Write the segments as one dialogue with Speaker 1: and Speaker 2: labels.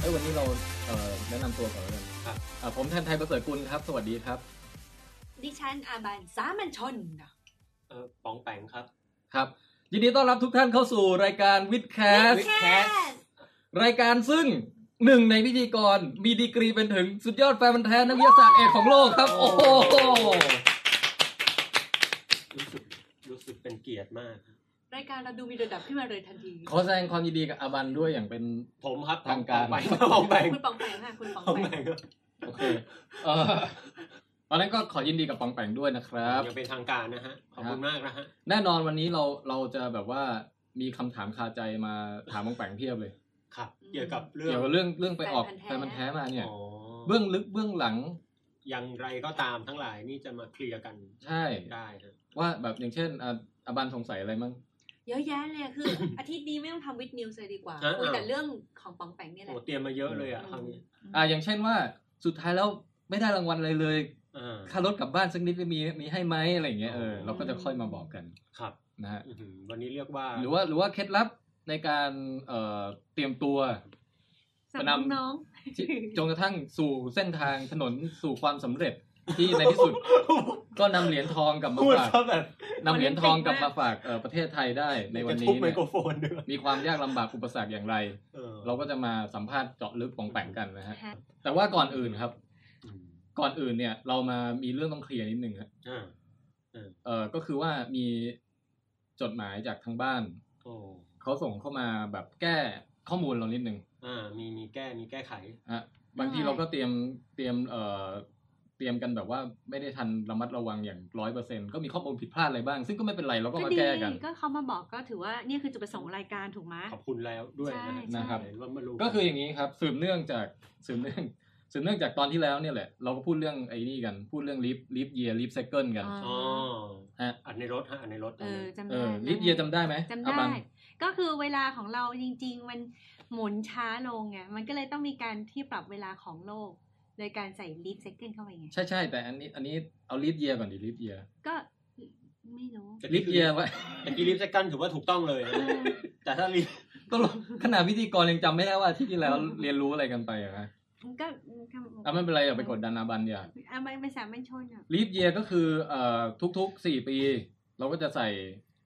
Speaker 1: อ้ยวันนี้เราเอ่อแนะนำตัวก่อนแล้วกัน
Speaker 2: อ่ะ
Speaker 1: อ่ะผมแทนไทยประเสริฐกุลครับ สวัสดีครับ
Speaker 3: ดิฉันอาบันสามัญชนนะ
Speaker 2: เออปองแปงครับ
Speaker 1: ครับ ยินดีต้อนรับทุกท่านเข้าสู่รายการวิดแคส
Speaker 2: With
Speaker 3: แค่
Speaker 2: Cast
Speaker 1: รายการซึ่งหนึ่งในพิธีกรมีดีกรีเป็นถึงสุดยอดแฟนพันธ์แท้นักวิทยาศาสตร์เอกของโลกครับ โอ้โห
Speaker 2: รู้สึกรู้สึกเป็นเกียรติมาก
Speaker 3: รายการเราดูมีระดับขึ้นมาเลยทันที
Speaker 1: ขอแสดงความยินดีกับอาบันด้วยอย่างเป็น
Speaker 2: ผมครับ
Speaker 1: ทางการ
Speaker 2: ปองแปงปองแปง
Speaker 3: คุณปองแปงค่ะ คุณปอง
Speaker 2: ปอง
Speaker 3: แป
Speaker 2: แป
Speaker 3: ง
Speaker 2: งครับ
Speaker 1: โอเคเออตอนนั้นก็ขอยินดีกับปองแปงด้วยนะครับ
Speaker 2: ยังเป็นทางการนะฮะ ขอบคุณมากนะฮะ
Speaker 1: แน่นอนวันนี้เราเราจะแบบว่ามีคำถามคาใจมาถามปองแปงเพียบเลย
Speaker 2: ครับ เกี่ยวกับเรื่อง
Speaker 1: เกี่ยวกับเรื่องเรื่องไปออกแฟนมันธุ์แท้มาเนี่ย
Speaker 2: อ๋อ
Speaker 1: เบื้องลึกเบื้องหลัง
Speaker 2: อย่างไรก็ตามทั้งหลายนี่จะมาเคลียร์กัน
Speaker 1: ใช่
Speaker 2: ได้นะ
Speaker 1: ว่าแบบอย่างเช่นอ่ะอาบันสงสัยอะไรมั้ง
Speaker 3: เยอะแยะเลยอะคือ อาทิตย์นี้ไม่ต้องทำวิดนิวส์เลยดีกว่าคุยแต่เรื่องของปองแปงเนี่ยแห
Speaker 2: โอ้
Speaker 3: ละ
Speaker 2: เตรียมมาเยอะเลยอ่ะคราวนี้
Speaker 1: อ่าอย่างเช่นว่าสุดท้ายแล้วไม่ได้รางวัลอะไรเลย
Speaker 2: อ่า
Speaker 1: ค่ารถกลับบ้านสักนิดมีมีให้ไหมอะไรอย่างเงี้ยเออ
Speaker 2: อ๋อ
Speaker 1: เราก็จะค่อยมาบอกกัน
Speaker 2: ครับ
Speaker 1: นะฮะ
Speaker 2: อื้อหือวันนี้เรียกว่า
Speaker 1: หรือว่าหรือว่าเคล็ดลับในการเอ่อเตรียมตัว
Speaker 3: สำหรับน้อง
Speaker 1: ที่จนกระทั่งสู่เส้นทางถนนสู่ความสำเร็จที่ใน ที่สุด ก็นำเหรียญทองกลับมา
Speaker 2: พูด
Speaker 1: ฝาก
Speaker 2: ซะแบบ
Speaker 1: นำเหรียญทองกลับมาฝากเอ่อประเทศไทยได้ในวัน
Speaker 2: จะทุ
Speaker 1: นี้
Speaker 2: บไม
Speaker 1: เนี่ย
Speaker 2: โครโฟนด้วย
Speaker 1: มีความยากลำบากอุปสรรคอย่างไร
Speaker 2: เออ
Speaker 1: เราก็จะมาสัมภาษณ์เจาะลึกปองแปงกันนะฮะ
Speaker 3: ฮะ
Speaker 1: แต่ว่าก่อนอื่นครับ
Speaker 2: อืม
Speaker 1: ก่อนอื่นเนี่ย เรามามีเรื่องต้องเคลียร์นิดนึงฮะ
Speaker 2: อ่า
Speaker 1: เออก็คือว่ามีจดหมายจากทางบ้าน
Speaker 2: โอ้
Speaker 1: เขาส่งเข้ามาแบบแก้ข้อมูลเรานิดนึง
Speaker 2: อ่ามีมีแก้มีแก้ไข
Speaker 1: ฮะบางทีเราก็เตรียมเตรียมเอ่อเตรียมกันแบบว่าไม่ได้ทันระมัดระวังอย่างร้อยเปอร์เซ็นก็มีข้อมูลผิดพลาดอะไรบ้าง ซึ่งก็ไม่เป็นไรเราก็
Speaker 3: ก็
Speaker 1: มา
Speaker 3: ดี
Speaker 1: แก้กัน
Speaker 3: ก็เขามาบอกก็ถือว่าเนี่ยคือจุดประสงค์ของรายการถูกไหม
Speaker 2: ขอบคุณแล้วด้วยนะ
Speaker 3: ใช่
Speaker 1: นะครับ
Speaker 2: เห็นว่าไม่รู้
Speaker 1: ก็คืออย่างนี้ครับ สืบเนื่องจากสืบเนื่องสืบเนื่องจากตอนที่แล้วเนี่ยแหละ เราก็พูดเรื่องไอ้นี่กันพูดเรื่องลิฟลิฟเยียลิฟเซคเกิลกัน
Speaker 3: อ่า
Speaker 2: อ๋อ
Speaker 1: ฮะ
Speaker 2: อัดในรถฮะอัดในรถต
Speaker 3: เอ
Speaker 2: อนนั้
Speaker 3: อ
Speaker 2: น
Speaker 3: จำ
Speaker 1: เออ
Speaker 3: ได้
Speaker 1: ลิฟเยียจำได้ไหม
Speaker 3: จำ
Speaker 1: อ่ะ
Speaker 3: ได้
Speaker 1: บัง
Speaker 3: ก็คือเวลาของเราจริง ๆ มันหมุนช้าลงไงมันก็เลยต้องมีการที่ปรับเวลาของโลก โดยการใส่ลีฟเซคเกิลเข้าไปไง
Speaker 1: ใช่ใช่แต่อันนี้อันนี้เอาลิฟเยียก่อนดิลิฟเยีย
Speaker 3: ก็ไม่รู้
Speaker 2: แต่
Speaker 1: ลิฟเยียว่า
Speaker 2: แต่กี้ลิฟต์เซกันถือว่าถูกต้องเลยนะ
Speaker 3: เออ
Speaker 2: แต่ถ้าลิฟ
Speaker 1: ตลกขนาดพิธีกรยังจำไม่ได้ว่าอาที่ที่แล้วเรียนรู้อะไรกันไปอะ นะ
Speaker 3: มันก็
Speaker 1: อ่ะไม่เป็นไรอย่าไปกดดันอาบันเดียว
Speaker 3: อ่ะไม่ไม่สามัญชนอ่ะ
Speaker 1: ลิฟเยียก็คือเอ่อทุกๆสี่ปี เราก็จะใส่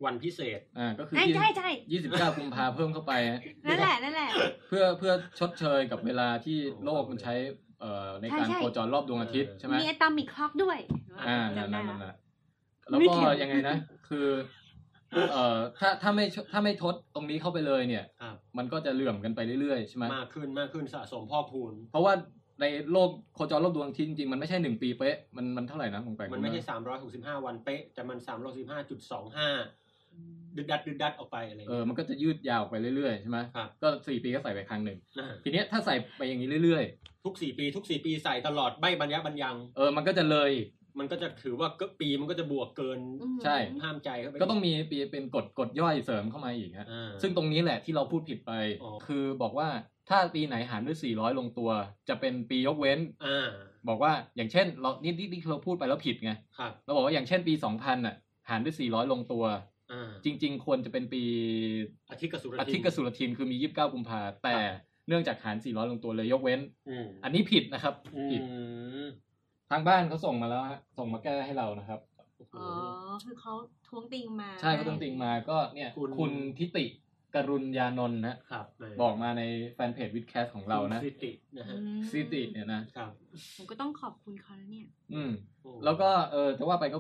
Speaker 2: วันพิเศษ
Speaker 1: อ่าก็คือ
Speaker 3: ใช่ใช่ใช่
Speaker 1: ยี่สิบเก้ากุมภาเพิ่มเข้าไป
Speaker 3: นั่นแหละนั่นแหละ
Speaker 1: เพื่อเพื่อชดเชยกับเวลาที่โลกมันใช้เอ่อในการ
Speaker 3: ใช่ใช่
Speaker 1: โคจรรอบดวงอาทิตย์
Speaker 2: เออ
Speaker 1: ใช่ไหม
Speaker 3: มีอะตอมิกคล็อกด้วย
Speaker 1: อ่านั่น
Speaker 3: จำได้
Speaker 1: นั่นนั่น
Speaker 3: ละ
Speaker 1: น่ะแล้ว
Speaker 3: ไม่
Speaker 1: ก็
Speaker 3: เกี่ยว
Speaker 1: ยังไงนะ คือเอ่อถ้าถ้าไม่ถ้าไม่ทดตรงนี้เข้าไปเลยเนี่ย
Speaker 2: ครับ
Speaker 1: มันก็จะเหลื่อมกันไปเรื่อยๆใช่ไหม
Speaker 2: มากขึ้นมากขึ้นสะสมพ่อกพูน
Speaker 1: เพราะว่าในโลกโคจรรอบดวงอาทิตย์จริงๆ มันไม่ใช่หนึ่งปีเป๊ะ มันมันเท่าไหร่นะผมไป
Speaker 2: มันไม่ใช่สามร้อยหกสิบห้าวันเป๊ะ แต่มันสามร้อยสิบห้าจุดสองห้าดึดดัดดึดดัดออกไปอะไรอย่าง
Speaker 1: เออ
Speaker 2: เงี้ย
Speaker 1: มันก็จะยืดยาวไปเรื่อยๆใช่ไหม
Speaker 2: ครับ
Speaker 1: ก็สี่ปีก็ใส่ไปครั้งหนึ่ง
Speaker 2: นะ
Speaker 1: ทีเนี้ยถ้าใส่ไปอย่างนี้เรื่อย
Speaker 2: ทุกสี่ปี ทุกสี่ปีใส่ตลอดใบบรรยะบรรยัง
Speaker 1: ๆ เออ มันก็จะเลย
Speaker 2: มันก็จะถือว่าก็ปีมันก็จะบวกเกิน
Speaker 3: อืม
Speaker 1: ใช่
Speaker 2: ห้ามใจเข้าไป
Speaker 1: ก็ต้องมีปีเป็นกฎกฎย่อยเสริมเข้ามาอีกฮะ
Speaker 2: อ่า
Speaker 1: ซึ่งตรงนี้แหละที่เราพูดผิดไป
Speaker 2: อ๋อ
Speaker 1: คือบอกว่าถ้าปีไหนหารด้วย 400 ลงตัว จะเป็นปียกเว้น
Speaker 2: อ่า
Speaker 1: บอกว่าอย่างเช่นเรานี่นี่ที่เราพูดไปแล้วผิดไง
Speaker 2: ครับ
Speaker 1: เราบอกว่าอย่างเช่นปี 2000น่ะหารด้วย 400 ลงตัว
Speaker 2: อ่า
Speaker 1: จริง ๆ ควรจะเป็นปี
Speaker 2: อาทิตย์กับสุร
Speaker 1: อาทิตย์กับสุรทินคือมี 29 กุมภาแต่เนื่องจากหาร 400 ลงตัวเลยยกเว้น
Speaker 2: อืม
Speaker 1: อันนี้ผิดนะครับ
Speaker 2: อื
Speaker 1: ผิด
Speaker 2: ม
Speaker 1: ทางบ้านเขาส่งมาแล้วฮะ ส่งมาแก้ให้เรานะครับ
Speaker 2: โอ้โห
Speaker 3: อ๋อคือเขาท้วงติงมา
Speaker 1: ใช่เขาต้องติงมาก็เนี่ย
Speaker 2: คุณ
Speaker 1: คุณทิติกรุณยานนท์นะ
Speaker 2: ครับ
Speaker 1: บอกมาในแฟนเพจวิดแคสของเรานะ
Speaker 2: คุณสิตินะฮะ
Speaker 3: อืม
Speaker 1: ซิติเนี่ยนะ
Speaker 2: ครับ
Speaker 3: ผมก็ต้องขอบคุณเขาแล้วเนี่ย
Speaker 1: อืม
Speaker 2: โอ้
Speaker 1: แล้วก็เออแต่ว่าไปก็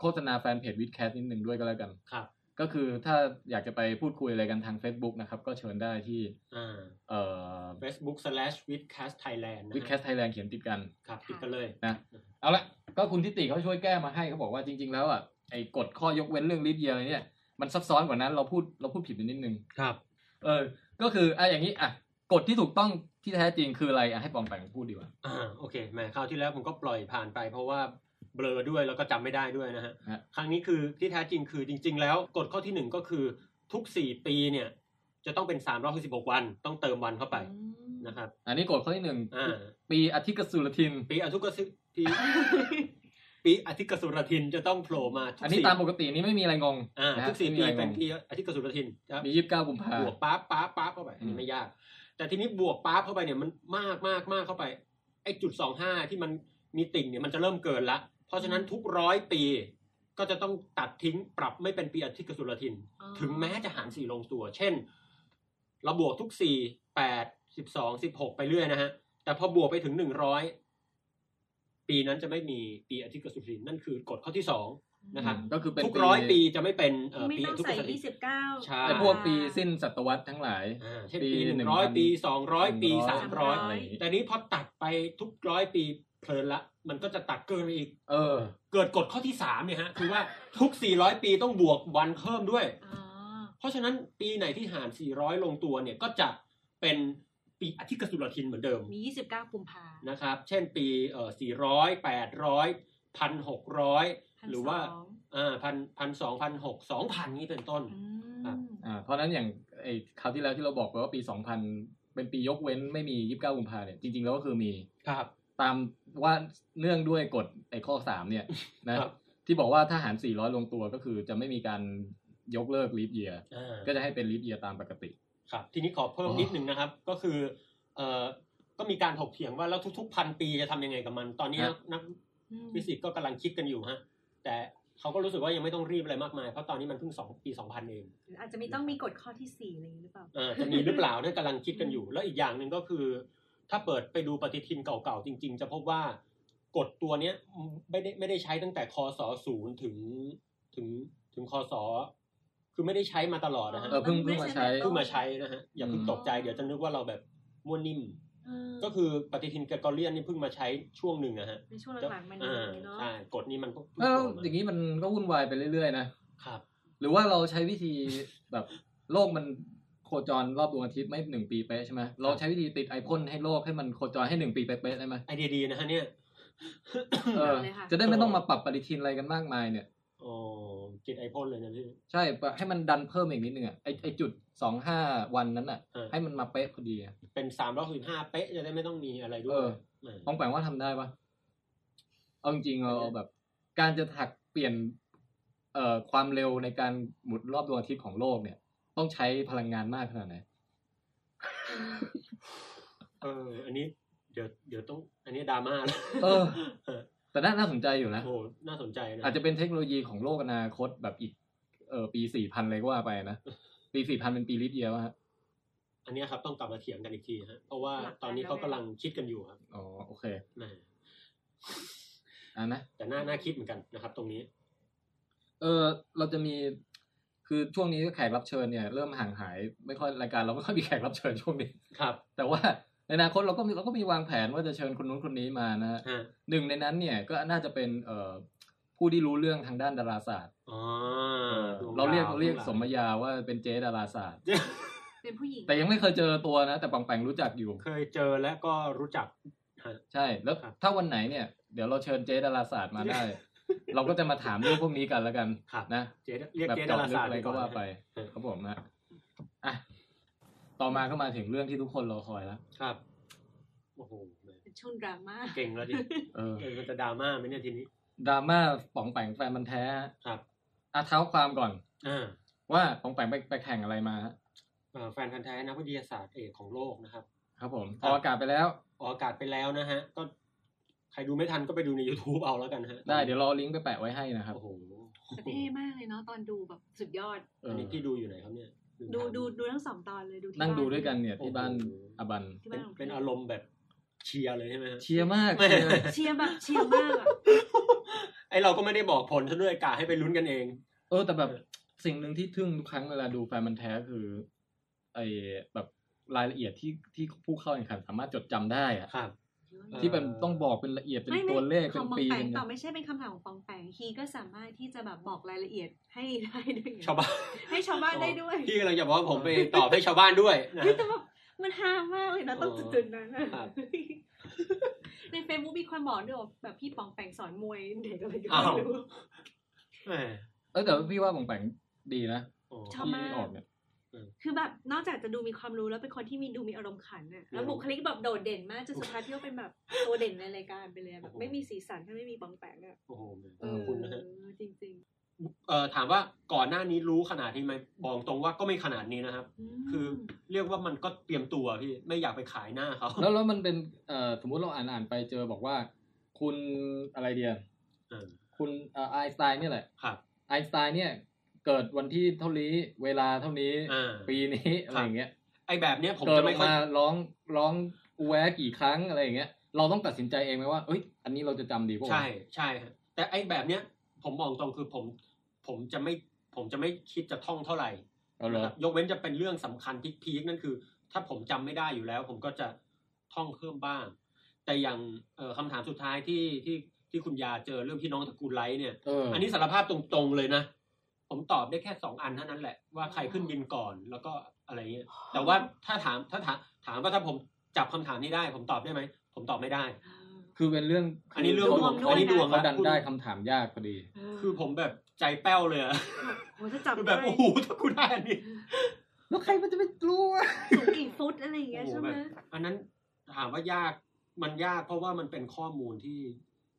Speaker 1: โฆษณาแฟนเพจวิดแคสนิดหนึ่งด้วยก็แล้วกัน
Speaker 2: ครับ
Speaker 1: ก็คือถ้าอยากจะไปพูดคุยอะไรกันทาง Facebook นะครับ ก็เชิญได้ที่
Speaker 2: อ่า
Speaker 1: เอ่อ
Speaker 2: facebook slash withcast thailand นะฮะ
Speaker 1: วิดแคสไทยแลนด์เขียนติดกัน
Speaker 2: ครับติดกันเลย
Speaker 1: นะเอาละก็คุณทิติเขาช่วยแก้มาให้เขาบอกว่าจริง ๆ แล้วอ่ะไอ้กฎข้อยกเว้นเรื่องลิฟเยียอะไรเนี่ยมันซับซ้อนกว่านั้นเราพูดเราพูดผิดไปนิดนึง
Speaker 2: ครับ
Speaker 1: เออ ก็คืออ่ะอย่างนี้อ่ะกฎที่ถูกต้องที่แท้จริงคืออะไรอ่ะให้ปองแปงพูดดีกว่า
Speaker 2: อ่าโอเคแหมคราวที่แล้วผมก็ปล่อยผ่านไป เพราะว่าเบลอด้วยแล้วก็จำไม่ได้ด้วยนะฮะ
Speaker 1: ฮะ
Speaker 2: ครั้งนี้คือที่แท้จริงคือจริง ๆ แล้วกฎข้อที่หนึ่งก็คือทุกสี่ปีเนี่ย จะต้องเป็นสามร้อยสิบหกวันต้องเติมวันเข้าไปนะครับ
Speaker 1: อันนี้กฎข้อที่หนึ่ง
Speaker 2: อ่า
Speaker 1: ปีอาทิตย์กบสุรทิน
Speaker 2: ปีอาทิตย์กสุปี ปีอาทิตย์กสุรทินจะต้องโผล่มาทุก
Speaker 1: อันนี้
Speaker 2: สี่
Speaker 1: ตามปกตินี่ไม่มีอะไรงง
Speaker 2: อ่า
Speaker 1: นะฮะ
Speaker 2: ทุกสี่
Speaker 1: ไม่มี
Speaker 2: ปี
Speaker 1: อะไรง
Speaker 2: เป็น
Speaker 1: ง
Speaker 2: ปีอาทิตย์กสุรทินนะครับ
Speaker 1: มียี่สิบเก้ากุมภา
Speaker 2: บวกป๊าบป๊าบป๊าบเข้าไปอัน
Speaker 1: อื
Speaker 2: นี้
Speaker 1: ม
Speaker 2: ไม่ยาก แต่ทีนี้บวกปั๊บเข้าไปเนี่ยมันมากมากมากเข้าไปไอ้จุดสองห้าที่มันมีติ่งเนี่ยมันจะเริ่มเกินละ เพราะฉะนั้นทุกร้อยปี ก็จะต้องตัดทิ้งปรับไม่เป็นปีอาทิตย์กบสุรทิน
Speaker 3: อ๋อ
Speaker 2: ถึงแม้จะหารสี่ลงตัว เช่น เราบวกทุกสี่แปดสิบสองสิบหกไปเรื่อยนะฮะ แต่พอบวกไปถึงหนึ่งร้อยปีนั้นจะไม่มีปีอาทิตย์กบสุรทินนั่นคือกฎข้อที่สอง นะครับ
Speaker 1: ก็คือเป็น
Speaker 2: ทุกร้อยปีจะไม่เป็นเอ่อ
Speaker 3: ไม่
Speaker 2: ปี
Speaker 3: ต้อง
Speaker 2: อาทิตย์
Speaker 3: ใส่
Speaker 2: กบสุรทิ
Speaker 3: ยี่
Speaker 2: น
Speaker 3: สิบเก้า
Speaker 2: ใช่
Speaker 1: ไอ้พวกปีสิ้นศตวรรษทั้งหลาย
Speaker 2: อ่าเช่น
Speaker 1: ปี
Speaker 2: ปีห
Speaker 1: หนึ่
Speaker 2: นึ่
Speaker 1: ง
Speaker 2: ง
Speaker 1: ร้
Speaker 2: ร้
Speaker 1: อ
Speaker 2: อย ยปีสองร้อยปีสามร้อย
Speaker 1: อะไรอย่างงี้
Speaker 2: แต่นี้พอตัดไปทุกร้อยปีเพลินละ มันก็จะตัดเกินไปอีก
Speaker 1: เออ
Speaker 2: เกิดกฎข้อที่สามเนี่ยฮะ คือว่า ทุก 400 ปีต้องบวกวันเพิ่มด้วย เพราะฉะนั้นปีไหนที่หาร 400 ลงตัวเนี่ยก็จะเป็นปีอธิกสุรทินเหมือนเดิม
Speaker 3: มี 29กุมภา
Speaker 2: นะครับ เช่นปีเอ่อ400 800 1,600 หรือว่าอ่าพันพันสองพันหกสองพันนี้เป็นต้น ครับ
Speaker 1: อ่าเพราะฉะนั้นอย่างไอ้คราวที่แล้วที่เราบอกไปว่าปี 2000 เป็นปียกเว้นไม่มี 29กุมภาเนี่ยจริง ๆ แล้วก็คือมี
Speaker 2: ครับ
Speaker 1: ตามว่าเนื่องด้วยกฎไอ้ข้อ 3 เนี่ยนะครับ ที่บอกว่าถ้าหาร 400 ลงตัวก็คือจะไม่มีการยกเลิกลีฟเยีย
Speaker 2: อ่า
Speaker 1: ก็จะให้เป็นลีฟเยียตามปกติ
Speaker 2: ครับทีนี้ขอเพิ่ม
Speaker 1: อ๋อ
Speaker 2: นิดนึงนะครับ ก็คือเอ่อก็มีการถกเถียงว่าแล้วทุกๆพันปีจะทำยังไงกับมัน ตอนนี้นักฟิสิกส์ก็กำลังคิดกันอยู่ฮะแต่เขาก็รู้สึกว่ายังไม่ต้องรีบอะไรมากมาย เพราะตอนนี้มันเพิ่งสองปีสองพันเอง
Speaker 3: อาจจะมีต้องมีกฎข้อที่สี่อะไรอย่างนี้หรือเปล่า
Speaker 2: เอ่อจะมีหรือเปล่าเนี่ยกำลังคิดกันอยู่ แล้วอีกอย่างหนึ่งก็คือ ถ้าเปิดไปดูปฏิทินเก่าๆจริง ๆ จะพบว่ากฎตัวเนี้ยไม่ได้ไม่ได้ใช้ตั้งแต่คศศูนย์ถึงถึงถึงคศคือไม่ได้ใช้มาตลอดนะฮะ
Speaker 1: เออเพิ่งเพิ่งมาใช้
Speaker 2: เพิ่งมาใช้นะฮะอย่าเพิ่งตกใจเดี๋ยวจะนึกว่าเราแบบม่วนนิ่ม ก็คือปฏิทินเกรกอเรียนนี่เพิ่งมาใช้ช่วงหนึ่งนะฮะ
Speaker 3: ในช่วงหลังๆมัน
Speaker 2: อ่า
Speaker 3: เนาะ
Speaker 2: ใช่กฎนี้มันเพิ่งเพิ่ง
Speaker 1: แล้ว
Speaker 2: โผล่มา
Speaker 1: อย่างนี้มันก็วุ่นวายไปเรื่อยๆนะครับ หรือว่าเราใช้วิธีแบบโลกมันโคจรรอบดวงอาทิตย์ไม่หนึ่งปีเป๊ะใช่ไหมเราใช้วิธีติดไอพ่นให้โลกให้มันโคจรให้หนึ่งปีเป๊ะๆได้ไหม
Speaker 2: ไอเดียดีนะฮะเนี่ย
Speaker 1: เออจะได้ไม่ต้องมาปรับปฏิทินอะไรกันมากมายเนี่ย
Speaker 2: โอ้จิตไอพ่นเลยนะพี่
Speaker 1: ใช่ปะให้มันดันเพิ่มอีกนิดนึงอ่ะไอไอจุดสองห้าวันนั้นอ่ะ
Speaker 2: อ่า
Speaker 1: ให้มันมาเป๊ะพอดีอะ
Speaker 2: เป็นสามร้อยสิบห้าเป๊ะจะได้ไม่ต้องมีอะไรด้
Speaker 1: เอ
Speaker 2: วย
Speaker 1: อ
Speaker 2: อ่า
Speaker 1: ป้องแปงว่าทำได้ปะเอาจริงๆเราเอาแบบ การจะถักเปลี่ยนเอ่อความเร็วในการหมุนรอบดวงอาทิตย์ของโลกเนี่ย ต้องใช้พลังงานมากขนาดไหน
Speaker 2: เออ อันนี้เดี๋ยวเดี๋ยวต้อง อันนี้ดราม่าแล้ว
Speaker 1: เออ แต่น่าน่าสนใจอยู่นะ
Speaker 2: โอ้น่าสนใจนะ
Speaker 1: อาจจะเป็นเทคโนโลยีของโลกอนาคตแบบอีกเออปีสี่พันเลยก็ว่าไปนะ ปีสี่พันเป็นปีลิปเยียวะฮะ
Speaker 2: อันเนี้ยครับต้องกลับมาเถียงกันอีกทีฮะเพราะว่าตอนนี้เขากำลังคิดกันอยู่ครับ
Speaker 1: อ๋อโอเค
Speaker 2: นะ
Speaker 1: อ่ะนะ
Speaker 2: แต่น่าน่าคิดเหมือนกันนะครับ ตรงนี้
Speaker 1: เออเราจะมีคือช่วงนี้แขกรับเชิญเนี่ย เริ่มห่างหายไม่ค่อยรายการเราไม่ค่อยมีแขกรับเชิญช่วงนี้
Speaker 2: ครับ
Speaker 1: แต่ว่าในอนาคตเราก็มีเราก็มีวางแผนว่าจะเชิญคนนู้นคนนี้มานะฮะ
Speaker 2: ฮะ
Speaker 1: หนึ่งในนั้นเนี่ยก็น่าจะเป็นเอ่อผู้ที่รู้เรื่องทางด้านดาราศาสตร์
Speaker 2: อ๋อ
Speaker 1: เราเรียก
Speaker 2: ดวงดว
Speaker 1: เรียก
Speaker 2: ทั้งหล
Speaker 1: สมญาว่าเป็นเจ๊ดาราศาสตร์
Speaker 3: เป็นผู้หญิง
Speaker 1: แต่ยังไม่เคยเจอตัวนะ แต่ปองแปงรู้จักอยู่
Speaker 2: เคยเจอและก็รู้จัก
Speaker 1: ใช่แล้ว
Speaker 2: ครับ
Speaker 1: ถ้าวันไหนเนี่ยเดี๋ยวเราเชิญเจ๊ดาราศาสตร์มาได้ เราก็จะมาถามเรื่องพวกนี้กันแล้วกัน
Speaker 2: ครับ
Speaker 1: นะ
Speaker 2: เจ๊เรียก
Speaker 1: แบบ
Speaker 2: เจ๊
Speaker 1: จ
Speaker 2: ดา
Speaker 1: บ
Speaker 2: รา
Speaker 1: ลึก
Speaker 2: ศาสตร์
Speaker 1: อะไร
Speaker 2: ดี
Speaker 1: ก็
Speaker 2: นะ
Speaker 1: ว่าไป
Speaker 2: เออ
Speaker 1: ครับผมนะอ่ะต่อมาก็มาถึงเรื่องที่ทุกคนรอคอยแล้ว
Speaker 2: ครับโอ้โหแม่
Speaker 3: เป็นช่วงดราม่า
Speaker 2: เก่งแล้วดิ
Speaker 1: เออ
Speaker 2: เออมันจะดราม่าไหมเนี่ยทีนี้
Speaker 1: ดราม่าป๋องแปงแฟนมันธุ์แท้
Speaker 2: ครับ
Speaker 1: อ่ะเท้าความก่อน
Speaker 2: อ่า
Speaker 1: ว่าป๋องแปงไปไปแข่งอะไรมาฮะ
Speaker 2: เอ่อแฟนพันธ์แท้นักวิทยาศาสตร์เอกของโลกนะครับ
Speaker 1: ครับผม
Speaker 2: ค
Speaker 1: อ
Speaker 2: รั
Speaker 1: อ
Speaker 2: บ
Speaker 1: กอากาศไปแล้ว
Speaker 2: ออกอากาศไปแล้วนะฮะ ก็ใครดูไม่ทันก็ไปดูใน YouTube เอาแล้วกันฮะ
Speaker 1: ได้เดี๋ยวรอลิงก์ไปแปะไว้ให้นะครับ
Speaker 2: โอ้โห
Speaker 3: แต่เท่มากเลยเนาะตอนดูแบบสุดยอด
Speaker 1: เอ
Speaker 2: อัน
Speaker 1: อ
Speaker 2: นี้พี่ดูอยู่ไหนครับเนี่ย
Speaker 3: ดู
Speaker 2: ถาม
Speaker 3: ดูดูทั้งสองตอนเลยดูที่
Speaker 1: นั่ง
Speaker 3: บ้า
Speaker 1: ดูด้วยกันเนี่ย
Speaker 2: โอ้โห
Speaker 1: ที่บ้านอบัน
Speaker 3: ที่
Speaker 2: เป็
Speaker 3: บ้าน นของ
Speaker 2: เป็น
Speaker 3: พี่
Speaker 2: อารมณ์แบบเชียร์เลยใช่ไหมฮะ
Speaker 1: เชียร์มาก
Speaker 2: ไม่
Speaker 1: เชียร์
Speaker 3: เชียร์แบบเชียร์มากอะ
Speaker 2: ไอเราก็ไม่ได้บอกผลซะด้วยกาให้ไปลุ้นกันเอง
Speaker 1: เออแต่แบบสิ่งหนึ่งที่ทึ่งทุกครั้งเวลาดูแฟนมันธุ์แท้คือไอ้แบบรายละเอียดที่ที่ผู้เข้าแข่งขันสามารถจดจำได้อะ
Speaker 2: ครับ เออ
Speaker 1: ที่เป็นต้องบอกเป็นละเอียดเป็น
Speaker 3: ไม่ไม่
Speaker 1: ตัวเลข
Speaker 3: ข
Speaker 1: เป็
Speaker 3: อง
Speaker 1: น
Speaker 3: ปอง
Speaker 1: ปี
Speaker 3: แปง
Speaker 1: เป็น
Speaker 3: ต่อไม่ใช่เป็นคำถามของปองแปงฮีก็สามารถที่จะแบบบอกรายละเอียดให้ได้ด้วยไง
Speaker 2: ชาวบ้าน
Speaker 3: ให้ชาวบ้านได้ด้วย
Speaker 2: พี่กำลังจะบอกว่าผมไปตอบให้ชาวบ้านด้วยนะ
Speaker 3: เฮ้ย
Speaker 2: ฮะ
Speaker 3: แต่แบบมันฮามากเลยนะตรง
Speaker 2: เออ
Speaker 3: จุดๆนั้นนะครับ ในเฟซบุ๊กมีคนบอกด้วยว่าแบบพี่ปองแปงสอนมวยเด็กอะไรก็
Speaker 2: อ้าว
Speaker 3: ไม่รู้
Speaker 2: แหม่
Speaker 1: เออแต่ว่าพี่ว่าป่องแปงดีนะ
Speaker 2: โอ้
Speaker 3: ชอบ
Speaker 1: ที่
Speaker 3: มาก
Speaker 1: ออกเนี่ย
Speaker 3: คือแบบนอกจากจะดูมีความรู้แล้วเป็นคนที่มีดูมีอารมณ์ขันน่ะแล้ว
Speaker 2: อืม
Speaker 3: บุคลิกแบบโดดเด่นมากจนสุดท้ายพี่ว่าเป็นแบบตัวเด่นในรายการไปเลยอะแบบ
Speaker 2: โอ้โห
Speaker 3: ไม่มีสีสันถ้าไม่มีปองแปงอ่ะ
Speaker 2: โอ้โหแหม่
Speaker 1: เออ
Speaker 2: ขอบคุณนะฮะ
Speaker 3: เออจริง
Speaker 2: เอ่อถามว่าก่อนหน้านี้รู้ขนาดนี้ไหมบอกตรงว่าก็ไม่ขนาดนี้นะครับ
Speaker 3: ม
Speaker 2: คือเรียกว่ามันก็เตรียมตัวพี่ไม่อยากไปขายหน้าเขา
Speaker 1: แล้วแล้วมันเป็นเอ่อสมมุติเราอ่านอ่านไปเจอบอกว่า คุณอะไรเดีย
Speaker 2: เออ
Speaker 1: คุณเอ่อไอน์สไตน์เนี่ยแหละ
Speaker 2: ครับ
Speaker 1: ไอน์สไตน์เนี่ย เกิดวันที่เท่านี้เวลาเท่านี้
Speaker 2: อ่า
Speaker 1: ปีนี้อะไรอย่างเงี้ย
Speaker 2: ไอแบบเนี้ยผม
Speaker 1: เกิด
Speaker 2: จะ
Speaker 1: อ
Speaker 2: ไม่
Speaker 1: อก
Speaker 2: ค่อย
Speaker 1: มาร้องร้องอูแวะกี่ครั้งอะไรอย่างเงี้ยเราต้องตัดสินใจเองไหมว่าเอ้ยอันนี้เราจะจำดีป่าวะ
Speaker 2: ใช่ใช่ฮะแต่ไอแบบเนี้ย ผมมองตรงคือผมผมจะไม่ผมจะไม่คิดจะท่องเท่าไหร่
Speaker 1: เอาเหร
Speaker 2: นะ
Speaker 1: อ
Speaker 2: ครับยกเว้นจะเป็นเรื่องสำคัญที่พีคนั่นคือ ถ้าผมจำไม่ได้อยู่แล้ว ผมก็จะท่องเพิ่มบ้าง แต่อย่างเอ่อคำถามสุดท้ายที่ที่ที่คุณยาเจอเรื่องพี่น้องตระกูลไลท์เนี่ย
Speaker 1: เออ
Speaker 2: อั
Speaker 1: อั
Speaker 2: นนี้สารภาพตรงๆเลยนะ ผมตอบได้แค่สองอันเท่านั้นแหละว่าใครขึ้นบินก่อนแล้วก็อะไรเงี้ย แต่ว่าถ้าถามถ้าถามถามว่าถ้าผมจับคำถามนี้ได้ ผมตอบได้ไหมผมตอบไม่ได้
Speaker 3: อ่า
Speaker 1: คือเป็นเรื่อง
Speaker 2: อันนี้เรื่องดวง
Speaker 1: ขา
Speaker 2: อันนี้ดวง
Speaker 1: เขา
Speaker 2: นะ
Speaker 1: ดัน
Speaker 2: คุณ
Speaker 1: ได้คำถามยากพอดี
Speaker 3: เ
Speaker 2: คือผมแบบใจแป้วเลยอะ
Speaker 3: โอ้ถ้ าจับ
Speaker 2: คือแบบ
Speaker 3: ได้
Speaker 2: โอ้โหถ้ากูได้อันนี้
Speaker 1: แล้วใครมันจะไปกลัว
Speaker 3: สูงกี่ฟุตอะไรอย่างเงี้ย
Speaker 2: โอ้โห
Speaker 3: ใช่ไห
Speaker 2: แบ
Speaker 3: ม
Speaker 2: บอันนั้นถามว่ายากมันยากเพราะว่ามันเป็นข้อมูลที่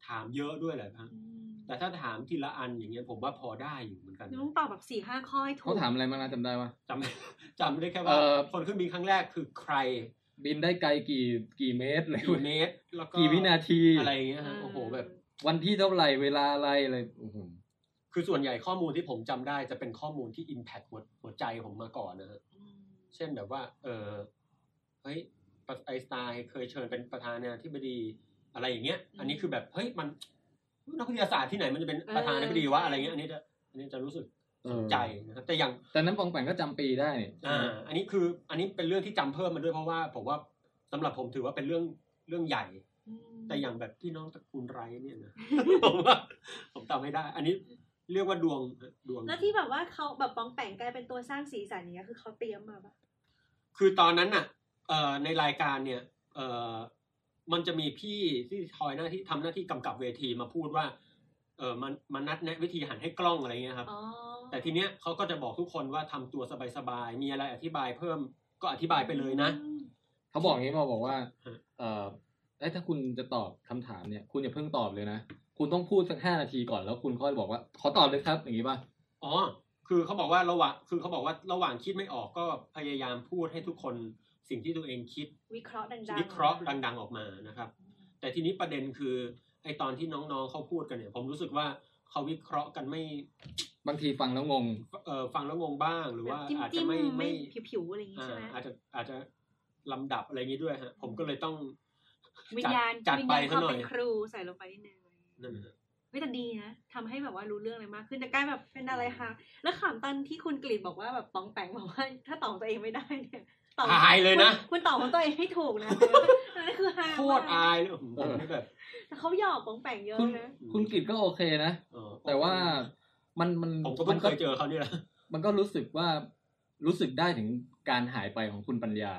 Speaker 2: ถามเยอะด้วยแหละครับ
Speaker 3: อืม
Speaker 2: แต่ถ้าถามทีละอันอย่างเงี้ยผมว่าพอได้อยู่เหมือนกัน
Speaker 3: ต้องตอบแบบสี่ห้าข้อให้ถู
Speaker 1: เขา
Speaker 3: ก
Speaker 1: ถามอะไรมานะจำได้ปะ
Speaker 2: จำ จำได้แค่ว่า
Speaker 1: เอ่อ
Speaker 2: คนขึ้นบินครั้งแรกคือใคร
Speaker 1: บินได้ไกลกี่กี่เมตรอะไร
Speaker 2: กี่เมตรแล้วก็
Speaker 1: กี่วินาที
Speaker 2: อะไรอย่างเงี้ย
Speaker 3: เ
Speaker 2: ฮะโอ้โหแบบ
Speaker 1: วันที่เท่าไหร่เวลาอะไรอะไรโอ้โห
Speaker 2: คือส่วนใหญ่ข้อมูลที่ผมจำได้จะเป็นข้อมูลที่ Impact หัวหัวใจผมมาก่อนนะฮะ
Speaker 3: อืม
Speaker 2: เช่นแบบว่า เออเฮ้ยไอสไตล์เคยเชิญเป็นประธานาธิบดีอะไรอย่างเงี้ย อันนี้คือแบบเฮ้ยมันนักวิทยาศาสตร์ที่ไหนมันจะเป็นประธานาธิบดีวะอะไรเงี้ยอันนี้จะอันนี้จะรู้สึก
Speaker 1: เอ
Speaker 2: ส
Speaker 1: อน
Speaker 2: ใจนะครับแต่อย่าง
Speaker 1: แต่นั้นปองแปงก็จำปีได้นี่
Speaker 2: อ่า อันนี้คืออันนี้เป็นเรื่องที่จำเพิ่มมาด้วยเพราะว่าผมว่าสำหรับผมถือว่าเป็นเรื่องเรื่องใหญ่ แต่อย่างแบบพี่น้องตระกูลไรเนี่ย นะ ผมว่าผมตามไม่ได้ อันนี้เรียกว่าดวงดวง
Speaker 3: แล้วที่แบบว่าเขาแบบปองแปงกลายเป็นตัวสร้างสีสันอย่างเนี้ยคือเขาเตรียมมาปะ
Speaker 2: คือตอนนั้นน่ะเอ่อในรายการเนี่ยเอ่อมันจะมีพี่ที่คอยหน้าที่ทำหน้าที่กำกับเวทีมาพูดว่า เออมันมันนัดแนะวิธีหันให้กล้องอะไรเงี้ยครับ
Speaker 3: อ๋อ
Speaker 2: แต่ทีเนี้ยเขาก็จะบอกทุกคนว่าทำตัวสบายๆมีอะไรอธิบายเพิ่มก็อธิบายไปเลยนะ
Speaker 3: อืม
Speaker 1: เขาบอกอย่างนี้มาบอกว่า
Speaker 2: ฮะ
Speaker 1: เออเอ้ยถ้าคุณจะตอบคำถามเนี่ย คุณอย่าเพิ่งตอบเลยนะ คุณต้องพูดสักห้านาทีก่อนแล้วคุณค่อยบอกว่า ขอตอบเลยครับ อย่างนี้ป่ะ
Speaker 2: อ๋อ คือเขาบอกว่าระหว่างคือเขาบอกว่าระหว่างคิดไม่ออกก็พยายามพูดให้ทุกคนสิ่งที่ตัวเองคิด
Speaker 3: วิเคราะห์ดังๆ
Speaker 2: วิเคราะห์ดัง ๆ ออกมานะครับ แต่ทีนี้ประเด็นคือไอตอนที่น้องๆเขาพูดกันเนี่ย ผมรู้สึกว่าเขาวิเคราะห์กันไม่
Speaker 1: บางทีฟังแล้วงง
Speaker 2: เอ่อฟังแล้วงงบ้างหรือ
Speaker 3: แบบ
Speaker 2: ว่า
Speaker 3: จิ้ม
Speaker 2: อาจ
Speaker 3: จิ้
Speaker 2: จะ
Speaker 3: ม
Speaker 2: ไม่
Speaker 3: ไม่
Speaker 2: ไม่
Speaker 3: ผิวๆอะไรอย่างงี้
Speaker 2: อ่า
Speaker 3: ใช่ไหม
Speaker 2: อาจจะอาจจะลำดับอะไรอย่างงี้ด้วยฮะผมก็เลยต้อง
Speaker 3: วิญญาณ
Speaker 2: จัด
Speaker 3: วิญ
Speaker 2: ไป
Speaker 3: ญาณค
Speaker 2: ซะ
Speaker 3: วาม
Speaker 2: หน่อย
Speaker 3: เป็นครูใส่ลงไปนิดนึง
Speaker 2: นั่นฮะ
Speaker 3: ไม่แต่ดีนะทำให้แบบว่ารู้เรื่องอะไรมากขึ้นแต่กลายแบบเป็นอะไรคะแล้วขำตอนที่คุณกรีดบอกว่าแบบปองแปงบอกว่าถ้าตอบตัวเองไม่ได้เนี่ยตอบ
Speaker 2: อายเลยนะ
Speaker 3: คุณคุณตอบของตัวเองให้ถูกนะ อันนั่นคือฮา
Speaker 2: โคตร
Speaker 3: มา
Speaker 2: อาก ยเลยผมนี่แบบ
Speaker 3: แต่เขาหยอกปองแปงเยอะ
Speaker 1: คุณ
Speaker 3: นะ
Speaker 1: คุณกิตก็โอเคนะ
Speaker 2: เออ
Speaker 1: แต่ว่ามันมัน
Speaker 2: ผมก็เพิ่ง
Speaker 1: น
Speaker 2: เคยเจอเขานี่แหละ
Speaker 1: มันก็รู้สึกว่ารู้สึกได้ถึงการหายไปของคุณปัญญา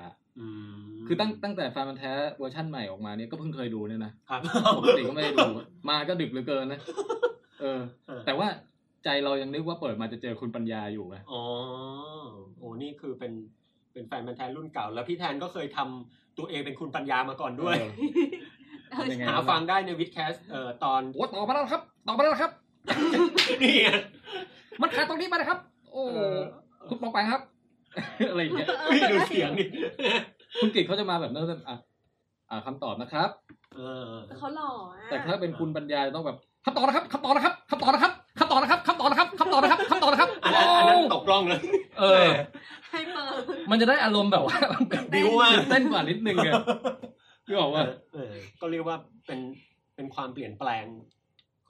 Speaker 2: ม
Speaker 1: คือตั้งตั้งแต่แฟนมันธุ์แท้เวอร์ชั่นใหม่ออกมาเนี่ยก็เพิ่งเคยดูเนี่ยนะ
Speaker 2: ครับ
Speaker 1: ปกติก็ไม่ได้ดู มาก็ดึกเหลือเกินนะ เออ แต่ว่าใจเรายังนึกว่าเปิดมาจะเจอคุณปัญญาอยู่ไง
Speaker 2: อ๋อโอ้นี่คือเป็นเป็นแฟนพันธ์แท้รุ่นเก่า แล้วพี่แทนก็เคยทำตัวเองเป็นคุณปัญญามาก่อนด้วย
Speaker 1: เออ
Speaker 3: เออ
Speaker 1: เป็นไง
Speaker 2: หาฟังได้ในวิดแคสเอ่อตอน
Speaker 1: โอ้ตอบมาแล้วครับ ตอบมาแล้วครับ
Speaker 2: นี่ไง
Speaker 1: มันขาดตรงนี้มานะครับ โอ้
Speaker 2: เออ
Speaker 1: คุณปองไปครับ อะไรอย่างเงี้ย
Speaker 2: เฮ้ยดูเสียงดิ
Speaker 1: คุณกิตเขาจะมาแบบเนิ่มๆอ่ะอ่าคำตอบนะครับ
Speaker 2: เออ
Speaker 3: แต่เขาหล่ออะ
Speaker 1: แต่ถ้าเป็นคุณปัญญาจะต้องแบบคำตอบนะครับคำตอบนะครับคำตอบนะครับคำตอบนะครับคำตอบนะครับคำตอบนะครับคำตอบนะครับ
Speaker 2: อันนั้นอันนั้นตกกล้อง เลย
Speaker 1: เออ
Speaker 3: ให้เปิด
Speaker 1: มันจะได้อารมณ์แบบว่า มันเป็น
Speaker 2: บิวมาก
Speaker 1: ตื่นเต้นกว่านิดนึงอะคือบอกว่า
Speaker 2: เออก็เรียกว่าเป็นเป็นความเปลี่ยนแปลง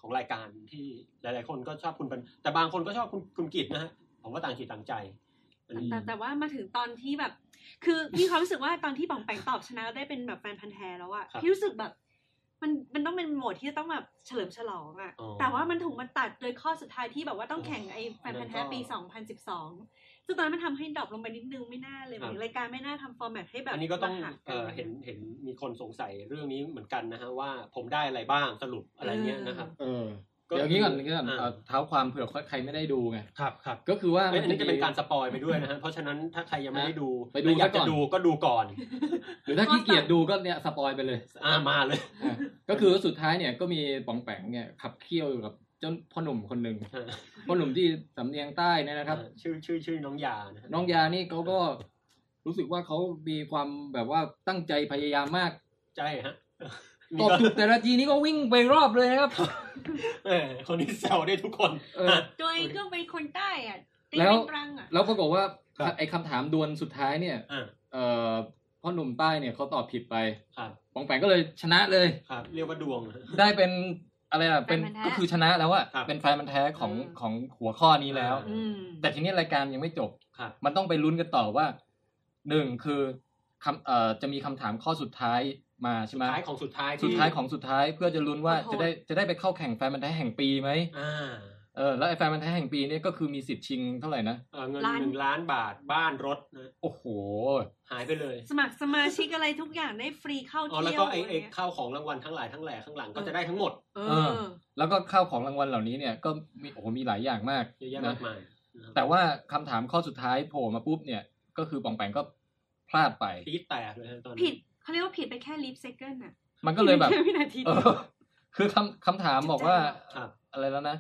Speaker 2: ของรายการที่หลาย ๆ คนก็ชอบคุณเป็นแต่บางคนก็ชอบคุณคุณกิจนะฮะผมว่าต่างจิตต่างใจอันนี้
Speaker 3: แต่แต่ว่ามาถึงตอนที่แบบ คือมีความรู้สึกว่าตอนที่ปองแปงตอบชนะได้เป็นแบบแฟนพันธ์แท้แล้วอะพี่รู้สึกแบบ มันมันต้องเป็นโหมดที่จะต้องแบบเฉลิมฉลองอะ
Speaker 2: อ๋อ
Speaker 3: แต่ว่ามันถูกมันตัดโดยข้อสุดท้ายที่แบบว่าต้องแข่งไอ้แฟนพันธ์แท้ปี
Speaker 2: อันนั้นก็
Speaker 3: 2012ซึ่งตอนนั้นมันทำให้ดรอปลงไปนิดนึงไม่น่าเลยเหมื
Speaker 2: ค
Speaker 3: อน
Speaker 2: รับ
Speaker 3: รายการไม่น่าทำฟอร์แมตให้แบบ
Speaker 2: อันนี้ก็ต้อง
Speaker 3: มาหั
Speaker 2: เอ่อ
Speaker 3: กั
Speaker 2: เห็นเห็นมีคนสงสัยเรื่องนี้เหมือนกันนะฮะว่าผมได้อะไรบ้างสรุปอะไรเงี้ยนะครับ
Speaker 1: เออเดี๋ยวนี้ก่อนนี้ก่อนเอา
Speaker 2: า
Speaker 1: เท้าความเผื่อใครไม่ได้ดูไง
Speaker 2: ครับครับ
Speaker 1: ก็คือว่า
Speaker 2: เอ้ยอันนี้
Speaker 1: มี
Speaker 2: จะเป็นการสปอยไปด้วยนะฮะ เพราะฉะนั้นถ้าใครยังไม่ได้ดู
Speaker 1: ไปดู
Speaker 2: และอยาก
Speaker 1: ซะก่
Speaker 2: จะ
Speaker 1: อน
Speaker 2: ดูก็ดูก่อน
Speaker 1: หรือถ้าขี้เกียจดูก็เนี่ยสปอยไปเลย
Speaker 2: อ่ามาเลย
Speaker 1: อ่ะก็คือสุดท้ายเนี่ยก็มีปองแปงเนี่ยขับเคี่ยวอยู่กับ เจ้าพ่อหนุ่มคนหนึ่ง
Speaker 2: ฮะ
Speaker 1: พ่อหนุ่มที่สำเนียงใต้เนี่ยนะครับ
Speaker 2: ชื่อชื่อชื่อน้องยานะฮะ
Speaker 1: น้องยานี่เขาก็รู้สึกว่าเขามีความแบบว่าตั้งใจพยายาม มาก
Speaker 2: ใช่ฮะ
Speaker 1: ตบจุกแต่ละทีนี้ก็วิ่งไปรอบเลย นะครับ
Speaker 2: แหมคนนี้แซวได้ทุกคน
Speaker 1: เออ
Speaker 3: ตัวเองก็เป็นคนใต้อ่ะตี
Speaker 1: แล้ว
Speaker 3: เป็นตรังอ่ะ
Speaker 1: แล้วปรากฏว่า
Speaker 2: ครับ
Speaker 1: ไอ้คำถามดวลสุดท้ายเนี่ย
Speaker 2: อ่ะ
Speaker 1: เอ่อพ่อหนุ่มใต้เนี่ยเขาตอบผิดไป
Speaker 2: ครับ
Speaker 1: ปองแปงก็เลยชนะเลย
Speaker 2: ครับ เรียกว่าดวงนะฮะ
Speaker 1: ได้เป็นอะไรอ่ะเป็น
Speaker 3: แฟนพันธุ์แท้
Speaker 1: ก็คือชนะแล้วอะ
Speaker 2: ครับ
Speaker 1: เป็นแฟนมันธุ์แท้ของ
Speaker 3: อืม
Speaker 1: ของหัวข้อนี้แล้ว
Speaker 2: อื
Speaker 3: อืม
Speaker 1: แต่ทีนี้รายการยังไม่จบ
Speaker 2: ครับ
Speaker 1: มันต้องไปลุ้นกันต่อว่าหนึ่งคือคำเอ่อจะมีคำถามข้อสุดท้ายมาใช่ไหม
Speaker 2: ท้ายของสุดท้ายที่
Speaker 1: สุดท้ายของสุดท้ายเพื่อจะลุ้นว่าจะได้จะได้ไปเข้าแข่งแฟนมันธุ์แท้แห่งปีไหม
Speaker 2: อ่า
Speaker 1: เออแล้วไอ้แฟนมันธุ์แท้แห่งปีเนี่ยก็คือมีสิทธิ์ชิงเท่าไหร่นะ
Speaker 2: เอ่อเงินหนึ่งล้านบาทบ้านรถนะ
Speaker 1: โอ้โห
Speaker 2: หายไปเลย
Speaker 3: สมัครสมาชิกอะไรทุกอย่างได้ฟรีเข้า
Speaker 2: อ๋อ
Speaker 3: เที่ยว
Speaker 2: แล้วก็ไอ้
Speaker 3: ะร
Speaker 2: ไอ้
Speaker 3: เงี้ย
Speaker 2: ข้าวของรางวัลทั้งหลายทั้งแหล่ข้างหลังก็
Speaker 3: เออ
Speaker 2: จะได้ทั้งหมด
Speaker 3: เอ
Speaker 1: เออ
Speaker 3: อ
Speaker 1: แล้วก็ข้าวของรางวัลเหล่านี้เนี่ยก็มีโอ้โหมีหลายอย่างมาก
Speaker 2: เยอะแยะ
Speaker 1: นะ
Speaker 2: มากมายนะครับ
Speaker 1: แต่ว่าคำถามข้อสุดท้ายโผล่มาปุ๊บเนี่ยก็คือปองแปงก็พลาดไป
Speaker 2: พีดแตกเลยฮะตอนนี้
Speaker 3: ผิดเขาเรียกว่าผิดไปแค่ลิฟเซคเกิลน่ะ
Speaker 1: มันก็เลยแบบ
Speaker 3: แค่ วินาที
Speaker 1: เอ
Speaker 3: เดียว
Speaker 1: อคือคำคำถามบอกว่า
Speaker 2: ครับ
Speaker 1: อะไรแล้วนะ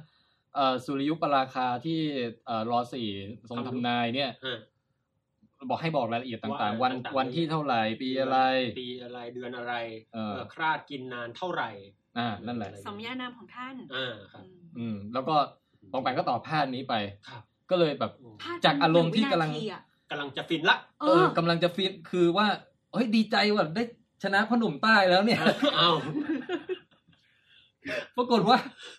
Speaker 1: เออสุริยุปราคาที่เออรอสี่ทรงทำนายเนี่ย
Speaker 2: ฮะ
Speaker 1: บอกให้บอกรายละเอียดต่างๆ
Speaker 2: ว่า
Speaker 1: วัน
Speaker 2: ต่างๆ
Speaker 1: วันที่เท่าไหร่ปีอะไร
Speaker 2: ปีอะไรเดือนอะไร
Speaker 1: เออ
Speaker 2: เอ่อคราดกินนานเท่าไหร่
Speaker 1: อ่านั่นแหละ
Speaker 3: สมญานามของท่าน
Speaker 2: อ่าครับ
Speaker 3: อืม
Speaker 1: อืม แล้วก็ปองแปงก็ตอบพลาดนี้ไป
Speaker 2: ครับ
Speaker 1: ก็เลยแบบ
Speaker 3: พลด
Speaker 1: จากอารมณ์ที่กำลัง
Speaker 3: หนึ่วินทีอะ
Speaker 2: กำลังจะฟินละ
Speaker 3: เอ
Speaker 1: เออ
Speaker 3: อก
Speaker 1: ำลังจะฟิตคือว่าเฮ้ยดีใจว่ะได้ชนะพ่อหนุ่มใต้แล้วเนี่ย
Speaker 2: เอา
Speaker 1: ปรากฏว่า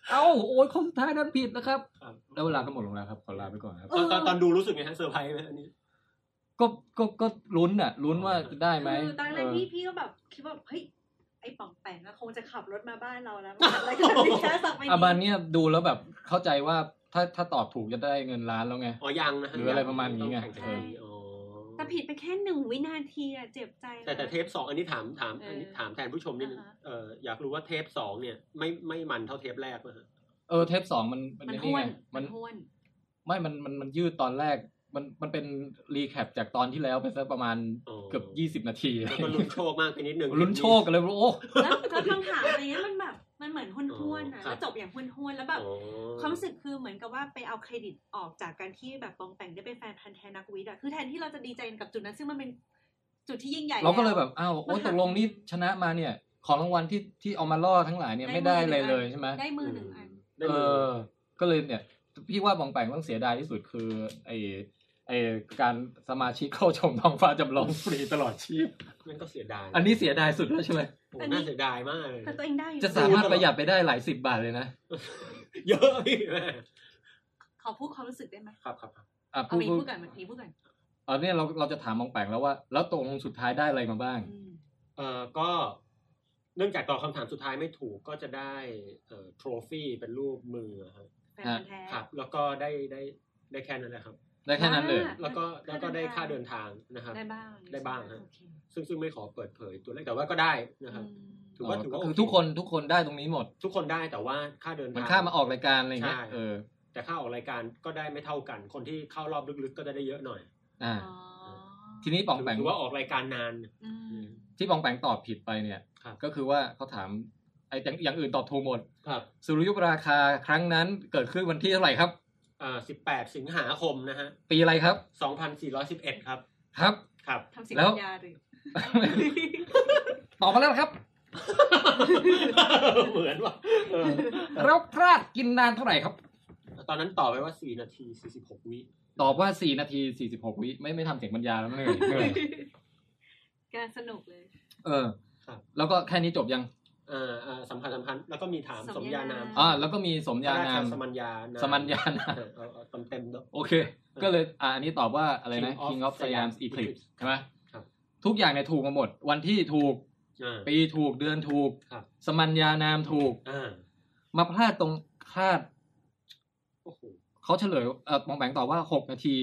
Speaker 1: เอ้าโอ้ยข้อสุดท้ายนั้นผิดนะครับ
Speaker 2: ครับ
Speaker 1: แล้วเวลาก็หมดลงแล้วครับ ขอลาไปก่อนครับ
Speaker 2: ตอนตอนตอนดูรู้สึกไงฮะเซอร์ไพรส์ไหมอันนี้
Speaker 1: ก็ก็ก็ลุ้นอ่ะลุ้นว่าจะได้ไหม
Speaker 3: คือตอนแรก
Speaker 1: เออ
Speaker 3: พี่พี่ก็แบบคิดว่าเฮ้ยไอ้ป่องแปงอะคงจะขับรถมาบ้านเราแล้วมา ขับรายการนี้แค่สักไป
Speaker 1: อาบานเนี่ยดูแล้วแบบเข้าใจว่าถ้าถ้าตอบถูกจะได้เงินล้านแล้วไง
Speaker 2: อ๋อยังนะฮะ
Speaker 1: หรืออะไรประมาณนี้ไง
Speaker 2: ต้อแข่ขันกันอ๋อ
Speaker 3: แต่ผิดไปแค่หนึ่งวินาทีอะเจ็บใจนะ
Speaker 2: แต่แต่เทปสองอันนี้ถามถามอันนี้
Speaker 3: เออ
Speaker 2: ถามแทนผู้ชมนิดนึง
Speaker 3: อ่าฮะ
Speaker 2: เอ่ออยากรู้ว่าเทปสองเนี่ยไม่ไม่มันเท่าเทปแรกนะฮะ
Speaker 1: เออเทปสองมันมัน
Speaker 3: มัน
Speaker 1: ไอ้
Speaker 3: ห้
Speaker 1: นี่
Speaker 3: ว
Speaker 1: ไง
Speaker 3: น
Speaker 1: มั
Speaker 3: มัน นห้วน
Speaker 1: ไม่มันมันมันยืดตอนแรก มันมันเป็นรีแคปจากตอนที่แล้วไปสักประมาณ
Speaker 2: อ๋อ
Speaker 1: เกือบยี่สิบนาที
Speaker 2: แล้วก็ลุ้นโชคมากไปนิดนึง
Speaker 1: ลุ้นโชคกันเลยโอ้
Speaker 3: แล้วแล้วคำถามอะไรเงี้ยมันแบบมันเหมือนห้วนห้วนๆอะ
Speaker 2: ครับ
Speaker 3: แล้วจบอย่างห้วนห้วนๆแล้วแบบ
Speaker 2: อ๋อ
Speaker 3: ความรู้สึกคือเหมือนกับว่าไปเอาเครดิตออกจากการที่แบบปองแปงได้เป็นแฟนพันธ์แท้นักวิทย์อะคือแทนที่เราจะดีใจกับจุดนั้นซึ่งมันเป็นจุดที่ยิ่งใหญ่
Speaker 1: เราก็เลย
Speaker 3: แว
Speaker 1: แบบอ้าวโอ้
Speaker 3: มันหั
Speaker 1: ต
Speaker 3: ก
Speaker 1: กลงนี่ชนะมาเนี่ย ของรางวัลที่ที่เอามาล่อทั้งหลายเนี่ยไม่ได้เลยเลยใช่ไหม
Speaker 3: ได้มือหนึ่งอัน
Speaker 2: ได้
Speaker 1: เอ
Speaker 2: เลย
Speaker 1: อ ก็เลยเนี่ย พี่ว่าบองแปงต้องเสียดายที่สุดคือไอไอการสมาชิกเข้าชมท้องฟ้าจำลองฟรีตลอดชีพ
Speaker 2: มันก็เสียดาย
Speaker 1: อันนี้เสียดายสุดแล้วใช่ไหม
Speaker 2: โอ้
Speaker 3: อันนี้
Speaker 2: น่าเสียดายมากเลย
Speaker 3: แต่ตัวเองได้อยู่
Speaker 1: จะสามารถประหยัดไปได้หลายสิบบาทเลยนะ
Speaker 2: เยอะพี่แม่
Speaker 3: ขอพูดความรู้สึกได้ไหม
Speaker 2: ครับครับครับ
Speaker 1: อ่ะ
Speaker 3: เอา
Speaker 1: พูด
Speaker 3: มี
Speaker 1: พูด
Speaker 3: พูดก่อนมีพูดก่อน
Speaker 1: เอาเนี่ยเราเราจะถามบองแปงแล้วว่า แล้วตรงสุดท้ายได้อะไรมาบ้าง
Speaker 3: อืม
Speaker 2: เอ่อก็เนื่องจากตอบคำถามสุดท้ายไม่ถูกก็จะได้เอ่อทรฟี่เป็นรูปมือฮะ
Speaker 3: แฟนพันธ์แท้
Speaker 2: ครับ แล้วก็ได้ได้ได้แค่นั้นนะครับ
Speaker 1: ได้แค่นั้นเลย
Speaker 3: อ่ะ
Speaker 2: แล้วก็แล้วก็ได้ค่าเดินทางนะครับ
Speaker 3: ได้บ้าง
Speaker 2: ได้บ้างฮะ
Speaker 3: โอเค
Speaker 2: ซึ่งซึ่งไม่ขอเปิดเผยตัวเลขแต่ว่าก็ได้นะครับ
Speaker 3: อืม
Speaker 2: ถือว่าถือว่า
Speaker 1: คือ
Speaker 2: โเ
Speaker 1: ทุกคนทุกคนได้ตรงนี้หมด
Speaker 2: ทุกคนได้แต่ว่าค่าเดิน
Speaker 1: มัน
Speaker 2: ทาง
Speaker 1: ค่ามาออกรายการอะไรอย่างเงี้ย
Speaker 2: ใช่
Speaker 1: เออ
Speaker 2: แต่ค่าออกรายการก็ได้ไม่เท่ากัน คนที่เข้ารอบลึกๆ ก็จะได้เยอะหน่อย
Speaker 1: อ่า
Speaker 3: อ๋อ
Speaker 1: ทีนี้ปองแปง
Speaker 2: ถือว่าออกรายการนาน
Speaker 3: อืม
Speaker 1: ที่ปองแปงตอบผิดไปเนี่ย
Speaker 2: ครับ
Speaker 1: ก็คือว่าเขาถามไอ้อย่างอย่างอื่นตอบถูกหมด
Speaker 2: ครับ
Speaker 1: สุริยุปราคาครั้งนั้นเกิดขึ้นวันที่เท่าไหร่ครับ
Speaker 2: อ่า18 สิงหาคมนะฮะ
Speaker 1: ปีอะไรครับ
Speaker 2: 2411 ครับ
Speaker 1: ครับ
Speaker 2: ครับ
Speaker 3: ทำเสิ่ง
Speaker 1: แล้ว
Speaker 3: ปัญญาเลย
Speaker 1: ตอบมาแล้วครับ
Speaker 2: เหมือนว่าเออ
Speaker 1: เราพลาดกินนานเท่าไหร่ครับ
Speaker 2: ตอนนั้นต่อไปว่า 4 นาที 46 วิ
Speaker 1: ตอบว่า 4 นาที 46 วิไม่ไม่ทำเสียงบรรยายแล้วเหนื่อยเหนื่อย
Speaker 3: การสนุกเลย
Speaker 1: เออ
Speaker 2: ครับ
Speaker 1: แล้วก็แค่นี้จบยัง
Speaker 2: อ่าอ่าสำคัญสำคัญ แล้วก็มีถามส
Speaker 3: ส
Speaker 2: ม
Speaker 3: มญา
Speaker 2: ญาาน
Speaker 3: นาม ม
Speaker 1: อ่าแล้วก็มีสมญานาม
Speaker 2: พระรชสมัญญานา
Speaker 1: สมัญญานาม
Speaker 2: เอาเอาเอาเต็มๆด้วย
Speaker 1: โอเค ก็เลยอ่าอันนี้ตอบว่าอะไรนะ King of Siam Eclipse ใช่ไหม
Speaker 2: ครับ
Speaker 1: ทุกอย่างเนี่ยถูกมาหมด วันที่ถูก
Speaker 2: อ่า
Speaker 1: ปีถูกเดือนถูก
Speaker 2: ครับ
Speaker 1: สมัญญานามถูก
Speaker 2: อ่า
Speaker 1: มาพลาดตรงคาด
Speaker 2: โอ้โห
Speaker 1: เขาเฉลยเออปองแปงตอบว่า 6 นาที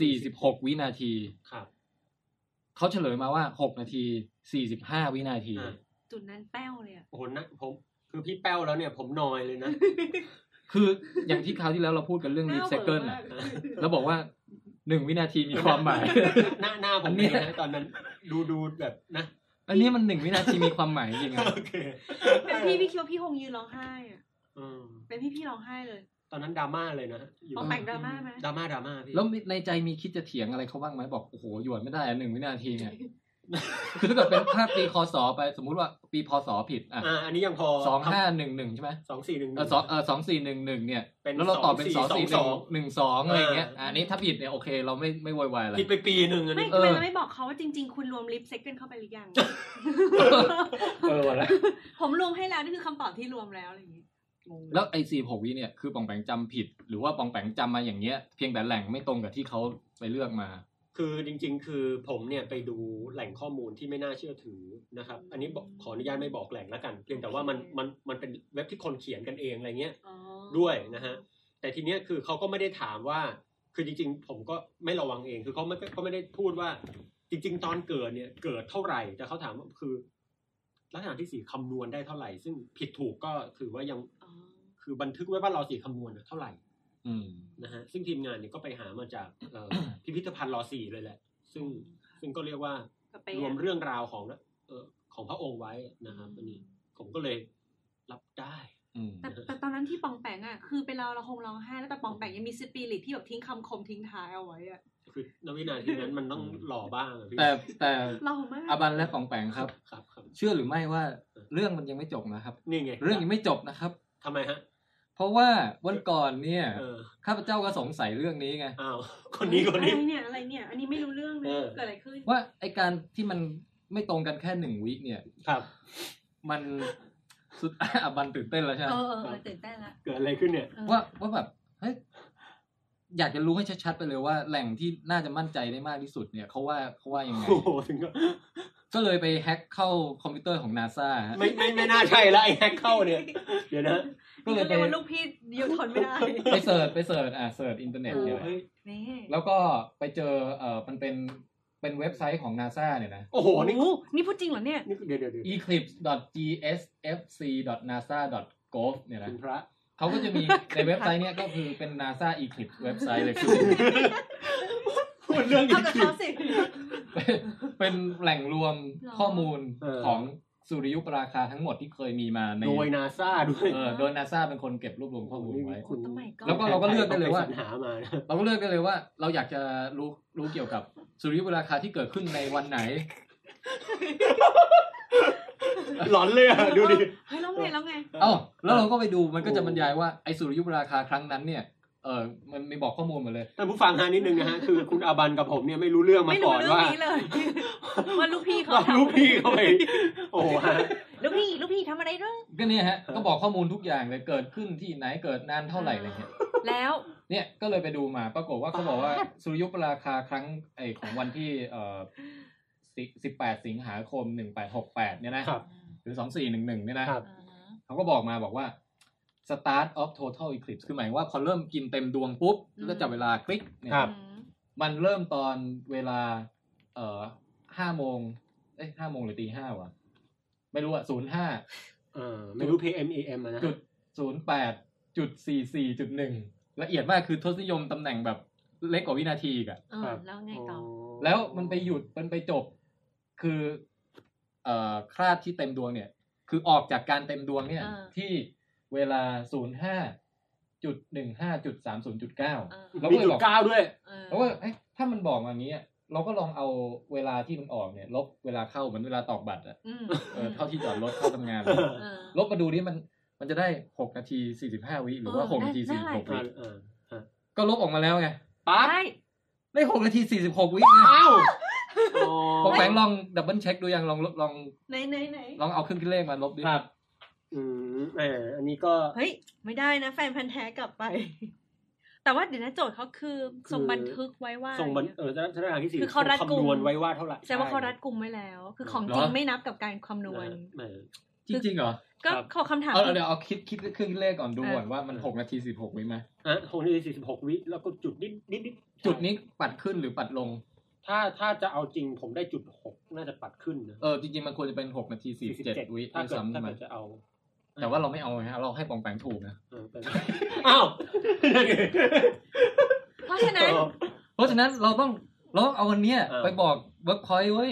Speaker 1: 46 วินาที
Speaker 2: ครับ
Speaker 1: เขาเฉลยมาว่า 6 นาที 45 วินาที
Speaker 2: อ่า
Speaker 3: จุดนั้นแป้วเลย อะ
Speaker 2: โอ้โหนะผมคือพี่แป้วแล้วเนี่ยผมนอยเลยนะ
Speaker 1: คืออย่างที่คราวที่แล้วเราพูดกันเรื่อง
Speaker 3: ห
Speaker 1: l ี
Speaker 3: น้า
Speaker 1: p
Speaker 3: วอ
Speaker 1: เซ
Speaker 3: ร์
Speaker 1: c เกิล
Speaker 3: มา
Speaker 1: น่ะ
Speaker 3: ก
Speaker 1: แล้วบอกว่า 1 วินาทีมีความ หมาย
Speaker 2: หน้าหน้าผ
Speaker 1: อั
Speaker 2: ม
Speaker 1: นเนี้
Speaker 2: เนี่ย ยนะตอนนั้นดูดูแบบนะ
Speaker 1: อันนี้มัน 1 วินาทีมีความหมายจริงๆอะ
Speaker 2: โอเค
Speaker 3: แต่พี่พี่คิดว่าพี่คงยืนร้องไห้อะ
Speaker 2: อืม
Speaker 3: เป็นพี่พี่ๆร้องไห้เลย
Speaker 2: ตอนนั้นดราม่าเลยนะฮะยู่
Speaker 3: ปองแปงดราม่าไหม
Speaker 2: ดราม่าดราม่าพี่
Speaker 1: แล้วมีในใจมีคิดจะเถียงอะไรเขาบ้างไหมบอกโอ้โหหยวนไม่ได้อ่ะหนึ่งวินาทีเนี่ย คือถ้าเกิดเป็นภาพปีคศไปสมมุติว่าปีพศผิดอ่ะ
Speaker 2: อ่าอันนี้ยังพอ
Speaker 1: สองห้าหนึ่งหนึ่งใช่ไหม
Speaker 2: สองสี่หนึ่งห
Speaker 1: เอ
Speaker 2: นึ่
Speaker 1: อสองเออสองสี่หนึ่งหนึ่งเนี่ย
Speaker 2: เป็น
Speaker 1: แล้วเราตอบเป็นสองสี่หนึ่งหนึ่งสองอะไรอย่างเงี้ย
Speaker 3: อ่า
Speaker 1: อันนี้ถ้าผิดเนี่ยโอเค เราไม่ไม่โวยวายอะไร
Speaker 2: ผิดไปปีหนึ่งอัน
Speaker 3: ไม่
Speaker 2: นี้
Speaker 1: เออ
Speaker 3: ทำไมเราไม่บอกเขาว่าจริง ๆ คุณรวมลิปเซ็กกันเข้าไป หรือยัง
Speaker 1: เออว่ะแล้ว
Speaker 3: ผมรวมให้แล้วนี่คือคำตอบที่รวมแล้วอะไรอย่างงี้งง
Speaker 1: แล้วไอ้สี่หกวิเนี่ยคือปองแปงจำผิด หรือว่าปองแปงจำมาอย่างเงี้ย เพียงแต่แหล่งไม่ตรงกับที่เขาไปเลือกมา
Speaker 2: คือจริงๆ คือผมเนี่ยไปดูแหล่งข้อมูลที่ไม่น่าเชื่อถือนะครับ อันนี้บอกขออนุญาตไม่บอกแหล่งละกัน เพียงแต่ว่ามันมันมันเป็นเว็บที่คนเขียนกันเองอะไรเงี้ย
Speaker 3: อ๋อ
Speaker 2: ด้วยนะฮะ แต่ทีเนี้ยคือเขาก็ไม่ได้ถามว่า คือจริงๆ ผมก็ไม่ระวังเอง คือเขาไม่ก็ไม่ได้พูดว่า จริง ๆ ตอนเกิดเนี่ยเกิดเท่าไหร่ แต่เขาถามว่าคือ ลักษณะที่สี่คำนวณได้เท่าไหร่ ซึ่งผิดถูกก็ถือว่ายัง
Speaker 3: อ๋อ
Speaker 2: คือบันทึกไว้ว่าเราสี่คำนวณน่ะเท่าไหร่
Speaker 1: อืม
Speaker 2: นะฮะซึ่งทีมงานเนี่ยก็ไปหามาจากเอ่อ พิพิธภัณฑ์รอสี่เลยแหละ ซึ่งซึ่งก็เรียกว่า
Speaker 3: ก็ไปะ
Speaker 2: รวมเรื่องราวของเอ่อของพระองค์ไว้นะครับอันนี้ผมก็เลยรับได้
Speaker 1: อืม
Speaker 3: แต่แต่ตอนนั้นที่ปองแปงอ่ะคือเป็นเราเราคงร้องไห้แล้วแต่ปองแปงยังมีสปิริตที่แบบทิ้งคำคมทิ้งท้ายเอาไว้อ่ะ
Speaker 2: คือณวินาทีนั้นมันต้องหล่อบ้างอะพี่
Speaker 1: แต่แต่
Speaker 3: เรามาก
Speaker 1: อบันและปองแปงครับ
Speaker 2: ครับครับ
Speaker 1: เชื่อหรือไม่ว่าเรื่องมันยังไม่จบนะครับ
Speaker 2: นี่ไง
Speaker 1: เรื่องยังไม่จบนะครับ
Speaker 2: ทำไมฮะ
Speaker 1: เพราะว่าวันก่อนเนี่ย
Speaker 2: เออ
Speaker 1: ข้าพเจ้าก็สงสัยเรื่องนี้ไง
Speaker 2: อ้าว คนนี้คนนี้
Speaker 3: อะไรเนี่ยอะไรเนี่ย อันนี้ไม่รู้เรื่องเลย
Speaker 2: เออ
Speaker 3: เกิดอะไรขึ้น
Speaker 1: ว่าไอการที่มันไม่ตรงกันแค่หนึ่งวิเนี่ย
Speaker 2: ครับ
Speaker 1: มันสุด อบันตื่นเต้นแล้วใช่ไหม
Speaker 3: เออเออเออตื่นเต้นละ
Speaker 2: เกิดอะไรขึ้นเนี่ย
Speaker 3: เออ
Speaker 1: ว่าว่าแบบเฮ้ยอยากจะรู้ให้ชัดๆไปเลยว่าแหล่งที่น่าจะมั่นใจได้มากที่สุดเนี่ยเขาว่าเขาว่ายังไง
Speaker 2: โอ้โหถึงก็
Speaker 1: ก็เลยไปแฮ็กเข้าคอมพิวเตอร์ของนาซาฮะ
Speaker 2: ไม่ไม่ไม่น่าใช่ละไอ้แฮกเข้าเนี่ย เดี๋ยวนะ
Speaker 1: ก็เลยไป
Speaker 3: นี่เรียกว่าลูกพี่เดียวทนไม่ได้
Speaker 1: ไปเสิร์ชไปเสิร์ชอ่ะเสิร์ชอินเทอร์เน็ต
Speaker 2: โอ้
Speaker 1: เนี่ยแหละ
Speaker 2: เฮ้ย
Speaker 3: นี่
Speaker 1: แล้วก็ไปเจอเออมันเป็นเป็นเว็บไซต์ของนาซาเนี่ยนะ
Speaker 2: โอ้โห
Speaker 3: โอ้
Speaker 2: นี่
Speaker 3: โหนี่พูดจริงเหรอเนี่ย
Speaker 2: นี่เดี๋ยวเดี๋ยวเดี๋ยว
Speaker 1: eclipse.gsfc.nasa.gov เนี่ย
Speaker 2: คุ
Speaker 1: นะ
Speaker 2: ณพระ
Speaker 1: เขาก็จะมี ในเว็บไซต์เนี่ยก็คือเป็น NASA Eclipse เว็บไซต์เลย คือ
Speaker 2: พูดเรื่องอี
Speaker 3: เอา
Speaker 2: ก
Speaker 3: กับ
Speaker 2: ที
Speaker 3: เขาสิ
Speaker 1: เป็นเป็นแหล่งรวม
Speaker 3: หรอ
Speaker 1: ข้อมูล
Speaker 2: เออ
Speaker 1: ของสุริยุปราคาทั้งหมดที่เคยมีมาใน
Speaker 2: โดยนาซาด้วย
Speaker 1: เออโดย NASA เป็นคนเก็บรวบรวมข้อมูลไว้
Speaker 2: โอ้โห
Speaker 3: โอ้ทำไมก็
Speaker 1: แล้วก็เราก็เลือกได้เลยว่า
Speaker 2: ต้องปสรรหามานะ
Speaker 1: เราก็เลือกกันเลยว่าเราอยากจะรู้รู้เกี่ยวกับสุริยุปราคาที่เกิดขึ้นในวัน ไหน
Speaker 2: หลอนเลยอะดูดิ
Speaker 3: เฮ้ยแล้วไงแล้วไง
Speaker 1: เอ้าแล้วเราก็ไปดูมันก็จะบรรยายว่าไอ้สุริยุปราคาครั้งนั้นเนี่ยเออมันมีบอกข้อมูลหมาเลย
Speaker 2: ท่านผู้ฟังฮะนิดนึงนะฮะคือคุณอาบันกับผมเนี่ยไม่รู้เรื่องมา
Speaker 3: ไม่รู้
Speaker 2: ก่อน
Speaker 3: เรื่อง
Speaker 2: ว่า
Speaker 3: นี้เลย ว่าลูกพี่เขา
Speaker 2: ว่า
Speaker 3: ทำ
Speaker 2: ลูกพี่เขาไปโอ้โหฮะ
Speaker 3: ลูกพี่ลูกพี่ทำอะไรเรื่อง
Speaker 1: ก็เนี่ยฮะ
Speaker 2: เออ
Speaker 1: ก็บอกข้อมูลทุกอย่างเลยเกิดขึ้นที่ไหนเกิดนานเท่าไหร่อะไรเงี้ย
Speaker 3: แล้ว
Speaker 1: เนี่ยก็เลยไปดูมาปรากฏว่าเขาบอกว่าสุริยุปราคาครั้งไอของวันที่เอ่อสิบแปดสิงหาคมหนึ่งแปดหกแปดเนี่ยนะครับ หรือสองสี่หนึ่งหนึ่งเนี่ยนะครับ
Speaker 3: อ่าฮะ
Speaker 1: เขาก็บอกมาบอกว่า start of total eclipse คือหมายว่าพอเริ่มกินเต็มดวงปุ๊บแล้วจับเวลาคลิกเนี่ย
Speaker 2: ครับ
Speaker 3: อืม
Speaker 1: มันเริ่มตอนเวลาเอ่อห้าโมงเอ้ยห้าโมงหรือตีห้าวะไม่รู้อะศูนย์ห้า
Speaker 2: เออไม่รู้ PM EM อะนะ
Speaker 1: จุดศูนย์แปดจุดสี่สี่จุดหนึ่งละเอียดมากคือทศนิยมตำแหน่งแบบเล็กกว่าวินาทีอีกอะ
Speaker 3: เออแล้วไงต่อ
Speaker 1: แล้วมันไปหยุดมันไปจบ คือเอ่อคราดที่เต็มดวงเนี่ย คือออกจากการเต็มดวงเนี่ย
Speaker 3: อ่า
Speaker 1: ที่เวลาศูนย์ห้าจุดหนึ่งห้าจุดสามศูนย์จุดเก้า
Speaker 3: เออ
Speaker 1: เรา
Speaker 2: มี
Speaker 1: ก็เลย
Speaker 2: จุด
Speaker 1: บอก
Speaker 2: เก้าด้วย
Speaker 3: เออ
Speaker 1: เราก็เอ๊ะถ้ามันบอกมาอย่างนี้อะเราก็ลองเอาเวลาที่มันออกเนี่ย ลบเวลาเข้าเหมือนเวลาตอกบัตรอะ
Speaker 3: อืม
Speaker 1: เออเท่าที่จอดรถเข้าทำงานเลย
Speaker 3: เออ
Speaker 1: ลบมาดูนี่มันมันจะได้หกนาทีสี่สิบห้าวิหรือว่า
Speaker 3: เออ
Speaker 1: หกนาที
Speaker 3: ได้
Speaker 1: สี่สิบหก
Speaker 3: ได้
Speaker 1: วิ
Speaker 2: อ่าอ่า
Speaker 1: ก็ลบออกมาแล้วไง
Speaker 2: ปั๊บ
Speaker 3: ได้
Speaker 1: ได้หกนาทีสี่สิบหกวิไง
Speaker 2: อ้าว
Speaker 1: ปองแปงลองดับเบิลเช็คดูยังลองลอง
Speaker 3: ไหนไหนไหน
Speaker 1: ลองเอาเครื่องคิดเลขมาลบดิ
Speaker 2: ครับอืมเอออันนี้ก็
Speaker 3: เฮ้ย ไม่ได้นะ แฟนพันธ์แท้กลับไป แต่ว่าเดี๋ยวนะโจทย์เขาคือ
Speaker 2: คือ
Speaker 3: ส่งบันทึกไว้ว่า
Speaker 2: ส่งบัน
Speaker 3: อะไร
Speaker 2: เอ
Speaker 3: เงี้ย
Speaker 2: อสถานการณ์ที่สี่
Speaker 3: คือเขารัดกุม
Speaker 2: คำนวณไว้ว่าเท่าไหร่
Speaker 3: แสดงว่าเขารัดกลุ่มไว้แล้ว คือของจริง
Speaker 2: เหรอ
Speaker 3: ไม่นับกับการคำนวณ
Speaker 2: แหม
Speaker 1: จริงจริงๆเหรอ
Speaker 3: ก็
Speaker 2: ครับ
Speaker 3: ขอคำถาม
Speaker 1: เอาเอาเดี๋ยวเอาคิดคิดเครื่องคิดเลขก่อนดู
Speaker 3: เออ
Speaker 1: ก่อนว่ามันหกนาทีสี่หกวิไหม
Speaker 2: ฮะหกนาทีสี่สิบหกวิแล้วก็จุดนิดนิดนิด
Speaker 1: จุดนี้ปัดขึ้นหรือปัดลง
Speaker 2: ถ้าถ้าจะเอาจริงผมได้จุดหกน่าจะปัดขึ้นนะ
Speaker 1: เออจริงๆมันควรจะเป็นหกนาทีสี่เจ็ดวิ
Speaker 2: ถ้า
Speaker 1: ด้วย
Speaker 2: เกิด
Speaker 1: ซ้ำใช่
Speaker 2: ถ้า
Speaker 1: ไหม
Speaker 2: เกิดจะเอา
Speaker 1: แต่ว่าเราไม่เอาไงฮะเราให้ปองแปงถูกนะ
Speaker 2: เออเป็นอ้าว
Speaker 3: เพราะฉะนั้น
Speaker 2: เออ
Speaker 1: เพราะฉะนั้นเราต้องเราต้องเอาวันเนี้ย
Speaker 2: เออ
Speaker 1: ไปบอกเวิร์กพอยต์เว้ย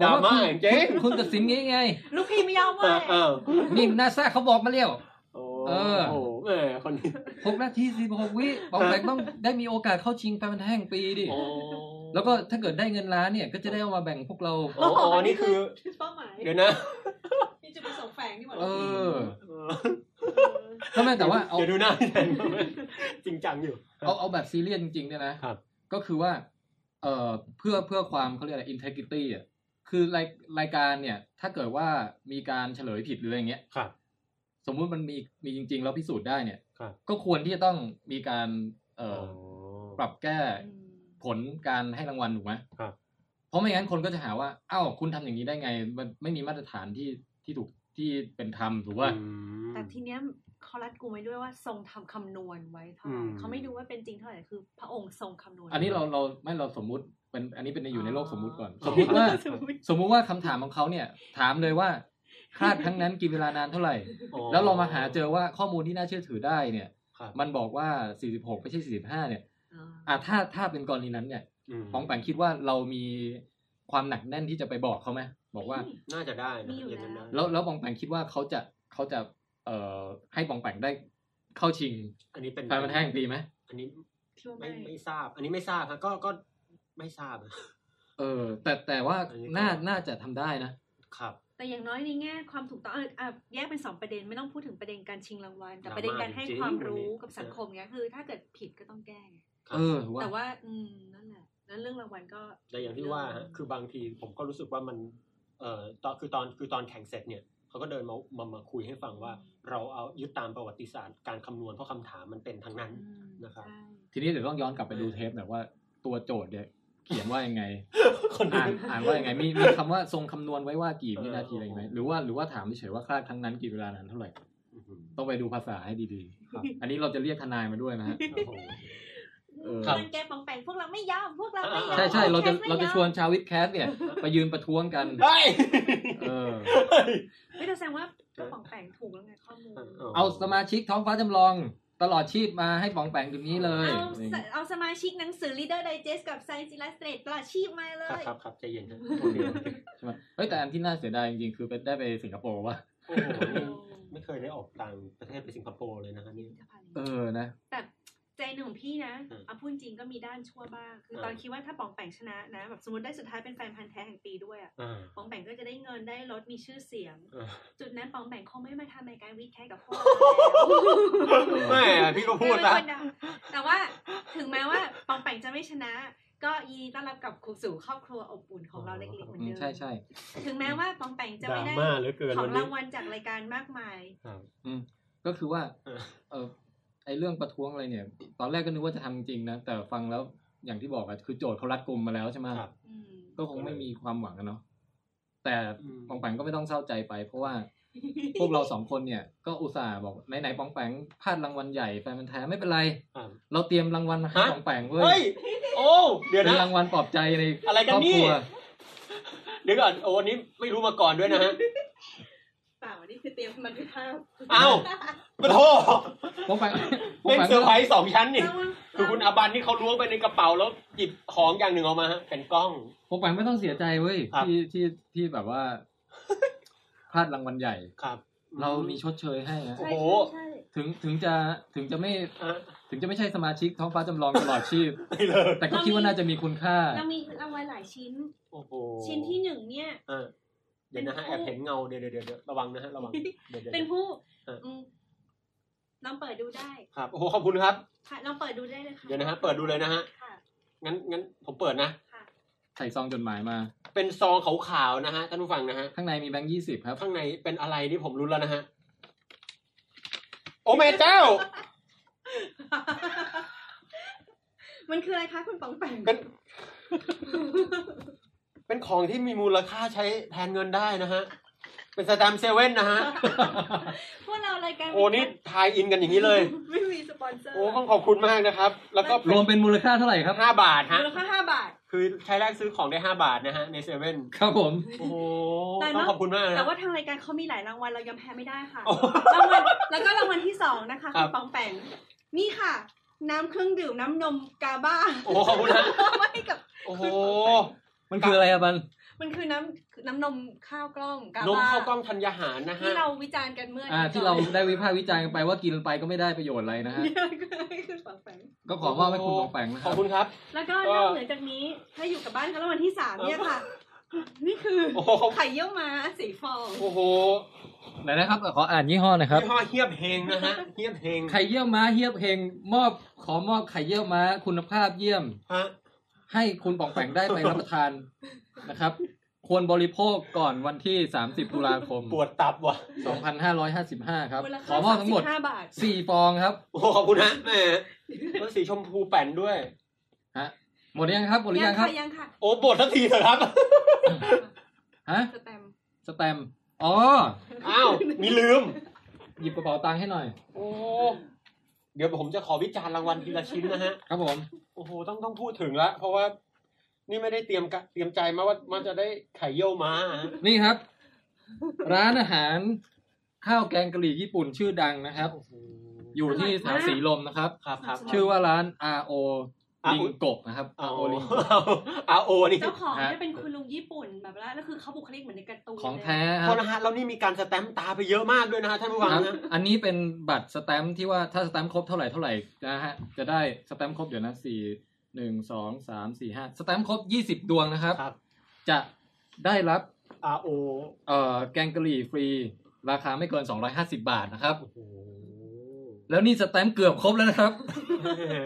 Speaker 2: ดราม่าเจ๊ง
Speaker 1: คุณตัดสินงี้ไง
Speaker 3: ลูกพี่ไม่ยอม
Speaker 2: เอ
Speaker 3: เว่า
Speaker 2: อเออ
Speaker 1: นี่นาซาเขาบอกมาแล้ว เออ
Speaker 2: โอ้โหเออคนนี้
Speaker 1: หกนาทีสิบหกวิปองแปงต้องได้มีโอกาสเข้าชิงแฟนพันธุ์แห่งปีดิ
Speaker 2: โอ้
Speaker 1: แล้วก็ถ้าเกิดได้เงินล้านเนี่ย ก็จะได้เอามาแบ่งพวก เรา
Speaker 2: อ๋ออ๋อนี่คือ
Speaker 3: เป้าหมาย
Speaker 2: เดี๋ยวนะ
Speaker 3: มีจุดประสงค์แฝงนี่หว่า
Speaker 1: เออ
Speaker 2: เออ
Speaker 1: ก็ไม่แต่ว่าเอา
Speaker 2: เดี๋ยวดูหน้าพี่แทนจริงจังอยู่
Speaker 1: เอาเอาแบบซีเรียสจริงๆเนี่ยนะครับ ก็คือว่า เอ่อเพื่อเพื่อความเขาเรียกอะไร integrity อ่ะคือรายรายการเนี่ย ถ้าเกิดว่ามีการเฉลยผิดหรืออะไรเงี้ย
Speaker 2: ครับ
Speaker 1: สมมุติมันมีมีจริง ๆ แล้วพิสูจน์ได้เนี่ย
Speaker 2: ครับ
Speaker 1: ก็ควรที่จะต้องมีการเอ่อ
Speaker 2: อ
Speaker 1: ปรับแก้
Speaker 3: อืม
Speaker 1: ผลการให้รางวัลถูกไหม
Speaker 2: ครับ
Speaker 1: เพราะไม่งั้นคนก็จะหาว่า อ้าว คุณทำอย่างนี้ได้ไง มันไม่มีมาตรฐานที่ที่ถูกที่เป็นธรรมถูกว่า
Speaker 2: อืม
Speaker 3: แต่ทีเนี้ยเขารัดกูไว้ด้วยว่าทรงทำคำนวณไว้เท่าไห
Speaker 2: อื
Speaker 3: ร่
Speaker 2: ม
Speaker 3: เขาไม่ดูว่าเป็นจริงเท่าไหร่คือ พระองค์ทรงคำนวณ
Speaker 1: อันนี้เราเราไม่เราสมมุติเป็นอันนี้เป็นในอยู่ในโลกสมมุติก่อนส
Speaker 2: อ๋อ
Speaker 1: มมุติว่า
Speaker 3: สมมุติ
Speaker 1: สมมุติว่าคำถามของเขาเนี่ย ถามเลยว่าคาดครั้งนั้นกินเวลานานเท่าไหร่
Speaker 2: อ๋อ
Speaker 1: แล้วเรามาหาเจอว่าข้อมูลที่น่าเชื่อถือได้เนี่ย
Speaker 2: ครับ
Speaker 1: มันบอกว่า 46 ไม่ใช่ 45 เนี่ย
Speaker 3: อ่า
Speaker 1: อ่ะถ้าถ้าเป็นกรณีนั้นเนี่ย
Speaker 2: ม
Speaker 1: ป้องแปงคิดว่าเรามีความหนักแน่นที่จะไปบอกเขาไหมบอกว่า
Speaker 2: น่าจะได้นะ
Speaker 3: มีอยู่
Speaker 2: างนั้น
Speaker 3: แล้ว
Speaker 2: ได้
Speaker 1: แล้วแล้วปองแปงคิดว่าเขาจะเขาจะเอ่อให้ปองแปงได้เข้าชิง
Speaker 2: อันนี้เป็น
Speaker 1: แฟนมันธุ์แห่งปีไหม
Speaker 2: อันนี้
Speaker 3: คิดว่า
Speaker 2: ไม่
Speaker 3: ไม่
Speaker 2: ไม่ทราบ อันนี้ไม่ทราบฮะก็ก็ไม่ทราบ
Speaker 1: เออ แต่แต่ว่า
Speaker 2: อันนี้ก็
Speaker 1: น่าน่าจะทำได้นะครับ
Speaker 3: แต่อย่างน้อยในแง่ความถูกต้องอ่ะอ่ะแยกเป็นสองประเด็นไม่ต้องพูดถึงประเด็นการชิงรางวัลแต่
Speaker 2: ดราม่า
Speaker 3: ประเด็นการให้
Speaker 2: จริง
Speaker 3: ความ
Speaker 2: อันนี้
Speaker 3: รู้กับสังคมเนี้ยคือ ถ้าเกิดผิดก็ต้องแก้
Speaker 2: ครับ
Speaker 1: เออว่า
Speaker 3: แต่ว่า อืมนั่นแหละแล้วเรื่องรางวัลก็
Speaker 2: แต่อย่างที่ว่าฮะคือบางทีผมก็รู้สึกว่ามัน เอ่อตอนคือตอนคือตอนแข่งเสร็จเนี่ยเขาก็เดินมามามาคุยให้ฟังว่า เราเอายึดตามประวัติศาสตร์การคำนวณเพราะคำถามมันเป็นทางนั้น
Speaker 3: อืม
Speaker 2: นะครับ
Speaker 3: ใช่
Speaker 1: ทีนี้เดี๋ยวต้องย้อนกลับไปดูเทปหน่อยว่าตัวโจทย์เนี่ยเขียนว่ายังไง
Speaker 2: คน
Speaker 1: อ่าน
Speaker 2: นี้
Speaker 1: อ่านว่ายังไงมีมีคำว่าทรงคำนวณไว้ว่ากี่
Speaker 2: เออ
Speaker 1: วินาทีอะไรไหมหรือว่าหรือว่าถามเฉยๆว่าคลาดครั้งนั้นกี่เวลานานเท่าไหร่
Speaker 2: อื้อหือ
Speaker 1: ต้องไปดูภาษาให้ดี
Speaker 2: ครับ
Speaker 1: ๆ อันนี้เราจะเรียกทนายมาด้วยนะฮะ
Speaker 2: โอ้โห
Speaker 1: เออ
Speaker 2: ครับ
Speaker 3: เพื่อนแกปองแปงพวกเราไม่ยอมพวกเราไม่ยอม
Speaker 1: ใช่ใช่เราจะ
Speaker 3: แคสไม่
Speaker 1: เราจะ
Speaker 3: ยอม
Speaker 1: ชวนชาววิดแคสเนี่ยไปยืนประท้วงกัน
Speaker 2: เฮ้ย
Speaker 1: เออ
Speaker 3: เฮ้ยแต่แสดงว่าก็ปองแปงถูกแล้วไงข้อมูล
Speaker 1: เอาสมาชิกท้องฟ้าจำลองตลอดชีพมาให้ป๋องแปงถึงนี้เลย
Speaker 3: เอาสเอาสมาชิกหนังสือ Leader Digest กับ Science Illustrated ตลอดชีพมาเล
Speaker 2: ครับ
Speaker 3: ย
Speaker 2: ครับครับใจเย็นฮะ
Speaker 1: โอเคใช่ไหมเฮ้ยแต่อันที่น่าเสียดายจริงๆ คือไปได้ไปสิงคโปร์ว่ะ
Speaker 2: โอ้โหนี่ไม่เคยได้ออกต่างประเทศไปสิงคโปร์เลยนะฮะนี่
Speaker 1: เออนะ
Speaker 3: แต่ใจหนึ่งของพี่นะ
Speaker 2: อืม
Speaker 3: เอาพูดจริงก็มีด้านชั่วบ้าง คือ
Speaker 2: เออ
Speaker 3: ตอนคิดว่าถ้าปองแปงชนะนะแบบสมมติได้สุดท้ายเป็นแฟนพันธ์แท้แห่งปีด้วยอะ
Speaker 2: อ่า
Speaker 3: ปองแปงก็จะได้เงินได้รถมีชื่อเสียง
Speaker 2: อ่า
Speaker 3: จุดนั้นปองแปงคงไม่มาทำรายการวิดแคสกับพวกเราแล้ว
Speaker 2: แม่พี่ก็พูดนะ
Speaker 3: ไม่เป็นคนดังแต่ว่าถึงแม้ว่าปองแปงจะไม่ชนะ ก็ยินดีต้อนรับกลับคสู่ครอบครัวอบอุ่นของเราเล็กๆเหมือน
Speaker 1: อืม
Speaker 3: เดิม
Speaker 1: ใช่ใช่
Speaker 3: ถึงแม้ว่าปองแปงจะ
Speaker 2: ดรา
Speaker 3: ไม่ได้
Speaker 2: ม่าเหลือเกิน
Speaker 3: ของ
Speaker 2: วัน
Speaker 3: รา
Speaker 2: นี้
Speaker 3: งวัลจากรายการมากมาย
Speaker 2: ครับ
Speaker 1: ก็คือว่า
Speaker 2: เออ
Speaker 1: เออไอเรื่องประท้วงอะไรเนี่ย ตอนแรกก็นึกว่าจะทำจริงนะ แต่ฟังแล้วอย่างที่บอกอะคือโจทย์เขารัดกลมมาแล้วใช่ไหม
Speaker 2: ครับ
Speaker 3: อืม
Speaker 1: ก็คงไม่มีความหวังอะเนาะแต่
Speaker 2: อืม
Speaker 1: ป๋องแปงก็ไม่ต้องเศร้าใจไป เพราะว่า พวกเราสองคนเนี่ย ก็อุตส่าห์บอกไหนๆป๋องแปงพลาดรางวัลใหญ่แฟนมันธุ์แท้ไม่เป็นไร
Speaker 2: อ่า
Speaker 1: เราเตรียมรางวัลมาให้
Speaker 2: ฮะ
Speaker 1: ป๋องแปงเว้
Speaker 2: เฮ้
Speaker 1: ย
Speaker 2: ย โอ้ เดี๋ยว
Speaker 1: เป็น
Speaker 2: นะ
Speaker 1: รางวัลปลอบใจใน
Speaker 2: อะไรกัน
Speaker 1: คบ
Speaker 2: นี่
Speaker 1: ครัว
Speaker 2: เดี๋ยวก่อนโอ้อันนี้ไม่รู้มาก่อนด้วยนะฮะ
Speaker 3: เปล่านี่คือเตรียมมันคือภาพ
Speaker 2: เอ้าปะโท
Speaker 1: ผมไปผม
Speaker 2: เป็น
Speaker 1: ไป
Speaker 2: เซอ ร์ไพรส์สองชั้นนี่
Speaker 3: เราว่า
Speaker 2: คือคุณอาบันนี่เขาล้วงไปในกระเป๋าแล้วหยิบของอย่างหนึ่งออกมาฮะเป็นกล้อง
Speaker 1: ผมไปไม่ต้องเสียใจเว้ย
Speaker 2: ครับ
Speaker 1: ที่ที่ที่แบบว่าพลาดรางวัลใหญ่
Speaker 2: ครับ
Speaker 1: เรามีชดเชยให้ฮะ
Speaker 2: โอ้
Speaker 3: ใช่
Speaker 2: โห
Speaker 3: ใช่
Speaker 1: ถึงถึงจะถึงจะไม่
Speaker 2: อ่ะ
Speaker 1: ถึงจะไม่ใช่สมาชิกท้องฟ้าจำลองตลอด ชีพ
Speaker 2: ไม่เลย
Speaker 1: แต่ก็คิดว่าน่าจะมีคุณค่า
Speaker 3: ใช่เรามีรางวัลหลายชิ้น
Speaker 2: โอ้โห
Speaker 3: ชิ้นที่หนึ่งเนี่ย
Speaker 2: อ่ะเดี๋ยวนะฮะแอบเห็นเงาเดี๋ยวเดี๋ยวเดี๋ยวระวังนะฮะระวังเดี๋ยวเดี๋ยว
Speaker 3: เป็น
Speaker 2: เดี๋ยว
Speaker 3: ผู้
Speaker 2: เอออื
Speaker 3: มลองเปิดดูได้
Speaker 2: ครับโอ้โหขอบคุณครับ
Speaker 3: ค่ะลองเปิดดูได้เลยค่ะ
Speaker 2: เดี๋ยวนะฮะเปิดดูเลยนะฮะ
Speaker 3: ค่ะ
Speaker 2: งั้นงั้นผมเปิดนะ
Speaker 3: ค่ะ
Speaker 1: ใส่ซองจดหมายมา
Speaker 2: เป็นซองขาวๆนะฮะท่านผู้ฟังนะฮะ
Speaker 1: ข้างในมีแบงค์ยี่สิบครับ
Speaker 2: ข้างในเป็นอะไรนี่ผมรู้แล้วนะฮะ โอ้แม่เจ้า
Speaker 3: มันคืออะไรคะคุณปองแปง
Speaker 2: เป็น เป็นของที่มีมูลค่าใช้แทนเงินได้นะฮะ เป็นสแตมป์เซเว่นนะ ฮะ
Speaker 3: พวกเรารายการ
Speaker 2: โอ้นี่ทายอินกันอย่างนี้เลย
Speaker 3: ไม่มีสปอนเซอร์
Speaker 2: โอ้ต้องขอบคุณมากนะครับ แล้วก็
Speaker 1: รวมเป็นมูลค่าเท่าไหร่ครับ
Speaker 2: ห้าบาทฮะ
Speaker 3: มูลค่าห้าบาท
Speaker 2: คือใช้แรกซื้อของได้ห้าบาทนะฮะ ในเซเว่น
Speaker 1: ครับผม
Speaker 2: โอ้โห
Speaker 3: แต่
Speaker 2: ต้อ
Speaker 3: ว่า
Speaker 2: งขอบคุณมากนะ
Speaker 3: แต่ว่าทางรายการเขามีหลายรางวัลเรายอมแพ้ไม่ได้ค่ะ
Speaker 2: โอ้
Speaker 3: รางวัลแล้วก็รางวัลที่สองนะคะ
Speaker 2: ครั
Speaker 3: คุ
Speaker 2: บ
Speaker 3: ณปองแปงนี่ค่ะ น้ำเครื่องดื่มน้ำนมกาบ้า
Speaker 2: โอ้ขอบคุณฮะ
Speaker 3: ไว้กับ
Speaker 2: โอ้โห
Speaker 1: มันคืออะไรอะบัน
Speaker 3: มันคือน้ำน้ำนมข้าวกล้องกาน
Speaker 2: ม
Speaker 3: บา
Speaker 2: ข้าวกล้องธัญญาหารนะฮะ
Speaker 3: ที่เราวิจารณ์กันเมื่อ
Speaker 1: อ่า ที่เราได้วิพากษ์วิจารณ์กันไปว่ากินไปก็ไม่ได้ประโยชน์อะไรนะฮะ
Speaker 3: เนี่ยคือปองแปง
Speaker 1: ก็ขอมอบให้คุณปองแปงนะค
Speaker 2: ขอ
Speaker 1: รั
Speaker 2: บบ คุณครับ
Speaker 3: แล้วก็
Speaker 2: ก็
Speaker 3: นอกเหนือจากนี้ ถ้าอยู่กับบ้านกันแล้ววันที่สามเนี่ยค่ะ นี่คือ
Speaker 2: โอ้โห
Speaker 3: ไข่เยี่ยวม้าสีฟอง
Speaker 2: โอ้โห
Speaker 1: ไหนนะครับ ขออ่านยี่ห้อหนะครับ
Speaker 2: ยี่ห้อเฮียบเฮงนะฮะเฮียบเฮง
Speaker 1: ไข่เยี่ยวม้าเฮียบเฮงมอบขอมอบไข่เยี่ยวม้าคุณภาพเยี่ยม
Speaker 2: ฮะ
Speaker 1: ให้คุณปองแปงได้ไปรับประทานนะครับ ควรบริโภคก่อนวันที่ 30 ตุลาคม
Speaker 2: ปวดตับว่ะ
Speaker 1: 2555 ครับ
Speaker 3: มูล
Speaker 1: ข
Speaker 3: ค่า
Speaker 1: อมอบทั้งหมด
Speaker 3: 35บาท
Speaker 1: 4 ฟองครับ
Speaker 2: โอ้โหขอบคุณนะแหมแล้วสีชมพูแป่นด้วย
Speaker 1: ฮะ หมดยังครับหมดหรือยังครับ
Speaker 3: ยังค่ะ
Speaker 2: โอ้บทสักทีเถอะครับ
Speaker 1: ฮะ
Speaker 3: สแตมป์
Speaker 1: สแตมป์อ๋อ
Speaker 2: อ้าว มีลืม
Speaker 1: หยิบกระเป๋าตังค์ให้หน่อย
Speaker 2: โอ้เดี๋ยวผมจะขอวิจารณ์รางวัลทีละชิ้นนะฮะ
Speaker 1: ครับผม
Speaker 2: โอ้โห ต้องต้องพูดถึงละเพราะว่า นี่ไม่ได้เตรียมกะเตรียมใจมาว่ามันจะได้ไข่เยี่ยวม้าฮะ
Speaker 1: นี่ครับ ร้านอาหารข้าวแกงกะหรี่ญี่ปุ่นชื่อดังนะครับ
Speaker 2: โอ้โห
Speaker 1: อยู่ที่แถวสีลมนะครับ
Speaker 2: ครับครับครับ
Speaker 1: ชื่อว่าร้าน R O ลิง
Speaker 2: RO
Speaker 1: กบนะครับ
Speaker 2: เอา
Speaker 1: R O ลิงกบ
Speaker 2: เอาโอนี่
Speaker 3: เจ้าของ
Speaker 1: ฮะ
Speaker 3: เนี่ยเป็นคุณลุงญี่ปุ่นแบบว่าแล้วคือเขาบุคลิกเหมือนในการ์ตูน
Speaker 1: ของแท้ค
Speaker 2: โท
Speaker 1: รั
Speaker 2: ษ
Speaker 1: บ
Speaker 2: นะฮะแล้วนี่มีการสแตมป์ตาไปเยอะมากด้วยนะฮะท่านผู้ฟัง
Speaker 1: ครับ
Speaker 2: นะ
Speaker 1: อันนี้เป็นบัตรสแตมป์ที่ว่าถ้าสแตมป์ครบเท่าไหร่เท่าไหร่นะฮะ จะได้สแตมป์ครบเดี๋ยวนะสี่หนึ่งสองสามสี่ห้าสแตมป์ครบยี่สิบดวงนะครับ
Speaker 2: ครับ
Speaker 1: จะได้รับ
Speaker 2: อาโอ
Speaker 1: เอ่อแกงกะหรี่ฟรี ราคาไม่เกิน 250 บาทนะครับ
Speaker 2: โอ้โห
Speaker 1: แล้วนี่สแตมป์เกือบครบแล้วนะครับ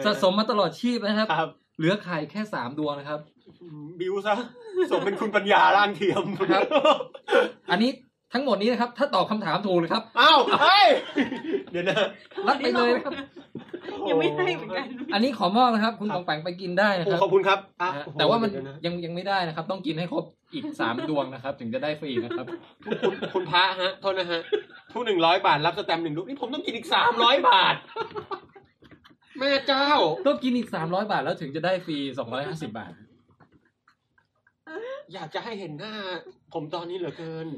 Speaker 1: สะสมมาตลอดชีพนะครับ
Speaker 2: ครับ
Speaker 1: เหลือขายแค่ 3 ดวงนะครับ
Speaker 2: บิวซะสมเป็นคุณปัญญาร่างเทียม
Speaker 1: ครับ อันนี้ทั้งหมดนี้นะครับ ถ้าตอบคำถามถูกนะครับ
Speaker 2: อ้าวเฮ้ยเดี๋ยวนะ
Speaker 1: รับไปเลยนะครับ
Speaker 3: ยังไม่ได้เหมือนกัน
Speaker 1: อันนี้ขอมอบนะครับ คุณปองแปงไปกินได้
Speaker 2: โอ้
Speaker 1: นะครับ
Speaker 2: โหขอบคุณครับอ่ะ
Speaker 1: นะฮะ
Speaker 2: โอ้โห
Speaker 1: แต่ว่ามัน
Speaker 2: เดี๋ยะ
Speaker 1: ยังยังไม่ได้นะครับ ต้องกินให้ครบอีก 3 ดวงนะครับ ถึงจะได้ฟรีนะครับ
Speaker 2: คุณคุณพระฮะโทษนะฮะผู้หนึ่งร้อยบาทรับสแตมป์หนึ่งลูกนี่ผมต้องกินอีกสามร้อยบาท แม่เจ้า
Speaker 1: ต้องกินอีก 300 บาทแล้วถึงจะได้ฟรี 250 บาท
Speaker 2: อยากจะให้เห็นหน้า ผมตอนนี้เหลือเกิน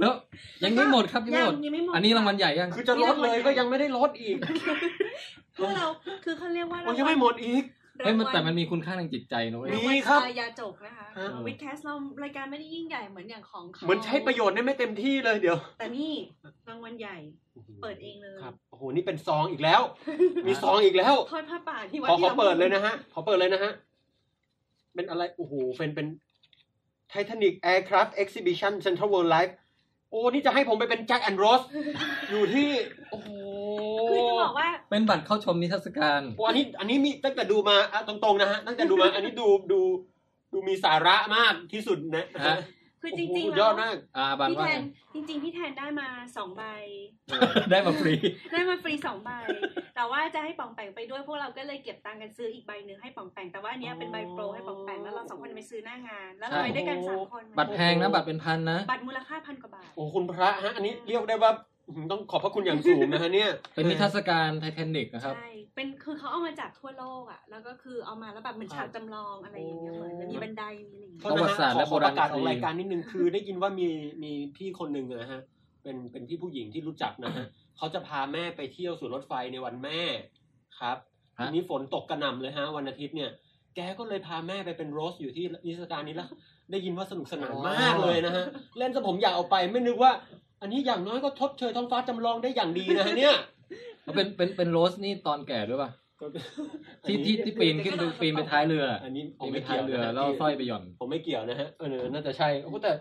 Speaker 1: แล้วยังไม่หมดครับยังไม่หมด
Speaker 3: ยังไม่หมด
Speaker 1: อันนี้รางวัลใหญ่ยัง
Speaker 2: คือจะลดเลยก็ยังไม่ได้ลดอีก
Speaker 3: พวกเราคือเขาเรียกว่า
Speaker 2: โอ้ยยังไม่หมดอีก
Speaker 1: เฮ้ยมันแต่มันมีคุณค่าทางจิตใจนะเว้ย
Speaker 2: มี
Speaker 3: มี
Speaker 2: ครับ
Speaker 3: ยาจกนะคะ
Speaker 2: ฮะ
Speaker 3: วิดแคสเรารายการไม่ได้ยิ่งใหญ่เหมือนอย่างของเขา
Speaker 2: เหมือนใช้ประโยชน์ได้ไม่เต็มที่เลยเดี๋ยว
Speaker 3: แต่นี่รางวัลใหญ่ เปิดเองเลย
Speaker 2: ครับโอ้โหนี่เป็นซองอีกแล้ว มีซองอีกแล้ว
Speaker 3: ทอดผ้าป่าที่วัด
Speaker 2: ขอข
Speaker 3: ที่
Speaker 2: อ
Speaker 3: รา
Speaker 2: เปิดเลยนะฮะ ขอเปิดเลยนะฮะ เป็นอะไร โอ้โห เป็นเป็น Titanic Aircraft Exhibition Central World Live โอ้นี่จะให้ผมไปเป็นแจ็คแอนด์โร ส อยู่ที่ โอ้โห
Speaker 3: คือจะบอกว่า
Speaker 1: เป็นบัตรเข้าชมนิทรรศการ
Speaker 2: โอ้อันนี้ อันนี้มีตั้งแต่ดูมาอ่ะตรงๆนะฮะ ตั้งแต่ดูมา อันนี้ดูดูดูมีสาระมากที่สุดนะ
Speaker 1: ฮะ
Speaker 3: คือจริง
Speaker 2: โโหสุ
Speaker 3: ๆ
Speaker 2: ดย
Speaker 3: แล้
Speaker 2: อ
Speaker 3: ว
Speaker 2: ดมาก
Speaker 1: อ่าบาน
Speaker 3: พี่
Speaker 1: ว่า
Speaker 3: แท
Speaker 1: ไง
Speaker 3: นจริง ๆ พี่แทนได้มาสองใบ
Speaker 1: ได้มาฟรี
Speaker 3: ได้มาฟรีสองใบ แต่ว่าจะให้ป่องแปงไปด้วยพวกเราก็เลยเก็บตังค์กันซื้ออีกใบหนึ่งให้ป่องแปงแต่ว่าอันเนี้ยเป็นใบโปรให้ป่องแปงแล้วเราสองคนไปซื้อหน้างาน แล้วเราไปด้วยกันสามคน
Speaker 1: บัตรแพงนะบัตรเป็นพันนะ
Speaker 3: บัตรมูลค่าพันกว่าบาท
Speaker 2: โอ้คุณพระฮะ อันนี้เรียกได้ว่าอืมต้องขอบพระคุณอย่างสูงนะฮะเนี่ย
Speaker 1: เป็นนิทรรศการไททานิกนะครับ
Speaker 3: ใช่ เป็นคือเขาเอามาจากทั่วโลกอ่ะ แล้วก็คือเอามาแล้วแบบเหมือนฉากจำลองอะไรอย่างเงี้ยเหมือนมีบันไดมีอะไรอย่าง
Speaker 2: โท
Speaker 1: ประ
Speaker 2: ษน
Speaker 3: เงี้ย
Speaker 1: วัติศาสตร์
Speaker 2: ฮ
Speaker 1: และ
Speaker 2: ขอ
Speaker 1: โบราณ
Speaker 2: ประกาศออ
Speaker 1: ค
Speaker 2: ก
Speaker 1: ดี
Speaker 2: รายการนิดนึงคือได้ยินว่ามีมีพี่คนหนึ่งอะนะฮะ เป็นเป็นพี่ผู้หญิงที่รู้จักนะฮะ เขาจะพาแม่ไปเที่ยวสวนรถไฟในวันแม่ครับ
Speaker 1: ฮะ
Speaker 2: ทีนี้ฝนตกกระหน่ำเลยฮะ วันอาทิตย์เนี่ย แกก็เลยพาแม่ไปเป็นโรสอยู่ที่นิทรรศการนี้แล้ว ได้ยินว่าสนุกสนานมากเลยนะฮะ เล่นซะผมอยากเอาไปไม่นึกว่า อันนี้อย่างน้อยก็ทดเชยท้องฟ้าจำลองได้อย่างดีนะฮะเนี่ย
Speaker 1: แล้วเป็นเป็นเป็นโรสนี่ตอนแก่ด้วยป่ะ
Speaker 2: อัน
Speaker 1: ที่
Speaker 2: นี้
Speaker 1: ที่ที่ปีนขึ้นไปปีนไปท้ายเรือ
Speaker 2: อันนี้ผ
Speaker 1: ปี
Speaker 2: ม
Speaker 1: นไป
Speaker 2: ไม่
Speaker 1: ท้า
Speaker 2: เกี่
Speaker 1: ย
Speaker 2: ยว
Speaker 1: เรือ
Speaker 2: นะฮะ
Speaker 1: แล้วเอาสร้อยไปหย่อน
Speaker 2: ผมไม่เกี่ยวนะฮะ เออ น่าจะใช่โอ้โหแต่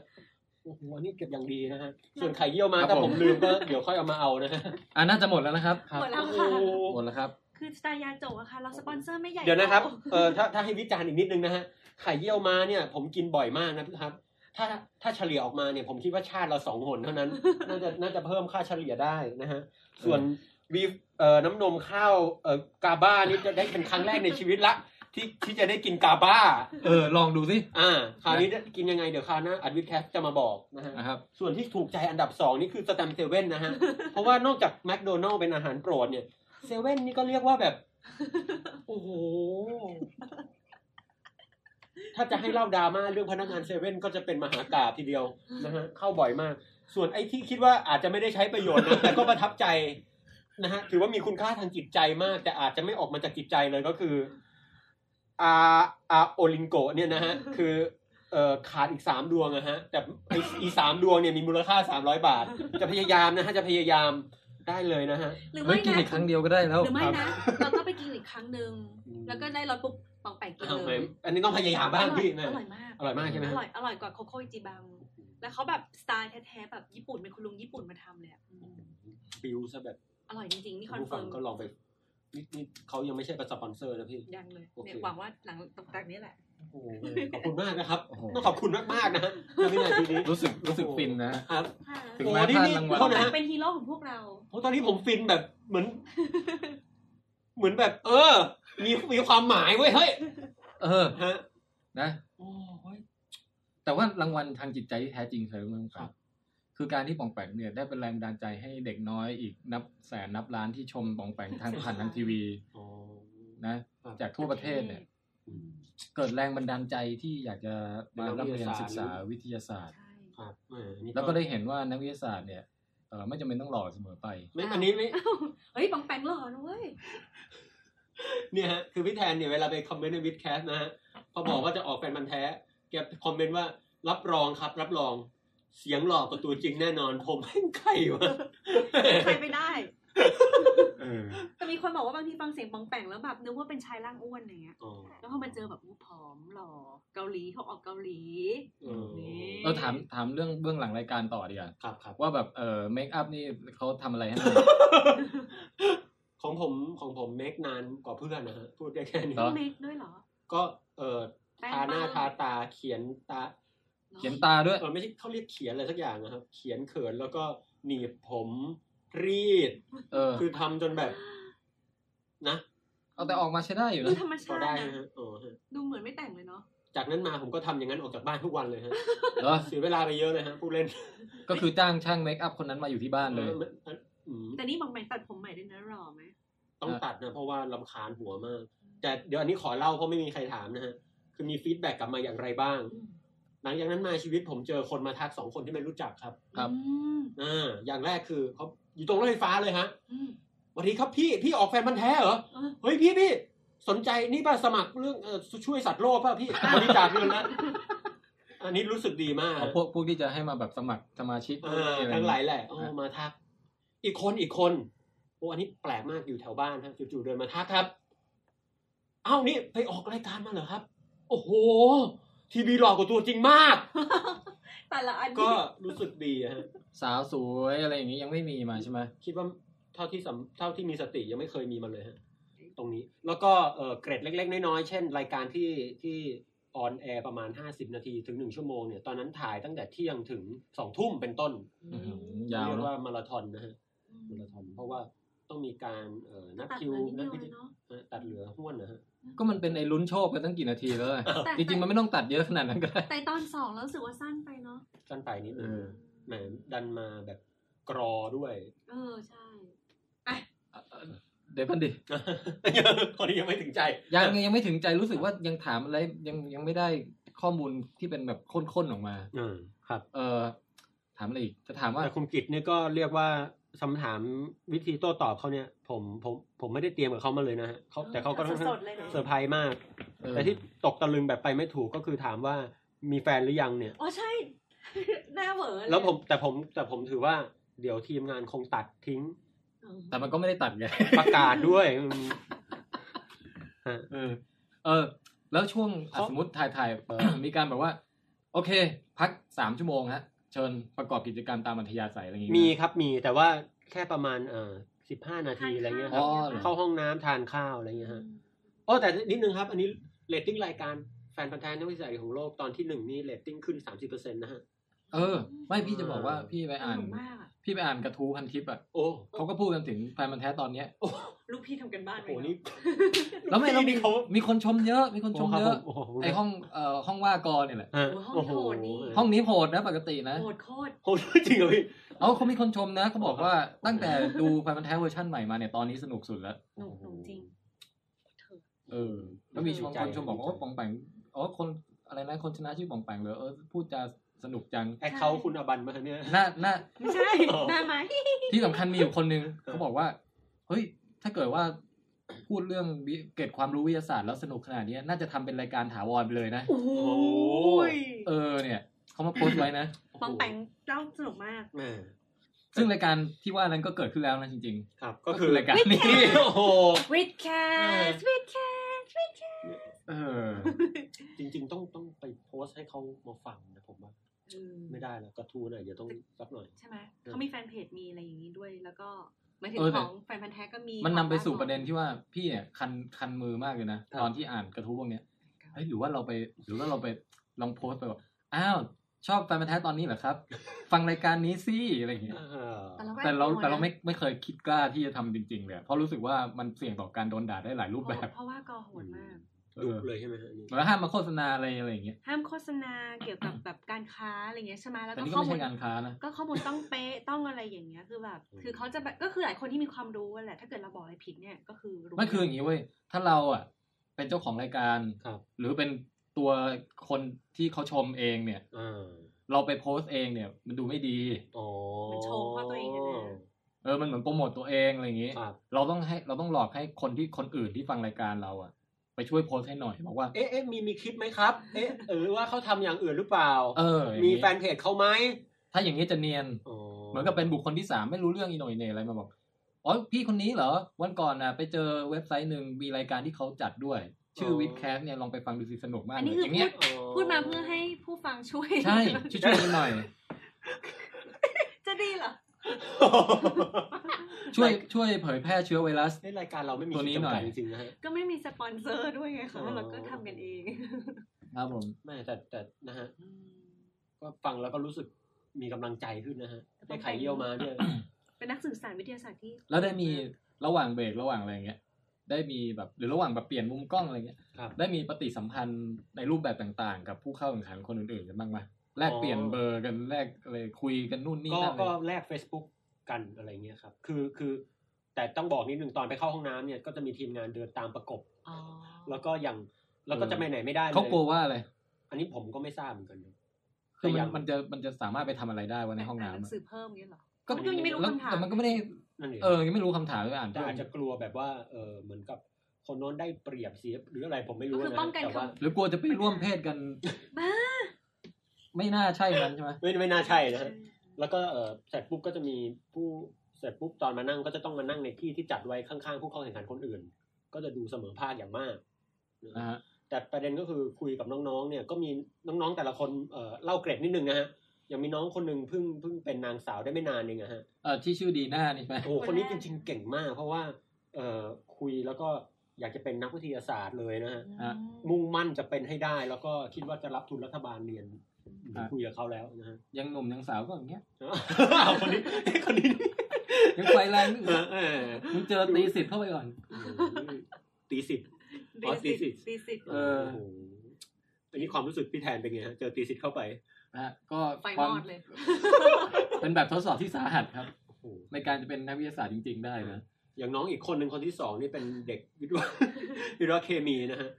Speaker 2: โอ้โหอันนี้เก็บอย่างดีนะฮะ ส่วนไข่เยี่ยวมา
Speaker 1: ครับ
Speaker 2: ถ้าผ
Speaker 1: ผม ม
Speaker 2: ลืมก็ เดี๋ยวค่อยเอามาเอานะฮะ
Speaker 1: อ่าน่าจะหมดแล้วนะครับ
Speaker 3: หมดแล้ว
Speaker 2: โอ้โห
Speaker 3: ค่ะ
Speaker 1: หมดแล้วครับ
Speaker 3: คือสไตล์ยาโจกอะค่ะ เราสปอนเซอร์ไม่ใหญ่
Speaker 2: เดี๋ยวนะครับ เออถ้าถ้าให้วิจารณ์อีกนิดนึงนะฮะ ไข่เยี่ยวมาเนี่ย ผมกินบ่อยมากนะครับ ถ้าถ้าเฉลี่ยออกมาเนี่ย ผมคิดว่าชาติเราสองหนเท่านั้น น่าจะน่าจะเพิ่มค่าเฉลี่ยได้นะฮะ ส่วนวีฟเอ่อน้ำนมข้าวเอ่อกาบ้านี่จะได้เป็นครั้งแรกในชีวิตละ ที่ที่จะได้กินกาบ้า
Speaker 1: เออลองดูสิ
Speaker 2: อ่า คราวนี้จะกินยังไงเดี๋ยวคราวหน้าอัดวิดแคสจะมาบอกนะฮะ
Speaker 1: นะครับ
Speaker 2: ส่วนที่ถูกใจอันดับสองนี่คือสแตมเซเว่นนะฮะ เพราะว่านอกจากแมคโดนัลล์เป็นอาหารโปรดเนี่ยเซเว่นนี่ก็เรียกว่าแบบ โอ้โห ถ้าจะให้เล่าดราม่าเรื่องพนักงานเซเว่นก็จะเป็นมหากาพย์ทีเดียวนะฮะเข้าบ่อยมาก ส่วนไอ้ที่คิดว่าอาจจะไม่ได้ใช้ประโยชน์นะ แต่ก็ประทับใจนะฮะถือว่ามีคุณค่าทางจิตใจมาก แต่อาจจะไม่ออกมาจากจิตใจเลยก็คือ อาอาโอลิงโกะเนี่ยนะฮะ คือเอ่อขาดอีกสามดวงนะฮะ แต่ไอ้อีสามดวงเนี่ยมีมูลค่าสามร้อยบาท จะพยายามนะฮะ จะพยายามได้เลยนะฮะ
Speaker 3: หรือ
Speaker 1: ไม่
Speaker 3: ไม่
Speaker 1: กิน
Speaker 3: นะ
Speaker 1: อีกครั้งเดียวก็ได้แล้ว
Speaker 3: หรือไม่
Speaker 2: ครั
Speaker 3: นะ
Speaker 2: บ
Speaker 3: เราก็ไปกินอีกครั้งหนึ่งแล้วก็ได้รสปุ๊บปองแปงกิน
Speaker 2: เอาไหม
Speaker 3: เลย
Speaker 2: อันนี้ต้องพยายามบ้างพี่
Speaker 3: อ
Speaker 2: นะ
Speaker 3: ร่อยมาก
Speaker 2: อร่อยมากใช่ไหม
Speaker 3: อ
Speaker 2: ฮะ
Speaker 3: ร่อยอร่อยกว่าโคโค่อิจิบัง แล้วเขาแบบสไตล์แท้ๆแบบญี่ปุ่นเป็นคุณลุงญี่ปุ่นมาทำเลยอะอืม
Speaker 2: ฟิวซะแบบ
Speaker 3: อร่อยจริงๆ นี่คอน
Speaker 2: ผู้
Speaker 3: เฟิ
Speaker 2: ฟั
Speaker 3: ร์
Speaker 2: ง
Speaker 3: ม
Speaker 2: ก็ลองไปนี่นี่เขายังไม่ใช่เป็นสปอนเซอร์นะพี่
Speaker 3: ยังเลย
Speaker 2: โอเค
Speaker 3: เนี่ยหวังว่าหลังตกจากนี้แหละ
Speaker 2: โอ้โหขอบคุณมากนะครับ
Speaker 1: โอ้โห
Speaker 2: ต้องขอบคุณมากๆนะฮะในวินาทีนี้
Speaker 1: รู้สึกรู้สึกฟินนะ
Speaker 2: ครับ
Speaker 1: ถึง
Speaker 2: โอ้
Speaker 1: แม้
Speaker 2: นี่
Speaker 1: พลาด
Speaker 2: นี่
Speaker 1: รางวัล
Speaker 2: โทษนะฮะ
Speaker 3: เป็นฮีโร่ของพวกเรา
Speaker 2: โอ้ตอนนี้ผมฟินแบบเหมือน เหมือนแบบ เออ มีมีความหมายเว้ยเฮ้ย
Speaker 1: เออ
Speaker 2: ฮะ
Speaker 1: นะ
Speaker 2: โอ้ย
Speaker 1: แต่ว่ารางวัลทางจิตใจที่แท้จริงเธอรู้ไหมค
Speaker 2: ครั
Speaker 1: รับ
Speaker 2: บ
Speaker 1: คือการที่ปองแปงเนี่ยได้เป็นแรงบันดาลใจให้เด็กน้อยอีกนับแสนนับล้านที่ชมปองแปงทางผ่านทางทีวี
Speaker 2: โอ้
Speaker 1: นะ
Speaker 2: ครับ
Speaker 1: จากทั่วประเทศเนี่ย เกิดแรงบันดาลใจที่อยากจะมารับเรียนศึกษาวิทยาศาสตร์
Speaker 3: ใช่
Speaker 2: ครับเอออันนี้
Speaker 1: แล้วก็ได้เห็นว่านักวิทยาศาสตร์เนี่ยเอ่อไม่จำเป็นต้องหล่อเสมอไป
Speaker 2: ไม่อันนี้ไม่
Speaker 3: เฮ้ยปองแปงหล่อนะเว้ย
Speaker 2: เนี่ยฮะคือพี่แทนเนี่ยเวลาไปคอมเมนต์ในวิดแคสต์นะฮะพอบอกว่าจะออกแฟนมันธุ์แท้แกคอมเมนต์ว่ารับรองครับ รับรอง เสียงหลอกกว่าตัวจริงแน่นอน ผมแม่งใครวะ
Speaker 3: ใครไปได้ แต่มีคนบอกว่าบางทีฟังเสียงปองแปงแล้วแบบนึกว่าเป็นชายร่างอ้วนอย่างเงี้ย
Speaker 2: อ๋อ
Speaker 3: แล้วพอมาเจอแบบอู้ผอมหล่อเกาหลีเขาออกเกาหลี
Speaker 2: เออ
Speaker 1: เออถามถามเรื่องเบื้องหลังรายการต่อดีกว่า
Speaker 2: ครับครับ
Speaker 1: ว่าแบบเออเมคอัพนี่เขาทำอะไรให้มัน
Speaker 2: ของผมของผมเมคนานกว่าเพื่อนนะฮะพูดได้แค่นี้
Speaker 1: เหรอ
Speaker 3: เมคด้วยเหรอ
Speaker 2: ก็เออ
Speaker 3: แป้ง
Speaker 2: ทาหน้า
Speaker 3: บ้ง
Speaker 2: ทาตาเขียนตา
Speaker 1: เขียนตาด้วย
Speaker 2: เออไม่ใช่เขาเรียกเขียนอะไรสักอย่างนะครับ เขียนเขินแล้วก็หนีบผมรีด
Speaker 1: เออ
Speaker 2: คือทำจนแบบนะ
Speaker 1: เอาแต่ออกมาใช้ได้อยู่
Speaker 3: ดู
Speaker 1: นะ
Speaker 3: ธรรม
Speaker 2: พอ
Speaker 3: ชาติ
Speaker 2: ได้
Speaker 3: นะ
Speaker 2: นะฮะเออฮะ
Speaker 3: ดูเหมือนไม่แต่งเลยเนาะ
Speaker 2: จากนั้นมาผมก็ทำอย่างนั้นออกจากบ้านทุกวัน เลยฮะ
Speaker 1: เหรอ
Speaker 2: เสียเวลาไปเยอะเลยฮะผู้เล่น
Speaker 1: ก็คือจ้างช่างเมคอัพคนนั้นมาอยู่ที่บ้านเลย
Speaker 2: ออมันอืม
Speaker 3: แต่นี่บองแบงตัดผมใหม่ด้วยนะหล่อไหม
Speaker 2: ต้องตัดนะเพราะว่าลำคาญหัวมาก แต่เดี๋ยวอันนี้ขอเล่าเพราะไม่มีใครถามนะฮะคือมีฟีดแบ็กกลับมาอย่างไรบ้าง หลังจากนั้นมาชีวิตผมเจอคนมาทักสองคนที่ไม่รู้จักครับ
Speaker 1: ครับ
Speaker 3: อืม
Speaker 2: อ่า อย่างแรกคือเขาอยู่ตรงรถไฟฟ้าเลยฮะ
Speaker 3: อืม
Speaker 2: สวันนี้ครับพี่ พี่ออกแฟนมันธุ์แท้เหรอ
Speaker 3: เออ
Speaker 2: เฮ้ยพี่พี่ สนใจนี่ป่ะสมัครเรื่องเอ่อช่วยสัตว์โลกป่ะพี่ บริจาคเงินนะ อันนี้รู้สึกดีมาก
Speaker 1: เอาพวกพวกที่จะให้มาแบบสมัครสมาชิก
Speaker 2: อ่า
Speaker 1: อะไร
Speaker 2: ทั้งหลาย
Speaker 1: เงี้ย
Speaker 2: แหละโอ้
Speaker 1: อ่ะ
Speaker 2: มาทัก อีกคนอีกคนโอ้อันนี้แปลกมากอยู่แถวบ้านฮะจู่ๆเดินมาทักครับ เอ้านี่ไปออกรายการมาเหรอครับ โอ้โห ทีวีหลอกกว่าตัวจริงมาก
Speaker 3: แต่ละอัน
Speaker 2: ก็รู้สึกดีอะฮะ
Speaker 1: สาวสวยอะไรอย่างงี้ยังไม่มีมาใช่ไหม
Speaker 2: คิดว่าเท่าที่สำเท่าที่มีสติยังไม่เคยมีมาเลยฮะตรงนี้ แล้วก็เอ่อเกรดเล็ก ๆ น้อยๆเช่น รายการที่ที่ออนแอร์ประมาณ 50 นาทีถึง 1 ชั่วโมงเนี่ยตอนนั้นถ่ายตั้งแต่เที่ยงถึง 2 ทุ่มเป็นต้น
Speaker 1: อื้อหือ
Speaker 2: เรี
Speaker 1: ยาวย
Speaker 2: ก
Speaker 1: เนอะ
Speaker 2: ว่ามาราธอนนะฮะ
Speaker 3: อืม
Speaker 2: มาราธอนเพราะว่าต้องมีการเอ่อนัด
Speaker 3: ตัด
Speaker 2: คิว
Speaker 3: มานิด
Speaker 2: นั
Speaker 3: เดี
Speaker 2: ด
Speaker 3: ยว
Speaker 2: พิ
Speaker 3: เล
Speaker 2: ธี
Speaker 3: ยเนาะ
Speaker 2: เอ่อตัดเหลือห้วนนะฮะ
Speaker 1: ก็มันเป็นไอ้ลุ้นโชคไปตั้งกี่นาทีแล้วอะ
Speaker 3: แต่
Speaker 1: จริงๆมันไม่ต้องตัดเยอะขนาดนั้นก็ได้
Speaker 3: แต่ตอนสองแล้วรู้สึกว่าสั้นไปเนาะ
Speaker 2: สั้นไปนิดนึง
Speaker 1: เออ
Speaker 2: แหมดันมาแบบกรอด้วย
Speaker 3: เออใช่
Speaker 1: เดี๋ยวพันดิ
Speaker 2: คนนี้ยังไม่ถึงใจ
Speaker 1: ยังยังไม่ถึงใจรู้สึกว่ายังถามอะไรยังยังไม่ได้ข้อมูลที่เป็นแบบข้นๆออกมา
Speaker 2: อืมครับ
Speaker 1: เออถามอะไรอีกจะถามว่า
Speaker 2: แต่คุณกิจเนี่ยก็เรียกว่าคำถามวิธีโต้ตอบเขาเนี่ย ผมผมผมไม่ได้เตรียมกับเขามาเลยนะฮะเขาแต่เขาก็
Speaker 3: อ
Speaker 2: ค่อนข้าง
Speaker 3: สดๆเลยเนาะ
Speaker 2: เซอร์ไพรส์มาก
Speaker 1: เออ
Speaker 2: แต่ที่ตกตะลึงแบบไปไม่ถูกก็คือถามว่ามีแฟนหรือยังเนี่ย
Speaker 3: อ๋อใช่ หน้าเหวอเย
Speaker 2: แล้วผมแต่ผมแต่ผมถือว่าเดี๋ยวทีมงานคงตัดทิ้ง
Speaker 3: อืม
Speaker 1: แต่มันก็ไม่ได้ตัดไง
Speaker 2: ประกาศด้วยอืม
Speaker 1: เออ เออ แล้วช่วงอ่ะ
Speaker 2: เขา
Speaker 1: สมมติถ่ายถ่ายเอ่อ มีการแบบว่า โอเค พักสามชั่วโมงฮะ เชิญประกอบกิจกรรมตามอัธยาศัยอะไรอย่างงี้
Speaker 2: มี
Speaker 1: ไห
Speaker 2: ครับมีแต่ว่าแค่ประมาณเอ่อสิบห้านาทีอะไรเงี้ยค
Speaker 1: อ๋
Speaker 2: รับ
Speaker 1: อ
Speaker 2: เข้าห้องน้ำทานข้าวอะไรเงี้ยฮะ
Speaker 3: อืม
Speaker 2: โอ้แต่นิดนึงครับ อันนี้เรตติ้งรายการแฟนพันธ์แท้นักวิจัยของโลกตอนที่หนึ่งนี่เรตติ้งขึ้นสามสิบเปอร์เซ็นต์นะฮะ
Speaker 1: เออ ไม่พี่จะบอกว่าพี่ไป
Speaker 3: ต
Speaker 1: อ่าน
Speaker 3: ลกมากอะ
Speaker 1: พี่ไปอ่านกระทู้พันทิปอ่ะ
Speaker 2: โอ้
Speaker 1: เขาก็พูดกันถึงแฟนมันธุ์แท้ตอนเนี้ ย
Speaker 2: โอ้
Speaker 3: ลูกพี่ทำกันบ้านไว้
Speaker 2: โห
Speaker 3: เน
Speaker 2: นี่
Speaker 3: อะ
Speaker 1: แล้วไม่เรามี
Speaker 2: นี่เขา
Speaker 1: มีคนชมเยอะ มีคนชมเยอะ
Speaker 2: โโห
Speaker 1: ไอห้อง เอ่อ ห้องว่ากอเนี่ยแหละ
Speaker 2: ฮะ
Speaker 3: โอ้โหนี่
Speaker 1: ห้องนี้โหดนะปกตินะ
Speaker 3: โหดโคตร
Speaker 2: โหจริงเหรอพี่
Speaker 1: เอาเขามีคนชมนะเขาบอกว่าตั้งแต่ดูแฟนมันธุ์แท้เวอร์ชันใหม่มาเนี่ย ตอนนี้สนุกสุดแล้ว
Speaker 3: หนุกหนุกจริง เถอะ
Speaker 1: เออแล้วมีชม
Speaker 2: ใจ
Speaker 1: คนชมบอกว่าโอ้ปองแปงอ๋อคนอะไรนะคนชนะชื่อปองแปงเลยเออพูดจาสนุกจัง
Speaker 2: แอคเขาท์คุณอบันมาเนี่ย
Speaker 1: หน้าหน้า
Speaker 3: ไม่ใช่
Speaker 2: อ๋อ
Speaker 3: หน้าไหม
Speaker 1: ที่สำคัญมีอยู่คนนึงเขาบอกว่า เฮ้ย ถ้าเกิดว่า พูดเรื่องวิเกร็ดความรู้วิทยาศาสตร์แล้วสนุกขนาดเนี้ยน่าจะทำเป็นรายการถาวรไปเลยนะ
Speaker 3: โอ้โหย
Speaker 1: เออเนี่ยเขามาโพสต์ไว้นะ
Speaker 3: ปองแปงเล่าสนุกมาก
Speaker 2: อ่า
Speaker 1: ซึ่งรายการที่ว่านั้นก็เกิดขึ้นแล้วนะจริง
Speaker 2: ครับ
Speaker 1: ๆ
Speaker 2: ก็
Speaker 1: ก็
Speaker 2: คื
Speaker 1: คือ อรายการนี้
Speaker 2: โอ้โห
Speaker 3: วิดแคส
Speaker 2: เออ
Speaker 3: วิดแคสวิดแคส
Speaker 1: เออ
Speaker 2: จริง ๆ ต้องต้องไปโพสต์ให้เขามาฟังนะผมว่า ไม่ได้แล้วกระทู้หน่อยเดี๋ยวต้องสักหน่อย
Speaker 3: ใช่ไหมเขามีแฟนเพจมีอะไรอย่างนี้ด้วย แล้วก็หมายถึง
Speaker 1: เออ
Speaker 3: ข
Speaker 1: แต่
Speaker 3: องแฟนพันธ์แท้ก็มี
Speaker 1: มันนำไปสู่
Speaker 3: ของ
Speaker 1: ประเด็นที่ว่าพี่เนี่ยคันคันมือมากเลยนะ
Speaker 2: ครับ
Speaker 1: ตอนที่อ่านกระทู้พวกเนี้ยเฮ้ยหรือว่าเราไปหรือว่าเราไปลองโพสต์ไปว่าอ้าว ชอบแฟนพันธ์แท้ตอนนี้เหรอครับ ฟังรายการนี้สิอะไรอย่างเงี้ย
Speaker 2: อ่า
Speaker 3: แต่เราก็
Speaker 1: แต่เราแต่
Speaker 3: แอบกลัวนะ
Speaker 1: เราไม่ไม่เคยคิดกล้าที่จะทำจริงๆเลยอะเพราะรู้สึกว่ามันเสี่ยงต่อการโดนด่าได้หลายรูปแบบ
Speaker 3: เพราะว่ากอโหดมาก
Speaker 1: เอ
Speaker 2: ดุ
Speaker 1: อ
Speaker 2: เลยใช่ไหมฮะอันนี้
Speaker 1: เหมือนว่าห้ามมาโฆษณาอะไรอะไรอย่างเงี้ย
Speaker 3: ห้ามโฆษณาเกี่ยวกับแบบการค้าอะไรอย่างเงี้ยใช่ไหมแล้ว
Speaker 1: แต่
Speaker 3: ก็
Speaker 1: นี่ก็
Speaker 3: ข้อ
Speaker 1: ไม่
Speaker 3: มูล
Speaker 1: ใช่งานค้านะ
Speaker 3: ก็ข้อมูลต้องเป๊ะต้องอะไรอย่างเงี้ยคือแบบคือเขาจะแบบก็คือหลายคนที่มีความรู้แหละถ้าเกิดเราบอกอะไรผิดเนี่ยก็คือรู้
Speaker 1: ไม่คืออย่างนี้เว้ย ถ้าเราอ่ะ เป็นเจ้าของรายการ
Speaker 2: ครับ
Speaker 1: หรือเป็นตัวคนที่เขาชมเองเนี่ย
Speaker 2: อ่า
Speaker 1: เราไปโพสต์เองเนี่ย มันดูไม่ดี
Speaker 2: อ๋อ
Speaker 3: มันโชว์ว่าตัวเองเนี่ยนะ
Speaker 1: เออ มันเหมือนโปรโมตตัวเองอะไรอย่างนี้
Speaker 2: ครับ
Speaker 1: เราต้องให้เราต้องหลอกให้คนที่คนอื่นที่ฟังรายการเราอ่ะ ไปช่วยโพสต์ให้หน่อยบอกว่า
Speaker 2: เอ๊ะเอ๊ะมีมีคลิปไหมครับ เอ๊ะหรือว่าเขาทำอย่างอื่นหรือเปล่า
Speaker 1: เอออย่าง
Speaker 2: มี
Speaker 1: งี้
Speaker 2: แฟนเพจเขาไหม
Speaker 1: ถ้าอย่างนี้จะเนียน
Speaker 2: อ๋อ
Speaker 1: เหมือนกับเป็นบุคคลที่สามไม่รู้เรื่องอีโหนอยเหน่อะไรมาบอก อ๋อ พี่คนนี้เหรอ วันก่อนน่ะ ไปเจอเว็บไซต์หนึ่งมีรายการที่เขาจัดด้วย ชื่อวิดแคสเนี่ยลองไปฟังดูสิสนุกมาก
Speaker 3: อั
Speaker 1: เล
Speaker 3: น
Speaker 1: ยอ
Speaker 3: นี้คืออย่าง
Speaker 1: เงี้ย
Speaker 2: อ๋อ
Speaker 3: พูดมาเพื่อให้ผู้ฟังช่วย
Speaker 1: ใช่ ช่วยๆกันหน่อย
Speaker 3: จะดีเหรอ
Speaker 1: ช่วย
Speaker 2: ราย
Speaker 1: ช่วยเผยแพร่เชื้อไวรัส
Speaker 2: ในรายการเราไม่มี
Speaker 1: ตัวนี้
Speaker 2: จำกัด
Speaker 1: หน่อย
Speaker 2: จริงๆนะฮะ
Speaker 3: ก็ไม่มีสปอนเซอร์ด้วยไงคะ
Speaker 2: อ๋อ
Speaker 3: เราก็ทำกันเอง
Speaker 1: ครับผม
Speaker 2: แม่แต่แต่นะฮะก็ฟังแล้วก็รู้สึกมีกำลังใจขึ้นนะฮะ
Speaker 3: ก็ต้
Speaker 2: ได้
Speaker 3: อง
Speaker 2: ไข่เยี่ยวมาด้วย
Speaker 3: เป็นนักสื่อสารวิทยาศาสตร์ที่
Speaker 1: แล้วได้มีระหว่างเบรกระหว่างอะไรอย่างเงี้ย ได้มีแบบหรือระหว่างแบบเปลี่ยนมุมกล้องอะไรเงี้ย
Speaker 2: ครับ
Speaker 1: ได้มีปฏิสัมพันธ์ในรูปแบบต่างๆ กับผู้เข้าแข่งขันคนอื่นๆกันบ้างไหมแลกเปลี่ยนเบอร์กันแลกอะไรคุยกันนู่นนี่
Speaker 2: ก็
Speaker 1: นั่นเล
Speaker 2: ก็
Speaker 1: ย
Speaker 2: แลก Facebook กันอะไรเงี้ยครับ คือคือ แต่ต้องบอกนิดนึงตอนไปเข้าห้องน้ำเนี่ยก็จะมีทีมงานเดินตามประกบ
Speaker 3: อ๋อ
Speaker 2: แล้วก็อย่างแล้วก็จะไปไหนไม่ได้เลย
Speaker 1: เขากลัวว่าอะไร
Speaker 2: อันนี้ผมก็ไม่ทราบเหมือนกันนะ
Speaker 1: คือ
Speaker 2: แต่
Speaker 1: มั
Speaker 2: ยั
Speaker 1: น
Speaker 2: ง
Speaker 1: มันจะมันจะสามารถไปทำอะไรได้วะในห้อง
Speaker 3: อ่า
Speaker 1: น้ำ
Speaker 3: หนั
Speaker 1: อะ
Speaker 3: งสือเพิ่มอย่างเงี้ยเหรอ
Speaker 1: ก็
Speaker 2: มันยังไม่รู้
Speaker 1: แล้ว
Speaker 3: คำถาม
Speaker 1: แต่มันก็ไม่ได้
Speaker 2: นั่นดิ
Speaker 1: เออยังไม่รู้คำถามไม่อ่าน
Speaker 2: แต่อาจจะกลัวแบบว่าเออเหมือนกับคนโน้นได้เปรียบเสียหรืออะไรผมไม่รู้
Speaker 3: ก็คือ
Speaker 2: นะ
Speaker 3: ป้องกัน
Speaker 2: แต่ว่า
Speaker 3: คำ
Speaker 1: หรือกลัวจะไปร่วมเพศกัน
Speaker 3: บ้า
Speaker 1: ไม่น่าใช่นั้นใช่ไหม
Speaker 2: ไม่ไม่น่าใช่นะฮะ แล้วก็เออเสร็จปุ๊บก็จะมีผู้เสร็จปุ๊บตอนมานั่งก็จะต้องมานั่งในที่ที่จัดไว้ข้างๆผู้เข้าแข่งขันคนอื่น ก็จะดูเสมอภาคอย่างมาก
Speaker 1: อ่าฮะ
Speaker 2: แต่ประเด็นก็คือคุยกับน้องๆ เนี่ยก็มีน้องๆแต่ละคนเออเล่าเกรดนิดนึงนะฮะยังมีน้องคนหนึ่งเพิ่งเพิ่งเป็นนางสาวได้ไม่นานเองอะฮะ
Speaker 1: เออที่ชื่อดีน่านี่ใช่ไหม
Speaker 2: โอ้โหคนนี้จริงๆเก่งมาก เพราะว่าเออคุยแล้วก็อยากจะเป็นนักวิทยาศาสตร์เลยนะฮะ
Speaker 3: อืม
Speaker 2: มุ่งมั่นจะเป็นให้ได้ แล้วก็คิดว่าจะรับทุนรัฐบาลเรียนผมคุยกับเขาแล้วนะฮะ
Speaker 1: ยังหนุ่มยังสาวก็อย่างเงี้ย
Speaker 2: อ้าวคนนี้คนนี้
Speaker 1: ยังไฟแรงนึก
Speaker 2: เออเออ
Speaker 1: มึงเจอตีสิบเข้าไปก่อน
Speaker 2: ตีสิบ อ๋
Speaker 3: ดี
Speaker 2: อ
Speaker 3: สิ
Speaker 2: ตีสิ
Speaker 3: ดีสิ
Speaker 1: เออ
Speaker 2: โโหอันนี้ความรู้สึกพี่แทนเป็นไงฮะ เจอตีสิบเข้าไป
Speaker 1: นะฮะก็
Speaker 3: ไฟ
Speaker 1: ค
Speaker 3: ม
Speaker 1: วาม
Speaker 3: อดเลย
Speaker 1: เป็นแบบทดสอบที่สาหัสครับ
Speaker 2: โอ้โห
Speaker 1: ในการจะเป็นนักวิทยาศาสตร์จริง ๆ ได้นะ
Speaker 2: อย่างน้องอีกคนหนึ่งคนที่สองนี่เป็นเด็กวิทยาวิทยาเคมีนะฮะ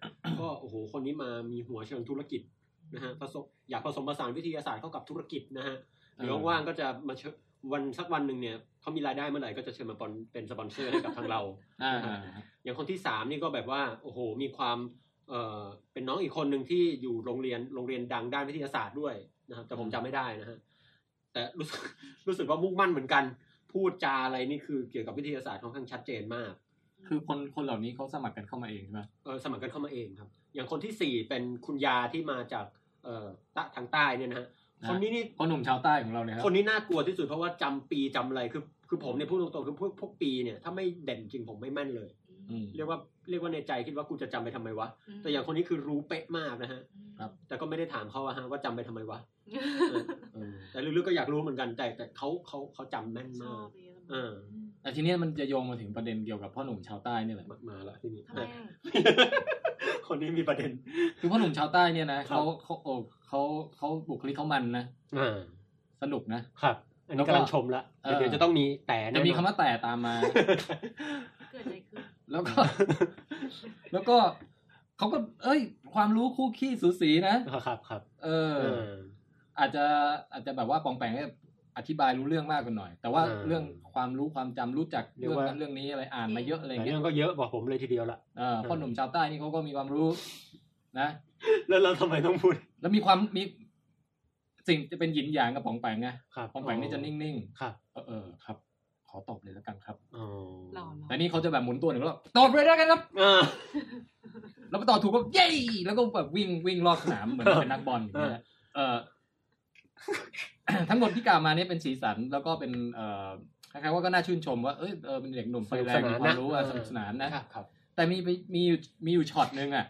Speaker 2: ก็โอ้โห คนนี้มามีหัวเชิงธุรกิจนะฮะผสมอยากผสมผสานวิทยาศาสตร์เข้ากับธุรกิจนะฮะเดี๋ยวว่างๆก็จะมาเชิญวันสักวันหนึ่งเนี่ยเขามีรายได้เมื่อไหร่ก็จะเชิญมาปอนเป็นสปอนเซอร์ให้กับทางเรา
Speaker 1: อ่า
Speaker 2: อย่างคนที่สามนี่ก็แบบว่าโอ้โหมีความเออเป็นน้องอีกคนหนึ่งที่อยู่โรงเรียนโรงเรียนดังด้านวิทยาศาสตร์ด้วยนะครับแต่ผมจำไม่ได้นะฮะแต่ รู้สึก รู้สึกว่ามุ่งมั่นเหมือนกัน พูดจาอะไรนี่คือเกี่ยวกับวิทยาศาสตร์ค่อนข้างชัดเจนมาก
Speaker 1: คือคนคนเหล่านี้เขาสมัครกันเข้ามาเองใช่ไหม
Speaker 2: เออสมัครกันเข้ามาเองครับ อย่างคนที่สี่เป็นคุณยาที่มาจากเออตะทางใต้เนี่ยนะฮะคนนี้นี่
Speaker 1: คนหนุ่มชาวใต้ของเราเนี่ยครับ
Speaker 2: คนนี้น่ากลัวที่สุดเพราะว่าจำปีจำอะไรคือคือผมเนี่ยพูดตรงๆคือพวกพวกปีเนี่ยถ้าไม่เด่นจริงผมไม่แม่นเลย
Speaker 1: อืม
Speaker 2: เรียกว่าเรียกว่าในใจคิดว่ากูจะจำไปทำไมวะ
Speaker 3: ม
Speaker 2: แต่อย่างคนนี้คือรู้เป๊ะมากนะฮะ
Speaker 1: ครับ
Speaker 2: แต่ก็ไม่ได้ถามเขาว่าฮะว่าจำไปทำไมวะ เออ
Speaker 1: เออ
Speaker 2: แต่ลึกๆก็อยากรู้เหมือนกัน แต่แต่เขาเขาเขาจำแม่น
Speaker 3: ช
Speaker 2: มา
Speaker 3: อก บเลย
Speaker 2: เออ
Speaker 1: แต่ทีเนี้ยมันจะโยงมาถึงประเด็นเกี่ยวกับพ่อหนุ่มชาวใต้เนี่ยแหละ
Speaker 2: มามาละทีนี้
Speaker 3: ทำไม
Speaker 2: อ่ะ
Speaker 3: อ่ะ
Speaker 2: คนนี้มีประเด็น
Speaker 1: คือพ่อหนุ่มชาวใต้เนี่ยนะ
Speaker 2: ครั
Speaker 1: เขา
Speaker 2: บ
Speaker 1: เขาโอ้เขาเขาบุคลิกเขามันนะ
Speaker 2: อ่า
Speaker 1: สนุกนะ
Speaker 2: ครับ อันนี้กำลังชมละ
Speaker 1: เออ
Speaker 2: เดี๋ยวจะต้องมีแต่แน่น
Speaker 1: จะ
Speaker 2: อน
Speaker 1: มีคำ ว่าแต่ตามมา
Speaker 3: เกิดอะไรขึ้น
Speaker 1: แล้วก็ แล้วก็เขาก็ เอ้ย ความรู้คู่ขี้สูสีนะ
Speaker 2: ครับครับ
Speaker 1: เออ
Speaker 2: เออ
Speaker 1: อาจจะอาจจะแบบว่าปองแปงเนี่ย อธิบายรู้เรื่องมากกว่าหน่อย แต่ว่า
Speaker 2: อ่า
Speaker 1: เรื่องความรู้ความจำรู้จัก
Speaker 2: เรีย
Speaker 1: เรื่
Speaker 2: ก
Speaker 1: อง
Speaker 2: ว่า
Speaker 1: นั้นเรื่องนี้อะไรอ่านมาเยอะอะไร
Speaker 2: แต่
Speaker 1: เงี้
Speaker 2: เรื่
Speaker 1: ย
Speaker 2: องก็เยอะกว่าผมเลยทีเดียวละ
Speaker 1: เออพ่อหนุ่มชาวใต้นี่เขาก็มีความรู้ นะ
Speaker 2: แล้วเราทำไมต้องพูด
Speaker 1: แล้วมีความมีสิ่งจะเป็นหยินหยางกับปองแปงไง
Speaker 2: ครับ
Speaker 1: ปองแปงนี่จะนิ่ง
Speaker 2: ครับ
Speaker 1: ๆเออเออครับ ขอตอบเลยแล้วกันครับ
Speaker 2: อ๋อ
Speaker 3: หล่อเนอะ
Speaker 1: แต่นี่เขาจะแบบหมุนตัวหนึ่งแล้วตอบเลยแล้วกันครับ
Speaker 2: อ่า
Speaker 1: แล้วพอตอบถูกก็เย้แล้วก็แบบวิ่งวิ่งรอบสนามเหมือนเป็นนักบอลอย่างเงี้ยเออ ทั้งหมดที่กล่าวมาเนี่ยเป็นสีสันแล้วก็เป็นเอ่อคล้ายๆว่าก็น่าชื่นชมว่าเอยเออเป็นเด็กหนุ่มไฟแรง
Speaker 2: สนุ
Speaker 1: มี
Speaker 2: ก
Speaker 1: ความ
Speaker 2: สนานนะ
Speaker 1: รู้อะ
Speaker 2: เออ
Speaker 1: สนุกสนานนะครับ
Speaker 2: ครับ
Speaker 1: แต่มีมีมีอยู่มีอยู่ช็อตหนึ่งอะ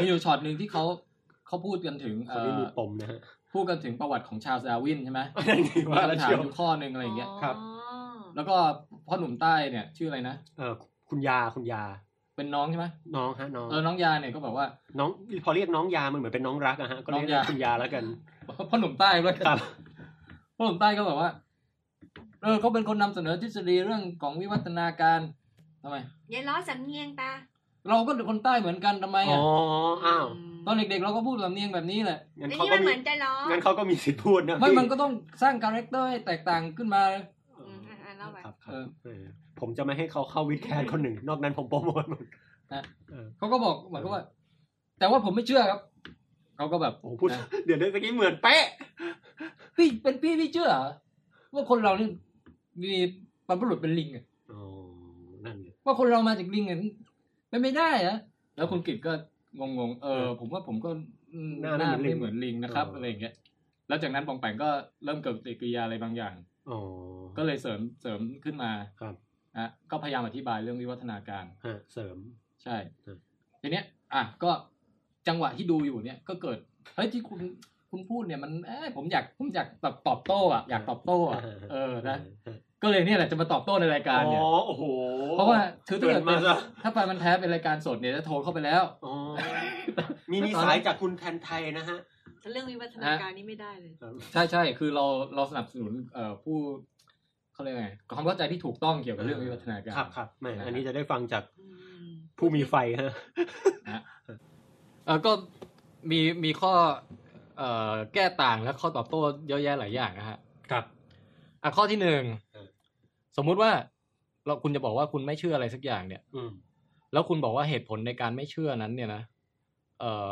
Speaker 1: มีอยู่ช็อตหนึ่งที่เขาเขาพูดกันถึง
Speaker 2: ค
Speaker 1: เอน
Speaker 2: นี้
Speaker 1: อ
Speaker 2: มีปมนะฮะ
Speaker 1: พูดกันถึงประวัติของชาวซาวินใช่ไหม
Speaker 2: นั่นนี่
Speaker 1: มี
Speaker 2: ว่าแล้ว
Speaker 1: คำถาม
Speaker 2: เชียว
Speaker 1: อยู่ข้อหนึ่งอะไรอย่างเงี้ย
Speaker 2: ครับ
Speaker 3: อ๋อ
Speaker 1: แล้วก็พ่อหนุ่มใต้เนี่ย ชื่ออะไรนะ
Speaker 2: เออคุณยาคุณยา
Speaker 1: เป็นน้องใช่ไหม
Speaker 2: น้องฮะน้อง
Speaker 1: เออน้องยาเนี่ยก็แบบว่า
Speaker 2: น้องพอเรียกน้องยามันเหมือนเป็นน้องรักอะฮะก็เรีย
Speaker 1: น้องยา
Speaker 2: กคุณยาแล้วกัน
Speaker 1: พ่อหนุ่มใต้ด้วย
Speaker 2: ครับ
Speaker 1: พวกผมใต้ก็แบบว่า เออเขาเป็นคนนำเสนอทฤษฎีเรื่องของวิวัฒนาการทำไม
Speaker 3: ยายล้อสำเนียงตา
Speaker 1: เราก็เป็นคนใต้เหมือนกันทำไม
Speaker 2: อ๋
Speaker 1: อ่ะ
Speaker 2: อ อ้าว
Speaker 1: ตอนเด็กๆเราก็พูดสำเนียงแบบนี้ แหละ
Speaker 3: อั
Speaker 2: งั้
Speaker 3: น
Speaker 2: นเขา
Speaker 3: นี้
Speaker 2: ก็
Speaker 3: มันเห
Speaker 2: มี
Speaker 3: มือนจะล้อ
Speaker 2: งั้นเขาก็มีสิทธิ์พูดนะ
Speaker 1: ไม่
Speaker 2: พี่
Speaker 1: มันก็ต้องสร้างคาแรคเตอร์ให้แตกต่างขึ้นมา
Speaker 2: เอ
Speaker 3: อื
Speaker 2: อ
Speaker 3: มอ่ะอ่ะเล่าไป
Speaker 2: ครับครับ
Speaker 1: เออ
Speaker 2: เออผมจะไม่ให้เขาเข้าวิดแคสคนหนึ่ง นอกนั้นผมโปรโมทหมด
Speaker 1: เขาก็บอกเหมือนกับว่า แต่ว่าผมไม่เชื่อครับเขาก็แบบ
Speaker 2: โอ้โหพูด
Speaker 1: นะ
Speaker 2: เดี๋ยวเดี๋ยวตะกี้เหมือนเป๊ะ
Speaker 1: พี่ เป็นพี่พี่เชื่อเหรอว่าคนเรานี่มีบรรพบุรุษเป็นลิงอะ
Speaker 2: อ๋อ นั่นไง
Speaker 1: ว่าคนเรามาจากลิงอะเป็นไม่ได้อะแล้วคุณกิตก็งงๆเออ ผมว่าผมก็อืม
Speaker 2: หน้าไม่เหมือนลิง
Speaker 1: ไม่เหมือนลิงนะครับ
Speaker 2: เอออ
Speaker 1: อะไรอย่างเงี้ยแล้วจากนั้นปองแปงก็เริ่มเกิดปฏิกิริยาอะไรบางอย่าง
Speaker 2: อ๋อ
Speaker 1: ก็เลยเสริมเสริมขึ้นมา
Speaker 2: ครับ
Speaker 1: อ่ะก็พยายามอธิบายเรื่องวิวัฒนาการ
Speaker 2: ฮะเสริม
Speaker 1: ใช่
Speaker 2: ครับ
Speaker 1: ทีเนี้ย อ่ะก็จังหวะที่ดูอยู่เนี่ย ก็เกิดเฮ้ยที่คุณคุณพูดเนี่ยมันเอ้ยผมอยากผมอยากแบบตอบโต้อ่ะอยากตอบโต้อ่ะเออนะก็เลยเนี่ยแหละจะมาตอบโต้ในรายการเนี่ย
Speaker 2: อ๋อโอ้โห
Speaker 1: เพราะว่าคือถ้า
Speaker 2: เกิ
Speaker 1: เกิ
Speaker 2: ด
Speaker 1: ด
Speaker 2: มา
Speaker 1: เป็น
Speaker 2: ซะ
Speaker 1: ถ้าไปมันแท้เป็นรายการสดเนี่ยจะโทรเข้าไปแล้ว
Speaker 2: อ๋อ มีนิสัยจากคุณแทนไทยนะฮะ
Speaker 3: เรื่องวิวัฒนาการนี่ไม่ได้เลย
Speaker 1: ใช่ใช่คือเราเราสนับสนุนเอ่อผู้เขาเรียกไงความเข้าใจที่ถูกต้องเกี่ยวกับเรื่องวิวัฒนาการ
Speaker 2: ครับครับแหม่
Speaker 1: นะฮะ
Speaker 2: อันนี้จะได้ฟังจาก
Speaker 3: อืม
Speaker 2: ผู้มีไฟฮะ
Speaker 1: เออก็มีมีข้อเอ่อแก้ต่างและข้อตอบโต้เยอะแยะหลายอย่างนะฮะ
Speaker 2: ครับ
Speaker 1: อ่ะข้อที่หนึ่ง
Speaker 2: เออ
Speaker 1: สมมุติว่าเราคุณจะบอกว่าคุณไม่เชื่ออะไรสักอย่างเนี่ย
Speaker 2: อืม
Speaker 1: แล้วคุณบอกว่าเหตุผลในการไม่เชื่อนั้น เนี่ยนะเอ่อ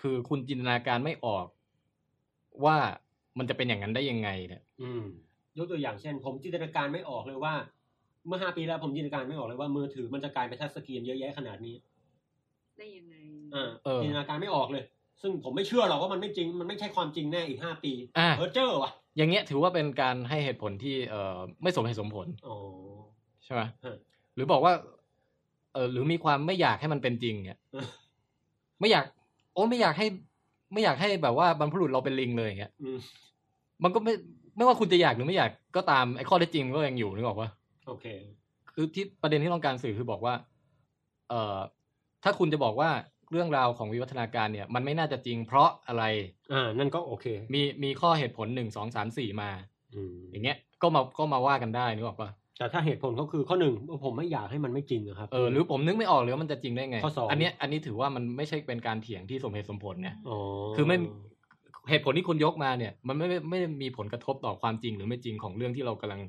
Speaker 1: คือคุณจินตนาการไม่ออก ว่ามันจะเป็นอย่างนั้นได้ยังไงเนี่ย
Speaker 2: อืมยกตัวอย่างเช่น ผมจินตนาการไม่ออกเลยว่า เมื่อห้าปีแล้วผมจินตนาการไม่ออกเลยว่ามือถือมันจะกลายเป็นทัชสกรีนเยอะแยะขนาดนี้
Speaker 3: ได้ยังไง
Speaker 2: อ่า
Speaker 1: เออ
Speaker 2: จินตนาการไม่ออกเลย ซึ่งผมไม่เชื่อหรอกว่ามันไม่จริง มันไม่ใช่ความจริงแน่อีกห้าปี
Speaker 1: อ่ะ
Speaker 2: เออเจอว่ะ
Speaker 1: อย่างเงี้ยถือว่าเป็นการให้เหตุผลที่เอ่อไม่สมเหตุสมผล
Speaker 2: อ๋อ
Speaker 1: ใช่ไหม
Speaker 2: เออ
Speaker 1: หรือบอกว่า เออหรือมีความไม่อยากให้มันเป็นจริงเนี่ย
Speaker 2: เออ
Speaker 1: ไม่อยาก โอ้ไม่อยากให้ ไม่อยากให้แบบว่าบรรพบุรุษเราเป็นลิงเลยอย่างเงี้ย
Speaker 2: อืม
Speaker 1: มันก็ไม่ไม่ว่าคุณจะอยากหรือไม่อยากก็ตามไอ้ข้อเท็จจริงก็ยังอยู่นึกออกว่า
Speaker 2: โอเค
Speaker 1: คือที่ประเด็นที่ต้องการสื่อคือบอกว่า เอ่อถ้าคุณจะบอกว่าเรื่องราวของวิวัฒนาการเนี่ย มันไม่น่าจะจริง เพราะอะไร
Speaker 2: อ่า นั่นก็โอเค
Speaker 1: มีมีข้อเหตุผลหนึ่งสองสามสี่มา
Speaker 2: อืม
Speaker 1: อย่างเงี้ย ก็มาก็มาว่ากันได้นึกออกปะ
Speaker 2: แต่ถ้าเหตุผลเขาคือข้อหนึ่งว่าผมไม่อยากให้มันไม่จริงะครับ
Speaker 1: เออหรือผมนึกไม่ออกเลยว่ามันจะจริงได้ไง
Speaker 2: ข้อสอง
Speaker 1: นเนี้ยอันนี้ถือว่ามันไม่ใช่เป็นการเถียงที่สมเหตุสมผลเนี่ย
Speaker 2: อ๋อ
Speaker 1: คือไม่ เหตุผลที่คุณยกมาเนี่ย มันไม่ไม่ไม่ได้มีผลกระทบต่อความจริงหรือไม่จริงของเรื่องที่เรากำลัง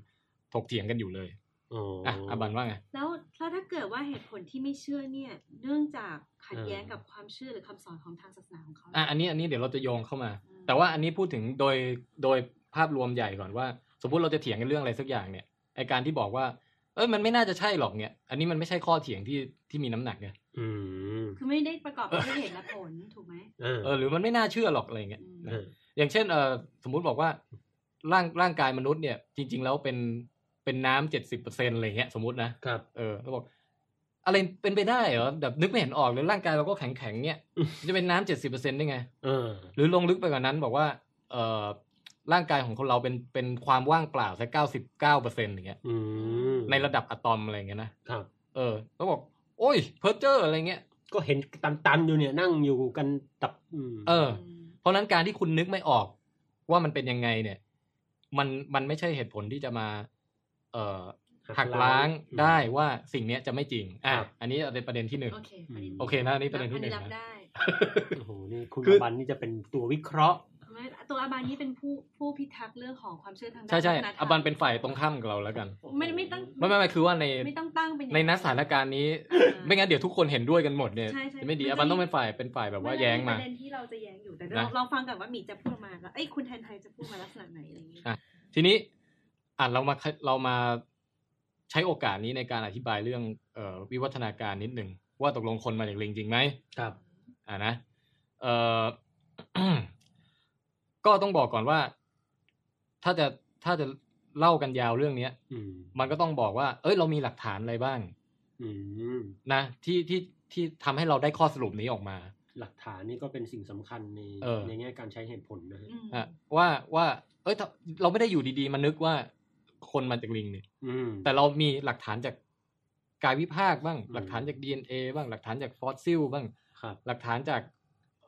Speaker 1: ถกเถียงกันอยู่เลย
Speaker 2: อ๋ออ
Speaker 1: อ่ะอาบันว่าไง
Speaker 3: แล้วแล้วถ้าเกิดว่าเหตุผลที่ไม่เชื่อเนี่ย เนื่องจากขัดแย้ง
Speaker 2: เออ
Speaker 3: กับความเชื่อหรือคำสอนของทางศาสนาของเขา
Speaker 1: อ่ะอันนี้อันนี้เดี๋ยวเราจะโยงเข้ามา
Speaker 3: อืม
Speaker 1: แต่ว่าอันนี้พูดถึงโดยโดยภาพรวมใหญ่ก่อนว่า สมมติเราจะเถียงกันเรื่องอะไรสักอย่างเนี่ยไอการที่บอกว่า เอ้ยมันไม่น่าจะใช่หรอกเนี่ย อันนี้มันไม่ใช่ข้อเถียงที่ที่มีน้ำหนักไง
Speaker 2: อืม
Speaker 3: คือไม่ได้ประกอบด้วยเหตุและผลถูกไหม
Speaker 2: อ่า
Speaker 1: เออหรือมันไม่น่าเชื่อหรอกอะไรอย่างเงี้ยนะ
Speaker 2: อ่า
Speaker 1: อย่างเช่นเออสมมุติบอกว่าร่างร่างกายมนุษย์เนี่ย จริง ๆ แล้วเป็นเป็นน้ำเจ็ดสิบเปอร์เซ็นอะไรเงี้ยสมมตินะครับ เออแล้วบอก อะไรเป็นไปได้เหรอแบบนึกไม่เห็นออกเลยร่างกายเราก็แข็งแข็งๆเนี่ย
Speaker 2: อืม
Speaker 1: จะเป็นน้ำเจ็ดสิบเปอร์เซ็นได้ไง
Speaker 2: เออ
Speaker 1: หรือลงลึกไปกว่านั้นบอกว่าเออร่างกายของคนเราเป็นเป็นความว่างเปล่าสักเก้าสิบเก้าเปอร์เซ็นอย่างเงี้ย
Speaker 2: อืม
Speaker 1: ในระดับอะตอมอะไรเงี้ยนะครับ เออแล้วบอก โอ้ยเพิร์เจอร์อะไรเงี้ย
Speaker 2: ก็เห็นตันๆอยู่เนี่ยนั่งอยู่กันตับอืม
Speaker 1: เออ เพราะฉะนั้นการที่คุณนึกไม่ออกว่ามันเป็นยังไงเนี่ย มันมันไม่ใช่เหตุผลที่จะมา เอ่อหักล้าง
Speaker 2: อืม
Speaker 1: ได้ว่าสิ่งเนี้ยจะไม่จริง อ่ะ
Speaker 2: ครับ
Speaker 1: อันนี้เป็นประเด็นที่หนึ่ง
Speaker 3: โอเคประด็
Speaker 1: โอเคนะอันนี้ประเด็น
Speaker 3: อั
Speaker 1: ที่หนึ่ง
Speaker 3: รับ
Speaker 1: นะ
Speaker 3: ได้
Speaker 2: โอ้โหนี่คุณ
Speaker 1: คือ
Speaker 2: อบันนี่จะเป็นตัววิเคราะห์
Speaker 3: ไม่ ตัวอาบานนี่เป็นผู้ผู้พิทักษ์เรื่องของความเชื่อทางด้าน
Speaker 1: ใช่ใช่
Speaker 3: วัฒนธรรม
Speaker 1: อาบันเป็นฝ่ายตรงข้ามกับเราแล้วกัน
Speaker 3: ไม่ไม่ต้อง
Speaker 1: ไม่ไม่ไม่คือว่าใน
Speaker 3: ไม่ต้องตั้งเป็นอย่ง
Speaker 1: ในนัดสถานการณ์นี้
Speaker 3: อ่า
Speaker 1: ไม่งั้นเดี๋ยวทุกคนเห็นด้วยกันหมดเนี่ย
Speaker 3: ใช่ใช่
Speaker 1: จะไม่ดี
Speaker 3: มันจะ
Speaker 1: อาบันต้องเป็นฝ่ายเป็นฝ่ายแบบว่าน
Speaker 3: จะ
Speaker 1: แย้งมา
Speaker 3: ประเด็นที่เราจะแย้งอยู่แต่เรา
Speaker 1: นะ
Speaker 3: เราฟังกันว่าหมีจะพูดมาแล้วเอ้ยคุณแทนไทยจะพูดมาลักษณะไหนอะไรอย่างเงี้ย
Speaker 1: ทีนี้อ่ะเรามาเรามาใช้โอกาสนี้ในการอธิบายเรื่องเอ่อวิวัฒนาการนิดหนึ่งว่าตกลงคนมาจากลิงจริงไหม
Speaker 2: ครับ
Speaker 1: อ่านะเอ่อ ก็ต้องบอกก่อนว่า ถ้าจะถ้าจะเล่ากันยาวเรื่องเนี้ย
Speaker 2: อืม
Speaker 1: มันก็ต้องบอกว่า เอ้ยเรามีหลักฐานอะไรบ้าง
Speaker 2: อืม
Speaker 1: นะ ที่ที่ที่ทำให้เราได้ข้อสรุปนี้ออกมา
Speaker 2: หลักฐานนี่ก็เป็นสิ่งสำคัญใน
Speaker 1: เออ
Speaker 2: ในแง่การใช้เหตุผลนะฮะ
Speaker 3: อืม
Speaker 1: อ่ะว่าว่า เอ้ยถ้าเราไม่ได้อยู่ดีๆมานึกว่าคนมาจากลิงเนี่ย
Speaker 2: อืม
Speaker 1: แต่เรามีหลักฐานจากกายวิภาคบ้าง
Speaker 2: อืม
Speaker 1: หลักฐานจาก DNA บ้างหลักฐานจากฟอสซิลบ้าง
Speaker 2: ครับ
Speaker 1: หลักฐานจาก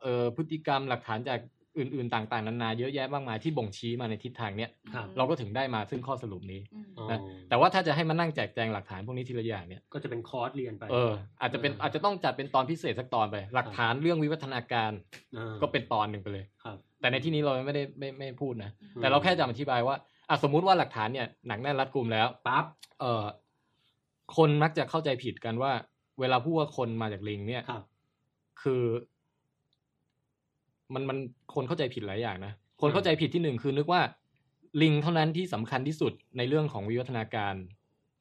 Speaker 1: เอ่อพฤติกรรม หลักฐานจากอื่น ๆ ต่าง ๆนานาเยอะแยะมากมายที่บ่งชี้มาในทิศทางเนี้ย
Speaker 2: ครับ
Speaker 1: เราก็ถึงได้มาซึ่งข้อสรุปนี้
Speaker 3: อืม
Speaker 2: อ๋อ
Speaker 1: นะ แต่ว่าถ้าจะให้มานั่งแจกแจงหลักฐานพวกนี้ทีละอย่างเนี่ย
Speaker 2: ก็จะเป็นคอร์สเรียนไป
Speaker 1: เออ อาจจะเป็น
Speaker 2: เอออ
Speaker 1: อาจจะต้องจัดเป็นตอนพิเศษสักตอนไป หลักฐานเรื่องวิวัฒนาการ
Speaker 2: อ่า
Speaker 1: ก็เป็นตอนหนึ่งไปเลย
Speaker 2: ครับ
Speaker 1: แต่ในที่นี้เราไม่ได้ไม่ไม่พูดนะ
Speaker 2: อืม
Speaker 1: แต่เราแค่จะอธิบายว่าอ่ะสมมุติว่าหลักฐานเนี่ยหนักแน่นรัดกุมแล้ว
Speaker 2: ปั๊บ
Speaker 1: เออคนมักจะเข้าใจผิดกันว่า เวลาพูดว่าคนมาจากลิง เนี่ย
Speaker 2: ครับ
Speaker 1: คือ มันมันคนเข้าใจผิดหลายอย่างนะ คน
Speaker 2: อืม
Speaker 1: เข้าใจผิดที่หนึ่งคือนึกว่า ลิงเท่านั้นที่สำคัญที่สุดในเรื่องของวิวัฒนาการ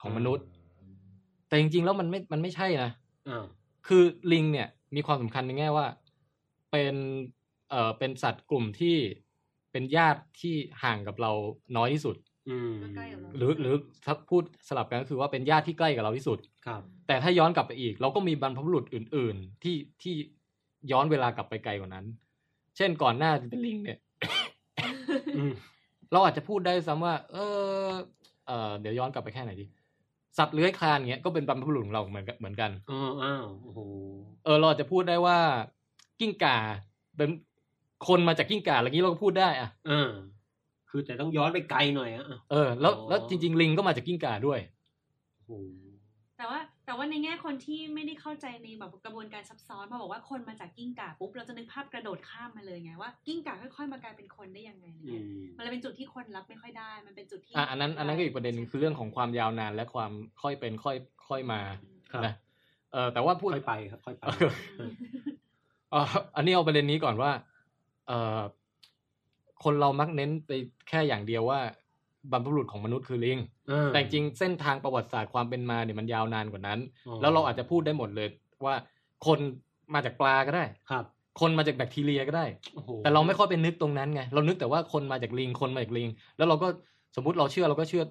Speaker 1: ของมนุษย์ แต่จริงๆแล้วมันไม่มันไม่ใช่นะ
Speaker 2: อ่า
Speaker 1: คือลิงเนี่ยมีความสำคัญในแง่ว่า เป็นเอ่อเป็นสัตว์กลุ่มที่เป็นญาติที่ห่างกับเราน้อยที่สุด
Speaker 2: อืม
Speaker 3: ก็ใกล้กับเรา
Speaker 1: หรือหรือถ้าพูดสลับกันก็คือว่าเป็นญาติที่ใกล้กับเราที่สุด
Speaker 2: ครับ
Speaker 1: แต่ถ้าย้อนกลับไปอีก เราก็มีบรรพบุรุษอื่น ๆ ที่ที่ย้อนเวลากลับไปไกลกว่านั้น เช่นก่อนหน้าที่เป็นลิงเนี่ย
Speaker 2: อืม
Speaker 1: เราอาจจะพูดได้ซ้ำว่า เออเออเดี๋ยวย้อนกลับไปแค่ไหนดีสัตว์เลื้อยคลานเงี้ยก็เป็นบรรพบุรุษของเราเหมือนกันเหมือนกัน
Speaker 2: อ้าวอ้าวโอ้โห
Speaker 1: เออเราอาจจะพูดได้ว่ากิ้งก่าเป็นคนมาจากกิ้งก่าอะไรนี้เราก็พูดได้อะ
Speaker 2: อ่าคือแต่ต้องย้อนไปไกลหน่อยอะอ่ะ
Speaker 1: เออแล้ว
Speaker 2: อ๋อ
Speaker 1: แล้วจริง ๆ ลิงก็มาจากกิ้งก่าด้วย
Speaker 2: โอ้โห
Speaker 3: แต่ว่าแต่ว่าในแง่คนที่ไม่ได้เข้าใจในแบบกระบวนการซับซ้อนพอบอกว่าคนมาจากกิ้งก่าปุ๊บเราจะนึกภาพกระโดดข้ามมาเลยไงว่ากิ้งก่าค่อยๆมากลายเป็นคนได้ยังไงอะไร
Speaker 2: อื
Speaker 3: เงี้ย
Speaker 2: ม
Speaker 3: มันเลยเป็นจุดที่คนรับไม่ค่อยได้ มันเป็นจุดที่
Speaker 1: อ่ะอันนั้นอันนั้นก็อีกประเด็นหนึงคือเรื่องของความยาวนานและความค่อยเป็นค่อยค่อยมา
Speaker 2: ครับ
Speaker 1: นะเออแต่ว่าพูด
Speaker 2: ค่อยไปครับค่อยไป
Speaker 1: เออ เอ่ออันนี้เอาประเด็นนี้ก่อนว่าเออคนเรามักเน้นไปแค่อย่างเดียวว่าบรรพบุรุษของมนุษย์คือลิง
Speaker 2: อ่า
Speaker 1: แต่จริงๆเส้นทางประวัติศาสตร์ความเป็นมาเนี่ยมันยาวนานกว่านั้น
Speaker 2: อ๋
Speaker 1: แล้วเราอาจจะพูดได้หมดเลยว่าคนมาจากปลาก็ได้
Speaker 2: ครับ
Speaker 1: คนมาจากแบคทีเรียก็ได้
Speaker 2: โอ้โห
Speaker 1: แต่เราไม่ค่อยไปนึกตรงนั้นไง เรานึกแต่ว่าคนมาจากลิง คนมาจากลิง แล้วเราก็สมมติเราเชื่อเราก็เชื่อ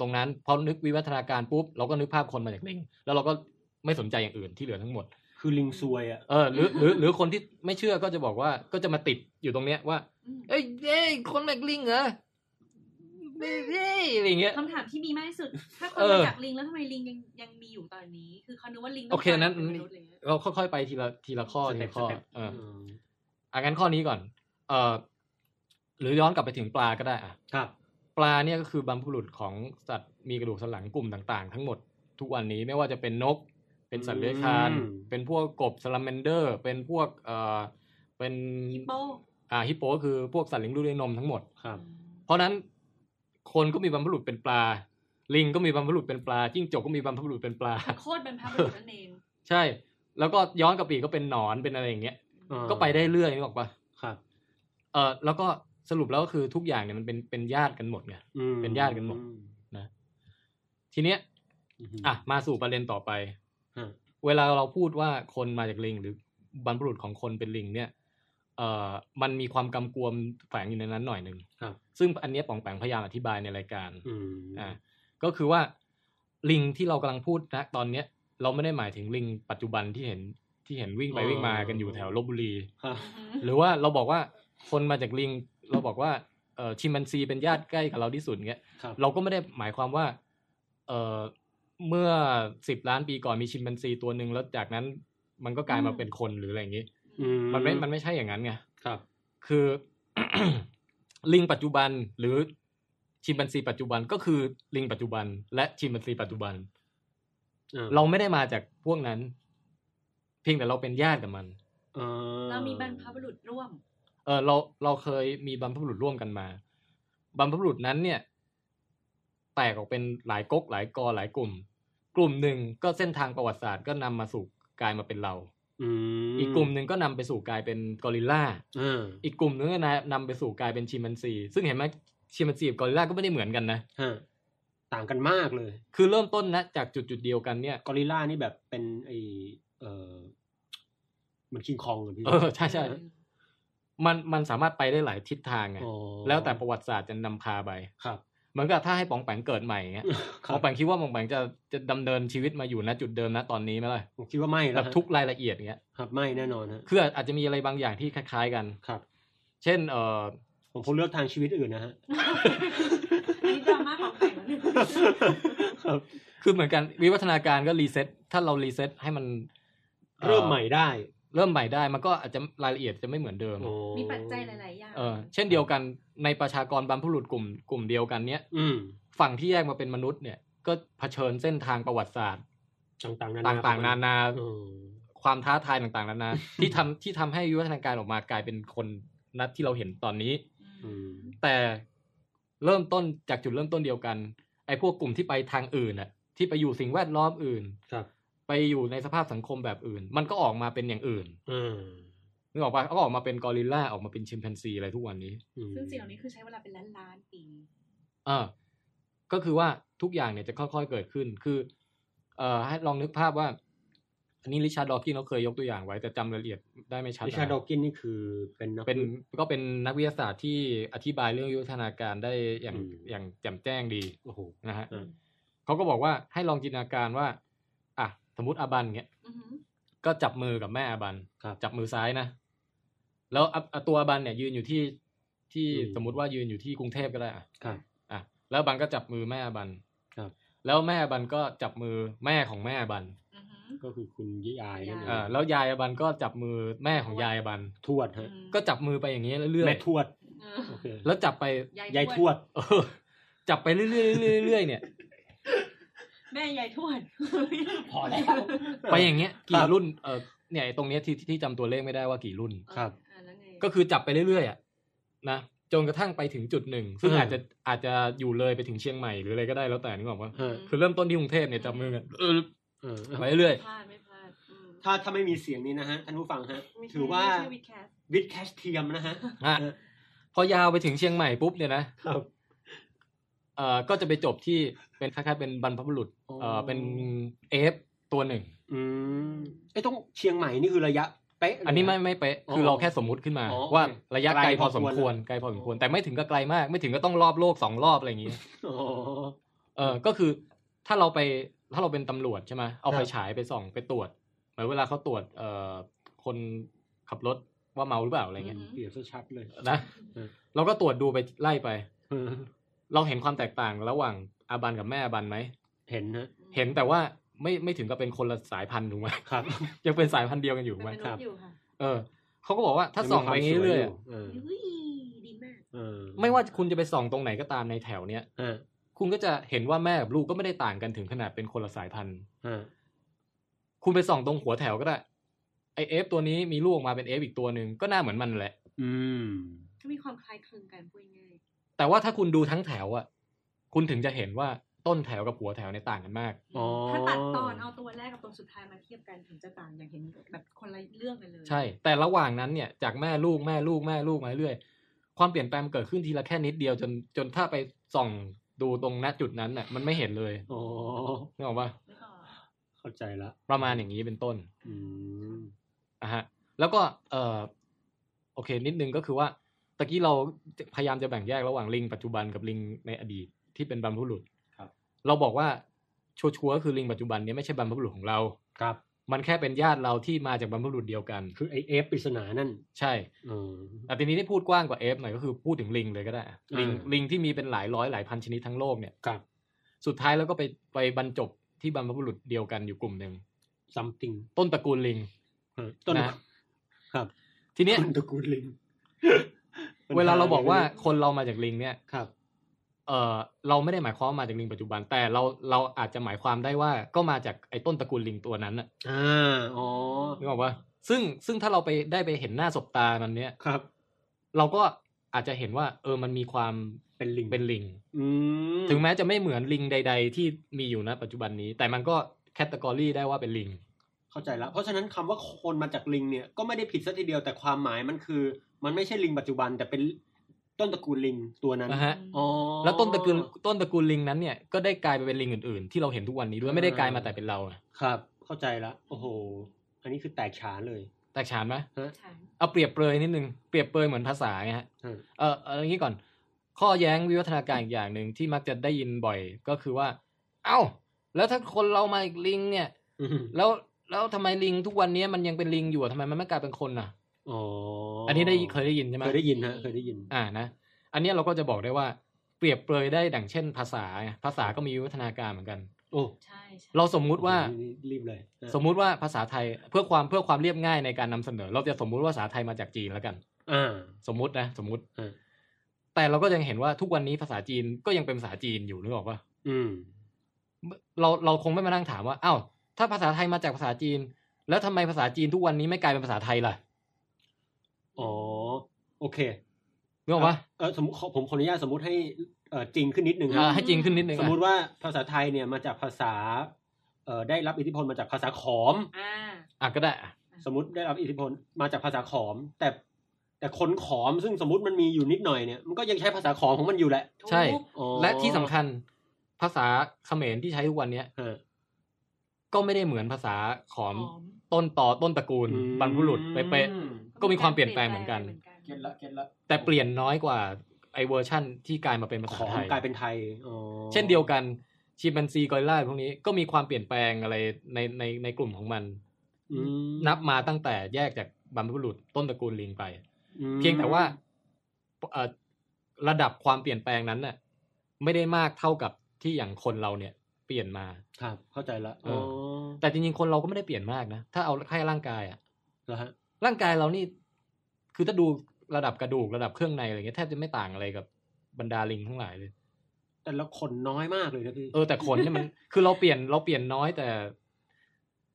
Speaker 1: ตรงนั้น พอนึกวิวัฒนาการปุ๊บเราก็นึกภาพคนมาจากลิง แล้วเราก็ไม่สนใจอย่างอื่นที่เหลือทั้งหมด
Speaker 2: คือลิงซวยอ่ะ
Speaker 1: เออ หรือหรือหรือคนที่ไม่เชื่อก็จะบอกว่าก็จะมาติดอยู่ตรงเนี้ยว่า
Speaker 3: อืม
Speaker 1: เอ้ยเอ้ยคนมาจากลิงเหรอเอ้ยเอ้ยอะไรอย่างเงี้ย
Speaker 3: คำถามที่มีมากที่สุด ถ้าคน
Speaker 1: เออ
Speaker 3: มาจากลิงแล้วทำไมลิงยังยังมีอยู่ตอนนี้ คือเขานึกว่าลิงต้ง
Speaker 1: โอเคนั้น
Speaker 3: กลายป็มษย์ะไรเงี้ย
Speaker 1: เราค่อยๆไปทีละทีละข้อ
Speaker 2: ส
Speaker 1: ที
Speaker 2: เต็ป
Speaker 1: ละข้อ
Speaker 2: สเต็ป
Speaker 1: เออ
Speaker 2: ม
Speaker 1: อางั้นข้อนี้ก่อน เอ่อ หรือย้อนกลับไปถึงปลาก็ได้อะ
Speaker 2: ครับ
Speaker 1: ปลาเนี่ยก็คือบรรพบุรุษของสัตว์มีกระดูกสันหลังกลุ่มต่างๆ ทั้งหมดทุกวันนี้ไม่ว่าจะเป็นนก เป็นสัตว์เลื้อยคลาน
Speaker 2: อืม
Speaker 1: เป็นพวกกบสลาเมนเดอร์ เป็นพวกเอ่อเป็น
Speaker 3: ฮิปโป
Speaker 1: อ่าฮิปโปก็คือพวกสัตว์เลี้ยงลูกด้วยนมทั้งหมด
Speaker 2: ครับ
Speaker 1: เพราะฉะนั้นคนก็มีบรรพบุรุษเป็นปลา ลิงก็มีบรรพบุรุษเป็นปลาจิ้งจกก็มีบรรพบุรุษเป็นปลา
Speaker 3: คือโคตรบรรพบุรุษนั่นเอง
Speaker 1: ใช่ แล้วก็ย้อนกลับไปอีกก็เป็นหนอนเป็นอะไรอย่างเงี้ย
Speaker 2: อ่า
Speaker 1: ก็ไปได้เรื่อยนึกออกปะ
Speaker 2: ครับ
Speaker 1: เออแล้วก็สรุปแล้วก็คือทุกอย่างเนี่ยมันเป็นเป็นญาติกันหมดไง
Speaker 2: อืม
Speaker 1: เป็นญาติกันหมด ทีเนี้ยอ่ะมาสู่ประเด็นต่อไป
Speaker 2: ฮะ
Speaker 1: เวลาเราพูดว่าคนมาจากลิง หรือบรรพบุรุษของคนเป็นลิง เนี่ยเอ่อมันมีความกำกวมแฝงอยู่ในนั้นหน่อยหนึ่ง
Speaker 2: ครับ
Speaker 1: ซึ่งอันเนี้ยป่องแปงพยายามอธิบายในรายการ
Speaker 2: อืม
Speaker 1: อ่าก็คือว่าลิงที่เรากำลังพูดนะตอนเนี้ยเราไม่ได้หมายถึงลิงปัจจุบันที่เห็นที่เห็นวิ่งไปวิ่งมากันอยู่แถวลบบุรี
Speaker 2: ครับ
Speaker 3: อืม
Speaker 1: หรือว่าเราบอกว่าคนมาจากลิง เราบอกว่าเออชิมแปนซีเป็นญาติใกล้กับเราที่สุดเงี้ย
Speaker 2: ครับ
Speaker 1: เราก็ไม่ได้หมายความว่าเออเมื่อสิบล้านปีก่อนมีชิมแปนซีตัวหนึ่งแล้วจากนั้นมันก็กลายมาเป็นคนหรืออะไรอย่างงี้
Speaker 2: อื
Speaker 1: มันไม่มันไม่ใช่อย่างนั้นไง
Speaker 2: ครับ
Speaker 1: คือ ลิงปัจจุบันหรือชิมแปนซีปัจจุบันก็คือลิงปัจจุบัน และชิมแปนซีปัจจุบัน
Speaker 2: อ่า
Speaker 1: เราไม่ได้มาจากพวกนั้น เพียงแต่เราเป็นญาติกับมัน
Speaker 2: อ่
Speaker 3: เรามีบรรพบุรุษร่วม
Speaker 1: เออเราเราเคยมีบรรพบุรุษร่วมกันมาบรรพบุรุษนั้นเนี่ย แตกออกเป็นหลายก๊กหลายกอหลายกลุ่ม กลุ่มหนึ่งก็เส้นทางประวัติศาสตร์ก็นำมาสู่กลายมาเป็นเรา
Speaker 2: อื
Speaker 1: อีกกลุ่มหนึ่งก็นำไปสู่กลายเป็นกอริลลา
Speaker 2: อ่า
Speaker 1: อีกกลุ่มนึงก็นะนำไปสู่กลายเป็นชิมแปนซี ซึ่งเห็นไหมชิมแปนซีกับกอริลลาก็ไม่ได้เหมือนกันนะ
Speaker 2: ฮะต่างกันมากเลย
Speaker 1: คือเริ่มต้นนะจากจุดจุดๆเดียวกันเนี่ย
Speaker 2: กอริลลานี่แบบเป็นไอเออเหมันคิงคองเหรอพี่
Speaker 1: เออใช่ใช่มันมันสามารถไปได้หลายทิศทางไง
Speaker 2: อ๋อ
Speaker 1: แล้วแต่ประวัติศาสตร์จะนำพาไป
Speaker 2: ครับ
Speaker 1: เหมือนกับถ้าให้ปองแปงเกิดใหม่อย่างเงี้ยป
Speaker 2: ค
Speaker 1: อ
Speaker 2: รั
Speaker 1: บ งแปงคิดว่าปองแปงจะจะดำเนินชีวิตมาอยู่ณจุดเดิมนะตอนนี้ไหมล่ะ
Speaker 2: ผมคิดว่าไม่
Speaker 1: แบ
Speaker 2: แล้ว
Speaker 1: บ
Speaker 2: ฮะ
Speaker 1: ทุกรายละเอียดเงี้ย
Speaker 2: ครับไม่แน่นอนฮะ
Speaker 1: คืออาจจะมีอะไรบางอย่างที่คล้าย ๆกัน
Speaker 2: ครับ
Speaker 1: เช่นเออ
Speaker 2: ผมคงเลือกทางชีวิตอื่นนะ ฮะ
Speaker 3: อันนี้ดราม่าของแต่งแล้วเนี่ย
Speaker 2: ครับ
Speaker 1: คือเหมือนกันวิวัฒนาการก็รีเซ็ตถ้าเรารีเซ็ตให้มันอ่อ
Speaker 2: เริ่มใหม่ได้
Speaker 1: เริ่มใหม่ได้มันก็อาจจะรายละเอียดจะไม่เหมือนเดิม
Speaker 2: โอ้
Speaker 3: มีปัจจัยหลายๆอย่าง
Speaker 1: เออเช่นเดียวกันในประชากรบรรพบุรุษกลุ่มกลุ่มเดียวกันเนี้ย
Speaker 2: อืม
Speaker 1: ฝั่งที่แยกมาเป็นมนุษย์เนี่ยก็เผชิญเส้นทางประวัติศาสตร์
Speaker 2: ต่างๆนานา
Speaker 1: ต่างๆ นานา
Speaker 2: เออ
Speaker 1: ความท้าทายต่างๆ นานาที่ทำที่ทำให้วิวัฒนาการออกมากลายเป็นคนนัดที่เราเห็นตอนนี้
Speaker 2: อืม
Speaker 1: แต่เริ่มต้นจากจุดเริ่มต้นเดียวกันไอ้พวกกลุ่มที่ไปทางอื่นน่ะที่ไปอยู่สิ่งแวดล้อมอื่น
Speaker 2: ครับ
Speaker 1: ไปอยู่ในสภาพสังคมแบบอื่น มันก็ออกมาเป็นอย่างอื่น
Speaker 2: อืม
Speaker 1: นึกออกปะก็ออกมาเป็นกอริลลาออกมาเป็นชิมแปนซีอะไรทุกวันนี้
Speaker 2: อืม
Speaker 3: ซึ่งสิ่งเหล่านี้คือใช้เวลาเป็นล้านล้านๆปี
Speaker 1: เออก็คือว่าทุกอย่างเนี่ยจะค่อยๆเกิดขึ้น คือ เอ่อให้ลองนึกภาพว่า อันนี้ริชาร์ดดอว์กินเขาเคยยกตัวอย่างไว้ แต่จำรายละเอียดได้ไม่ชัด
Speaker 2: ริชาร์ดดอว์กินนี่คือเป็นนัก
Speaker 1: เป็นก็เป็นนักวิทยาศาสตร์ที่อธิบายเรื่องยุทธนาการได้อย่าง
Speaker 2: อืม
Speaker 1: อย่างแจ่มแจ้งดี
Speaker 2: โอ้โห
Speaker 1: นะฮะ
Speaker 2: อืม
Speaker 1: เขาก็บอกว่าให้ลองจินตนาการว่า อ่ะสมมติอาบันเงี้ย
Speaker 3: อือหือ
Speaker 1: ก็จับมือกับแม่อาบัน
Speaker 2: ครับ
Speaker 1: จับมือซ้ายนะ แล้วอ่ะอ่ะตัวอาบันเนี่ย ยืนอยู่ที่ที่
Speaker 2: อืม
Speaker 1: สมมติว่ายืนอยู่ที่กรุงเทพก็ได้อ่ะ
Speaker 2: ครับ
Speaker 1: อ่ะแล้วบันก็จับมือแม่บัน
Speaker 2: ครับ
Speaker 1: แล้วแม่บันก็จับมือแม่ของแม่บัน
Speaker 3: อือหือ
Speaker 2: ก็คือคุณยี่อายนั่นเอง
Speaker 1: อ่าแล้วยายบันก็จับมือแม่ของยายบัน
Speaker 2: ทวดฮะ
Speaker 1: ก็จับมือไปอย่างนี้เรื่อย
Speaker 2: แม่ทวด
Speaker 3: เออ
Speaker 2: โอเค
Speaker 1: ๆแล้วจับไป
Speaker 2: ยายทวด
Speaker 1: เออ จับไปเรื่อยๆเรื่อยๆเนี่ย
Speaker 3: แม่ยายทวด
Speaker 2: พอแล้ว
Speaker 1: ไปอย่างเงี้ย
Speaker 2: ค
Speaker 1: กี่
Speaker 2: รับ
Speaker 1: รุ่นเออเนี่ยไอ้ตรงเนี้ยที่ที่ที่จำตัวเลขไม่ได้ว่ากี่รุ่น
Speaker 2: ครับ
Speaker 3: อ่าแล้วไง
Speaker 1: ก็คือจับไปเรื่อยๆอ่ะนะจนกระทั่งไปถึงจุดหนึ่ง ซึ่ง
Speaker 2: อืม
Speaker 1: อาจจะอาจจะอยู่เลยไปถึงเชียงใหม่หรืออะไรก็ได้แล้วแต่นึกออกปะ
Speaker 2: ฮะ
Speaker 1: คือเริ่มต้นที่กรุงเทพเนี่ยจับมือกันเออ
Speaker 2: เออ
Speaker 1: ไปเรื่อย
Speaker 3: พลาดไม่พลาดอืม
Speaker 2: ถ้าถ้าไม่มีเสียงนี้นะฮะท่านผู้ฟังฮะ
Speaker 3: ไม่ใช่
Speaker 2: ถือว่า
Speaker 3: ไม่ใช่วิดแคส
Speaker 2: วิดแคชเทียมนะฮะ
Speaker 1: ๆฮะพอยาวไปถึงเชียงใหม่ปุ๊บเนี่ยนะ
Speaker 2: ครับ
Speaker 1: เอ่อก็จะไปจบที่เป็นคล้ายๆเป็นบรรพบุรุษ
Speaker 2: อ๋อ
Speaker 1: เอ่อเป็นเอฟตัวหนึ่ง
Speaker 2: อืมไอ้ยต้องเชียงใหม่นี่คือระยะเป๊ะเลย
Speaker 1: อันนี้ไม่ไม่เป๊ะ
Speaker 2: อ๋อ
Speaker 1: คือเราแค่สมมุติขึ้นมา
Speaker 2: อ๋อโอเค
Speaker 1: ว่าระยะไกล
Speaker 2: ไกล
Speaker 1: พ
Speaker 2: พ
Speaker 1: อ
Speaker 2: อ
Speaker 1: สมควรไกลพอสมควร แต่ไม่ถึงก็ไกลมาก ไม่ถึงก็ต้องรอบโลกสองรอบอะไรอย่างนี้
Speaker 2: อ๋อ
Speaker 1: เออก็คือถ้าเราไปถ้าเราเป็นตำรวจใช่ไหมเอาไฟ
Speaker 2: ครับ
Speaker 1: ฉายไปส่องไปตรวจเหมือนเวลาเขาตรวจเอ่อคนขับรถว่าเมาหรือเปล่าอะไรเงี้ย
Speaker 2: เปรียบซะชัดเลย
Speaker 1: นะ
Speaker 2: อืม
Speaker 1: เราก็ตรวจดูไปไล่ไป เราเห็นความแตกต่างระหว่างอาบันกับแม่อาบันไหม
Speaker 2: เห็นนะ
Speaker 1: เห็นแต่ว่าไม่ไม่ถึงกับเป็นคนละสายพันธุ์ถูกไหม
Speaker 2: ครับ
Speaker 1: ยังเป็นสายพันธุ์เดียวกันอยู่
Speaker 3: เป็น
Speaker 1: ไหม
Speaker 3: มนุษย์อยู่ค่ะ
Speaker 1: เออเขาก็บอกว่าถ้าส่องไป
Speaker 2: ยังมีควมสว
Speaker 1: เรื่อยๆอะ
Speaker 2: เออ
Speaker 3: อุ้ยดีมาก
Speaker 2: เออ
Speaker 1: ไม่ว่าคุณจะไปส่องตรงไหนก็ตามในแถวเนี้ย
Speaker 2: ฮะ
Speaker 1: คุณก็จะเห็นว่าแม่กับลูกก็ไม่ได้ต่างกันถึงขนาดเป็นคนละสายพันธุ์
Speaker 2: ฮะ
Speaker 1: คุณไปส่องตรงหัวแถวก็ได้ ไอเอฟตัวนี้มีลูกออกมาเป็นเอฟอีกตัวหนึ่งก็หน่าเหมือนมันแหละ
Speaker 2: อืม
Speaker 3: ก็มีความคล้ายคลึงกันพูดง่าย
Speaker 1: แต่ว่าถ้าคุณดูทั้งแถวอะคุณถึงจะเห็นว่าต้นแถวกับหัวแถวเนี่ยต่างกันมาก
Speaker 3: ๆ
Speaker 2: อ๋อ
Speaker 3: ถ้าตัดตอนเอาตัวแรกกับตัวสุดท้ายมาเทียบกันถึงจะต่างอย่างเห็นแบบคนละเรื่องกันเลย
Speaker 1: ใช่ แต่ระหว่างนั้นเนี่ยจากแม่ลูกแม่ลูกแม่ลูกมาเรื่อยๆความเปลี่ยนแปลงมันเกิดขึ้นทีละแค่นิดเดียวจนจนถ้าไปส่องดูตรงณจุดนั้นน่ะมันไม่เห็นเลย
Speaker 2: อ๋อ
Speaker 1: นึกออกปะ
Speaker 3: นึกออก
Speaker 2: เข้าใจละ
Speaker 1: ประมาณอย่างนี้เป็นต้น
Speaker 2: อืม
Speaker 1: นะฮะ แล้วก็เออโอเค นิดนึงก็คือว่าตะกี้เราพยายามจะแบ่งแยกระหว่างลิงปัจจุบันกับลิงในอดีตที่เป็นบรรพบุรุษ
Speaker 2: ครับ
Speaker 1: เราบอกว่าชัวร์ๆคือลิงปัจจุบันเนี่ยไม่ใช่บรรพบุรุษของเรา
Speaker 2: ครับ
Speaker 1: มันแค่เป็นญาติเราที่มาจากบรรพบุรุษเดียวกัน
Speaker 2: คือไอเอฟปริศนานั่น
Speaker 1: ใช่
Speaker 2: เออ
Speaker 1: แต่ทีนี้ที่พูดกว้างกว่าเอฟหน่อยก็คือพูดถึงลิงเลยก็ได้อะลิง
Speaker 2: อ่า
Speaker 1: ลิงที่มีเป็นหลายร้อยหลายพันชนิดทั้งโลกเนี่ย
Speaker 2: กับ
Speaker 1: สุดท้ายแล้วก็ไปไปบรรจบที่บรรพบุรุษเดียวกันอยู่กลุ่มหนึ่ง
Speaker 2: ซัมติง
Speaker 1: ต้นตระกูลลิง
Speaker 2: ต้น
Speaker 1: นะ
Speaker 2: ครับ
Speaker 1: ทีเนี้ย
Speaker 2: ต้นตระกูลลิง
Speaker 1: เวลาเราบอกว่าคนเรามาจากลิงเนี่ย
Speaker 2: ครับ
Speaker 1: เออเราไม่ได้หมายความว่ามาจากลิงปัจจุบัน แต่เราเราอาจจะหมายความได้ว่าก็มาจากไอ้ต้นตระกูลลิงตัวนั้นน่ะ
Speaker 2: อ่า อ๋อ
Speaker 1: นึกออกปะซึ่งซึ่งถ้าเราไปได้ไปเห็นหน้าศพตามันเนี่ย
Speaker 2: ครับ
Speaker 1: เราก็อาจจะเห็นว่า เออมันมีความ
Speaker 2: เป็นลิง
Speaker 1: เป็นลิง
Speaker 2: อืม
Speaker 1: ถึงแม้จะไม่เหมือนลิงใด ๆ ที่มีอยู่ณปัจจุบันนี้ แต่มันก็แคตตากรีได้ว่าเป็นลิง
Speaker 2: เข้าใจแล้ว เพราะฉะนั้นคำว่าคนมาจากลิงเนี่ยก็ไม่ได้ผิดซะทีเดียวแต่ความหมายมันคือ มันไม่ใช่ลิงปัจจุบัน แต่เป็นต้นตระกูลลิงตัวนั้น
Speaker 1: นะฮะ
Speaker 2: อ๋อ
Speaker 1: แล้วต้นตระกูลต้นตระกูลลิงนั้นเนี่ยก็ได้กลายไปเป็นลิงอื่นๆ ที่เราเห็นทุกวันนี้ด้วยไม่ได้กลายมาแต่เป็นเราอะ
Speaker 2: ครับ เข้าใจละโอ้โห อันนี้คือแตกฉานเลย
Speaker 1: แตกฉานไหม
Speaker 3: ใช่
Speaker 1: เอาเปรียบเปรยนิดนึงเปรียบเปรยเหมือนภาษาไงฮะ
Speaker 2: เออ
Speaker 1: เออเอาอย่างนี้ก่อน ข้อแย้งวิวัฒนาการอีกอย่างหนึ่งที่มักจะได้ยินบ่อยก็คือว่า เอ้า แล้วถ้าคนเรามาอีกลิงเนี่ย แล้วแล้วทำไมลิงทุกวันนี้มันยังเป็นลิงอยู่อะทำไมมันไม่กลายเป็นคนอ่ะ
Speaker 2: อ๋อ
Speaker 1: อั
Speaker 2: อั
Speaker 1: นนี้ได้เคยได้ยินใช่ไหม
Speaker 2: เคยได้ยินฮะ เคยได้ยิน
Speaker 1: อ่านะ อันเนี้ยเราก็จะบอกได้ว่าเปรียบเปรยได้ดังเช่นภาษาไงภาษาก็มีวิวัฒนาการเหมือนกัน
Speaker 2: โอ้
Speaker 3: ใช่
Speaker 1: เราสมมุติว่า
Speaker 2: นี่รีบเลยอ่ะ
Speaker 1: สมมุติว่าภาษาไทยเพื่อความเพื่อความเรียบง่ายในการนำเสนอ เราจะสมมุติว่าภาษาไทยมาจากจีนแล้วกัน
Speaker 2: อ่า
Speaker 1: สมมุตินะสมมุติ
Speaker 2: เออ
Speaker 1: แต่เราก็ยังเห็นว่าทุกวันนี้ภาษาจีนก็ยังเป็นภาษาจีนอยู่นึกออกปะ
Speaker 2: อืม
Speaker 1: เราเราคงไม่มานั่งถามว่าอ้าวถ้าภาษาไทยมาจากภาษาจีน แล้วทำไมภาษาจีนทุกวันนี้ไม่กลายเป็นภาษาไทยล่ะ
Speaker 2: อ๋อ โอเค
Speaker 1: นึกออกปะ
Speaker 2: เออสมมติขอผมขออนุญาตสมมติให้เออจริงขึ้นนิดนึงค
Speaker 1: อ่า
Speaker 2: รับ
Speaker 1: ให้จริงขึ้นนิดนึง
Speaker 2: สม
Speaker 1: อะ
Speaker 2: มติว่าภาษาไทยเนี่ยมาจากภาษาเออได้รับอิทธิพลมาจากภาษาขอม
Speaker 3: อ่า
Speaker 1: อ่ะก็ได้อะ
Speaker 2: สมมติได้รับอิทธิพลมาจากภาษาขอม แต่แต่คนขอมซึ่งสมมติมันมีอยู่นิดหน่อยเนี่ยมันก็ยังใช้ภาษาขอมของมันอยู่แหละ
Speaker 1: ใช่
Speaker 3: ถูก
Speaker 2: อ๋อ
Speaker 1: และที่สำคัญภาษาเขมรที่ใช้ทุกวันเนี้ย
Speaker 2: เออ
Speaker 1: ก็ไม่ได้เหมือนภาษาขอม
Speaker 3: หอม
Speaker 1: ต้นต่อต้นตระกูล
Speaker 2: อืม
Speaker 1: บรรพบุรุษเป๊ะ ก็มีความเปลี่ยนแปลงเหมือนกัน
Speaker 4: เก็ตละเก็ตละ
Speaker 1: ๆแต่เปลี่ยนน้อยกว่าไอเวอร์ชั่นที่กลายมาเป็นภา
Speaker 2: ข
Speaker 1: ษา
Speaker 2: อ
Speaker 1: ไท
Speaker 2: ม
Speaker 1: ย
Speaker 2: กลายเป็นไทยอ๋อ
Speaker 1: เช่นเดียวกันชิมแปนซีกอริลล่าพวกนี้ก็มีความเปลี่ยนแปลงอะไรในในในกลุ่มของมัน
Speaker 2: อืม
Speaker 1: นับมาตั้งแต่แยกจากบรรพบุรุษต้นตระกูลลิงไป
Speaker 2: อืม
Speaker 1: เพียงแต่ว่าเอ่อระดับความเปลี่ยนแปลงนั้นน่ะไม่ได้มากเท่ากับที่อย่างคนเราเนี่ยเปลี่ยนมา
Speaker 2: ครับ เข้าใจละ
Speaker 1: เอ
Speaker 2: อ๋อ
Speaker 1: อ แต่จริงๆคนเราก็ไม่ได้เปลี่ยนมากนะถ้าเอาแค่ร่างกายอะ
Speaker 2: แล้วฮะ
Speaker 1: ร่างกายเรานี่ คือถ้าดูระดับกระดูกระดับเครื่องในอะไรเงี้ยแทบจะไม่ต่างอะไรกับบรรดาลิงทั้งหลายเลย
Speaker 2: แต่ละคนน้อยมากเลยนะพี่
Speaker 1: เออแต่ขนเนี่ยมัน คือเราเปลี่ยนเราเปลี่ยนน้อยแต่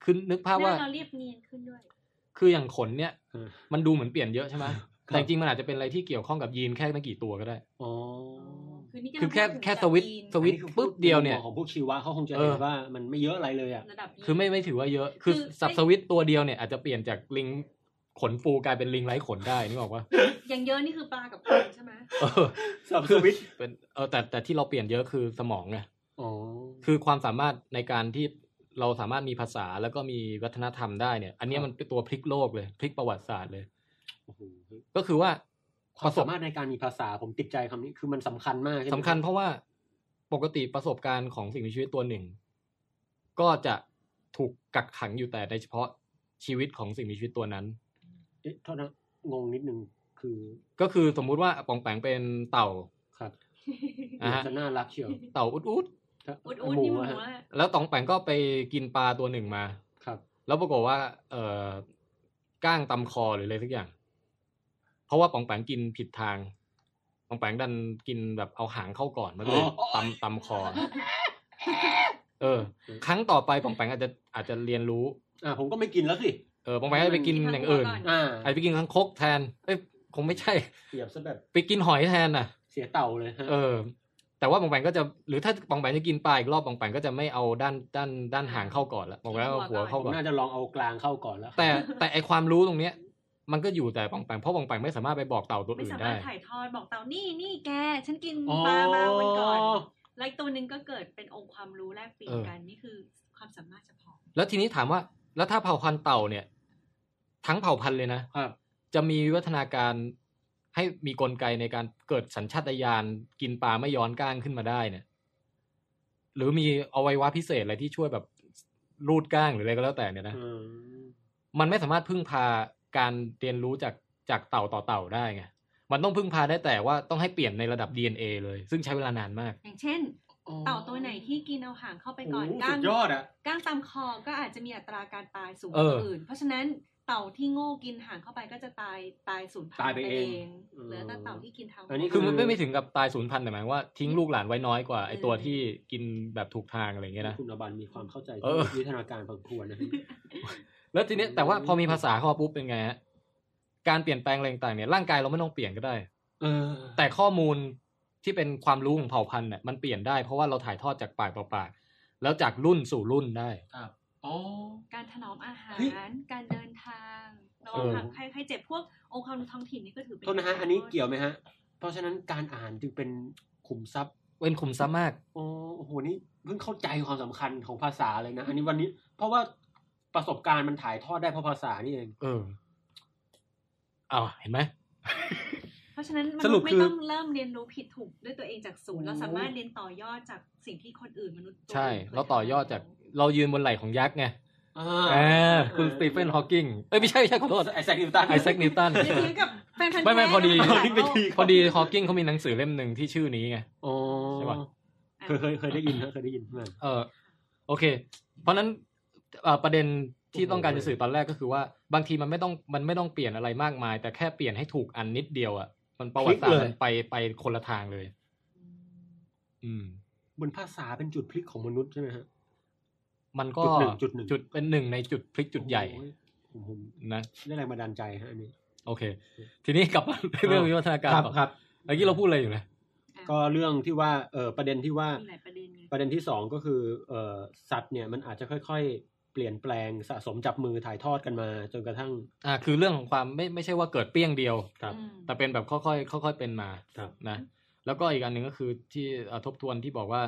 Speaker 1: คือนึกภาพว่า
Speaker 3: หน้เราเรียบเนียนขึ้นด้วย
Speaker 1: คืออย่างขนเนี่ย
Speaker 2: เออ
Speaker 1: มันดูเหมือนเปลี่ยนเยอะใช่ไหม
Speaker 2: ครับ
Speaker 1: แต่จริงๆมันอาจจะเป็นอะไรที่เกี่ยวข้องกับยีนแค่ไม่กี่ตัวก็ได้
Speaker 2: อ๋อ
Speaker 3: คือนี่กำลัง
Speaker 1: คือแค่
Speaker 3: พูดถึง
Speaker 1: แค่ส
Speaker 3: ระดับ
Speaker 1: วิตช์
Speaker 3: ยีน
Speaker 1: สวิตช์
Speaker 2: อันนี้คือ
Speaker 1: ปุ๊บเดียวเนี่ย
Speaker 2: มุมมองของพวกชีวะเขาคงจะ
Speaker 1: เออ
Speaker 2: เห็นว่ามันไม่เยอะอะไรเลยอ่ะ
Speaker 3: ระดับยีน
Speaker 1: คือไม่ไม่ถือว่าเยอะ คือ
Speaker 3: คือ
Speaker 1: สับ
Speaker 3: ไม่
Speaker 1: สวิตช์ตัวเดียวเนี่ยอาจจะเปลี่ยนจากลิงขนฟูกลายเป็นลิงไร้ขนได้นึกออกว่า
Speaker 3: อย่างเยอะนี่คือปลากับคนใช่ไหม
Speaker 2: สับสวิตช์
Speaker 1: เป็นเออแต่แต่ที่เราเปลี่ยนเยอะคือสมองไง
Speaker 2: อ๋อ
Speaker 1: คือความสามารถในการที่เราสามารถมีภาษาแล้วก็มีวัฒนธรรมได้เนี่ย อันเนี้ยมันเป็นตัวพลิกโลกเลยพลิกประวัติศาสตร์เลย
Speaker 2: โอ้โห
Speaker 1: ก็คือว่า
Speaker 2: ความสามารถในการมีภาษาผมติดใจคำนี้คือมันสำคัญมากใช่ไหม
Speaker 1: สำคัญเพราะว่าปกติประสบการณ์ของสิ่งมีชีวิตตัวหนึ่ง ก็จะถูกกักขังอยู่แต่ในเฉพาะชีวิตของสิ่งมีชีวิตตัวนั้น
Speaker 2: เอ๊ะโทษนะงงนิดนึงคือ
Speaker 1: ก็คือสมมุติว่าปองแปงเป็นเต่า
Speaker 2: ครับ
Speaker 1: อ่าฮะ
Speaker 2: จะน่ารักเชียว
Speaker 1: เต่าอุดอุด
Speaker 2: ถ้า
Speaker 3: อุดอุดนี่หมู
Speaker 2: ะฮะ
Speaker 3: อะ
Speaker 1: ๆแล้วตองแปงก็ไปกินปลาตัวหนึ่งมา
Speaker 2: ครับ
Speaker 1: แล้วปรากฏว่า เออก้างตำคอหรืออะไรสักอย่าง เพราะว่าป๋องแปงกินผิดทางป๋องแปงดันกินแบบเอาหางเข้าก่อนมาด้วย
Speaker 2: อ๋อ
Speaker 1: ตำตำค อ เออ ครั้งต่อไปป๋องแปงอาจจะอาจจะเรียนรู้
Speaker 2: อ่าผมก็ไม่กินแล้วสิ
Speaker 1: เออป๋องแปงอาจจะไปกินอย่างอื่น
Speaker 2: อ่า
Speaker 1: อาจจะไปกินข้างคกแทน เอ้ยคงไม่ใช่
Speaker 2: เปรียบซะแบบ
Speaker 1: ไปกินหอยแทนน่ะ
Speaker 2: เสียเต่าเลยฮะ
Speaker 1: เออ แต่ว่าป๋องแปงก็จะ หรือถ้าป๋องแปงจะกินปลาอีกรอบป๋องแปงก็จะไม่เอาด้านด้านด้านหางเข้าก่อนละป๋องแปงเอาหัวเข้า
Speaker 2: ผม
Speaker 1: ก่อน
Speaker 2: น่าจะลองเอากลางเข้าก่อนแล้ว
Speaker 1: แต่แต่ไอความรู้ตรงเนี้ย มันก็อยู่แต่ปองแปงเพราะปองแปงไม่สามารถไปบอกเต่าตัว
Speaker 3: ไม่
Speaker 1: อื่น
Speaker 3: สามา
Speaker 1: ได้
Speaker 3: รถถ่ายทอดบอกเต่านี่นี่แก ฉันกินปลามาวันก่อนแล้วอีกตัวหนึ่งก็เกิดเป็นองค์ความรู้แลกเปลี่ยนกันนี่คือความสามารถเฉพาะ
Speaker 1: แล้วทีนี้ถามว่า แล้วถ้าเผ่าพันธุ์เต่าเนี่ย ทั้งเผ่าพันธุ์เลยนะครับ จะมีวิวัฒนาการให้มีกลไกในการเกิดสัญชาตญาณกินปลาไม่ย้อนก้างขึ้นมาได้เนี่ย หรือมีอวัยวะพิเศษอะไรที่ช่วยแบบรูดก้างหรืออะไรก็แล้วแต่เนี่ยนะ
Speaker 2: อืม
Speaker 1: มันไม่สามารถพึ่งพาการเรียนรู้จากจากเต่าต่อเต่าได้ไงมันต้องพึ่งพาได้แต่ว่าต้องให้เปลี่ยนในระดับ DNA เลย ซึ่งใช้เวลานานมาก
Speaker 3: อย่างเช่น เต่าตัวไหนที่กินเอาหางเข้าไปก่อน
Speaker 2: โโห
Speaker 3: ก้า
Speaker 2: สุ
Speaker 3: ง
Speaker 2: ดยอดอ่ะ
Speaker 3: ก้างตามคอก็อาจจะมีอัตราการตายสูงก
Speaker 1: เอ
Speaker 3: ว่า
Speaker 1: อ
Speaker 3: อื่น เพราะฉะนั้นเต่าที่โง่กินหางเข้าไปก็จะตายตายสูญพัน
Speaker 2: ตาย
Speaker 3: ธุ์
Speaker 2: ไป
Speaker 3: ไป
Speaker 2: เอ
Speaker 3: เอง งเหลือแต่เต่าที่กินทาง
Speaker 2: อันนี้
Speaker 1: คือมันไม่
Speaker 2: คือ
Speaker 1: ไม่ถึงกับตายสูญพันธุ์แต่หมายว่าทิ้งลูกหลานไว้น้อยกว่าไอตัวที่กินแบบถูกทางอะไรอย่างเงี้ยนะ
Speaker 2: คุณอบันมีความเข้าใจ
Speaker 1: เออ
Speaker 2: วิทยาการพอควรนะ
Speaker 1: แล้วทีเนี้ยแต่ว่าพอมีภาษาเข้ามาปุ๊บเป็นไงฮะ การเปลี่ยนแปลงอะไรต่างๆเนี่ยร่างกายเราไม่ต้องเปลี่ยนก็ได้
Speaker 2: เออ
Speaker 1: แต่ข้อมูลที่เป็นความรู้ของเผ่าพันธุ์เนี่ยมันเปลี่ยนได้เพราะว่าเราถ่ายทอดจากปากต่อปาก แล้วจากรุ่นสู่รุ่นได้
Speaker 2: อ๋อ
Speaker 3: การถนอมอาหาร
Speaker 2: เฮ้ย
Speaker 3: การเดินทางเนอะ
Speaker 1: เออ
Speaker 3: หากใครใครเจ็บพวกองค์ความรู้ท้องถิ่นนี่ก็ถือเป็
Speaker 2: โทษนะฮะ อันนี้เกี่ยวไหมฮะ เพราะฉะนั้นการอ่านจึงเป็นขุมทรัพย์
Speaker 1: เป็นคุมซะมาก
Speaker 2: โอ้โอ้โห นี่เพิ่งเข้าใจความสำคัญของภาษาเลยนะ อันนี้วันนี้ เพราะว่าประสบการณ์มันถ่ายทอดได้เพราะภาษานี่เอง
Speaker 1: เอออ้าวเห็นไหม
Speaker 3: เพราะฉะนั้นม
Speaker 1: สรุ
Speaker 3: นุ
Speaker 1: ป
Speaker 3: ษย์ไม่
Speaker 1: คือ
Speaker 3: ต้องเริ่มเรียนรู้ผิดถูกด้วยตัวเองจากศูนย์
Speaker 2: โอ้
Speaker 3: เราสามารถเรียนต่อยอดจากสิ่งที่คนอื่นมนุษย์ตัว
Speaker 1: ใช่
Speaker 3: อื่นค
Speaker 1: เราต่อยอดจากเรายืนบนไหล่ของยักษ์ไง
Speaker 2: อ่า
Speaker 1: อ่าคุณสตีเฟนฮอว์กิงเอ้ยไม่ใช่ไม่ใช่ขอโทษ
Speaker 2: ไอแซคนิวตัน
Speaker 1: ไอแซคนิวตัน
Speaker 3: ทำเถียง กับแฟนพันธุ์
Speaker 1: ไม่ไม่
Speaker 3: แท้
Speaker 1: พอดี
Speaker 3: หลาย
Speaker 2: นี่ไป
Speaker 3: โลก
Speaker 2: ที
Speaker 1: พอดีฮอว์กิงเขามีหนังสือเล่มหนึ่งที่ชื่อนี้ไง
Speaker 2: โอ้
Speaker 1: ใช่ปะ
Speaker 3: อ่ะ
Speaker 2: เคยเคยเคยได้ยินนะเคยได้ยินมาก
Speaker 1: เออโอเค เพราะฉะนั้นเอ่อประเด็นที่ต้องการจะสื่อตอนแรกก็คือว่าบางทีมันไม่ต้องมันไม่ต้องเปลี่ยนอะไรมากมาย แต่แค่เปลี่ยนให้ถูกอันนิดเดียวอ่ะมันประวัติศาสต
Speaker 2: พ
Speaker 1: ร์
Speaker 2: ลิกเลย
Speaker 1: มันไปไปคนละทางเลย อืม
Speaker 2: เหมือนภาษาเป็นจุดพลิกของมนุษย์ใช่ไหมฮะ
Speaker 1: มันก็
Speaker 2: จุดหนึ่งจุดหนึ่ง
Speaker 1: เป็นหนึ่งในจุดพลิกจุดใหญ่
Speaker 2: โอ้ยผมผม
Speaker 1: นะ
Speaker 2: ได้แรงบันดาลใจฮะอันนี้
Speaker 1: โอเค ทีนี้ก ลับมาเรื่องวิวัฒนาการ
Speaker 2: ครับ
Speaker 1: ต่อ
Speaker 2: ครับ
Speaker 1: เมื่อกี้เราพูดอะไรอยู่นะ
Speaker 2: ก็เรื่องที่ว่าเออประเด็นที่ว่า
Speaker 3: มีหลายประเด็นไง
Speaker 2: ประเด็นที่สองก็คือเออสัตว์เนี่ยมันอาจจะค่อยๆ เปลี่ยนแปลงสะสมจับมือถ่ายทอดกันมา จนกระทั่ง
Speaker 1: อ่า คือเรื่องของความไม่ไม่ใช่ว่าเกิดเปี้ยงเดียว
Speaker 2: ครับ
Speaker 3: อืม
Speaker 1: แต่เป็นแบบค่อยๆค่อยๆเป็นมา
Speaker 2: ครับ
Speaker 1: นะ แล้วก็อีกอันหนึ่งก็คือที่อ่าทบทวนที่บอกว่า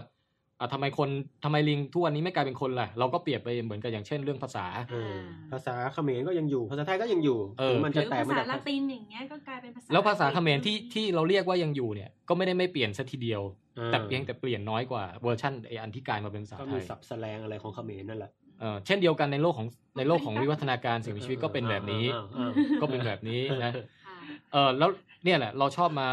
Speaker 1: อ่าทำไมคนทำไมลิงทุกวันนี้ไม่กลายเป็นคนล่ะ เราก็เปรียบไปเหมือนกับอย่างเช่นเรื่องภาษา
Speaker 2: เออ
Speaker 3: อ่า
Speaker 2: ภาษาเขมรก็ยังอยู่ ภาษาไทยก็ยังอยู่
Speaker 1: เออ
Speaker 2: ถึงมัน
Speaker 3: หรื
Speaker 2: จะ
Speaker 3: อ
Speaker 2: แตก
Speaker 3: ภา
Speaker 2: มา
Speaker 3: ษา
Speaker 2: จาก
Speaker 3: ละตินอย่างเงี้ยก็กลายเป็นภาษา
Speaker 1: แล้วภาษาเขมรที่ที่เราเรียกว่ายังอยู่เนี่ย ก็ไม่ได้ไม่เปลี่ยนซะทีเดียว
Speaker 2: อ่า
Speaker 1: แต่เพียงแต่เปลี่ยนน้อยกว่าเวอร์ชันไออันที่กลายมาเป็นภาษา
Speaker 2: ก็
Speaker 1: ไท
Speaker 2: มี
Speaker 1: ย
Speaker 2: สับแสแลงอะไรของเขมรนั่นแหละ
Speaker 1: เออเช่นเดียวกันในโลกของในโลกของวิวัฒนาการสิ่งมีชีวิตก็เป็นแบบนี้
Speaker 2: อ่าอ่า
Speaker 1: ก็เป็นแบบนี้นะ
Speaker 3: อ่า
Speaker 1: เออแล้วเนี่ยแหละเราชอบมา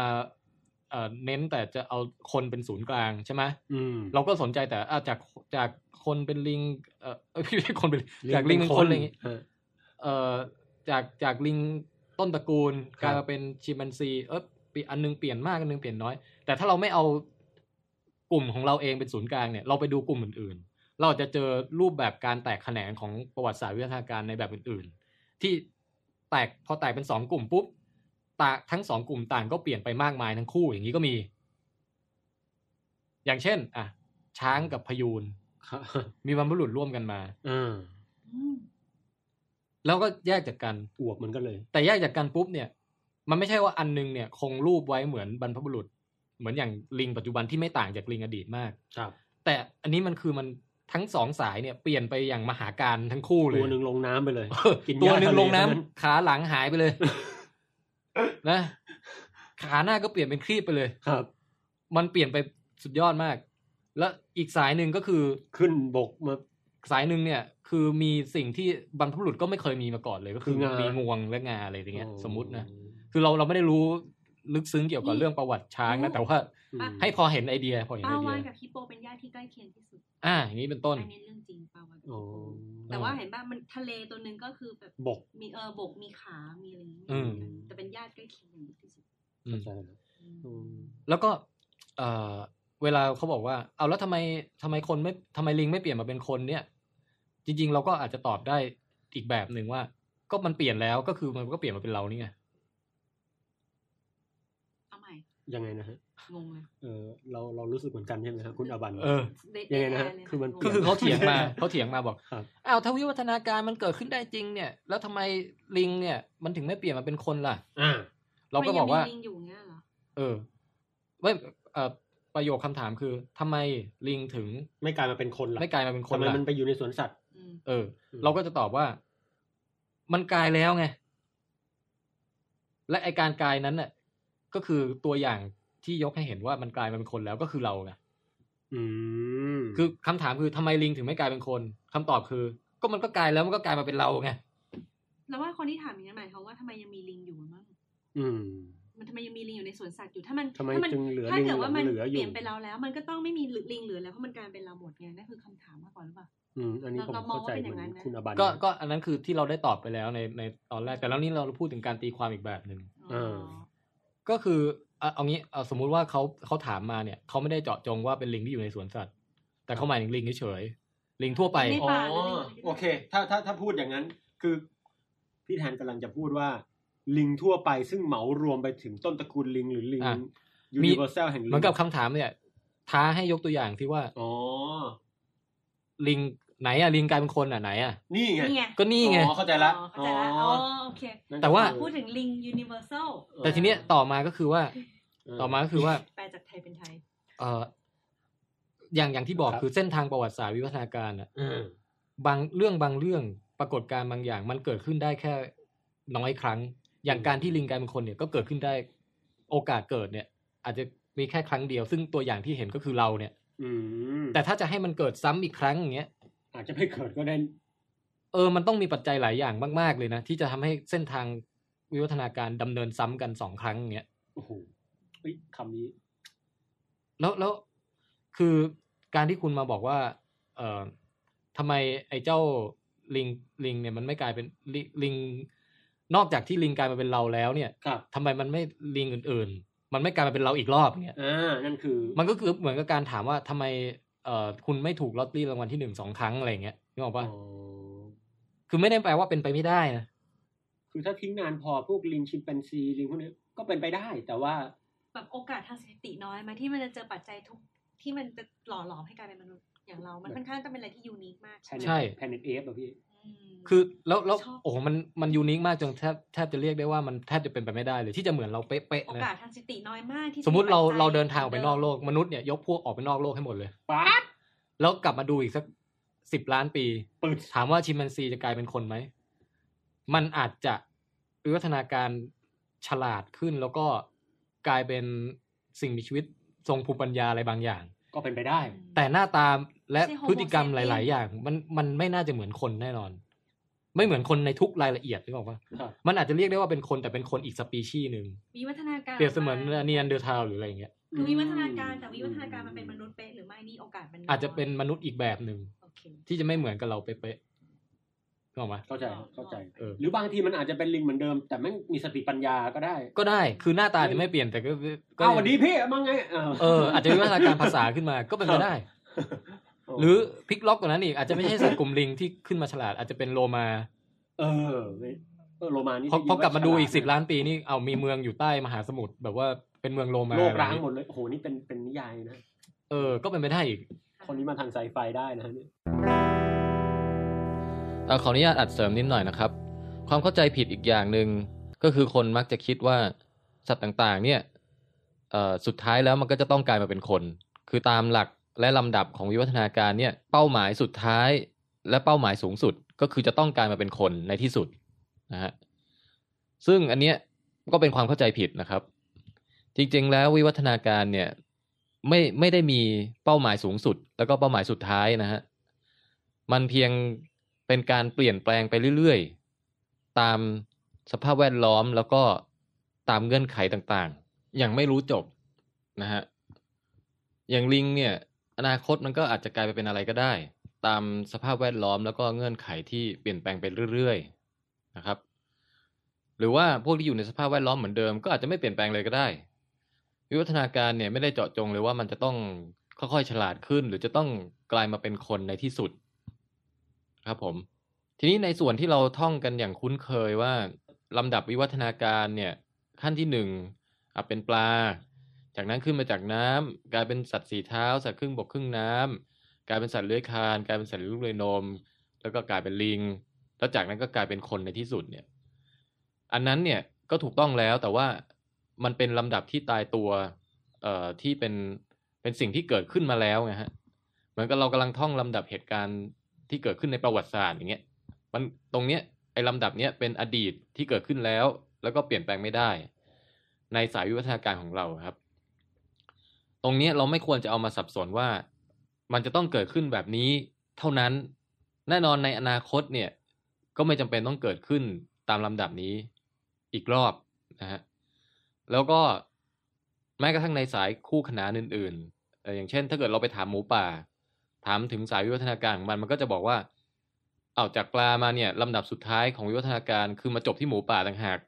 Speaker 1: เออเน้นแต่จะเอาคนเป็นศูนย์กลางใช่ไหม
Speaker 2: อืม
Speaker 1: เราก็สนใจแต่อ่ะจากจากคนเป็นลิงเออเอ้ยไม่ใช่คนเป็นลิง
Speaker 2: ลิง
Speaker 1: จากลิงเป็นคนอะไรอย่างงี้
Speaker 2: ฮะ
Speaker 1: เออจากจากลิงต้นตระกูล
Speaker 2: ค
Speaker 1: ก
Speaker 2: รับ
Speaker 1: ลายมาเป็นชิมแปนซีเออปีอันนึงเปลี่ยนมากอันนึงเปลี่ยนน้อย แต่ถ้าเราไม่เอากลุ่มของเราเองเป็นศูนย์กลางเนี่ยเราไปดูกลุ่มอื่นๆ เราอาจจะเจอรูปแบบการแตกแขนงของประวัติศาสตร์วิวัฒนาการในแบบอื่นๆ ที่แตกพอแตกเป็นสองกลุ่มปุ๊บตาทั้งสองกลุ่มต่างก็เปลี่ยนไปมากมายทั้งคู่อย่างนี้ก็มี อย่างเช่น อ่ะ ช้างกับพยูน
Speaker 2: ครับ
Speaker 1: มีบรรพบุรุษร่วมกันมา
Speaker 2: อ่า
Speaker 3: อืม
Speaker 1: แล้วก็แยกจากกัน
Speaker 2: อวบเหมือนกันเลย
Speaker 1: แต่แยกจากกันปุ๊บเนี่ย มันไม่ใช่ว่าอันนึงเนี่ย คงรูปไว้เหมือนบรรพบุรุษ เหมือนอย่างลิงปัจจุบันที่ไม่ต่างจากลิงอดีตมาก
Speaker 2: ครับ
Speaker 1: แต่อันนี้มันคือมันทั้งสองสายเนี่ยเปลี่ยนไปอย่างมหาการทั้งคู่เลย
Speaker 2: ตัวหนึ่งลงน้ำไปเลย
Speaker 1: เออ
Speaker 2: กินห
Speaker 1: ตัว
Speaker 2: ญ้า
Speaker 1: หนึ่ง
Speaker 2: ทะเล
Speaker 1: ลงน้ำ
Speaker 2: เท่านั้น
Speaker 1: ขาหลังหายไปเลย นะ ขาหน้าก็เปลี่ยนเป็นครีบไปเลย
Speaker 2: ครับ
Speaker 1: มันเปลี่ยนไปสุดยอดมาก แล้วอีกสายหนึ่งก็คือ
Speaker 2: ขึ้นบกมา
Speaker 1: สายหนึ่งเนี่ย คือมีสิ่งที่บรรพบุรุษก็ไม่เคยมีมาก่อนเลยก็คือ
Speaker 2: คืองามี
Speaker 1: มีงวงและงาอะไรอย่างเงี้ย
Speaker 2: โอ้
Speaker 1: สมมตินะคือเราเราไม่ได้รู้ลึกซึ้งเกี่ยวกับเรื่องประวัติช้างนะแต่ว่า
Speaker 2: อืม
Speaker 1: ให้พอเห็นไอเดีย พอเห็น
Speaker 3: ป้า
Speaker 1: ไอ
Speaker 3: วา
Speaker 1: เดี
Speaker 3: น
Speaker 1: ย
Speaker 3: กับฮิปโปเป็นญาติที่ใกล้เคียงที่สุด
Speaker 1: อ่าอย่างนี้เป็นต้น
Speaker 3: อันนี้เรื่องจริงป้าวานกับฮิป
Speaker 2: โอ้
Speaker 3: โปแต่ว่าเห็นป่ะมันทะเลตัวหนึ่งก็คือแบบ
Speaker 2: บก
Speaker 3: มีเออบกมีขามีอะไรอย่างเงี้ย
Speaker 1: อืม
Speaker 3: แต่เป็นญาติใกล้เคียงที่สุด
Speaker 1: อืม
Speaker 2: ใช่ครับ
Speaker 3: อืม
Speaker 2: อืม
Speaker 1: แล้วก็เออเวลาเขาบอกว่า เอาแล้วทำไมทำไมคนไม่ทำไมลิงไม่เปลี่ยนมาเป็นคนเนี่ย จริง ๆ เราก็อาจจะตอบได้อีกแบบหนึ่งว่า ก็มันเปลี่ยนแล้วก็คือมันก็เปลี่ยนมาเป็นเรานี่ไง
Speaker 3: เอาใหม่
Speaker 2: ยังไงนะฮะ
Speaker 3: งงเลย
Speaker 2: เออเราเรารู้สึกเหมือนกันใช่ไหมครับคุณอาบัน
Speaker 1: เออ
Speaker 3: เดท
Speaker 2: ยังไงนะฮะ
Speaker 3: แเลย
Speaker 2: คือมัน
Speaker 3: งง
Speaker 1: ก็คือเขาเถียง มา เขาเถียงมาบอก
Speaker 2: ครับ
Speaker 1: อ้าวถ้าวิวัฒนาการมันเกิดขึ้นได้จริงเนี่ย แล้วทำไมลิงเนี่ย มันถึงไม่เปลี่ยนมาเป็นคนล่ะ
Speaker 2: อ่า
Speaker 1: เราก็บอกว่า
Speaker 3: ทำไมยังมีลิงอยู่เงี้ยเหรอ
Speaker 1: เออไม่เอ่อประโยคคำถามคือทำไมลิงถึง
Speaker 2: ไม่กลายมาเป็นคนหรอ
Speaker 1: ไม่กลายมาเป็นคน
Speaker 2: ทำไม
Speaker 1: ล่ะ
Speaker 2: มันไปอยู่ในสวนสัตว์
Speaker 3: อืม
Speaker 1: เออ
Speaker 2: อืม
Speaker 1: เราก็จะตอบว่า มันกลายแล้วไง และไอการกลายนั้นน่ะ ก็คือตัวอย่างที่ยกให้เห็นว่ามันกลายมาเป็นคนแล้วก็คือเราไง
Speaker 2: อืม
Speaker 1: คือคำถามคือทำไมลิงถึงไม่กลายเป็นคนคำตอบคือ ก็มันก็กลายแล้วมันก็กลายมาเป็นเราไง
Speaker 3: แล้วว่าคนที่ถามอย่างนั้นหมายความว่าทำไมยังมีลิงอยู่มั้ง
Speaker 2: อืม
Speaker 3: มันทำไมยังมีลิงอยู่ในสวนสัตว์อยู่ถ้ามัน
Speaker 2: ทำไม
Speaker 3: ถ้ามัน
Speaker 2: จึงเหลือ
Speaker 3: ถ้า
Speaker 2: ลิง
Speaker 3: เกิดว่ามัน
Speaker 2: เหลืออยู่
Speaker 3: เปลี่ยนไปแล้วแล้ว มันก็ต้องไม่มีลิงเหลือแล้วเพราะมันกลายเป็นเราหมดไงนั่นคือคำถามมากกว่าหรือเปล่า
Speaker 2: อืม อันนี้ผม
Speaker 3: เรามอง
Speaker 2: เข้าใจ
Speaker 3: ว่าเป็น
Speaker 2: เห
Speaker 3: อ
Speaker 2: มือง น
Speaker 3: ย่านั้นนะ
Speaker 2: คุณอาบัน
Speaker 1: ก็ก็อันนั้นคือที่เราได้ตอบไปแล้วในในตอนแรก แต่แล้วนี้เราพูดถึงการตีความอีกแบบหนึ่ง
Speaker 2: เออ
Speaker 1: ก็คือเอาเอางี้เอาสมมุติว่าเขาเขาถามมาเนี่ยเขาไม่ได้เจาะจงว่าเป็นลิงที่อยู่ในสวนสัตว์ แต่เขาหมายถึงลิงเฉยๆลิงทั่วไป
Speaker 3: ไม่
Speaker 2: อ๋อ
Speaker 3: ป่าหรือลิงอะไรก็ได้
Speaker 2: โอเค ถ้าถ้าถ้าพูดอย่างนั้น คือพี่แทนกำลังจะพูดว่า ลิงทั่วไปซึ่งเหมารวมไปถึงต้นตระกูลลิง หรือลิง
Speaker 1: อ่ะ
Speaker 2: ยู
Speaker 1: มี
Speaker 2: นิเวอร์แซลแห่งลิง
Speaker 1: เหมือนกับคำถามเนี่ย ท้าให้ยกตัวอย่างที่ว่า
Speaker 2: อ๋อ
Speaker 1: ลิงไหนอะลิงกลายเป็นคนอะไหนอะ
Speaker 2: นี่ไง
Speaker 3: นี่ไง
Speaker 1: ก็นี่ไง
Speaker 2: อ๋อเข้าใจละ
Speaker 3: อ๋อเข้าใจละอ๋อโอเค
Speaker 2: นั่นก็
Speaker 1: แต่ว่า
Speaker 2: คือ
Speaker 3: พูดถึงลิง universal
Speaker 1: แต่ทีเนี้ยต่อมาก็คือว่า
Speaker 2: เ
Speaker 1: ต่อมาก็คือว่า
Speaker 3: แปลจากไทยเป็นไทย
Speaker 1: เอออย่างอย่างที่บอก
Speaker 2: ครับ
Speaker 1: คือเส้นทางประวัติศาสตร์วิวัฒนาการอะ
Speaker 2: เออบ
Speaker 1: างเรื่องบางเรื่องปรากฏการณ์บางอย่าง มันเกิดขึ้นได้แค่น้อยครั้ง อย่างการที่ลิงกลายเป็นคนเนี่ยก็เกิดขึ้นได้โอกาสเกิดเนี่ย อาจจะมีแค่ครั้งเดียว ซึ่งตัวอย่างที่เห็นก็คือเราเนี่ย
Speaker 2: อืม
Speaker 1: แต่ถ้าจะให้มันเกิดซ้ำอีกครั้งอย่างเงี้ย
Speaker 2: อาจจะไม่เกิดก็ได้
Speaker 1: เออ มันต้องมีปัจจัยหลายอย่างมากๆเลยนะ ที่จะทำให้เส้นทางวิวัฒนาการดำเนินซ้ำกันสองครั้งอย่างเงี้ย
Speaker 2: โอ้โหเฮ้ยคำนี้
Speaker 1: แล้วแล้วคือการที่คุณมาบอกว่า เอ่อทำไมไอ้เจ้าลิงลิงเนี่ยมันไม่กลายเป็นลิลิง นอกจากที่ลิงกลายมาเป็นเราแล้วเนี่ย
Speaker 2: ครับ
Speaker 1: ทำไมมันไม่ลิงอื่น ๆ มันไม่กลายมาเป็นเราอีกรอบเนี่ย
Speaker 2: อ่า นั่นคือ
Speaker 1: มันก็คือเหมือนกับการถามว่าทำไมเอ่อคุณไม่ถูกลอตเตอรี่รางวัลที่หนึ่งสองครั้งอะไรอย่างเงี้ยนึกออกปะ
Speaker 2: อ๋อ
Speaker 1: คือไม่ได้แปลว่าเป็นไปไม่ได้นะ
Speaker 2: คือถ้าทิ้งนานพอพวกลิงชิมแปนซีลิงพวกนี้ก็เป็นไปได้ แต่ว่า
Speaker 3: แบบโอกาสทางสถิติน้อยไหมที่มันจะเจอปัจจัยทุกที่มันจะหล่อหลอมให้กลายเป็นมนุษย์อย่างเรา มันค่อนข้างจะเป็นอะไรที่ยูนิคมาก
Speaker 2: Planet- Planet Ape อะพี่
Speaker 3: อืม
Speaker 1: คือแล้วแล้ว
Speaker 3: ชอบ
Speaker 1: โอ้โหมันมันยูนิคมากจนแทบแทบจะเรียกได้ว่ามันแทบจะเป็นไปไม่ได้เลยที่จะเหมือนเราเป๊ะ
Speaker 3: โอ
Speaker 1: ๆนะ
Speaker 3: กาสทางสถิติน้อยมากที่จะ
Speaker 1: สมมติเรา
Speaker 3: ปัจจัย
Speaker 1: เราเดินทางออกไปนอกโลก มนุษย์เนี่ยยกพวกออกไปนอกโลกให้หมดเลย
Speaker 2: ป๊าด
Speaker 1: แล้วกลับมาดูอีกสักสิบล้านปี
Speaker 2: เปิด
Speaker 1: ถามว่าชิมแปนซีจะกลายเป็นคนไหม มันอาจจะวิวัฒนาการฉลาดขึ้น แล้วก็กลายเป็นสิ่งมีชีวิตทรงภูมิปัญญาอะไรบางอย่าง
Speaker 2: ก็เป็นไปได้
Speaker 3: อืม
Speaker 1: แต่หน้าตาและ
Speaker 3: ไม่ใช่ Homo
Speaker 1: พฤติกรรมห
Speaker 3: sapiens
Speaker 1: ลาย ๆ อย่าง มันมันไม่น่าจะเหมือนคนแน่นอน ไม่เหมือนคนในทุกรายละเอียดนึกออกปะ
Speaker 2: ครับ
Speaker 1: มันอาจจะเรียกได้ว่าเป็นคนแต่เป็นคนอีกสปีชีส์หนึ่ง
Speaker 3: มีวัฒนาการ
Speaker 1: เปรียบเสมือนา เนียนเดอร์ทาหรืออะไรอย่างเงี้ย
Speaker 3: คือมีวัฒนาการแต่วิวัฒนาการมันเป็นมนุษย์เป๊ะหรือไม่นี่โอกาสมันย
Speaker 1: อาจจะเป็นมนุษย์อีกแบบหนึ่ง
Speaker 3: โอเค
Speaker 1: ที่จะไม่เหมือนกับเราเป๊ะๆถูกไหม
Speaker 2: เข้าใจ เข้าใจ
Speaker 1: เออ
Speaker 2: หรือบางทีมันอาจจะเป็นลิงเหมือนเดิม แต่ไม่งมีสติปัญญาก็ได้
Speaker 1: ก็ได้ คือหน้าตาจะไม่เปลี่ยนแต่ก็ก็
Speaker 2: อ้าวสวัสดีพี่มังไงเออ
Speaker 1: เออ อาจจะวิวัฒนาการภาษาขึ้นมา ก็เป็นไปได้ หรือพลิกล็อกกว่านั้นอีก อาจจะไม่ใช่สัตว์กลุ่มลิงที่ขึ้นมาฉลาด อาจจะเป็นโลมา
Speaker 2: เออเออโรมานี่
Speaker 1: พอ
Speaker 2: ที่
Speaker 1: พอกลับมาดูอีกสิบ
Speaker 2: ฉด
Speaker 1: ล้านปีนี่ เอามีเมืองอยู่ใต้มหาสมุทรแบบว่าเป็นเมืองโลมา
Speaker 2: โลกร้างหมดเลยโอ้โหนี่เป็นเป็นนิยายนะ
Speaker 1: เออ ก็เป็นไปได้อีก
Speaker 2: คนนี้มาทางไซไฟได้นะเนี่ย
Speaker 1: เอาขออนุญาตอัดเสริมนิดหน่อยนะครับ ความเข้าใจผิดอีกอย่างหนึ่งก็คือคนมักจะคิดว่าสัตว์ต่างๆ เนี่ยเอ่อสุดท้ายแล้วมันก็จะต้องกลายมาเป็นคน คือตามหลักและลำดับของวิวัฒนาการเนี่ยเป้าหมายสุดท้าย และเป้าหมายสูงสุดก็คือจะต้องกลายมาเป็นคนในที่สุดนะฮะซึ่งอันเนี้ยก็เป็นความเข้าใจผิดนะครับ จริงๆ แล้ววิวัฒนาการเนี่ยไม่ไม่ได้มีเป้าหมายสูงสุด แล้วก็เป้าหมายสุดท้ายนะฮะมันเพียงเป็นการเปลี่ยนแปลงไปเรื่อยๆ ตามสภาพแวดล้อมแล้วก็ตามเงื่อนไขต่างๆ อย่างไม่รู้จบนะฮะอย่างลิงเนี่ยอนาคตมันก็อาจจะกลายไปเป็นอะไรก็ได้ ตามสภาพแวดล้อมแล้วก็เงื่อนไขที่เปลี่ยนแปลงไปเรื่อยๆนะครับ หรือว่าพวกที่อยู่ในสภาพแวดล้อมเหมือนเดิมก็อาจจะไม่เปลี่ยนแปลงเลยก็ได้ วิวัฒนาการเนี่ยไม่ได้เจาะจงเลยว่ามันจะต้องค่อยๆฉลาดขึ้น หรือจะต้องกลายมาเป็นคนในที่สุด ครับผม ทีนี้ในส่วนที่เราท่องกันอย่างคุ้นเคยว่าลำดับวิวัฒนาการเนี่ยขั้นที่หนึ่งอ่ะเป็นปลา จากนั้นขึ้นมาจากน้ำกลายเป็นสัตว์สีเท้า สัตว์ครึ่งบกครึ่งน้ำกลายเป็นสัตว์เลื้อยคลานกลายเป็นสัตว์เลี้ยงลูกเลยงนม แล้วก็กลายเป็นลิง แล้วจากนั้นก็กลายเป็นคนในที่สุดเนี่ย อันนั้นเนี่ยก็ถูกต้องแล้วแต่ว่ามันเป็นลำดับที่ตายตัว เอ่อที่เป็นเป็นสิ่งที่เกิดขึ้นมาแล้วไงฮะเหมือนกับเรากำลังท่องลำดับเหตุการณ์ที่เกิดขึ้นในประวัติศาสตร์อย่างเงี้ยมันตรงเนี้ยไอ้ลำดับเนี้ยเป็นอดีตที่เกิดขึ้นแล้ว แล้วก็เปลี่ยนแปลงไม่ได้ ในสายวิวัฒนาการของเราครับ ตรงเนี้ยเราไม่ควรจะเอามาสับสนว่า มันจะต้องเกิดขึ้นแบบนี้เท่านั้นแน่นอนในอนาคตเนี่ย ก็ไม่จำเป็นต้องเกิดขึ้นตามลำดับนี้อีกรอบนะฮะแล้วก็แม้กระทั่งในสายคู่ขนานอื่นๆเอ่ออย่างเช่น ถ้าเกิดเราไปถามหมูป่า ถามถึงสายวิวัฒนาการของมันมันก็จะบอกว่าเอาจากปลามาเนี่ยลำดับสุดท้ายของวิวัฒนาการคือมาจบที่หมูป่าต่างหาก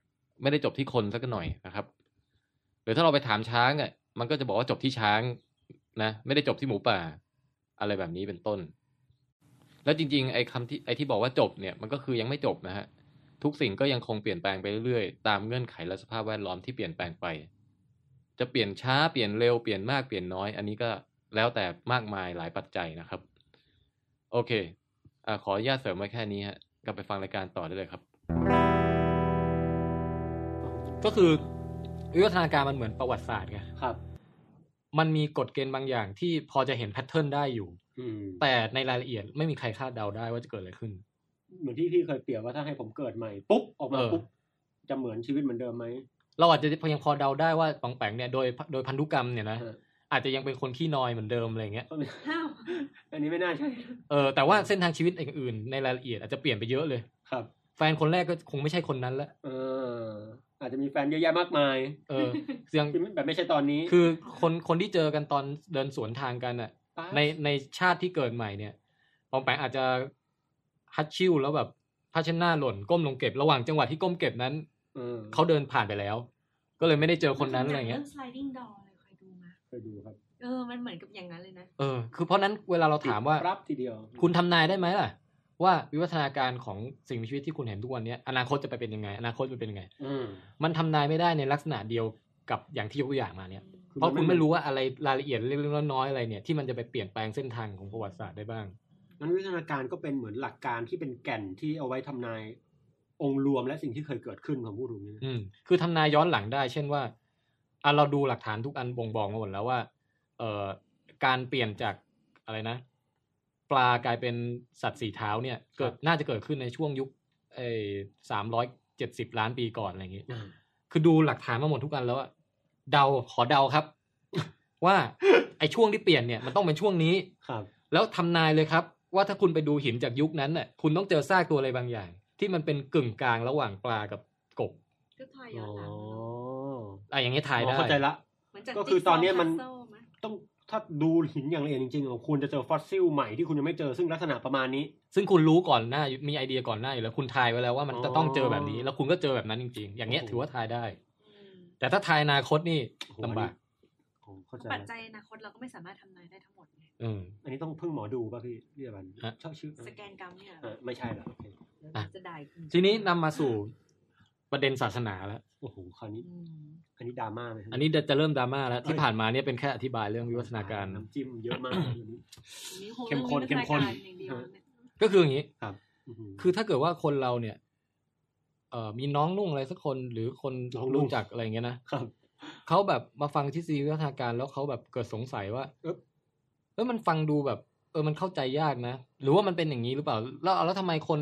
Speaker 1: ไม่ได้จบที่คนสักหน่อยนะครับ หรือถ้าเราไปถามช้างเนี่ยมันก็จะบอกว่าจบที่ช้างนะ ไม่ได้จบที่หมูป่า อะไรแบบนี้เป็นต้น แล้วจริงๆ ไอ้คำที่ไอ้ที่บอกว่าจบเนี่ยมันก็คือยังไม่จบนะฮะ ทุกสิ่งก็ยังคงเปลี่ยนแปลงไปเรื่อยๆ ตามเงื่อนไขและสภาพแวดล้อมที่เปลี่ยนแปลงไป จะเปลี่ยนช้าเปลี่ยนเร็วเปลี่ยนมากเปลี่ยนน้อย อันนี้ก็แล้วแต่มากมายหลายปัจจัยนะครับ โอเคอาขออนุญาตเสริมไว้แค่นี้ฮะกลับไปฟังรายการต่อได้เลยครับ ก็คือวิวัฒนาการมันเหมือนประวัติศาสตร์ไง
Speaker 2: ครับ
Speaker 1: มันมีกฎเกณฑ์บางอย่างที่พอจะเห็นแพทเทิร์นได้อยู่
Speaker 2: อืม
Speaker 1: แต่ในรายละเอียดไม่มีใครคาดเดาได้ว่าจะเกิดอะไรขึ้น
Speaker 2: เหมือนที่พี่เคยเปรียบว่าถ้าให้ผมเกิดใหม่ปุ๊บออกมา
Speaker 1: เออ
Speaker 2: ปุ๊บจะเหมือนชีวิตเหมือนเดิมไหม
Speaker 1: เราอาจจะยังพอเดาได้ว่าปองแปงเนี่ยโดยโดยพันธุกรรมเนี่ยนะ
Speaker 2: ฮะ
Speaker 1: อาจจะยังเป็นคนขี้นอยเหมือนเดิมอะไรเงี้ย
Speaker 3: อ้าว
Speaker 2: อันนี้ไม่น่าใช่
Speaker 1: เออแต่ว่าเส้นทางชีวิตอย่างอื่นในรายละเอียดอาจจะเปลี่ยนไปเยอะเลย
Speaker 2: ครับ
Speaker 1: แฟนคนแรกก็คงไม่ใช่คนนั้นละ
Speaker 2: เออ อาจจะมีแฟนเยอะแยะมากมาย
Speaker 1: เออ เสียง
Speaker 2: ที่ไม่แบบไม่ใช่ตอนนี้
Speaker 1: คือคนคนที่เจอกันตอนเดินสวนทางกันอ่ะ
Speaker 2: ป๊าบ
Speaker 1: ในในชาติที่เกิดใหม่เนี่ยปองแปงอาจจะฮัดชิวแล้วแบบภาชนะหล่นก้มลงเก็บระหว่างจังหวะที่ก้มเก็บนั้น
Speaker 2: เออ
Speaker 1: เขาเดินผ่านไปแล้ว ก็เลยไม่ได้เจอคนนั้นอะไรเงี้ย
Speaker 3: มันหมืนหนัเรื่อง sliding door เลยเคยดูมา
Speaker 2: เคยดูครับ
Speaker 3: เออ มันเหมือนกับอย่างนั้นเลยนะ
Speaker 1: เออ คือเพราะนั้นเวลาเราถามว่า
Speaker 2: รับทีเดียว
Speaker 1: คุณทำนายได้ไหมล่ะ ว่าวิวัฒนาการของสิ่งมีชีวิตที่คุณเห็นทุกวันเนี้ยอนาคตจะไปเป็นยังไง อนาคตจะเป็นยังไง
Speaker 2: อืม
Speaker 1: มันทำนายไม่ได้ในลักษณะเดียวกับอย่างที่ยกตัวอย่างมาเนี่ย
Speaker 2: อ
Speaker 1: เพราะคุณไม่รู้ว่าอะไรรายละเอียดเล็กๆน้อยๆอะไรเนี่ยที่มันจะไปเปลี่ยนแปลงเส้นทางของประวัติศาสตร์ได้บ้าง
Speaker 2: งั้นวิทยาการก็เป็นเหมือนหลักการที่เป็นแก่นที่เอาไว้ทำนาย องค์รวมและสิ่งที่เคยเกิดขึ้นของผู้ถูกนี้
Speaker 1: อืมคือทำนายย้อนหลังได้ เช่นว่าอ่ะเราดูหลักฐานทุกอันบ่งบอกมาหมดแล้วว่า เอ่อการเปลี่ยนจากอะไรนะ ปลากลายเป็นสัตว์สีเท้าเนี่ยเกิดน่าจะเกิดขึ้นในช่วงยุคไอ้สามร้อยเจ็ดสิบล้านปีก่อนอะไรอย่างงี้
Speaker 2: อ่า
Speaker 1: คือดูหลักฐานมาหมดทุกอันแล้วอะเดาขอเดาครับ ว่าไอ้ช่วงที่เปลี่ยนเนี่ยมันต้องเป็นช่วงนี้
Speaker 2: ครับ
Speaker 1: แล้วทำนายเลยครับ ว่าถ้าคุณไปดูหินจากยุคนั้นน่ะคุณต้องเจอซากตัวอะไรบางอย่าง ที่มันเป็นกึ่งกลางระหว่างปลากับกบ
Speaker 3: ก็ทอยย้อนหลัง
Speaker 2: อ๋อ
Speaker 1: อ่ะอย่างนี้ยทาย
Speaker 2: อ๋อ
Speaker 1: ได้
Speaker 2: เข้าใจละ
Speaker 3: เหมือนจาก
Speaker 2: ก็คือตอนเนี้ยมัน
Speaker 3: Jigsaw Puzzle มั้ย
Speaker 2: ต้องถ้าดูหินอย่างละเอียดจริงๆอ่ะคุณจะเจอฟอสซิลใหม่ที่คุณยังไม่เจอซึ่งลักษณะประมาณนี้
Speaker 1: ซึ่งคุณรู้ก่อนหน้ามีไอเดียก่อนหน้าอยู่แล้วคุณทายไว้แล้วว่ามันจะต้องเจอแบบนี้
Speaker 2: อ๋อ
Speaker 1: แล้วคุณก็เจอแบบนั้นจริง ๆ อย่างเงี้ย
Speaker 2: โอ้โห
Speaker 1: ถือว่าทายได้
Speaker 3: อืม
Speaker 1: แต่ถ้าทายอนาคตนี่
Speaker 2: โอ้โห
Speaker 1: ลำบาก
Speaker 2: โอ้โหเข้าใจ
Speaker 3: ปัจ
Speaker 2: ละ
Speaker 3: จัยอนาคตเราก็ไม่สามารถทำนายได้ทั้งหมดไง
Speaker 1: อืม
Speaker 2: อันนี้ต้องพึ่งหมอดูป่ะพี่เรียกมัน
Speaker 1: ฮะ
Speaker 2: ชอบชื่อ
Speaker 3: สแกนกรรมเนี่ย
Speaker 2: อ่ะไม่ใช่ละโอเค
Speaker 1: อ่ะ
Speaker 3: จะได้อีก
Speaker 1: ทีนี้นำมาสู่ประเด็นศาสนาแล้ว
Speaker 2: โอ้โหคราวนี้
Speaker 3: อืม
Speaker 2: อันนี้ดราม่าไหมครับ
Speaker 1: อันนี้จะเริ่มดราม่าแล้วที่ผ่านมาเนี่ยเป็นแค่อธิบายเรื่องวิวัฒนาการ
Speaker 2: น้ำจิ้มเยอะมากเดี๋ยวนี้
Speaker 3: อันนี้
Speaker 2: เข้มข้น
Speaker 3: รื่อง
Speaker 2: เข้มข้น
Speaker 3: วิวัฒาการอย่างเดียวเนี่ย
Speaker 1: ก็คืออย่างนี้
Speaker 2: อื้อหือ
Speaker 1: คือถ้าเกิดว่าคนเราเนี่ย เอ่อมีน้องนุ่งอะไรสักคนหรือคน
Speaker 2: น้องนุ่ง
Speaker 1: รู้จักอะไรอย่างเงี้ยนะ
Speaker 2: ครับ
Speaker 1: เขาแบบมาฟังทฤษฎีวิวัฒนาการแล้วเขาแบบเกิดสงสัยว่า
Speaker 2: เอ๊ะ
Speaker 1: เออมันฟังดูแบบ เออมันเข้าใจยากนะ หรือว่ามันเป็นอย่างนี้หรือเปล่า แล้วแล้วทำไมคน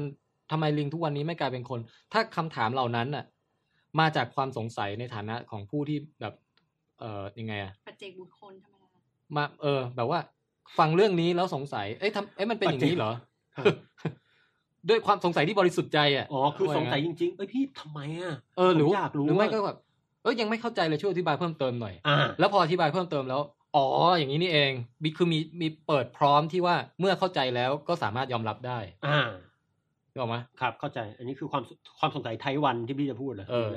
Speaker 1: ทำไมลิงทุกวันนี้ไม่กลายเป็นคน ถ้าคำถามเหล่านั้นน่ะ มาจากความสงสัยในฐานะของผู้ที่แบบ เออยังไงอะ
Speaker 3: ปัจเจกบุคคลธรรมดา
Speaker 1: มา เออ แบบว่า ฟังเรื่องนี้แล้วสงสัย เอ้ยทำเอ้ยมันเป็นอย่างนี้เหรอ
Speaker 2: ครับ
Speaker 1: ด้วยความสงสัยที่บริสุทธิ์ใจอ่ะ
Speaker 2: อ๋อคือสงสัย
Speaker 1: ว่า
Speaker 2: จริงๆเอ้ยพี่ทำไมอ่ะ
Speaker 1: เออหรือ
Speaker 2: ผม
Speaker 1: ว่า
Speaker 2: อยากรู้
Speaker 1: หรือไม่ก็
Speaker 2: ว่า
Speaker 1: แบบเออยังไม่เข้าใจเลยช่วยอธิบายเพิ่มเติมหน่อย
Speaker 2: อ่า
Speaker 1: แล้วพออธิบายเพิ่มเติมแล้ว อ๋อ อย่างนี้นี่เองมีคือมีมีเปิดพร้อมที่ว่าเมื่อเข้าใจแล้วก็สามารถยอมรับได้
Speaker 2: อ่า
Speaker 1: ถูกไหม
Speaker 2: ครับเข้าใจ อันนี้คือความความสงสัยไทยวันที่พี่จะพูดเหรอ
Speaker 1: เออ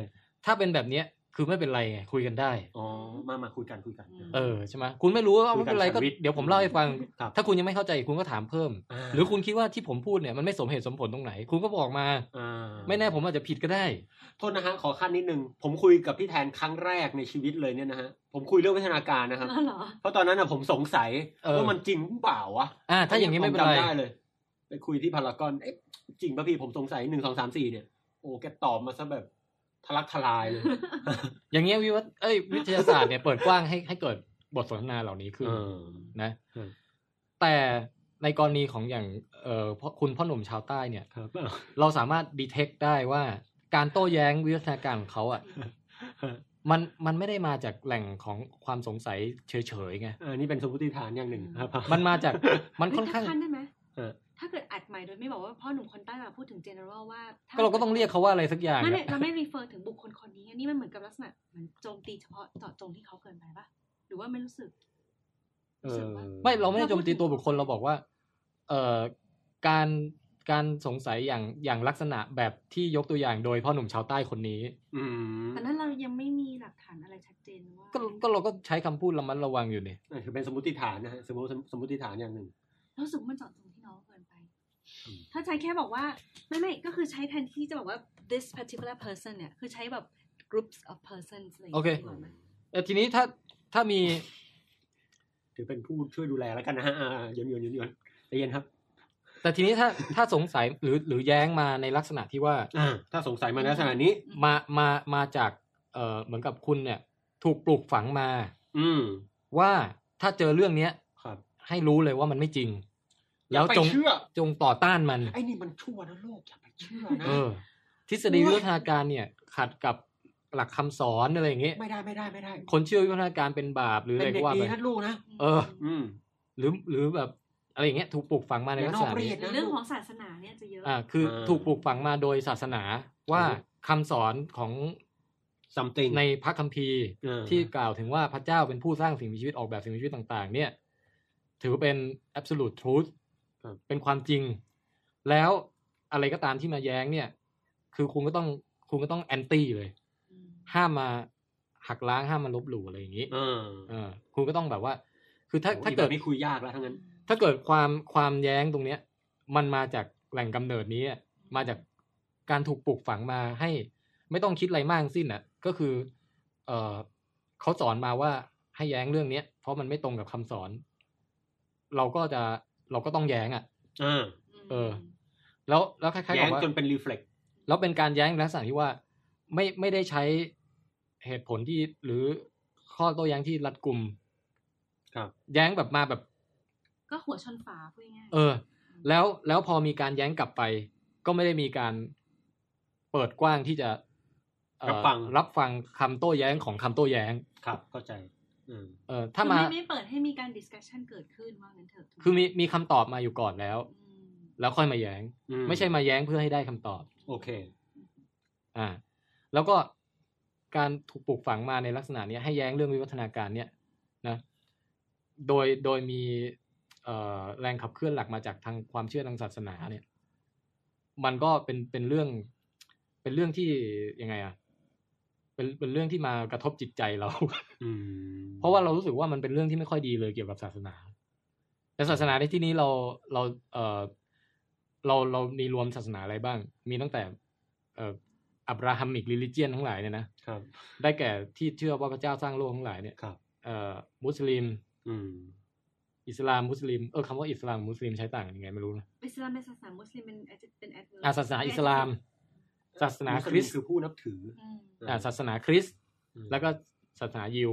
Speaker 1: ถ้าเป็นแบบเนี้ยคือไม่เป็นไรไงคุยกันได้
Speaker 2: อ๋อมามาคุยกันคุยกัน
Speaker 1: เออใช่ไหมคุณไม่รู้ว่าไม่เป็นไรก็
Speaker 2: คุยกันสันวิทย์
Speaker 1: เดี๋ยวผมเล่าให้ฟัง
Speaker 2: ครับ
Speaker 1: ถ้าคุณยังไม่เข้าใจคุณก็ถามเพิ่ม
Speaker 2: า
Speaker 1: หรือคุณคิดว่าที่ผมพูดเนี่ยมันไม่สมเหตุสมผลตรงไหน คุณก็บอกมา
Speaker 2: อ่า
Speaker 1: ไม่แน่ผมอาจจะผิดก็ได้
Speaker 2: โทษนะฮะขอขั้นนิดนึง ผมคุยกับพี่แทนครั้งแรกในชีวิตเลยเนี่ยนะฮะผมคุยเรื่องวิทยาการ นะครับ
Speaker 3: อ๋อเหรอ
Speaker 2: เพราะตอนนั้นน่ะผมสงสัย
Speaker 1: เออ
Speaker 2: ว่ามันจริงหรือเปล่าวะ
Speaker 1: อ่าถ้าอย่างนี้ไม่เป็นไร
Speaker 2: ผจำด้เลย ไปคุยที่พารากอนเอ๊ะจริงป่ะพี่ผมสงสัยหนึ่งสองสามสี่เนี่ยโอ้แกตอบมาซะแบบทะลักทลาย เลย
Speaker 1: อย่างเงี้ยวิวัฒเอ้ยวิทยาศาสตร์เนี่ยเปิดกว้างให้ให้เกิดบทสนทนาเหล่านี้ขึ้น
Speaker 2: เออ
Speaker 1: นะ
Speaker 2: อืม
Speaker 1: แต่ในกรณีของอย่างเอ่อพ่อคุณพ่อหนุ่มชาวใต้เนี่ย
Speaker 2: ครับ
Speaker 1: เราสามารถดีเทคได้ว่าการโต้แย้งวิวัฒนาการของเขาอ่ะมันมันไม่ได้มาจากแหล่งของความสงสัยเฉยๆไง
Speaker 2: อันนี้เป็นสมมติฐานอย่างหนึ่ง ครับ
Speaker 1: มันมาจากมัน
Speaker 3: เฮ้ย
Speaker 1: ค่อนข้าง
Speaker 3: ถ้ขั้นได้ไหม
Speaker 2: เออ
Speaker 3: ถ้าเกิดอัดใหม่โดยไม่บอกว่าพ่อหนุ่มคนใต้มาพูดถึง general ว่าถ้
Speaker 1: ก็เราก็ต้องเรียกเขาว่าอะไรสักอย่างอะ
Speaker 3: ไม่ไม่เราไม่ refer ถึงบุคคลคนนี้อันนี้มันเหมือนกับลักษณะเหมือนโจมตีเฉพาะเจาะจงที่เขาเกินไปปะหรือว่าไม่รู้สึก
Speaker 2: เออ
Speaker 1: ไม่เราไม่ได้โจมตีตัวบุคคลเราบอกว่า เอ่อการการสงสัยอย่างอย่างลักษณะแบบที่ยกตัวอย่างโดยพ่อหนุ่มชาวใต้คนนี้
Speaker 2: อืม
Speaker 3: แต่นั้นเรายังไม่มีหลักฐานอะไรชัดเจนว่า
Speaker 1: ก็ก็เราก็ใช้คำพูดระมัดระวังอยู่เนี่ย
Speaker 2: นั่นคือเป็นสมมติฐานนะฮะสมมติสมมติฐานอย่างหนึ่ง
Speaker 3: รู้สึกว่ามันเจาะจงที่น้องเกินไป
Speaker 2: อืม
Speaker 3: ถ้าใช้แค่บอกว่า ไม่ไม่ก็คือใช้แทนที่จะบอกว่า this particular person เนี่ย คือใช้แบบ groups of persons ะไรย่าง
Speaker 1: โอเค
Speaker 3: งี้ยดีกว่าไหม
Speaker 1: แต่ทีนี้ถ้าถ้ามี
Speaker 2: ถือเป็นผู้ช่วยดูแลแล้วกันนะฮะอ่าๆโยนโยนโยนโยนใจเย็นครับ
Speaker 1: แต่ทีนี้ถ้าถ้าสงสัยหรือหรือแย้งมาในลักษณะที่ว่า
Speaker 2: อ่า ถ้าสงสัยมาในลักษณะนี้
Speaker 1: มามามาจากเอ่อเหมือนกับคุณเนี่ย ถูกปลูกฝังมา
Speaker 2: อืม
Speaker 1: ว่าถ้าเจอเรื่องเนี้ย
Speaker 2: ครับ
Speaker 1: ให้รู้เลยว่ามันไม่จริง
Speaker 2: อ
Speaker 1: แล้
Speaker 2: ย่าว ไป
Speaker 1: จง
Speaker 2: เชื่อ
Speaker 1: จงต่อต้านมัน
Speaker 2: ไอ้นี่มันชั่วนะโลกอย่าไปเชื่อนะ
Speaker 1: เออ ทฤษฎีวิวัฒนาการเนี่ย ขัดกับหลักคำสอนอะไรอย่างเงี้ย
Speaker 2: ไม่ได้ไม่ได้ไม่ได้
Speaker 1: คนเชื่อวิวัฒนาการเป็นบาปหรืออะไร
Speaker 2: เป็น
Speaker 1: ก็
Speaker 2: เด็ก
Speaker 1: ว่า
Speaker 2: ดี
Speaker 1: ไป
Speaker 2: นะลูกนะ
Speaker 1: เออ
Speaker 2: อืม
Speaker 1: หรือหรือแบบอะไรอย่างเงี้ยถูกปลูกฝังมาในลักษณะ
Speaker 2: อย่านอกรี
Speaker 1: นี้
Speaker 2: ด
Speaker 3: หรือเรื่องของศาสนาเนี่ยจะเยอะ
Speaker 1: อ่าคือ
Speaker 2: เออ
Speaker 1: ถูกปลูกฝังมาโดยศาสนาว่า
Speaker 2: อืม
Speaker 1: คำสอนของ
Speaker 2: something
Speaker 1: ในพระคัมภีร์
Speaker 2: เออ
Speaker 1: ที่กล่าวถึงว่าพระเจ้าเป็นผู้สร้างสิ่งมีชีวิตออกแบบสิ่งมีชีวิตต่าง ๆ เนี่ย ถือเป็น absolute truth
Speaker 2: ครับ
Speaker 1: เป็นความจริง แล้วอะไรก็ตามที่มาแย้งเนี่ย คือคุณก็ต้องคุณก็ต้องแอนตี้เลย ห้ามมาหักล้างห้ามมาลบหลู่อะไรอย่างนี้
Speaker 2: เออ
Speaker 1: เออคุณก็ต้องแบบว่า คือถ้า
Speaker 2: โอ้ย
Speaker 1: ถ้าเกิด
Speaker 2: แบบนี้คุยยากแล้วทั้งนั้น
Speaker 1: ถ้าเกิดความความแย้งตรงเนี้ย มันมาจากแหล่งกำเนิดนี้อะมาจากการถูกปลูกฝังมาให้ ไม่ต้องคิดอะไรมากทั้งสิ้นอ่ะ ก็คือ เออเขาสอนมาว่าให้แย้งเรื่องเนี้ย เพราะมันไม่ตรงกับคำสอน เราก็จะเราก็ต้องแย้งอ่ะ
Speaker 2: อ่า
Speaker 1: เออ แล้วแล้วคล้ายๆ
Speaker 2: แย้
Speaker 1: กั
Speaker 2: ง
Speaker 1: บว่า
Speaker 2: จนเป็น reflex
Speaker 1: แล้วเป็นการแย้งในลักษณะที่ว่าไม่ไม่ได้ใช้เหตุผลที่หรือข้อโต้แย้งที่รัดกุม
Speaker 2: ครับ
Speaker 1: แย้งแบบมาแบบ
Speaker 3: ก็หัวชนฝาพูดง่ายๆ
Speaker 1: เออ แล้วแล้วพอมีการแย้งกลับไป ก็ไม่ได้มีการเปิดกว้างที่จะเอ่อ
Speaker 2: รับฟัง
Speaker 1: รับฟังคำโต้แย้งของคำโต้แย้ง
Speaker 2: ครับ เข้าใจ อืม
Speaker 1: เออถ้า
Speaker 3: คือ
Speaker 1: มา
Speaker 3: ไม่ไม่เปิดให้มีการ discussion เกิดขึ้นว่างั้นเถอะถูกไห
Speaker 1: คือมีมีคำตอบมาอยู่ก่อนแล้ว
Speaker 3: อืม
Speaker 1: แล้วค่อยมาแย้ง
Speaker 2: อื
Speaker 1: ไม่ใช่มาแย้งเพื่อให้ได้คำตอบ
Speaker 2: โอเค
Speaker 1: อ่าแล้วก็การถูกปลูกฝังมาในลักษณะเนี้ยให้แย้งเรื่องวิวัฒนาการเนี่ยนะโดยโดยมีเอ่อแรงขับเคลื่อนหลักมาจากทางความเชื่อทางศาสนาเนี่ย มันก็เป็นเป็นเรื่อง เป็นเรื่องที่ยังไงอ่ะเป็นเป็นเรื่องที่มากระทบจิตใจเรา
Speaker 2: อืม
Speaker 1: เพราะว่าเรารู้สึกว่ามันเป็นเรื่องที่ไม่ค่อยดีเลยเกี่ยวกับศาสนา แต่ศาสนาในที่นี้เราเราเออเราเรามีรวมศาสนาอะไรบ้าง มีตั้งแต่เอ่ออับราฮัมิกลิลิเจียนทั้งหลายเนี่ยนะครับ ได้แก่ที่เชื่อว่าพระเจ้าสร้างโลกทั้งหลายเนี่ย
Speaker 2: ครับ
Speaker 1: เอ่อมุสลิม
Speaker 2: อืม
Speaker 1: อิสลามมุสลิมเออคำว่าอิสลามมุสลิมใช้ต่างกันยังไงไม่รู้นะ
Speaker 3: อิสลามเป็นศาสนามุสลิมเป็น adjective เป็น adverb
Speaker 1: อ่ะศาสนาอิสลาม ศาสนาคริสต์
Speaker 2: คือผู้นับถือ
Speaker 3: อืม
Speaker 1: อ่ะศาสนาคริสต์แล้วก็ศาสนายิว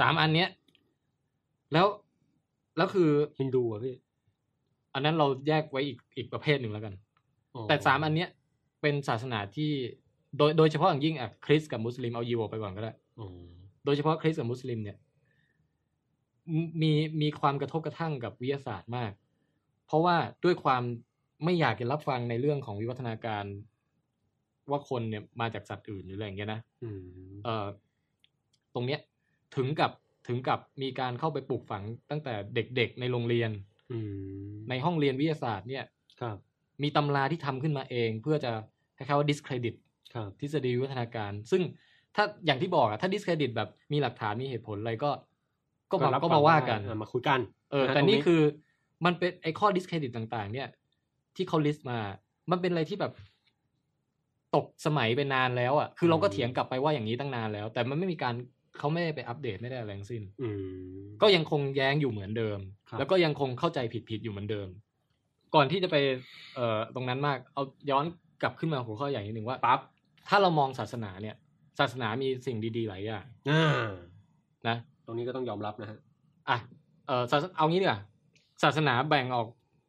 Speaker 1: สามอันเนี้ยแล้วแล้วคือ
Speaker 2: ฮินดูอ่ะพี่
Speaker 1: อันนั้นเราแยกไว้อีกอีกประเภทหนึ่งแล้วกัน แต่สามอันเนี้ยเป็นศาสนาที่โดยโดยเฉพาะอย่างยิ่งอ่ะคริสต์กับมุสลิมเอายิวออกไปก่อนก็ได้
Speaker 2: อ๋อ
Speaker 1: โดยเฉพาะคริสต์กับมุสลิมเนี่ยมมีมีความกระทบกระทั่งกับวิทยาศาสตร์มาก เพราะว่าด้วยความไม่อยากจะรับฟังในเรื่องของวิวัฒนาการ ว่าคนเนี่ยมาจากสัตว์อื่นหรืออะไรอย่างเงี้ยนะ
Speaker 2: อืม
Speaker 1: เอ่อตรงเนี้ยถึงกับถึงกับมีการเข้าไปปลูกฝังตั้งแต่เด็กๆในโรงเรียน
Speaker 2: อืม
Speaker 1: ในห้องเรียนวิทยาศาสตร์เนี่ย
Speaker 2: ครับ
Speaker 1: มีตำราที่ทำขึ้นมาเองเพื่อจะคล้ายๆว่า discredit
Speaker 2: ครับ
Speaker 1: ทฤษฎีวิวัฒนาการ ซึ่งถ้าอย่างที่บอกอะถ้า discredit แบบมีหลักฐานมีเหตุผลอะไรก็ก็มา
Speaker 2: รับ
Speaker 1: ก็
Speaker 2: ฟั
Speaker 1: มาง ว่า
Speaker 2: ได้
Speaker 1: กัน
Speaker 2: อ่ะมาคุยกัน
Speaker 1: เออ
Speaker 2: นะฮะ
Speaker 1: แต่นี่
Speaker 2: ตรงนี้
Speaker 1: คือมันเป็นไอ้ข้อ discredit ต่างๆ เนี่ย ที่เขา list มา มันเป็นอะไรที่แบบตกสมัยไปนานแล้วอะคือเราก็
Speaker 2: อืม
Speaker 1: เถียงกลับไปว่าอย่างนี้ตั้งนานแล้ว แต่มันไม่มีการเขาไม่ได้ไปอัปเดตไม่ได้อะไรทั้งสิ้น
Speaker 2: อืม
Speaker 1: ก็ยังคงแย้งอยู่เหมือนเดิม
Speaker 2: ครับ
Speaker 1: แล้วก็ยังคงเข้าใจผิดๆอยู่เหมือนเดิม ก่อนที่จะไปเอ่อตรงนั้นมากเอาย้อนกลับขึ้นมาหัวข้อใหญ่นิดหนึ่งว่า
Speaker 2: ปั๊บ
Speaker 1: ถ้าเรามองศาสนาเนี่ย ศาสนามีสิ่งดีๆหลายอย่าง
Speaker 2: อ่า
Speaker 1: นะ
Speaker 2: ตรงนี้ก็ต้องยอมรับนะฮะ
Speaker 1: อ่ะเออศาสเอางี้ดีกว่าศาสนาแบ่งออก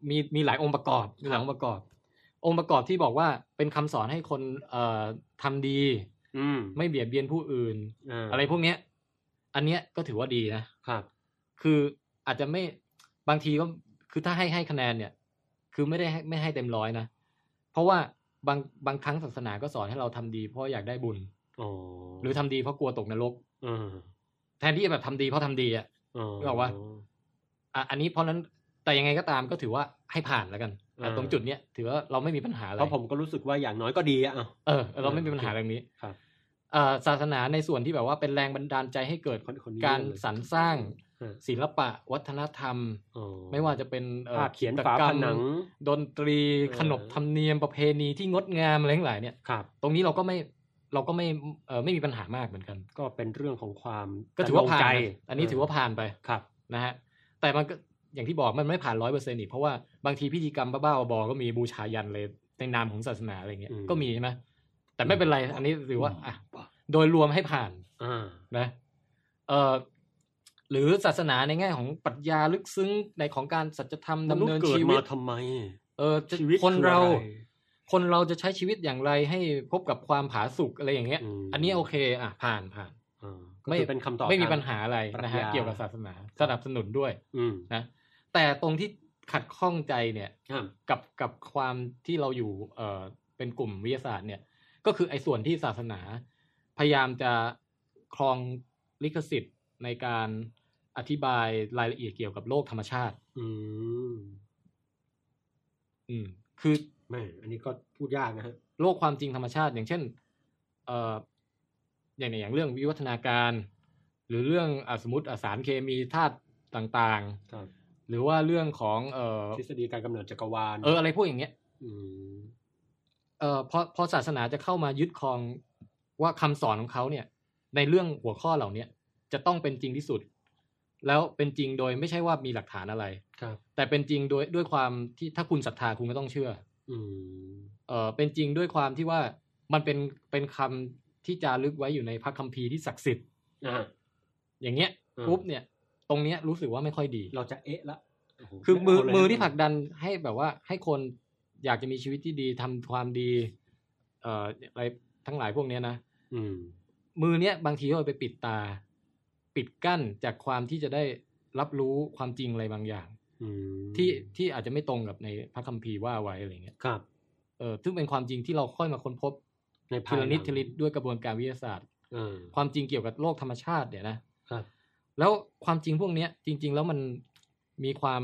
Speaker 1: มีมีหลายองค์ประกอบมีหลายองค์ประกอบ องค์ประกอบที่บอกว่าเป็นคำสอนให้คนเอ่อทำดี
Speaker 2: อืม
Speaker 1: ไม่เบียดเบียนผู้อื่น
Speaker 2: า
Speaker 1: อะไรพวกเนี้ย อันเนี้ยก็ถือว่าดีนะ
Speaker 2: ครับ
Speaker 1: คืออาจจะไม่บางทีก็คือถ้าให้ให้คะแนนเนี่ย คือไม่ได้ให้ไม่ให้เต็มร้อยนะ เพราะว่าบางบางครั้งศาสนาก็สอนให้เราทำดีเพราะอยากได้บุญ
Speaker 2: อ๋อ
Speaker 1: หรือทำดีเพราะกลัวตกนรก
Speaker 2: อ่า
Speaker 1: แทนที่จะแบบทำดีเพราะทำดีอ่ะ
Speaker 2: อ๋อ
Speaker 1: นึกออกปะ อ่ะอันนี้เพราะนั้นแต่ยังไงก็ตามก็ถือว่าให้ผ่านแล้วกันอ่ะ
Speaker 2: อ่า
Speaker 1: ตรงจุดเนี้ยถือว่าเราไม่มีปัญหาอะไร
Speaker 2: เพราะผมก็รู้สึกว่าอย่างน้อยก็ดีอะอ่ะ
Speaker 1: เออเราไม่มีปัญหาเรื่องนี้
Speaker 2: ครับ
Speaker 1: เอ่อศาสนาในส่วนที่แบบว่าเป็นแรงบันดาลใจให้เกิด
Speaker 2: คนคนนี้
Speaker 1: การ
Speaker 2: เยอะเลย
Speaker 1: สรรสร้าง
Speaker 2: เออ
Speaker 1: ศิลปะวัฒนธรรม
Speaker 2: อ๋อ
Speaker 1: ไม่ว่าจะเป็นอ่อ
Speaker 2: ภาพเขียน
Speaker 1: จิตร
Speaker 2: ฝา
Speaker 1: ร
Speaker 2: กผ
Speaker 1: รม
Speaker 2: นัง
Speaker 1: ดนตรี
Speaker 2: เออ
Speaker 1: ขนบธรรมเนียมประเพณีที่งดงามอะไรทั้งหลายเนี่ย
Speaker 2: ครับ
Speaker 1: ตรงนี้เราก็ไม่เราก็ไม่เอ่อไม่มีปัญหามากเหมือนกัน
Speaker 2: ก็เป็นเรื่องของความ
Speaker 1: ก็ถือว่าผ่าน
Speaker 2: ใจ
Speaker 1: นะอันนี้ถือว่าผ่านไป
Speaker 2: ครับ
Speaker 1: นะฮะแต่มันก็อย่างที่บอกมันไม่ผ่านร้อยเปอร์เซ็นต์อีกเพราะว่าบางทีพิธีกรรมบ้าๆบอๆก็มีบูชายันเลยในนามของศาสนาอะไรเงี้ย
Speaker 2: อืม
Speaker 1: ก็มีใช่ไหมแต่ไม่เป็นไร อันนี้ถือว่าอ่ะโดยรวมให้ผ่าน
Speaker 2: อ่า
Speaker 1: นะเอ่อหรือศาสนาในแง่ของปรัชญาลึกซึ้งในของการสัจธรรม
Speaker 2: ม
Speaker 1: ดำ
Speaker 2: นุษย์
Speaker 1: เนิน
Speaker 2: เกิด
Speaker 1: ชีวิต
Speaker 2: มาทำไม
Speaker 1: เออจะ
Speaker 2: ชีวิต
Speaker 1: คนเรา
Speaker 2: คืออะไร
Speaker 1: คนเราจะใช้ชีวิตอย่างไรให้พบกับความผาสุกอะไรอย่างเงี้ย
Speaker 2: อืม
Speaker 1: อันนี้โอเค อ่ะ ผ่านผ่าน
Speaker 2: อ่าก็
Speaker 1: ไม่
Speaker 2: คือเป็นคำตอบ
Speaker 1: ไม่มี
Speaker 2: ทง
Speaker 1: ปัญหาอะไรนะ
Speaker 2: ปรัช
Speaker 1: ฮะ
Speaker 2: ญา
Speaker 1: เกี่ยวกับศาสนาสนับสนุนด้วย
Speaker 2: อืม
Speaker 1: นะ แต่ตรงที่ขัดข้องใจเนี่ย
Speaker 2: ครับ
Speaker 1: กับกับความที่เราอยู่เอ่อเป็นกลุ่มวิทยาศาสตร์เนี่ย ก็คือไอ้ส่วนที่ศาสนา พยายามจะครองลิขสิทธิ์ในการอธิบายรายละเอียดเกี่ยวกับโลกธรรมชาติ
Speaker 2: อืม
Speaker 1: อืม คือ
Speaker 2: แม่อันนี้ก็พูดยากนะฮะ
Speaker 1: โลกความจริงธรรมชาติ อย่างเช่น เอ่ออย่างอย่างเรื่องวิวัฒนาการ หรือเรื่องอะสมมติอะสารเคมีธาตุต่าง
Speaker 2: ครับ
Speaker 1: ๆ หรือว่าเรื่องของเอ่อ
Speaker 2: ทฤษฎีการกำเนิดจักรวาล
Speaker 1: เอออะไรพวกอย่างเงี้ย
Speaker 2: ม
Speaker 1: เอ่อพอพอศาสนาจะเข้ามายึดครองว่าคำสอนของเขาเนี่ย ในเรื่องหัวข้อเหล่าเนี้ยจะต้องเป็นจริงที่สุด แล้วเป็นจริงโดยไม่ใช่ว่ามีหลักฐานอะไร
Speaker 2: ครับ
Speaker 1: แต่เป็นจริงโดยด้วยความที่ถ้าคุณศรัทธาคุณก็ต้องเชื่อ
Speaker 2: อืม
Speaker 1: เอ่อเป็นจริงด้วยความที่ว่ามันเป็นเป็นคำที่จารึกไว้อยู่ในพระคัมภีร์ที่ศักดิ์สิทธิ์
Speaker 2: อ่า
Speaker 1: อย่างเงี้ย
Speaker 2: อืม
Speaker 1: ปุ๊บเนี่ย ตรงเนี้ยรู้สึกว่าไม่ค่อยดี
Speaker 2: เราจะเอ๊ะละโโห
Speaker 1: คือมือ
Speaker 2: ไเาเลย
Speaker 1: มือที่ผลักดันให้แบบว่าให้คนอยากจะมีชีวิตที่ดีทำความดี เอ่ออะไรทั้งหลายพวกเนี้ยนะ
Speaker 2: อืม
Speaker 1: มือเนี้ยบางทีก็เอาไปปิดตา ปิดกั้นจากความที่จะได้รับรู้ความจริงอะไรบางอย่าง
Speaker 2: อืม
Speaker 1: ที่ที่อาจจะไม่ตรงกับในพระคัมภีร์ว่าไว้อะไรเงี้ย
Speaker 2: ครับ
Speaker 1: เออซึ่งเป็นความจริงที่เราค่อยมาค้นพบ
Speaker 2: ใน
Speaker 1: ที
Speaker 2: ภายห
Speaker 1: ละ
Speaker 2: ง
Speaker 1: นิดทีละนิดด้วยกระบวนการวิทยาศาสตร์
Speaker 2: เออ
Speaker 1: ความจริงเกี่ยวกับโลกธรรมชาติเนี่ยนะครับ แล้วความจริงพวกเนี้ย จริง ๆ แล้วมันมีความ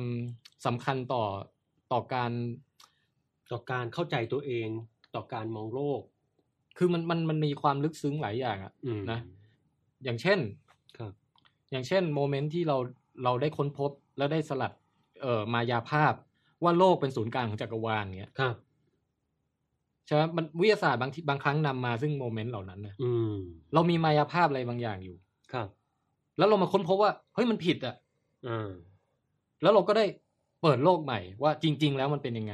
Speaker 1: สำคัญต่อต่อการ
Speaker 2: ต่อการเข้าใจตัวเองต่อการมองโลก
Speaker 1: คือมันมันมันมีความลึกซึ้งหลายอย่างอะ
Speaker 2: อืม
Speaker 1: นะ อย่างเช่น
Speaker 2: ครับ
Speaker 1: อย่างเช่นโมเมนต์ที่เราเราได้ค้นพบแล้วได้สลัดเอ่อมายาภาพว่าโลกเป็นศูนย์กลางของจักรวาลเงี้ย
Speaker 2: ครับ
Speaker 1: ใช่ไหมมันวิทยาศาสตร์บางทีบางครั้งนำมาซึ่งโมเมนต์เหล่านั้นนะ
Speaker 2: อืม
Speaker 1: เรามีมายาภาพอะไรบางอย่างอยู่
Speaker 2: ครับ
Speaker 1: แล้วเรามาค้นพบว่าเฮ้ยมันผิดอะ
Speaker 2: อ่า
Speaker 1: แล้วเราก็ได้เปิดโลกใหม่ว่าจริง ๆ แล้วมันเป็นยังไง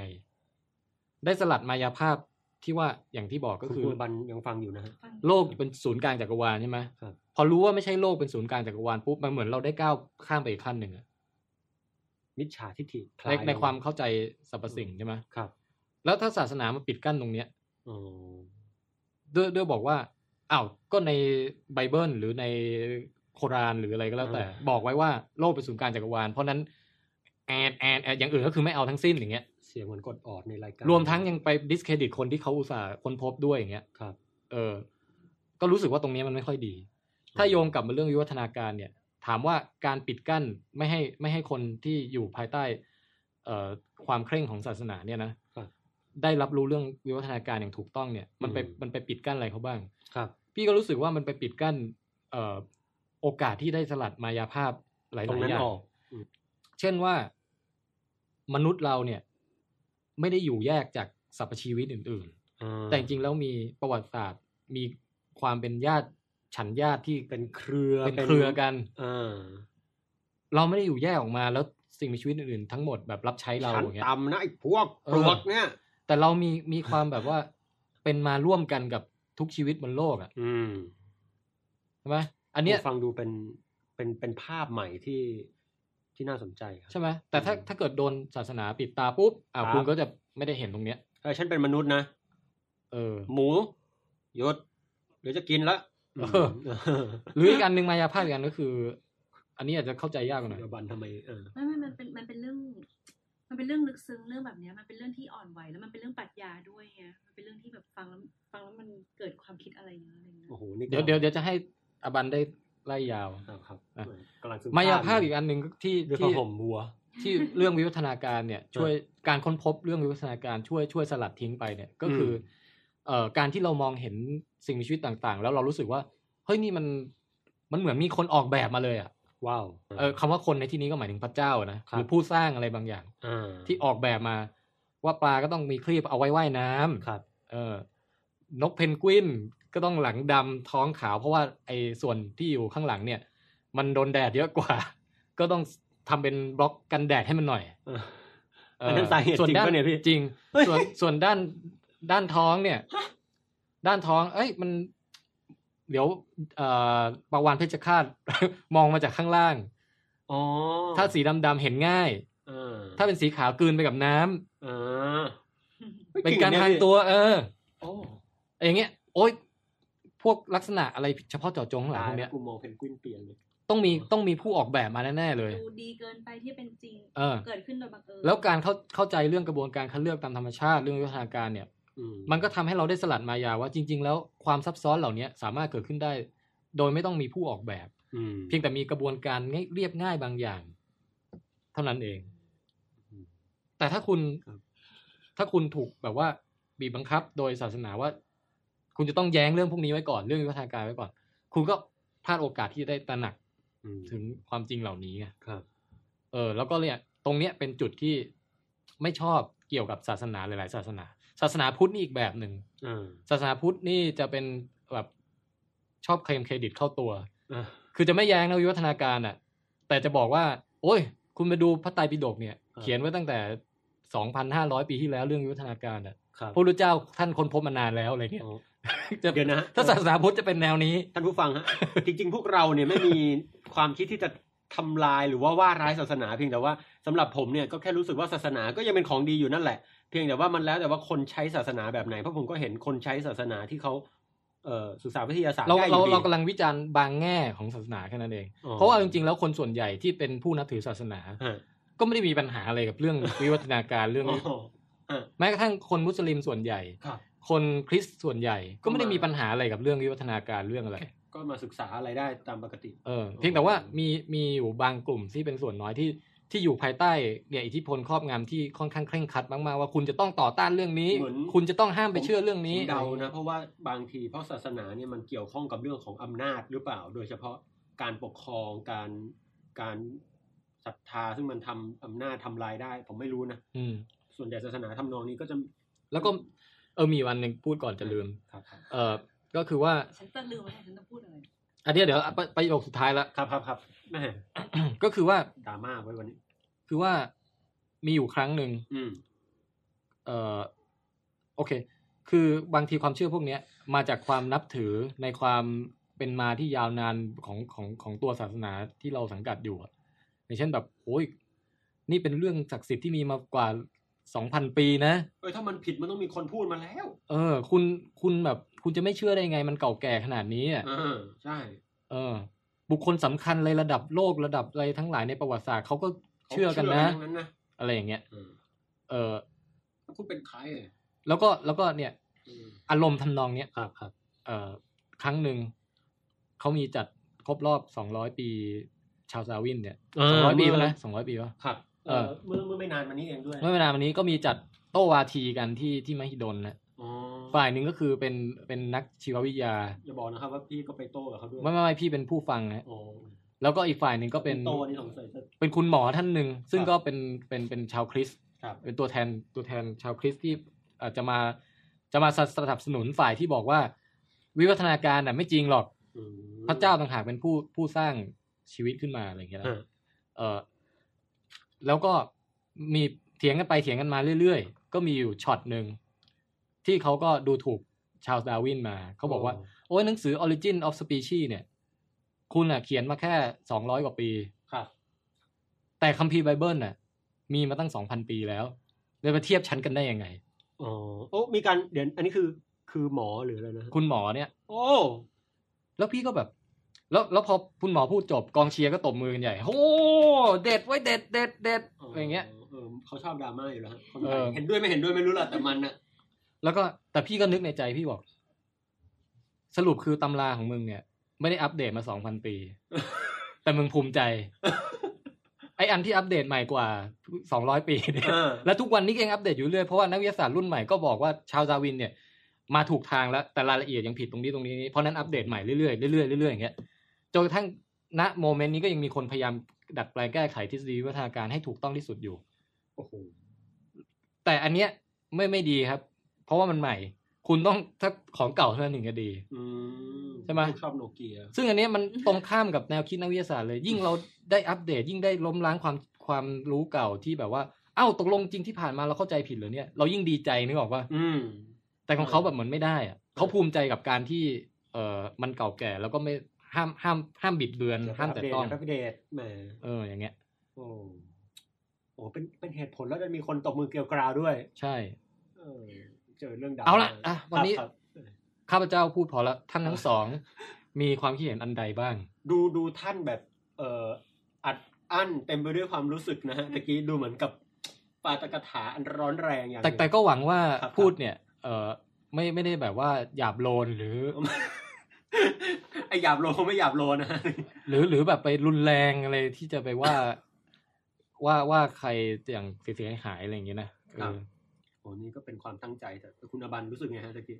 Speaker 1: ได้สลัดมายาภาพที่ว่าอย่างที่บอก
Speaker 2: ก็
Speaker 1: ก็
Speaker 2: คื
Speaker 1: คือ อ
Speaker 2: คุณบันยังฟังอยู่นะฮะ
Speaker 1: โลกเป็นศูนย์กลางจักรวาลใช่ไหม
Speaker 2: ครับ
Speaker 1: พอรู้ว่าไม่ใช่โลกเป็นศูนย์กลางจักรวาลปุ๊บมันเหมือนเราได้ก้าวข้ามไปอีกขั้นหนึ่งอะ
Speaker 2: มิจฉาทิฏฐิคลา
Speaker 1: ใน
Speaker 2: ย
Speaker 1: ในความเข้าใจสรรพสิ่งใช่ไหม
Speaker 2: ครับ
Speaker 1: แล้วถ้าศาสนามาปิดกั้นตรงเนี้ย
Speaker 2: อ๋อ
Speaker 1: ด้วยด้วยบอกว่าอ้าวก็ในไบเบิลหรือในโครานหรืออะไรก็แล้วแต่ บอกไว้ว่าโลกเป็นศูนย์กลางจักรวาลเพราะนั้นแอนแอนแอนอย่างอื่นก็คือไม่เอาทั้งสิ้นอย่างเงี้ย
Speaker 2: เสียงเหมือนกดออดในรายการ
Speaker 1: รวมทั้งยังไปดิสเครดิตคนที่เขาอุตส่าห์ค้นพบด้วยอย่างเงี้ย
Speaker 2: ครับ
Speaker 1: เออ ก็รู้สึกว่าตรงนี้มันไม่ค่อยดี ถ้าโยงกลับมาเรื่องวิวัฒนาการเนี่ย ถามว่าการปิดกั้นไม่ให้ไม่ให้คนที่อยู่ภายใต้ เอ่อความเคร่งของศาสนาเนี่ยนะ
Speaker 2: ครับ
Speaker 1: ได้รับรู้เรื่องวิวัฒนาการอย่างถูกต้องเนี่ย มันไป
Speaker 2: อืม
Speaker 1: มันไปปิดกั้นอะไรเขาบ้าง
Speaker 2: ครับ
Speaker 1: พี่ก็รู้สึกว่ามันไปปิดกั้น เอ่อโอกาสที่ได้สลัดมายาภาพหลาย
Speaker 2: ตร
Speaker 1: ๆ
Speaker 2: ง
Speaker 1: อ
Speaker 2: นั้
Speaker 1: นย่าง
Speaker 2: ออก
Speaker 1: เช่นว่ามนุษย์เราเนี่ย ไม่ได้อยู่แยกจากสรรพชีวิตอื่น ๆ แต่จริงๆแล้วมีประวัติศาสตร์มีความเป็นญาติฉันญาติที่
Speaker 2: เป็นเครือ
Speaker 1: เป็น
Speaker 2: เป็น
Speaker 1: เครือกัน
Speaker 2: อ่า
Speaker 1: เราไม่ได้อยู่แยกออกมาแล้วสิ่งมีชีวิตอื่นๆทั้งหมดแบบรับใช้เรา
Speaker 2: ฉัน
Speaker 1: อย่างเงี้ย
Speaker 2: ต่ำนะไอ้พวก
Speaker 1: เออ
Speaker 2: ปลวกเนี่ย
Speaker 1: แต่เรามีมีความแบบว่า เป็นมาร่วมกันกับทุกชีวิตบนโลกอ่ะ
Speaker 2: อืม
Speaker 1: ใช่ไหมอันเนี้ย
Speaker 2: ฟังดูเป็นเป็นเป็นภาพใหม่ที่ที่น่าสนใจครั
Speaker 1: ใช่
Speaker 2: บ
Speaker 1: ไหมแต่ถ้า
Speaker 2: อืม
Speaker 1: ถ้าเกิดโดนศาสนาปิดตาปุ๊บอ่า
Speaker 2: ครับ
Speaker 1: คุณก็จะไม่ได้เห็นตรงเนี้ย
Speaker 2: เออฉันเป็นมนุษย์นะ
Speaker 1: เออ
Speaker 2: หมูหยศเดี๋ยวจะกินละ
Speaker 1: เออ หรืออีกอันหนึ่งมายาภาพอีกอันก็คือ อันนี้อาจจะเข้าใจยากหน่อย
Speaker 2: เดี๋ยวบันทำไมเออ
Speaker 3: ไม่ไม่มันเป็นมันเป็นเรื่อง มันเป็นเรื่องลึกซึ้งเรื่องแบบเนี้ยมันเป็นเรื่องที่อ่อนไหวแล้วมันเป็นเรื่องปรัชญาด้วยไงมันเป็นเรื่องที่แบบฟังแล้วฟังแล้วมันเกิดความคิดอะไรเยอะอะไรเงี้ย
Speaker 2: โอ้โหนี่ก็
Speaker 1: เดี๋ยวเดี๋ยวเดี๋ยวจะให้อบันได้ไล่ยาว
Speaker 2: อ้าวครับ
Speaker 1: อ่ะ
Speaker 2: เออกำลังซึ
Speaker 1: มายาภาพอีกอันหนึ่งก็ที่
Speaker 2: ด้วยผ้า
Speaker 1: ที่
Speaker 2: ห่มวัว
Speaker 1: ที่เรื่องวิวัฒนาการเนี่ย ช่วยการค้นพบเรื่องวิวัฒนาการช่วยช่วยสลัดทิ้งไปเนี่ยก็คืออ
Speaker 2: ม
Speaker 1: เอ่อการที่เรามองเห็นสิ่งมีชีวิตต่างๆ แล้วเรารู้สึกว่าเฮ้ยนี่มันมันเหมือนมีคนออกแบบมาเลยอ่ะ
Speaker 2: ว้าว
Speaker 1: เออคำว่าคนในที่นี้ก็หมายถึงพระเจ้านะครับ หรือผู้สร้างอะไรบางอย่าง ที่ออกแบบมา ว่าปลาก็ต้องมีครีบเอาไว้ว่ายน้ำ
Speaker 2: ครับ
Speaker 1: เออนกเพนกวินก็ต้องหลังดำท้องขาว เพราะว่าไอ้ส่วนที่อยู่ข้างหลังเนี่ย มันโดนแดดเยอะกว่า ก็ต้องทำเป็นบล็อกกันแดดให้มันหน่อย
Speaker 2: เออ
Speaker 1: เอ่อ
Speaker 2: อันนั้นสาเหตุ
Speaker 1: ส่วน
Speaker 2: จริง
Speaker 1: ด้าน
Speaker 2: ปะเนี่ยพี่
Speaker 1: จริง
Speaker 2: เฮ้ย
Speaker 1: ส่วนส่วนด้านด้านท้องเนี่ย
Speaker 2: ฮะ
Speaker 1: ด้านท้อง เอ้ยมัน เดี๋ยวเอ่อปลาวานเพชฌฆาต มองมาจากข้างล่าง
Speaker 2: อ๋อ
Speaker 1: ถ้าสีดำๆเห็นง่าย
Speaker 2: เออ
Speaker 1: ถ้าเป็นสีขาวกลืนไปกับน้ำ
Speaker 2: เออฮ้ย
Speaker 1: เป็น
Speaker 2: ง
Speaker 1: การ
Speaker 2: ย
Speaker 1: ทางตัว เออ
Speaker 2: โอ้
Speaker 1: อย่างเงี้ยโอ๊ยพวกลักษณะอะไรเฉพาะเจาะจงข้างหลัง
Speaker 2: ตา
Speaker 1: พ
Speaker 2: ย
Speaker 1: ก
Speaker 2: วแล้
Speaker 1: เนี้
Speaker 2: วย กูมองเพนกวินเปลี่ยนเลย
Speaker 1: ต้องมีต้องมีผู้ออกแบบมาแน่ๆเลย
Speaker 3: ดูดีเกินไปที่เป็นจริง
Speaker 1: เออ
Speaker 3: เกิดขึ้นโดยบังเอิญ
Speaker 1: แล้วการเข้าเข้าใจเรื่องกระบวนการคัดเลือกตามธรรมชาติเรื่องวิวัฒนาการเนี่ย
Speaker 2: อื
Speaker 1: มันก็ทำให้เราได้สลัดมายาว่าจริง ๆ แล้วความซับซ้อนเหล่านี้สามารถเกิดขึ้นได้ โดยไม่ต้องมีผู้ออกแบบ
Speaker 2: อืม
Speaker 1: เพียงแต่มีกระบวนการง่ายเรียบง่ายบางอย่าง เท่านั้นเอง
Speaker 2: อืม
Speaker 1: แต่ถ้าคุณ
Speaker 2: ครับ
Speaker 1: ถ้าคุณถูกแบบว่า บีบบังคับโดยศาสนาว่า คุณจะต้องแย้งเรื่องพวกนี้ไว้ก่อนเรื่องวิวัฒนาการไว้ก่อน คุณก็พลาดโอกาสที่จะได้ตระหนัก
Speaker 2: อืม
Speaker 1: ถึงความจริงเหล่านี้ไง
Speaker 2: ครับ
Speaker 1: เออแล้วก็เนี่ยตรงเนี้ยเป็นจุดที่ไม่ชอบเกี่ยวกับศาสนาหลายๆศาสนา ศาสนาพุทธนี่อีกแบบหนึ่ง
Speaker 2: เออ
Speaker 1: ศาสนาพุทธนี่จะเป็นแบบชอบเคลมเครดิตเข้าตัว
Speaker 2: เออ
Speaker 1: คือจะไม่แย้งนะวิวัฒนาการอ่ะ แต่จะบอกว่า โอ้ย คุณไปดูพระไตรปิฎกเนี่ย
Speaker 2: ครับ
Speaker 1: เขียนไว้ตั้งแต่ 2,500 ปีที่แล้วเรื่องวิวัฒนาการอ่ะ
Speaker 2: ครับ
Speaker 1: พระพุทธเจ้าท่านค้นพบมานานแล้วอะไรเงี้ย
Speaker 2: อ๋อ
Speaker 1: จะ
Speaker 2: เดี๋ยวนะฮะ
Speaker 1: ถ้าศาสนาพุทธจะเป็นแนวนี้
Speaker 2: ท่านผู้ฟังฮะ จริง ๆ พวกเราเนี่ยไม่มีความคิดที่จะทำลายหรือว่าว่าร้ายศาสนาเพียงแต่ว่าสำหรับผมเนี่ยก็แค่รู้สึกว่าศาสนาก็ยังเป็นของดีอยู่นั่นแหละ เพียงแต่ว่ามันแล้วแต่ว่าคนใช้ศาสนาแบบไหนเพราะผมก็เห็นคนใช้ศาสนาที่เขาเอ่อศึกษาวิทยาศาสตร์
Speaker 1: เรา
Speaker 2: ได้อ
Speaker 1: เรา
Speaker 2: ยู่ดี
Speaker 1: เรากำลังวิจารณ์บางแง่ของศาสนาแค่นั้นเอง
Speaker 2: อ๋อ
Speaker 1: เพราะว่าจริงๆแล้วคนส่วนใหญ่ที่เป็นผู้นับถือศาสนา
Speaker 2: ฮะ
Speaker 1: ก็ไม่ได้มีปัญหาอะไรกับเรื่อง วิวัฒนาการเรื่อง
Speaker 2: อ๋อ
Speaker 1: นี้
Speaker 2: ฮะ
Speaker 1: แม้กระทั่งคนมุสลิมส่วนใหญ่
Speaker 2: ครับ
Speaker 1: คนคริสต์ส่วนใหญ่ ก็ไม่ได้
Speaker 2: ก็มา
Speaker 1: มี
Speaker 2: มี
Speaker 1: ปัญหาอะไรกับเรื่องวิวัฒนาการเรื่องอะไร
Speaker 2: ก็มาศึกษาอะไรได้ตามปกติ
Speaker 1: เออเพียงแต่ว่ามีมีอยู่บางกลุ่มที่เป็นส่วนน้อยที่ที่อยู่ภายใต้เนี่ยอิทธิพลครอบงำที่ค่อนข้างเคร่งครัดมากๆว่าคุณจะต้องต่อต้านเรื่องนี้
Speaker 2: เหมือน
Speaker 1: คุณจะต้องห้ามไปเชื่อเรื่องนี้
Speaker 2: ผมเดานะ เพราะว่าบางทีเพราะศาสนาเนี่ยมันเกี่ยวข้องกับเรื่องของอำนาจหรือเปล่า โดยเฉพาะการปกครองการการศรัทธาซึ่งมันทำอำนาจทำลายได้ ผมไม่รู้นะ
Speaker 1: อืม
Speaker 2: ส่วนใหญ่ศาสนาทำนองนี้ก็จะ
Speaker 1: แล้วก็เออมีวันหนึ่งพูดก่อนจะลืม
Speaker 2: ครับครับ
Speaker 1: เออก็คือว่า
Speaker 3: ฉันจะลืมว่าฉันจะพูดอะไร
Speaker 1: อันเนี้ยเดี๋ยวประประโยคสุดท้ายละ
Speaker 2: ครับครับครับแม่
Speaker 1: ก็คือว่า
Speaker 2: ดราม่าไว้วันนี้
Speaker 1: คือว่ามีอยู่ครั้งหนึ่ง
Speaker 2: อืม
Speaker 1: เอ่อโอเค คือบางทีความเชื่อพวกเนี้ย มาจากความนับถือในความเป็นมาที่ยาวนานของของของตัวศาสนาที่เราสังกัดอยู่อะอย่างเช่นแบบโอ้ยนี่เป็นเรื่องศักดิ์สิทธิ์ที่มีมากว่าสองพันปีนะ
Speaker 2: เอยถ้ามันผิดมันต้องมีคนพูดมาแล้ว
Speaker 1: เออ คุณคุณแบบ คุณจะไม่เชื่อได้ไง มันเก่าแก่ขนาดนี้อะ
Speaker 2: เออใช่
Speaker 1: เออ บุคคลสำคัญเลยระดับโลกระดับอะไรทั้งหลายในประวัติศาสตร์เขาก็
Speaker 2: ขา
Speaker 1: เชื่อกันนะ
Speaker 2: เชื่อทั้งนั้นนะ
Speaker 1: อะไรอย่างเงี้ย
Speaker 2: เออ
Speaker 1: เออ
Speaker 2: แล้วคุณเป็นใครอ่ะ
Speaker 1: แล้วก็แล้วก็เนี่ย
Speaker 2: เออ
Speaker 1: อารมณ์ทำนองเนี้ย
Speaker 2: ครับครับ
Speaker 1: เอ่อครั้งหนึ่งเขามีจัดครบรอบสองร้อยปีชาวซาวินเนี่ย
Speaker 2: อ่า
Speaker 1: สองร้อยปี
Speaker 2: เมื่
Speaker 1: วะ
Speaker 2: อ
Speaker 1: นะสองร้อยปีวะ
Speaker 2: ครับเอ
Speaker 1: เอ
Speaker 2: อ
Speaker 1: อ
Speaker 2: เมื่อเมื่อไม่นานมานี้เองด้วย
Speaker 1: เมื่อเวลาวันนี้ก็มีจัดโต้วาทีกันที่ที่มหิดลนะ
Speaker 2: อ๋อ
Speaker 1: ฝ่ายหนึ่งก็คือเป็นเป็นนักชีววิทยา
Speaker 2: อย่าบอกนะครับว่าพี่ก็ไปโต้กับเขาด้วย
Speaker 1: ไม่ไม่ไม่พี่เป็นผู้ฟังนะ
Speaker 2: อ๋อ
Speaker 1: แล้วก็อีกฝ่ายหนึ่งก็เป็น
Speaker 2: โตนี่สงสัยจะ
Speaker 1: เป็นคุณหมอท่านหนึ่งซึ่ง
Speaker 2: ครับ
Speaker 1: ก็เป็นเป็นเป็นชาวคริสต์
Speaker 2: ครับ
Speaker 1: เป็นตัวแทนตัวแทนชาวคริสต์ที่อาจจะมาจะมาสนับสนุนฝ่ายที่บอกว่า วิวัฒนาการน่ะไม่จริงหรอก
Speaker 2: อืม
Speaker 1: พระเจ้าต่างหากเป็นผู้ผู้สร้างชีวิตขึ้นมาอะไรอย่างเงี้ยนะ
Speaker 2: อ่า
Speaker 1: เออแล้วก็มีเถียงกันไปเถียงกันมาเรื่อยๆ ก็มีอยู่ช็อตหนึ่งที่เขาก็ดูถูกชาวดาร์วินมา เขาบอกว่า โอ้ยหนังสือ Origin of Species เนี่ย คุณอ่ะเขียนมาแค่สองร้อยกว่าปี
Speaker 2: ครับ
Speaker 1: แต่คัมภีร์ไบเบิลน่ะ มีมาตั้งสองพันปีแล้วเลยมาเทียบชั้นกันได้ยังไง
Speaker 2: อ๋อ โอ้ มีการเดี๋ยวอันนี้คือคือหมอหรืออะไรนะ
Speaker 1: คุณหมอเนี่ย
Speaker 2: โอ้
Speaker 1: แล้วพี่ก็แบบ แล้วแล้วพอคุณหมอพูดจบกองเชียร์ก็ตบมือกันใหญ่โอ้เด็ดไว้ยเด็ดเด็ดเด็ดอะไรอย่างเงี้ย
Speaker 2: เออเขาชอบดราม่าอยู่แล้วฮะคนไท
Speaker 1: เอย อ
Speaker 2: เห็นด้วยไม่เห็นด้วยไม่รู้ล่ะแต่มันน่ะ
Speaker 1: แล้วก็แต่พี่ก็นึกในใจพี่บอก สรุปคือตำราของมึงเนี่ย ไม่ได้อัปเดตมาสองพันปี แต่มึงภูมิใจ ไออันที่อัปเดตใหม่กว่าสองร้อยปีเนี่ย
Speaker 2: เออ
Speaker 1: และทุกวันนี้ก็ยังอัปเดตอยู่เรื่อยเพราะว่านักวิทยาศาสตร์รุ่นใหม่ก็บอกว่าชาวดาร์วินเนี่ย มาถูกทางแล้วแต่รายละเอียดยังผิดตรงนี้ตรงนี้เพราะนั้นอัปเดตใหม่เรื่อยๆเรื่อยๆเรื่อยๆอย่างเงี้ยจนกระทั่งณโมเมนต์นี้ก็ยังมีคนพยายามดัดแปลงแก้ไขทฤษฎีวิวัฒนาการให้ถูกต้องที่สุดอยู่
Speaker 2: โอ้โห
Speaker 1: แต่อันเนี้ยไม่ไม่ดีครับ เพราะว่ามันใหม่ คุณต้องถ้าของเก่าเท่านั้นถึงจะดี
Speaker 2: อืม
Speaker 1: ใช่ไหม
Speaker 2: ลูกชอบโนเกีย
Speaker 1: ซึ่งอันเนี้ยมันตรงข้ามกับแนวคิดนักวิทยาศาสตร์เลย ยิ่งเราได้อัปเดต ยิ่งได้ล้มล้างความความรู้เก่าที่แบบว่าเอ้าตกลงจริงที่ผ่านมาเราเข้าใจผิดเหรือเนี่ยเรายิ่งดีใจนึกออกว่า
Speaker 2: อืม
Speaker 1: แต่ของเขาแบบเหมือนไม่ได้อะเขาภูมิใจกับการที่ เออมันเก่าแก่แล้วก็ไม่ห้ามห้ามห้ามบิดเบือน ห้ามแต่ต้อง
Speaker 2: อัปเดตแหม
Speaker 1: เอออย่างเงี้ย
Speaker 2: โอ้โหเป็นเป็นเหตุผลแล้วดันมีคนตบมือเกลียวกราวด้วย
Speaker 1: ใช่
Speaker 2: เออ เจอเรื่องดราม่
Speaker 1: เอาละอ่ะวันนี้
Speaker 2: ครับครับ
Speaker 1: ข้าพเจ้าพูดพอละท่านทั้งสอง มีความคิดเห็นอันใดบ้าง
Speaker 2: ดูดูท่านแบบ เอ่ออัดอั้นเต็มไปด้วยความรู้สึกนะฮะตะกี้ดูเหมือนกับปาตกถาอันร้อนแรงอย่างห
Speaker 1: แต่
Speaker 2: นึ่ง
Speaker 1: แต่ก็หวังว่า
Speaker 2: ครับ
Speaker 1: พูด
Speaker 2: ครับ
Speaker 1: เนี่ย เออไม่ไม่ได้แบบว่าหยาบโลนหรือ
Speaker 2: ไอหยาบโลคงไม่หยาบโลนะฮะ
Speaker 1: หรือหรือแบบไปรุนแรงอะไรที่จะไปว่า ว่าว่าใครอย่างเสียหายอะไรอย่างเงี้ยนะเออ
Speaker 2: โอ้นี่ก็เป็นความตั้งใจแต่ คุณอบันรู้สึกไงฮะตะกี้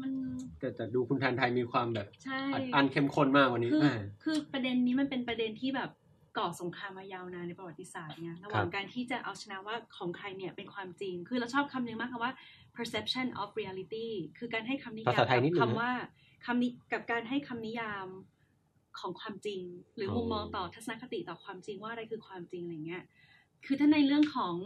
Speaker 3: มัน
Speaker 2: แต่แต่ดูคุณแทนไทยมีความแบบ
Speaker 3: ใช่
Speaker 2: อัดอั้นเข้มข้นมากวันนี้
Speaker 3: คือ
Speaker 2: อ่า
Speaker 3: คือประเด็นนี้มันเป็นประเด็นที่แบบก่อสงครามมายาวนานในประวัติศาสตร์เนี่ยระหว่างการที่จะเอาชนะว่าของใครเนี่ยเป็นความจริง คือเราชอบคำนึงมากคำว่า perception of reality คือการให้คำนิยาม
Speaker 2: ภาษาไทยนิดนึงนะ
Speaker 3: คำว่าคำนี้กับการให้คำนิยามของความจริง หรือมุมมองต่อทัศนคติต่อความจริงว่าอะไรคือความจริงอะไรเงี้ย คือถ้าในเรื่องของ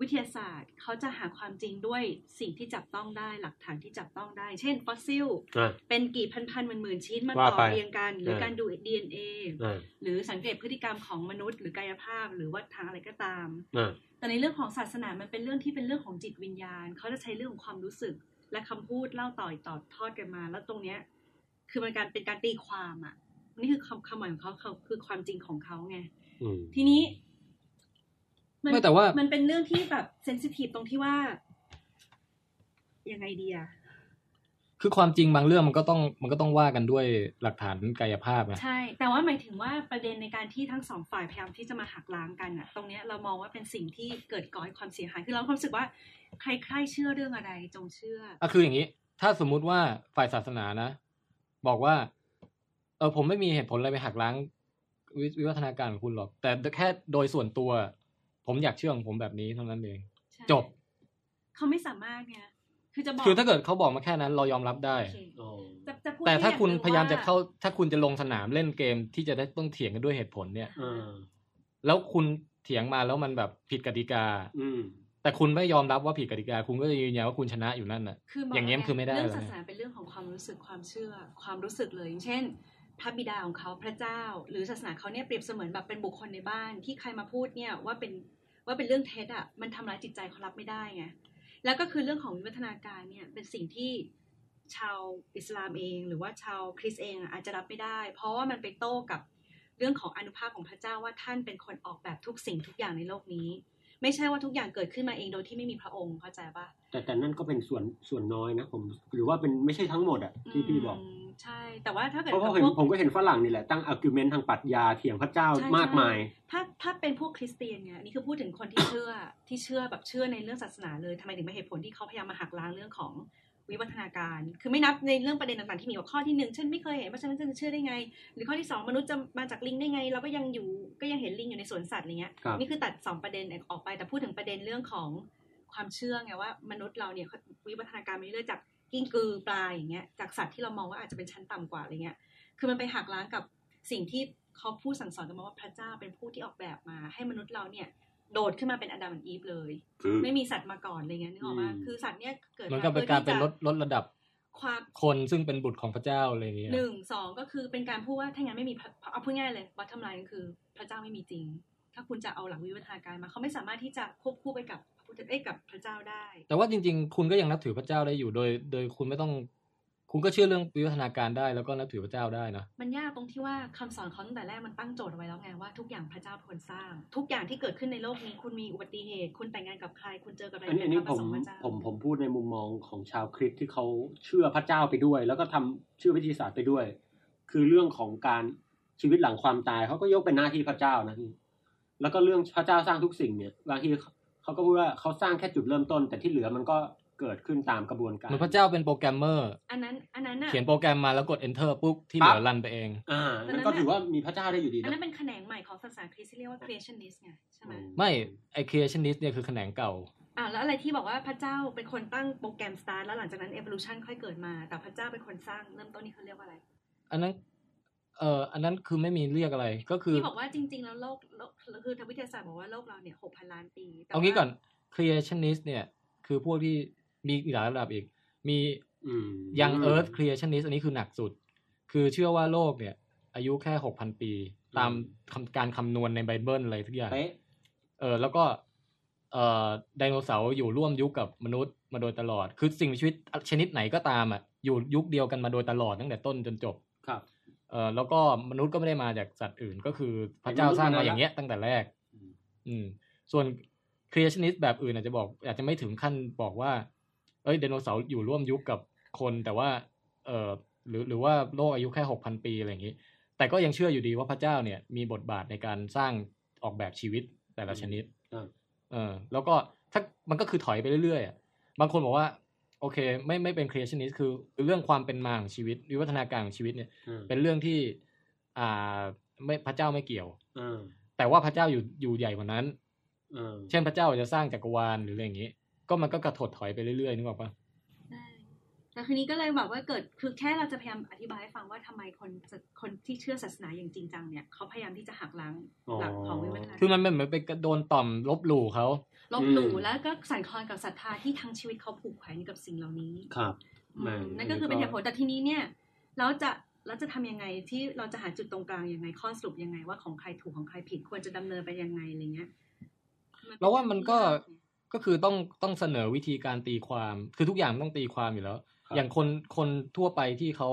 Speaker 3: วิทยาศาสตร์ เขาจะหาความจริงด้วยสิ่งที่จับต้องได้หลักฐานที่จับต้องได้ เช่นฟอสซิล
Speaker 2: อ่า
Speaker 3: เป็นกี่พันพันหมื่นหมื่นชิ้นมา
Speaker 1: ว่า
Speaker 3: ต่อ
Speaker 1: ไป
Speaker 3: เรียงกัน หรือ
Speaker 2: เออ
Speaker 3: การดู DNA
Speaker 2: อ่า
Speaker 3: หรือสังเกตพฤติกรรมของมนุษย์ หรือกายภาพหรือว่าทางอะไรก็ตาม
Speaker 2: อ่า
Speaker 3: แต่ในเรื่องของศาสนามันเป็นเรื่องที่เป็นเรื่องของจิตวิญญาณ เขาจะใช้เรื่องของความรู้สึก และคำพูดเล่าต่อต่อทอดกันมา แล้วตรงเนี้ย คือมันการเป็นการตีความอ่ะนี่คือคำคำหมายของเขาเขาคือความจริงของเขาไง
Speaker 2: อืม
Speaker 3: ทีนี้
Speaker 1: ไม่แต่ว่า
Speaker 3: นเป็นเรื่องที่แบบเซนซิทีฟตรงที่ว่า ยังไงดีอะ
Speaker 1: คือความจริงบางเรื่องมันก็ต้องมันก็ต้องว่ากันด้วยหลักฐานกายภาพนะ
Speaker 3: ใช่ แต่ว่าหมายถึงว่าประเด็นในการที่ทั้งสองฝ่ายพยายามที่จะมาหักล้างกันอะตรงเนี้ยเรามองว่าเป็นสิ่งที่เกิดก่อให้ความเสียหาย คือเราความรู้สึกว่าใครๆเชื่อเรื่องอะไรจงเชื่อ
Speaker 1: อ่ะคืออย่างนี้ ถ้าสมมุติว่าฝ่ายศาสนานะ บอกว่า เออผมไม่มีเหตุผลอะไรไปหักล้างวิวิวัฒนาการของคุณหรอก แต่แค่โดยส่วนตัว ผมอยากเชื่อของผมแบบนี้เท่านั้นเอง
Speaker 3: ใช่
Speaker 1: จบ
Speaker 3: เขาไม่สามารถไงคือจะบอก
Speaker 1: คือถ้าเกิดเขาบอกมาแค่นั้น เรายอมรับได้
Speaker 3: โอเค
Speaker 2: โอ้
Speaker 3: จะจะพูด
Speaker 1: แต่ถ้าคุณ
Speaker 3: ให้อย่งหนึ่ง
Speaker 1: พยายามจะเข้า
Speaker 3: ว่
Speaker 1: ถ้าคุณจะลงสนามเล่นเกมที่จะได้ต้องเถียงกันด้วยเหตุผลเนี่ย
Speaker 2: อ่า
Speaker 1: แล้วคุณเถียงมาแล้วมันแบบผิดกติกา
Speaker 2: อืม
Speaker 1: แต่คุณไม่ยอมรับว่าผิดกติกา คุณก็จะยืนยันว่าคุณชนะอยู่นั่นน่ะ
Speaker 3: คือบอก
Speaker 1: อย่างเงี้ย
Speaker 3: แล้ว
Speaker 1: คือไม่ได้
Speaker 3: เรื่อง
Speaker 1: แล้ว
Speaker 3: ศา
Speaker 1: นะ
Speaker 3: สนาเป็นเรื่องของความรู้สึกความเชื่อ ความรู้สึกเลยอย่างเช่น พระบิดาของเขาพระเจ้า หรือศาสนาเขาเนี่ยเปรียบเสมือนแบบเป็นบุคคลในบ้าน ที่ใครมาพูดเนี่ยว่าเป็นว่าเป็นเรื่องเท็จอ่ะมันทำร้ายจิตใจเขารับไม่ได้ไงแล้วก็คือเรื่องของวิวัฒนาการเนี่ยเป็นสิ่งที่ชาวอิสลามเอง หรือว่าชาวคริสต์เองอะอาจจะรับไม่ได้ เพราะว่ามันไปโต้กับเรื่องของอนุภาพของพระเจ้าว่าท่านเป็นคนออกแบบทุกสิ่งทุกอย่างในโลกนี้ ไม่ใช่ว่าทุกอย่างเกิดขึ้นมาเองโดยที่ไม่มีพระองค์เข้าใจปะ
Speaker 2: แต่แต่นั่นก็เป็นส่วนส่วนน้อยนะผม หรือว่าเป็นไม่ใช่ทั้งหมดอ่ะที่พี่บอก
Speaker 3: มใช่ แต่ว่าถ้าเกิด
Speaker 2: เพราะว่า
Speaker 3: กับ
Speaker 2: เห็น
Speaker 3: พวก
Speaker 2: ผมก็เห็นฝรั่งนี่แหละ ตั้งอาร์กิวเมนต์ทางปรัชญาเถียงพระเจ้า
Speaker 3: ใช่
Speaker 2: มากมาย
Speaker 3: ถ้าถ้าเป็นพวกคริสเตียนเนี่ยอันนี่คือพูดถึงคนที่ เชื่อที่เชื่อแบบเชื่อในเรื่องศาสนาเลยทำไมถึงเป็นเหตุผลที่เขาพยายามมาหักล้างเรื่องของวิวัฒนาการ คือไม่นับในเรื่องประเด็นต่างๆที่มีกับข้อที่หนึ่งฉันไม่เคยเห็นว่าฉันจะเชื่อได้ไง หรือข้อที่สองมนุษย์จะมาจากลิงได้ไง เราก็ยังอยู่ก็ยังเห็นลิงอยู่ในสวนสัตว์อะไรเงี้ย
Speaker 2: ครับ
Speaker 3: นี่คือตัดสองประเด็นออกไปแต่พูดถึงประเด็นเรื่องของความเชื่อไงว่ามนุษย์เราเนี่ยวิวัฒนาการมาเรื่อยๆจากกิ้งกือปลาอย่างเงี้ยจากสัตว์ที่เรามองว่าอาจจะเป็นชั้นต่ำกว่าอะไรเงี้ย คือมันไปหักล้างกับสิ่งที่เขาพูดสั่งสอนกันมาว่าพระเจ้าเป็นผู้ที่ออกแบบมา ให้มนุษย์เราเนี่ย โดดขึ้นมาเป็นอดัมกับอีฟเลย ไม่มีสัตว์มาก่อนอะไรเงี้ยนึกออกมา
Speaker 2: อืม
Speaker 3: คือสัตว์เนี่ยเกิด
Speaker 1: มันก็เป็น
Speaker 3: พื่อ
Speaker 1: การ
Speaker 3: ที่
Speaker 1: เป็น
Speaker 3: จะ
Speaker 1: ลดลดระดับ
Speaker 3: ความ
Speaker 1: คนซึ่งเป็นบุตรของพระเจ้าอะไรอย่างเงี้ย
Speaker 3: หนึ่งสองก็คือเป็นการพูดว่าถ้างั้นไม่มีพระเอาพูดง่ายเลยวัฒนธรรมไลน์ก็คือพระเจ้าไม่มีจริง ถ้าคุณจะเอาหลักวิวัฒนาการมาเขาไม่สามารถที่จะควบคู่ไปกับพระพุทธเอ้ยกับพระเจ้าได้
Speaker 1: แต่ว่าจริง ๆ คุณก็ยังนับถือพระเจ้าได้อยู่โดย โดยคุณไม่ต้อง คุณก็เชื่อเรื่องวิวัฒนาการได้แล้วก็นับถือพระเจ้าได้นะ
Speaker 3: มันยากตรงที่ว่าคำสอนเขาตั้งแต่แรกมันตั้งโจทย์เอาไว้แล้วไงว่าทุกอย่างพระเจ้าเป็นคนสร้าง ทุกอย่างที่เกิดขึ้นในโลกนี้ คุณมีอุบัติเหตุ คุณแต่งงานกับใคร คุณเจอกับอะไร
Speaker 2: อันนี้อัน
Speaker 3: เป็
Speaker 2: นี้
Speaker 3: นพ
Speaker 2: ผ
Speaker 3: ระประ
Speaker 2: ม
Speaker 3: สงค์พระเจ้า
Speaker 2: ผมผมพูดในมุมมองของชาวคริสต์ที่เขาเชื่อพระเจ้าไปด้วย แล้วก็ทำเชื่อวิทยาศาสตร์ไปด้วย คือเรื่องของการชีวิตหลังความตายเขาก็ยกเป็นหน้าที่พระเจ้านะพี่แล้วก็เรื่องพระเจ้าสร้างทุกสิ่งเนี่ยบางทีเขาก็พูดว่าเขาสร้างแค่จุดเริ่มต้น แต่ที่เหลือมันก็ เกิดขึ้นตามกระบวนการ
Speaker 1: เหมือนพระเจ้าเป็นโปรแกรมเมอร์
Speaker 3: อันนั้นอันนั้นอ่ะ
Speaker 1: เขียนโปรแกรมมาแล้วกด enter ปุ๊บที่
Speaker 2: ปั๊
Speaker 1: เห
Speaker 2: บ
Speaker 1: ลือรันไปเอง
Speaker 2: อ่า
Speaker 3: อันนั้
Speaker 2: นั่
Speaker 3: น
Speaker 2: นก็
Speaker 3: น่ะ
Speaker 2: ถือว่ามีพระเจ้าได้อยู่ดี
Speaker 3: อัน
Speaker 2: นะ
Speaker 3: นั้นเป็นแขนงใหม่ของศาสนาคริสต์ที่เรียกว่า creationist ไงใช่ไหม
Speaker 1: ไม่ ไอ creationist เนี่ยคือแขนงเก่า
Speaker 3: อ่าแล้วอะไรที่บอกว่าพระเจ้าเป็นคนตั้งโปรแกรม start แล้วหลังจากนั้น evolution ค่อยเกิดมา แต่พระเจ้าเป็นคนสร้างเริ่มต้นนี่เขาเรียกว่าอะไร
Speaker 1: อันนั้น เอ่อ อันนั้นคือไม่มีเรียกอะไร ก็คือ
Speaker 3: ที่บอกว่าจริง ๆ แล้วโลกโลกคือทางวิทยาศาสตร์บอกว่าโลกเราเนี่ยหกพันล้านปีแต่
Speaker 1: เอางี้
Speaker 3: ว่า
Speaker 1: ก่อน creationist เนี่ย คือพวกที่มีอีกหลายระดับอีก มี
Speaker 2: อืม
Speaker 1: ยัง earth creationist อันนี้คือหนักสุด คือเชื่อว่าโลกเนี่ย อายุแค่หกพันปี ตามคำการคำนวณในไบเบิลอะไรทุกอย่าง
Speaker 2: เป๊ะ
Speaker 1: เออแล้วก็เอ่อไดโนเสาร์อยู่ร่วมยุคกับมนุษย์มาโดยตลอด คือสิ่งมีชีวิตชนิดไหนก็ตามอ่ะอยู่ยุคเดียวกันมาโดยตลอดตั้งแต่ต้นจนจบ
Speaker 2: ครับ
Speaker 1: เออแล้วก็มนุษย์ก็ไม่ได้มาจากสัตว์อื่นก็คือพระเจ้าสร้างมาอย่างเงี้ยตั้งแต่แรก
Speaker 2: อืม
Speaker 1: อืม ส่วน creationist แบบอื่นอาจจะบอก อาจจะไม่ถึงขั้นบอกว่า เอ้ยไดโนเสาร์อยู่ร่วมยุคกับคนแต่ว่า เออหรือหรือว่าโลกอายุแค่หกพันปีอะไรอย่างนี้ แต่ก็ยังเชื่ออยู่ดีว่าพระเจ้าเนี่ยมีบทบาทในการสร้างออกแบบชีวิตแต่ละชนิด
Speaker 2: ครับ
Speaker 1: เออ แล้วก็ถ้ามันก็คือถอยไปเรื่อยๆอะบางคนบอกว่า โอเค ไม่ไม่เป็น creationist คือคือเรื่องความเป็นมาของชีวิต วิวัฒนาการของชีวิตเนี่ย
Speaker 2: อืม
Speaker 1: เป็นเรื่องที่ อ่า ไม่พระเจ้าไม่เกี่ยว
Speaker 2: อ่า
Speaker 1: แต่ว่าพระเจ้าอยู่อยู่ใหญ่กว่านั้น
Speaker 2: อ่า
Speaker 1: เช่นพระเจ้าอาจจะสร้างจักรวาลหรืออะไรอย่างนี้ ก็มันก็กระถดถอยไปเรื่อยๆนึกออกปะ
Speaker 3: ใช่แล้วคืนนี้ก็เลยแบบว่าเกิดคือแค่เราจะพยายามอธิบายให้ฟังว่าทำไมคนจะคนที่เชื่อศาสนาอย่างจริงจังเนี่ยเขาพยายามที่จะหักล้างหลักของวิวัฒนา
Speaker 1: คือมั
Speaker 3: การ
Speaker 1: นเป็นเหมือนไปโดนต่อมลบหลู่เขา
Speaker 3: ลบหลู่
Speaker 2: อืม
Speaker 3: แล้วก็สั่นคลอนกับศรัทธาที่ทั้งชีวิตเขาผูกแขวนกับสิ่งเหล่านี้
Speaker 2: ครับ
Speaker 3: อืม
Speaker 2: แม่ง
Speaker 3: นั่นก็คือเป็นเหตุผลแต่ทีนี้เนี่ย เราจะเราจะทำยังไงที่เราจะหาจุดตรงกลางยังไงข้อสรุปยังไงว่าของใครถูกของใครผิดควรจะดำเนินไปยังไงอะไรเงี้ยน
Speaker 1: เราว่ามันก็ ก็คือต้องต้องเสนอวิธีการตีความ คือทุกอย่างมันต้องตีความอยู่แล้ว
Speaker 2: ครับ
Speaker 1: อย่างคนคนทั่วไปที่เขา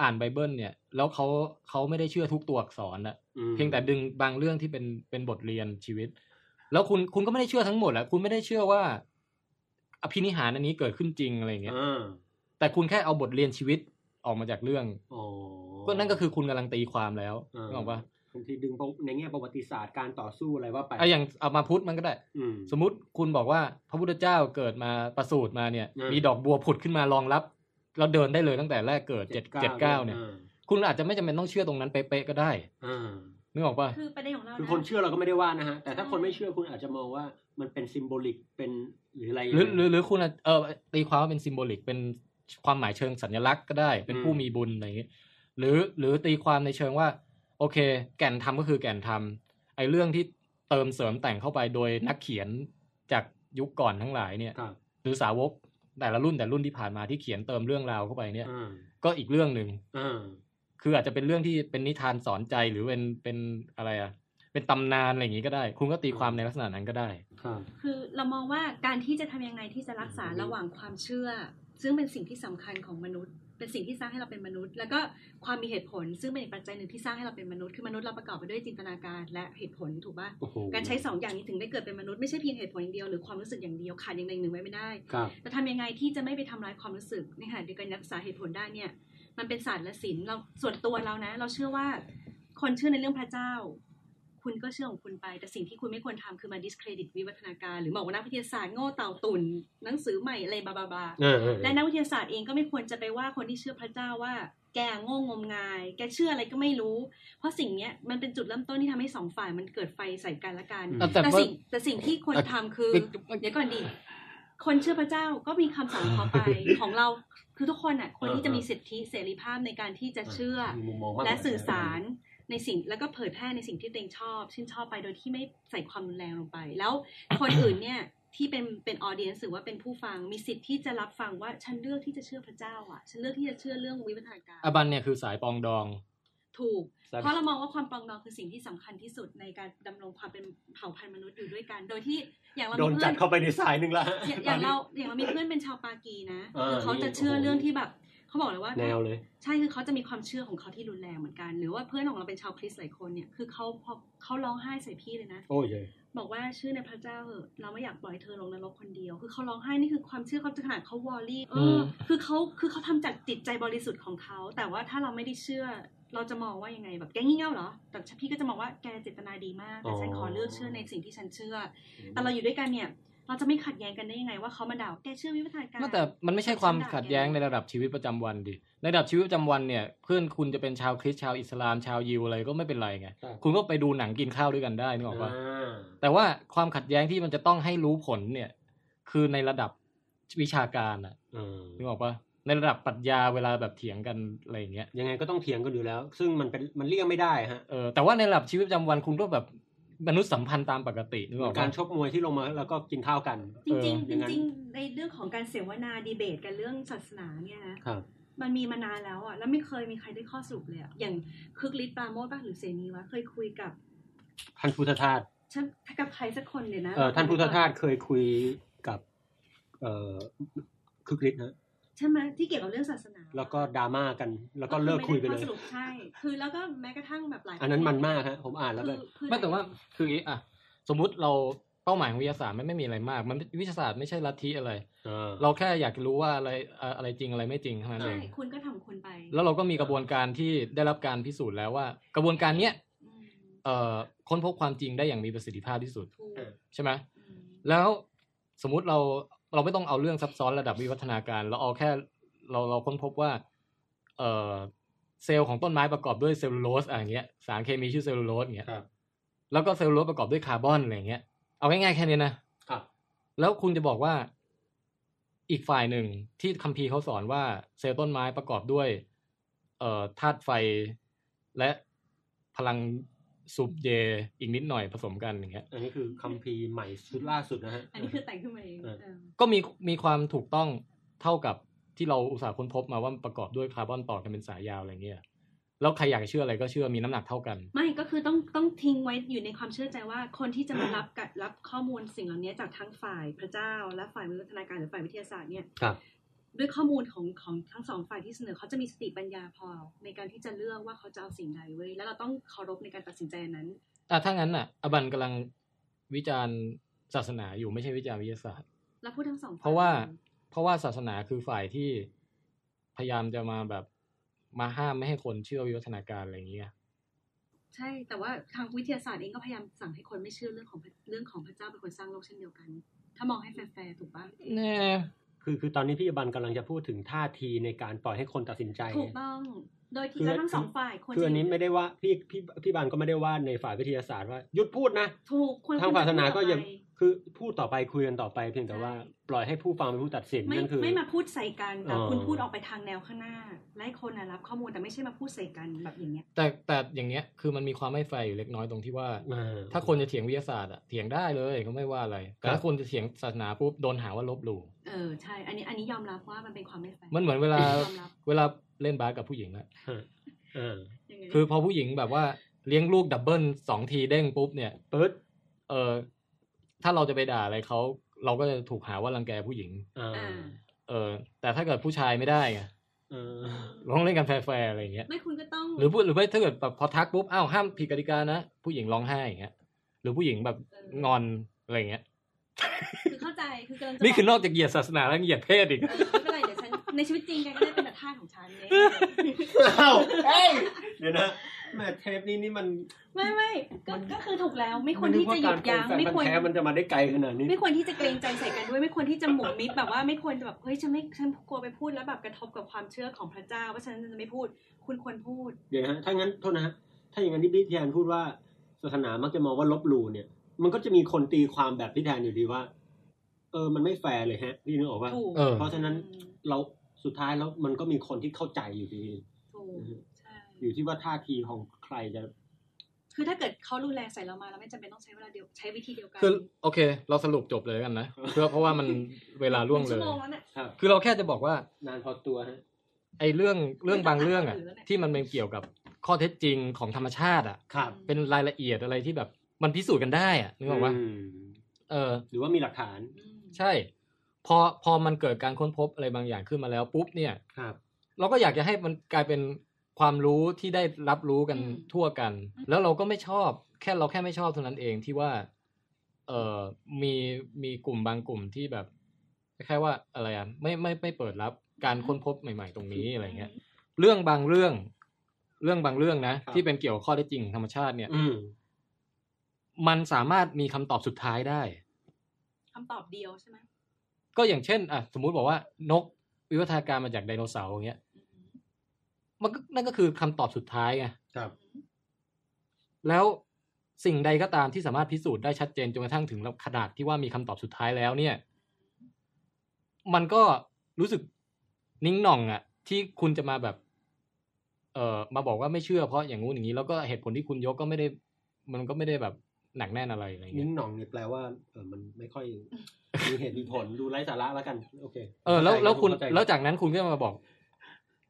Speaker 1: อ่านไบเบิล เนี่ย แล้วเขาเขาไม่ได้เชื่อทุกตัวอักษรอะ
Speaker 2: อืม
Speaker 1: เพียงแต่ดึงบางเรื่องที่เป็นเป็นบทเรียนชีวิต แล้วคุณคุณก็ไม่ได้เชื่อทั้งหมดอะคุณไม่ได้เชื่อว่า อภินิหารอันนี้เกิดขึ้นจริงอะไรอย่างเงี้ย
Speaker 2: อ่า
Speaker 1: แต่คุณแค่เอาบทเรียนชีวิตออกมาจากเรื่อง
Speaker 2: อ๋อ
Speaker 1: ก็นั่นก็คือคุณกำลังตีความแล้ว
Speaker 2: เออ
Speaker 1: นึกออกปะ
Speaker 2: บางทีดึงประในแง่ประวัติศาสตร์การต่อสู้อะไรว่าไป
Speaker 1: อ่ะอย่างเอามาพุทธมันก็ได้
Speaker 2: อืม
Speaker 1: สมมติคุณบอกว่าพระพุทธเจ้าเกิดมาประสูติมาเนี่ย
Speaker 2: อืม
Speaker 1: มีดอกบัวผุดขึ้นมารองรับแล้วเดินได้เลยตั้งแต่แรกเกิดเจ็ดเจ็ดเก้าเนี่ย
Speaker 2: อ่
Speaker 1: คุณอาจจะไม่จำเป็นต้องเชื่อตรงนั้นเป๊ะๆก็ได้
Speaker 2: อ่า
Speaker 1: นึกออกปะ
Speaker 3: คือประเด็นของเรา
Speaker 2: คือ
Speaker 3: นะ
Speaker 2: คนเชื่อเราก็ไม่ได้ว่านะฮะ แต่ถ้า
Speaker 3: ใช่
Speaker 2: คนไม่เชื่อคุณอาจจะมองว่ามันเป็นซิมโบลิกเป็นหรืออะไร
Speaker 1: หรือหรือ
Speaker 2: อ
Speaker 1: หรือคุณอาจเออตีความว่าเป็นซิมโบลิกเป็นความหมายเชิงสัญลักษณ์ก็ได้ เป็น
Speaker 2: อืม
Speaker 1: ผู้มีบุญอะไรอย่างงี้หรือหรือตีความในเชิงว่า โอเค แก่นธรรมก็คือแก่นธรรมไอ้เรื่องที่เติมเสริมแต่งเข้าไปโดยนักเขียนจากยุคก่อนทั้งหลายเนี่ย
Speaker 2: ครับ
Speaker 1: หรือสาวกแต่ละรุ่นแต่รุ่นที่ผ่านมาที่เขียนเติมเรื่องราวเข้าไปเนี่ย
Speaker 2: อ่า
Speaker 1: ก็อีกเรื่องหนึ่ง
Speaker 2: อ่า
Speaker 1: คืออาจจะเป็นเรื่องที่เป็นนิทานสอนใจหรือเป็นเป็นอะไรอะเป็นตำนานอะไรอย่างงี้ก็ได้ คุณก็ตีความในลักษณะนั้นก็ได้
Speaker 2: ครับ
Speaker 3: คือเรามองว่าการที่จะทำยังไงที่จะรักษาระหว่างความเชื่อ ซึ่งเป็นสิ่งที่สำคัญของมนุษย์ เป็นสิ่งที่สร้างให้เราเป็นมนุษย์ แล้วก็ความมีเหตุผล ซึ่งเป็นอีกปัจจัยหนึ่งที่สร้างให้เราเป็นมนุษย์คือมนุษย์เราประกอบไปด้วยจินตนาการและเหตุผลถูกป่ะ
Speaker 2: โอ้โห
Speaker 3: การใช้สองอย่างนี้ถึงได้เกิดเป็นมนุษย์ไม่ใช่เพียงเหตุผลอย่างเดียวหรือความรู้สึกอย่างเดียวขาดอย่างใดอย่างหนึ่งไว้ไม่ได้
Speaker 2: ครับ
Speaker 3: จะทำยังไงที่จะไม่ไปทำร้ายความรู้สึกในขณะเดียวกันรักษาเหตุผลได้เนี่ย มันเป็นศาสตร์และศิลป์เราส่วนตัวเรานะ เราเชื่อว่า คนเชื่อในเรื่องพระเจ้า คุณก็เชื่อของคุณไป แต่สิ่งที่คุณไม่ควรทำคือมาดิสเครดิตวิวัฒนาการ หรือบอกว่านักวิทยาศาสตร์โง่เต่าตุ่นหนังสือใหม่อะไรบลาบลาบลา
Speaker 2: เออเออ
Speaker 3: และนักวิทยาศาสตร์เองก็ไม่ควรจะไปว่าคนที่เชื่อพระเจ้าว่า แกโง่งมงาย แกเชื่ออะไรก็ไม่รู้ เพราะสิ่งเนี้ยมันเป็นจุดเริ่มต้นที่ทำให้สองฝ่ายมันเกิดไฟใส่กันและกัน
Speaker 1: แต่แต่
Speaker 3: แต่
Speaker 1: ว่า
Speaker 3: สิ่งแต่สิ่งที่ควรทำคือ เดี๋ยวก่อนดิ คนเชื่อพระเจ้าก็มีคำสั่งของเขาไป ของเรา คือทุกคนอ่ะควรที่จะมีสิทธิเสรีภาพในการที่จะเชื่อ
Speaker 2: มีมุมมองมาก
Speaker 3: และสื่อสารในสิ่งแล้วก็เผยแพร่ในสิ่งที่ตัวเองชอบชื่นชอบไปโดยที่ไม่ใส่ความรุนแรงลงไป แล้ว คนอื่นเนี่ยที่เป็นเป็นออเดียนสือว่าเป็นผู้ฟังมีสิทธิ์ที่จะรับฟังว่าฉันเลือกที่จะเชื่อพระเจ้าอ่ะ ฉันเลือกที่จะเชื่อเรื่องวิวัฒนาการ
Speaker 1: อบันเนี่ยคือสายปองดอง
Speaker 3: ถูก
Speaker 1: สาย
Speaker 3: เพราะเรามองว่าความปรองดองคือสิ่งที่สำคัญที่สุดในการดำรงความเป็นเผ่าพันธุ์มนุษย์อยู่ด้วยกัน โดยที่อย่างเรา
Speaker 2: โดน
Speaker 3: มีเพื่
Speaker 2: จั
Speaker 3: อ
Speaker 2: ด
Speaker 3: น
Speaker 2: เข้าไปในสายหนึ่งละ
Speaker 3: อย่างอย่างเราอย่างเรามีเพื่อนเป็นชาวปากีนะ
Speaker 2: เออ
Speaker 3: คือเขาจะเชื่อ
Speaker 2: โอ้โห
Speaker 3: เรื่องที่แบบเขาบอกเลยว่า
Speaker 2: แนวเลย
Speaker 3: ใช่คือเขาจะมีความเชื่อของเขาที่รุนแรงเหมือนกัน หรือว่าเพื่อนของเราเป็นชาวคริสต์หลายคนเนี่ยคือเขาพอเขาร้องไห้ใส่พี่เลยนะ
Speaker 2: โอ้ยเย
Speaker 3: บอกว่าชื่อในพระเจ้าเหอะเราไม่อยากปล่อยเธอลงนรกคนเดียว คือเขาร้องไห้นี่คือความเชื่อเขาขนาดเขาวอลลี่เอ
Speaker 1: ม
Speaker 3: ออคือเขาคือเขาทำจากจิตใจบริสุทธิ์ของเขา แต่ว่าถ้าเราไม่ได้เชื่อ เราจะมองว่ายังไงแบบแกงี่เง่าเหรอแต่พี่ก็จะมองว่าแกเจตนาดีมากแต่ฉันขอเลือกเชื่อในสิ่งที่ฉันเชื่อ แต่เราอยู่ด้วยกันเนี่ย เราจะไม่ขัดแย้งกันได้ยังไงว่าเขามาด่าว่าแกเชื่อวิวัฒนาการ
Speaker 1: ไม่แต่มันไม่ใช่ความขัดแย้งในระดับชีวิตประจำวันดิในระดับชีวิตประจำวันเนี่ย เพื่อนคุณจะเป็นชาวคริสต์ชาวอิสลามชาวยิวอะไรก็ไม่เป็นไรไง
Speaker 2: ครับ
Speaker 1: คุณก็ไปดูหนังกินข้าวด้วยกันได้นึกออกปะ
Speaker 2: อ่า
Speaker 1: แต่ว่าความขัดแย้งที่มันจะต้องให้รู้ผลเนี่ย คือในระดับวิชาการอะ
Speaker 2: อืม
Speaker 1: นึกออกปะในระดับปรัชญาเวลาแบบเถียงกันอะไรอย่างเงี้ย
Speaker 2: ยังไงก็ต้องเถียงกันอยู่แล้ว ซึ่งมันเป็นมันเลี่ยงไม่ได้ฮะ
Speaker 1: เออแต่ว่าในระดับชีวิตประจำวันคุณก็แบบมนุษยสัมพันธ์ตามปกตินึกออก
Speaker 2: กา
Speaker 1: ปะ
Speaker 2: รชกมวยที่ลงมาแล้วก็กินข้าวกัน
Speaker 3: จริง
Speaker 2: เอออ
Speaker 3: ๆจ
Speaker 2: ย่างนั้น
Speaker 3: ริงๆในเรื่องของการเสวนาดีเบตกันเรื่องศาสนาเนี่ยนะ
Speaker 2: ครับ
Speaker 3: มันมีมานานแล้วอ่ะ แล้วไม่เคยมีใครได้ข้อสรุปเลยอะอย่างคึกฤทธิ์ปราโมทป่ะหรือเสนีวะ เคยคุยกับ
Speaker 2: ท่านพุทธทาส
Speaker 3: ฉันกับใครสักคนเนี่ยนะ
Speaker 2: เอ่อท่านพุทธทาสเคยคุยกับเอ่อคึกฤทธิ์นะ
Speaker 3: ใช่ไหมที่เกี่ยวกับเรื่องศาสนา
Speaker 2: แล้วก็ดราม่ากัน แล้วก็
Speaker 3: คือ
Speaker 2: เลิกคุยไปเล
Speaker 3: ม่ด้
Speaker 2: ย
Speaker 3: ข้อสรุปใช่ คือแล้วก็แม้กระทั่งแบบหลาย
Speaker 2: อันนั้นมันมากฮะผมอ่านแล้ว
Speaker 3: คื
Speaker 2: แบ
Speaker 3: อบ คือ
Speaker 1: ไม่แต่ว่าคืออย่างงี้อ่ะสมมุติเราเป้าหมายของวิทยาศาสตร์มันไม่มีอะไรมาก มันวิทยาศาสตร์ไม่ใช่ลัทธิอะไร
Speaker 2: เออ
Speaker 1: เราแค่อยากรู้ว่าอะไรอะอะไรจริงอะไรไม่จริงเท่านั้นเอ
Speaker 3: ใช่
Speaker 1: ง
Speaker 3: คุณก็ทำคุณไป
Speaker 1: แล้วเราก็มีกระบวนการที่ได้รับการพิสูจน์แล้วว่า กระบวนการเนี้ย
Speaker 3: อืม
Speaker 1: เอ่อค้นพบความจริงได้อย่างมีประสิทธิภาพที่สุด
Speaker 3: ถูก
Speaker 2: เออ
Speaker 1: ใช่ไหม
Speaker 3: อืม
Speaker 1: แล้วสมมุติเราเราไม่ต้องเอาเรื่องซับซ้อนระดับวิวัฒนาการ เราเอาแค่เราเราค้นพบว่า เออเซลล์ของต้นไม้ประกอบด้วยเซลลูโลสอะไรอย่างเงี้ยสารเคมีชื่อเซลลูโลสอย่างเงี้ย
Speaker 2: ครับ
Speaker 1: แล้วก็เซลลูโลสประกอบด้วยคาร์บอนอะไรอย่างเงี้ยเอาง่ายๆแค่นี้นะครับ แล้วคุณจะบอกว่าอีกฝ่ายหนึ่งที่คัมภีร์เขาสอนว่าเซลล์ต้นไม้ประกอบด้วย เอ่อธาตุไฟและพลังสูบเยอีกนิดหน่อยผสมกันอย่างเงี้ย
Speaker 2: อันนี้คือคัมภีร์ใหม่ชุดล่าสุดนะฮะ
Speaker 3: อันนี้คือแต่งขึ้นมาเอง
Speaker 2: เออ
Speaker 3: เออ
Speaker 1: ก็มีมีความถูกต้องเท่ากับที่เราอุตสาห์ค้นพบมาว่ามันประกอบด้วยคาร์บอนต่อกันเป็นสายยาวอะไรเงี้ย แล้วใครอยากเชื่ออะไรก็เชื่อมีน้ำหนักเท่ากัน
Speaker 3: ไม่ก็คือต้องต้องทิ้งไว้อยู่ในความเชื่อใจว่าคนที่จะมารับกับรับข้อมูลสิ่งเหล่านี้จากทั้งฝ่ายพระเจ้า และฝ่ายวิวัฒนาการหรือฝ่ายวิทยาศาสตร์เนี่ย
Speaker 2: ครับ
Speaker 3: ด้วยข้อมูลของของทั้งสองฝ่ายที่เสนอเขาจะมีสติปัญญาพอ ในการที่จะเลือกว่าเขาจะเอาสิ่งใดเว้ยแล้วเราต้องเคารพในการตัดสินใจอันนั้น
Speaker 1: อ่ะถ้างั้นน่ะ อบันกำลังวิจารณ์ศาสนาอยู่ไม่ใช่วิจารณ์วิทยาศาสตร์
Speaker 3: แล้วพูดทั้งสองฝ่ย
Speaker 1: เพราะว่าเพราะว่าศาสนาคือฝ่ายที่พยายามจะมาแบบมาห้ามไม่ให้คนเชื่อวิวัฒนาการอะไรเงี้ย
Speaker 3: ใช่ แต่ว่าทางวิทยาศาสตร์เองก็พยายามสั่งให้คนไม่เชื่อเรื่องของพระเรื่องของพระเจ้าเป็นคนสร้างโลกเช่นเดียวกัน ถ้ามองให้แฟร์ๆถูกปะ
Speaker 1: แน่
Speaker 2: คือคือตอนนี้พี่อบันกำลังจะพูดถึงท่าทีในการปล่อยให้คนตัดสินใจ
Speaker 3: ถูกต้องโดยที่
Speaker 2: คือ
Speaker 3: แล้วทั้งสองฝ่ายควร
Speaker 2: คืออันนี้
Speaker 3: จะ
Speaker 2: ไม่ได้ว่าพี่พี่พี่บันก็ไม่ได้ว่าในฝ่ายวิทยาศาสตร์ว่าหยุดพูดนะ
Speaker 3: ถูกควร
Speaker 2: ทางศาสนาก็ยัง
Speaker 3: ควรจะพูดต่อไป
Speaker 2: คือพูดต่อไปคุยกันต่อไปเพียงแต่
Speaker 3: ใช่
Speaker 2: ว่าปล่อยให้ผู้ฟังเป็นผู้ตัดสิน
Speaker 3: ไม่
Speaker 2: นั่นคือ
Speaker 3: ไม่มาพูดใส่กันแต่
Speaker 2: เออ
Speaker 3: คุณพูดออกไปทางแนวข้างหน้า และให้คนน่ะรับข้อมูลแต่ไม่ใช่มาพูดใส่กันแบบอย่างเงี้ย
Speaker 1: แต่แต่อย่างเงี้ยคือมันมีความไม่แฟร์อยู่เล็กน้อยตรงที่ว่า
Speaker 2: อ่า
Speaker 1: ถ้าคนจะเถียงวิทยาศาสตร์อะเถียงได้เลยก็ไม่ว่าอะไร แต่
Speaker 2: ครั
Speaker 1: ถ้า
Speaker 2: บ
Speaker 1: คนจะเถียงศาสนาปุ๊บโดนหาว่าลบหลู่
Speaker 3: เออใช่ อันนี้อันนี้ยอมรับว่ามันเป็นความไม่แฟร์
Speaker 1: มันเหมือนเวลา
Speaker 3: ยอมรับ
Speaker 1: เวลาเล่นบาสกับผู้หญิงอะ
Speaker 2: อ่า
Speaker 3: ยังไง
Speaker 1: คือพอผู้หญิงแบบว่าเลี้ยงลูกดับเบิลสองทีเด้งปุ๊บเนี่ย
Speaker 2: เปิด
Speaker 1: เออถ้าเราจะไปด่าอะไรเขาเราก็จะถูกหาว่ารังแกผู้หญิง
Speaker 2: อ่า
Speaker 3: อ่า
Speaker 1: เออ แต่ถ้าเกิดผู้ชายไม่ได้ไง
Speaker 2: อ่า
Speaker 1: เราต้องเล่นกันแฟร์ๆอะไรอย่างเงี้ย
Speaker 3: ไม่คุณก็ต้อง
Speaker 1: หรือพูดหรือไม่ถ้าเกิดแบบพอทักปุ๊บอ้าวห้ามผิดกติกานะผู้หญิงร้องไห้อย่างเงี้ย หรือผู้หญิงแบบ
Speaker 3: เออง
Speaker 1: อนอะไรอย่างเงี้ย
Speaker 3: คือเข้าใจ คือกำลังจะ
Speaker 1: นี่คือบ น
Speaker 3: ก
Speaker 1: อกจากเหยียดศาสนาแล้วเหยียดเพศอีก
Speaker 3: เออไม่เป็นไรเดี๋ยวฉันในชีวิตจริงแกก็ได้เป็นแบบท่าสของฉันเนี่ย
Speaker 2: อ้าวเอ้ยเดี๋ยวนะแหม่เทปนี้นี่มัน
Speaker 3: ไม่ไม่ก็ก็คือถูกแล้ว ไม่ควรที่จะหยุดยั้ง
Speaker 2: ไม่
Speaker 3: ไม่
Speaker 2: นึก
Speaker 3: คว
Speaker 2: ว่าร การเป็นแฟนพันธุ์แท้มันจะมาได้ไกลขนาดนี้
Speaker 3: ไม่ควรที่จะเกรงใจใส่กันด้วย ไม่ควรที่จะหมุนมิตรแบบว่าไม่ควรจะแบบเฮ้ยฉันไม่ฉันกลัวไปพูดแล้วแบบกระทบกับความเชื่อของพระเจ้าว่าฉันจะไม่พูด คุณควรพูด
Speaker 2: เดี๋ยวนะฮะถ้างั้นโทษนะฮะถ้าอย่างนั้นที่พี่แทนพูดว่าศาสนามักจะมองว่าลบหลู่เนี่ย มันก็จะมีคนตีความแบบพี่แทนอยู่ดีว่า เออมันไม่แฟร์เลยฮะพี่นึกออกว่า
Speaker 3: ถูก
Speaker 1: เออ
Speaker 2: เพราะฉะนั้น เราสุดท้ายแล้วมันก็มีคนที่เข้าใจอยู่ดี
Speaker 3: ถูกใช่
Speaker 2: อยู่ที่ว่าท่าทีของใครจะ
Speaker 3: คือถ้าเกิดเขารุนแรงใส่เรามาเราไม่จำเป็นต้องใช้เวลาเดียวใช้วิธีเดียวกัน
Speaker 1: คือโอเค เราสรุปจบเลยกันนะเพื่อเพราะว่ามันเวลาล่วงเล
Speaker 3: ชั่
Speaker 1: ย
Speaker 3: วโมงแล้วเนี่ย
Speaker 1: คือเราแค่จะบอกว่า
Speaker 2: นานพอตัวฮะ
Speaker 1: ไอ้เรื่องเรื่องบางเรื่องอ่ะ
Speaker 3: ไม่ต้องอ่านหนังสือแล้วเนี่ย
Speaker 1: ที่มันเป็นเกี่ยวกับข้อเท็จจริงของธรรมชาติอ่ะ
Speaker 2: ครับ
Speaker 1: เป็นรายละเอียดอะไรที่แบบมันพิสูจน์กันได้อ่ะนึกออกว่า
Speaker 2: ม
Speaker 1: เออ
Speaker 2: หรือว่ามีหลักฐาน
Speaker 3: อืม
Speaker 1: ใช่ พอพอมันเกิดการค้นพบอะไรบางอย่างขึ้นมาแล้วปุ๊บเนี่ย
Speaker 2: ครับ
Speaker 1: เราก็อยากจะให้มันกลายเป็นความรู้ที่ได้รับรู้กัน
Speaker 3: อืม
Speaker 1: ทั่วกัน
Speaker 3: อืม
Speaker 1: แล้วเราก็ไม่ชอบ แค่เราแค่ไม่ชอบเท่านั้นเองที่ว่า เออมีมีกลุ่มบางกลุ่มที่แบบแค่ว่าอะไรอ่ะไม่ไม่ไม่เปิดรับการค้นพบใหม่ ๆ ตรงนี้อะไรเงี้ย เรื่องบางเรื่อง เรื่องบางเรื่องนะ
Speaker 2: ครับ
Speaker 1: ที่เป็นเกี่ยวกับข้อได้จริงของธรรมชาติเนี่ย
Speaker 2: อืม
Speaker 1: มันสามารถมีคำตอบสุดท้ายได้
Speaker 3: คำตอบเดียวใช่ไหม
Speaker 1: ก็อย่างเช่นอ่ะสมมุติบอกว่านกวิวัฒนาการมาจากไดโนเสาร์อย่างเงี้ย
Speaker 3: อืม
Speaker 1: มันก็นั่นก็คือคำตอบสุดท้ายไง
Speaker 2: ครับ
Speaker 1: แล้วสิ่งใดก็ตามที่สามารถพิสูจน์ได้ชัดเจนจนกระทั่งถึงขนาดที่ว่ามีคำตอบสุดท้ายแล้วเนี่ย มันก็รู้สึกนิ้งหน่องอะที่คุณจะมาแบบ เอ่อมาบอกว่าไม่เชื่อเพราะอย่างงู้นอย่างนี้แล้วก็เหตุผลที่คุณยกก็ไม่ได้ มันก็ไม่ได้แบบหนักแน่นอะไรอะไรอย่างเงี้ย
Speaker 2: นิ้งหน่องเนี่ยแปลว่าเออมันไม่ ค่อยมีเหตุมีผลดูไร้สาระแล้วกันโอเค
Speaker 1: เออแล้วแล้วคุณ
Speaker 2: เข้าใจ
Speaker 1: แล้วจากนั้นคุณก็มาบอก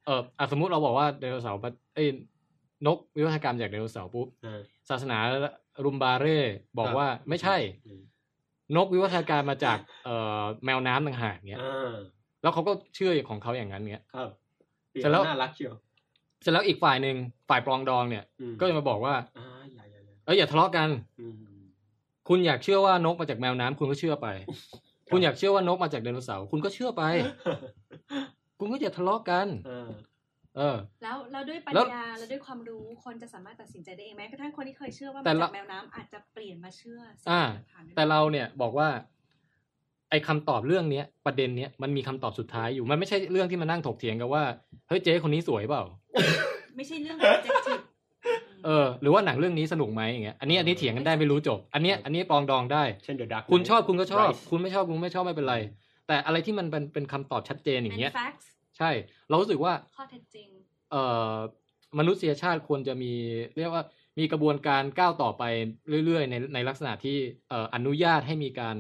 Speaker 1: เอออ่ะสมมุติเราบอกว่าไดโนเสาร์ปะเอ้ยนกวิวัฒนากรรมจากไดโนเสาร์ปุ๊บ
Speaker 2: อ่า
Speaker 1: ศาสนารุมบาเร่บอกว่า
Speaker 2: ครับ
Speaker 1: ไม่ใช่
Speaker 2: อืม
Speaker 1: นกวิวัฒนาการมาจากเอ่อแมวน้ำต่างหากเนี่ย
Speaker 2: อ่า
Speaker 1: แล้วเขาก็เชื่อของเขาอย่างนั้นเนี่ย
Speaker 2: ครับ
Speaker 1: เสร็จแล้ว
Speaker 2: น่ารักเชียว
Speaker 1: เสร็จแล้วอีกฝ่ายหนึ่งฝ่ายปลองดองเนี่ย
Speaker 2: อืม
Speaker 1: ก็จะมาบอกว่า
Speaker 2: อ่าอย่าอย่าอย่า
Speaker 1: เอออย่าทะเลาะกัน
Speaker 2: อืม
Speaker 1: คุณอยากเชื่อว่านกมาจากแมวน้ำคุณก็เชื่อไป คุณอยากเชื่อว่านกมาจากไดโนเสาร์คุณก็เชื่อไป คุณก็อย่าทะเลาะกัน
Speaker 2: อ่า
Speaker 1: เออ
Speaker 3: แล้วแล้วด้วยปัญ
Speaker 1: แล้ว
Speaker 3: ญาแล้วด้วยความรู้คนจะสามารถตัดสินใจได้เองแม้กระทั่งคนที่เคยเชื่อว่า
Speaker 1: แต่
Speaker 3: มา
Speaker 1: ละ
Speaker 3: จากแมวน้ำอาจจะเปลี่ยนมาเชื่อสิ่ง
Speaker 1: อ่า
Speaker 3: ที่ผ่นม
Speaker 1: แต่เราเนี่ยบอกว่า ไอ้คำตอบเรื่องเนี้ยประเด็นเนี้ยมันมีคำตอบสุดท้ายอยู่มันไม่ใช่เรื่องที่มานั่งถกเถียงกันว่าเฮ้ยเจ๊คนนี้สวยเปล่า
Speaker 3: ไม่ใช่เรื่อง objective
Speaker 1: เออหรือว่าหนังเรื่องนี้สนุกไหมอย่างเงี้ยอันนี้อันนี้เถียงกันได้ไม่รู้จบ อันเนี้ยอันนี้ปรองดองได้
Speaker 2: เช่นเดอะดัก
Speaker 1: คุณชอบคุณก็ชอบ คุณไม่ชอบคุณไม่ชอบไม่เป็นไร แต่อะไรที่มันเป็นเป็นคำตอบชัดเจนอย่างเงี้ย
Speaker 3: and facts
Speaker 1: ใช่ เรารู้สึกว่า
Speaker 3: ข้อเท็จจริง
Speaker 1: เอ่อมนุษยชาติควรจะมีเรียกว่ามีกระบวนการก้าวต่อไปเรื่อยๆ ในในลักษณะที่เอ่ออนุญาตให้มีการ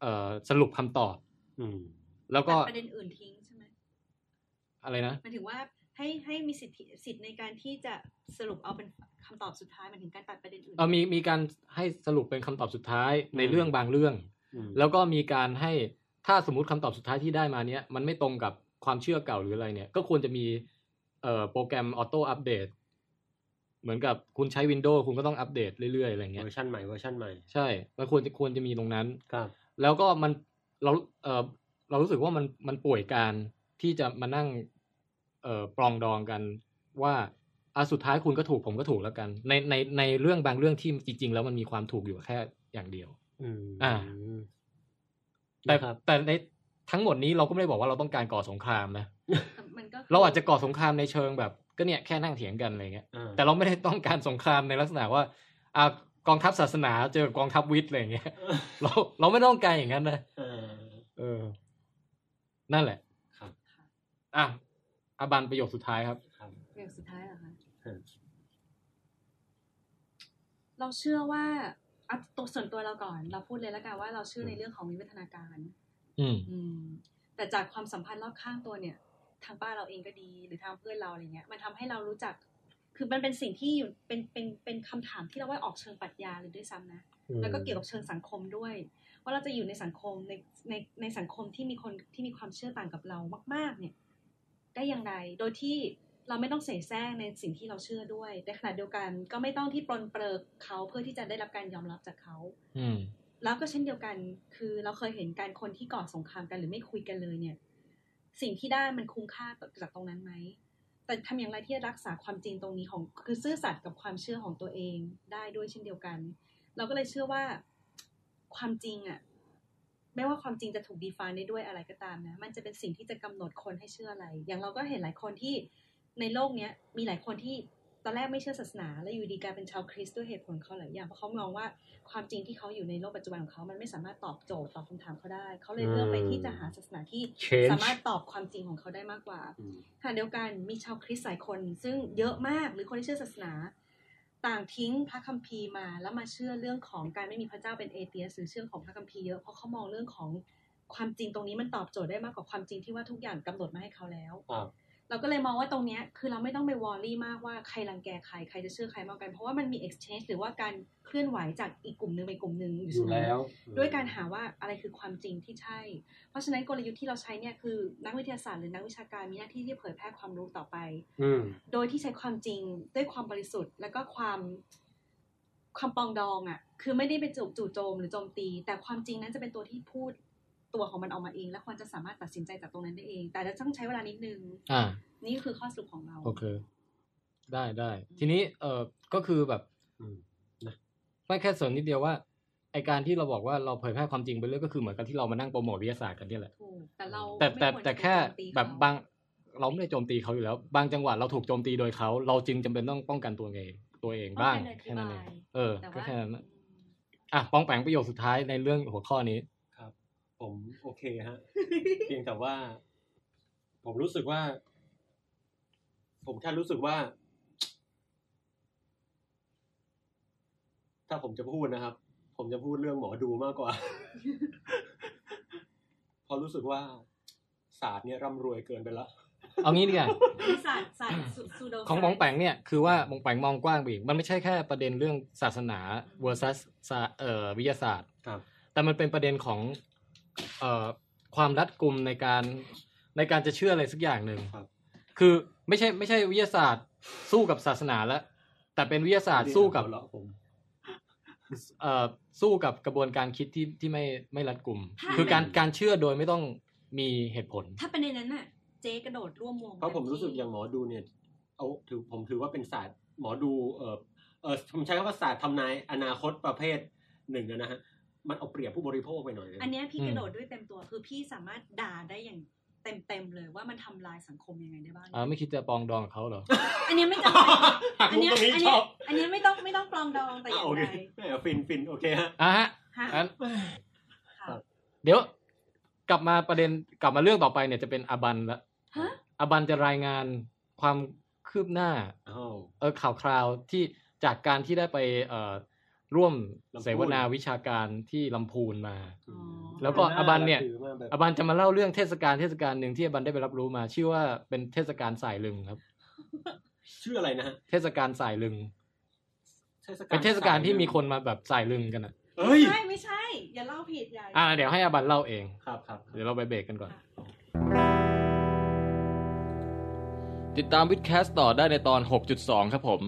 Speaker 1: เอ่อสรุปคำตอบ แล้วก็
Speaker 3: ตัดประเด็นอื่นทิ้งใช่ไหม
Speaker 1: อะไรนะ
Speaker 3: หมายถึงว่าให้ให้มีสิทธิสิทธิ์ในการที่จะสรุปเอาเป็นคำตอบสุดท้ายหมายถึงการตัดประเด็นอื่น
Speaker 1: เออมีมีการให้สรุปเป็นคำตอบสุดท้ายใน
Speaker 2: อืม
Speaker 1: เรื่องบางเรื่อง
Speaker 2: แล้ว
Speaker 1: แล้วก็มีการให้ถ้าสมมติคำตอบสุดท้ายที่ได้มาเนี้ยมันไม่ตรงกับความเชื่อเก่าหรืออะไรเนี่ยก็ควรจะมีเอ่อโปรแกรมออโต้อัปเดตเหมือนกับคุณใช้ Windows คุณก็ต้องอัปเดตเรื่อยๆอะไรเงี้
Speaker 2: เวย อร์ชันใหม่เวอร์ชันใหม่
Speaker 1: ใช่มันควรจะควรจะมีตรงนั้น
Speaker 2: ครับ
Speaker 1: แล้วก็มันเราเออเรารู้สึกว่ามันมันป่วยการที่จะมานั่งเออปลองดองกันว่าอาสุดท้ายคุณก็ถูกผมก็ถูกแล้วกัน ในในในเรื่องบางเรื่องที่จริง ๆ แล้วมันมีความถูกอยู่แค่อย่างเดียว
Speaker 2: อืม
Speaker 1: อ่า แต่
Speaker 2: นะครับ
Speaker 1: แต่ในทั้งหมดนี้เราก็ไม่ได้บอกว่าเราต้องการก่อสงครามนะ
Speaker 3: แต่มันก็คื
Speaker 1: เราอาจจะก่อสงครามในเชิงแบบ ก็เนี่ยแค่นั่งเถียงกันอะไรเงี้ย
Speaker 2: อ่า
Speaker 1: แต่เราไม่ได้ต้องการสงครามในลักษณะว่าอ่ากองทัพศาสนาเจอกับกองทัพวิทย์อะไรเงี้ย เราเราไม่ต้องการอย่างนั้นนะ
Speaker 2: เออ
Speaker 1: เออ นั่นแหละ
Speaker 2: ครับ
Speaker 1: อ่ะอาบันประโยคสุดท้ายครับ
Speaker 2: ครับ
Speaker 3: ประโยคสุดท้ายเหรอคะ
Speaker 2: เออ
Speaker 3: เราเชื่อว่าอ่ะตัวส่วนตัวเราก่อน เราพูดเลยแล้วกันว่าเราเชื่อในเรื่องของวิวัฒนาการ
Speaker 1: อืม
Speaker 3: อืม แต่จากความสัมพันธ์รอบข้างตัวเนี่ย ทางป้าเราเองก็ดี หรือทางเพื่อนเราอะไรเงี้ย มันทำให้เรารู้จัก คือมันเป็นสิ่งที่อยู่เป็นเป็นเป็นคำถามที่เราว่าออกเชิงปรัชญาเลยด้วยซ้ำนะ แล้วก็เกี่ยวกับเชิงสังคมด้วย ว่าเราจะอยู่ในสังคมในในในสังคมที่มีคนที่มีความเชื่อต่างกับเรามาก ๆ เนี่ย ได้อย่างไรโดยที่เราไม่ต้องเสแสร้งในสิ่งที่เราเชื่อด้วยในขณะเดียวกันก็ไม่ต้องที่ปลนเปลือเขาเพื่อที่จะได้รับการยอมรับจากเขา
Speaker 1: อืม
Speaker 3: แล้วก็เช่นเดียวกัน คือเราเคยเห็นการคนที่ก่อสงครามกันหรือไม่คุยกันเลยเนี่ย สิ่งที่ได้มันคุ้มค่าจากตรงนั้นไหม แต่ทำอย่างไรที่จะรักษาความจริงตรงนี้ของ คือซื่อสัตย์กับความเชื่อของตัวเองได้ด้วยเช่นเดียวกัน เราก็เลยเชื่อว่าความจริงอะไม่ว่าความจริงจะถูกดีฟานได้ด้วยอะไรก็ตามนะ มันจะเป็นสิ่งที่จะกำหนดคนให้เชื่ออะไร อย่างเราก็เห็นหลายคนที่ในโลกเนี้ยมีหลายคนที่ตอนแรกไม่เชื่อศาสนา แล้วอยู่ดีกลายเป็นชาวคริสต์ด้วยเหตุผลเขาหลายอย่างเพราะเขามองว่าความจริงที่เขาอยู่ในโลกปัจจุบันของเขา มันไม่สามารถตอบโจทย์ตอบคำถามเขาได้ เขาเลยเลือกไปที่จะหาศาสนาที่
Speaker 2: Change
Speaker 3: สามารถตอบความจริงของเขาได้มากกว่า
Speaker 2: อืม
Speaker 3: ขณะเดียวกันมีชาวคริสต์หลายคน ซึ่งเยอะมากหรือคนที่เชื่อศาสนา ต่างทิ้งพระคัมภีร์มา แล้วมาเชื่อเรื่องของการไม่มีพระเจ้าเป็นเอเตียสหรือเชื่อของพระคัมภีร์เยอะเพราะเขามองเรื่องของความจริงตรงนี้มันตอบโจทย์ได้มากกว่าความจริงที่ว่าทุกอย่างกำหนดมาให้เขาแล้ว
Speaker 2: ครับ
Speaker 3: เราก็เลยมองว่าตรงเนี้ยคือเราไม่ต้องไปวอรี่มากว่าใครรังแกใครใครจะเชื่อใครมากกัน เพราะว่ามันมี exchange หรือว่าการเคลื่อนไหวจากอีกกลุ่มหนึ่งไปกลุ่มหนึ่งอ
Speaker 2: อยู่ ยู่
Speaker 3: เสม
Speaker 2: แล้ว
Speaker 3: ด้วยการหาว่าอะไรคือความจริงที่ใช่ เพราะฉะนั้นกลยุทธ์ที่เราใช้เนี่ยคือนักวิทยาศาสตร์หรือนักวิชาการมีหน้าที่ที่จะเผยแพร่ความรู้ต่อไป
Speaker 2: อืม
Speaker 3: โดยที่ใช้ความจริงด้วยความบริสุทธิ์ แล้วก็ความความปรองดองอะ่ะ คือไม่ได้เป็นจูจู่โจมหรือโจมตี แต่ความจริงนั้นจะเป็นตัวที่พูดตัวของมันออกมาเอง และควรจะสามารถตัดสินใจจากตรงนั้นได้เอง แต่จะต้องใช้เวลานิดนึง
Speaker 1: อ่า
Speaker 3: นี่คือข้อสรุปของเรา
Speaker 1: โอเค ได้ได้ ทีนี้ เออก็คือแบบ
Speaker 2: อืมนะ
Speaker 1: ไม่แค่เสริมนิดเดียวว่า ไอ ไอการที่เราบอกว่าเราเผยแพร่ความจริงไปเรื่อยก็คือเหมือนกับที่เรามานั่งโปรโมทวิทยาศาสตร์กันเนี่ยแหละ
Speaker 3: ถูกแต่เรา
Speaker 1: แต่แต่
Speaker 3: ไม่วร
Speaker 1: แต่แค่
Speaker 3: จะไปโจมตี
Speaker 1: แบบ
Speaker 3: เข
Speaker 1: บางเราไม่ได้โจมตีเขาอยู่แล้ว บางจังหวะเราถูกโจมตีโดยเขา เราจึงจำเป็นต้องป้องกันตัวเองตัวเองบ้าง
Speaker 3: ต้อ
Speaker 1: แค่นั้นเอง
Speaker 3: การธิบาย
Speaker 1: เออ
Speaker 3: แต่
Speaker 1: ก็
Speaker 3: ว่า
Speaker 1: แค่นั้นนะอ่ะป้องแปงประโยคสุดท้ายในเรื่องหัวข้อนี้
Speaker 2: ผมโอเคฮะ เพียงแต่ว่า ผมรู้สึกว่า ผมแค่รู้สึกว่า ถ้าผมจะพูดนะครับ ผมจะพูดเรื่องหมอดูมาก กว่า เพราะรู้สึกว่า ศาสตร์เนี่ยร่ำรวยเกินไปละ
Speaker 1: เอางี้ดี กว่า
Speaker 3: ศาสตร์ศาสตร์ซูซูโด
Speaker 1: ของมองแปงเนี่ยคือว่ามองแปงมองกว้างไปอีก มันไม่ใช่แค่ประเด็นเรื่องศาสนา versus ศาเอ่อวิทยาศาสตร์
Speaker 2: ครับ
Speaker 1: แต่มันเป็นประเด็นของเอ่อความรัดกุมในการในการจะเชื่ออะไรสักอย่างหนึ่ง
Speaker 2: ครับ
Speaker 1: คือไม่ใช่ไม่ใช่วิทยาศาสตร์สู้กับศาสนาแล้วแต่เป็นวิทยาศาสตร์สู้กับ
Speaker 2: หัวเราะผม
Speaker 1: เอ่อสู้กับกระบวนการคิดที่ที่ไม่ไม่รัดกุม
Speaker 3: ถ้
Speaker 1: คือการ
Speaker 2: อืม
Speaker 1: การเชื่อโดยไม่ต้องมีเหตุผล
Speaker 3: ถ้าเป็นในนั้นน่ะ เจ๊กระโดดร่วมวง
Speaker 2: เพราะผมรู้สึก
Speaker 3: ทันที
Speaker 2: อย่างหมอดูเนี่ย เอาถือผมถือว่าเป็นศาสตร์หมอดู เออเออผมใช้คำว่าศาสตร์ทำนายอนาคตประเภทหนึ่งอะนะฮะ มันเอาเปรียบผู้บริโภคไปหน่อยนะ
Speaker 3: อันเนี้ยพี่
Speaker 1: อืม
Speaker 3: กระโดดด้วยเต็มตัว คือพี่สามารถด่าได้อย่างเต็มเต็มๆเลยว่ามันทำลายสังคมยังไงได้บ้าง
Speaker 1: อ่าไม่คิดจะปองดองกับเขาเหรอ
Speaker 3: อันเนี้ย ไม่จำเป็น
Speaker 2: หัก
Speaker 3: อัน
Speaker 2: มุก
Speaker 3: เนี้ย
Speaker 2: ตรงนี้
Speaker 3: อัน
Speaker 2: ช
Speaker 3: เนี้
Speaker 2: อย บ
Speaker 3: อันเนี้ยไม่ต้องไม่ต้องปลองดองแต่อย่า
Speaker 2: อ่ะ
Speaker 3: ง
Speaker 2: โอเค
Speaker 3: ใด
Speaker 2: แหม่ฟินฟินโอเคฮะ
Speaker 1: อ่ะฮะ
Speaker 3: ฮะ
Speaker 1: งั้น
Speaker 3: ค่ะ
Speaker 1: เดี๋ยวกลับมาประเด็นกลับมาเรื่องต่อไปเนี่ยจะเป็นอบันละ
Speaker 3: ฮะ
Speaker 1: อบันจะรายงานความคืบหน้า
Speaker 2: อ้าว
Speaker 1: เออข่าวคราวที่จากการที่ได้ไปเอ่อร่วม
Speaker 2: ลำพูน
Speaker 1: เสวนาวิชาการที่ลำพูนมา
Speaker 3: อ๋อ
Speaker 1: แล้วก็อบันเนี่ย
Speaker 2: ถือมาแบบ
Speaker 1: อบันจะมาเล่าเรื่องเทศกาลเทศกาลหนึ่งที่อบันได้ไปรับรู้มา ชื่อว่าเป็นเทศกาลสายลึงครับ
Speaker 2: ชื่ออะไรนะฮะ
Speaker 1: เทศกาลสายลึง
Speaker 2: เทศกาล
Speaker 1: เป็นเทศกาลที่มีคนมาแบบสายลึงกันอ่ะ
Speaker 2: เอ้ย
Speaker 3: ใช่ไม่ใช่ อย่าเล่าผิดอย่า
Speaker 1: อ่ะเดี๋ยวให้อบันเล่าเอง
Speaker 2: ครับครับ
Speaker 1: เดี๋ยวเราไปเบรกกันก่อน
Speaker 3: ค่ะ
Speaker 1: ติดตามวิดแคสต่อได้ในตอน 6.2 ครับผม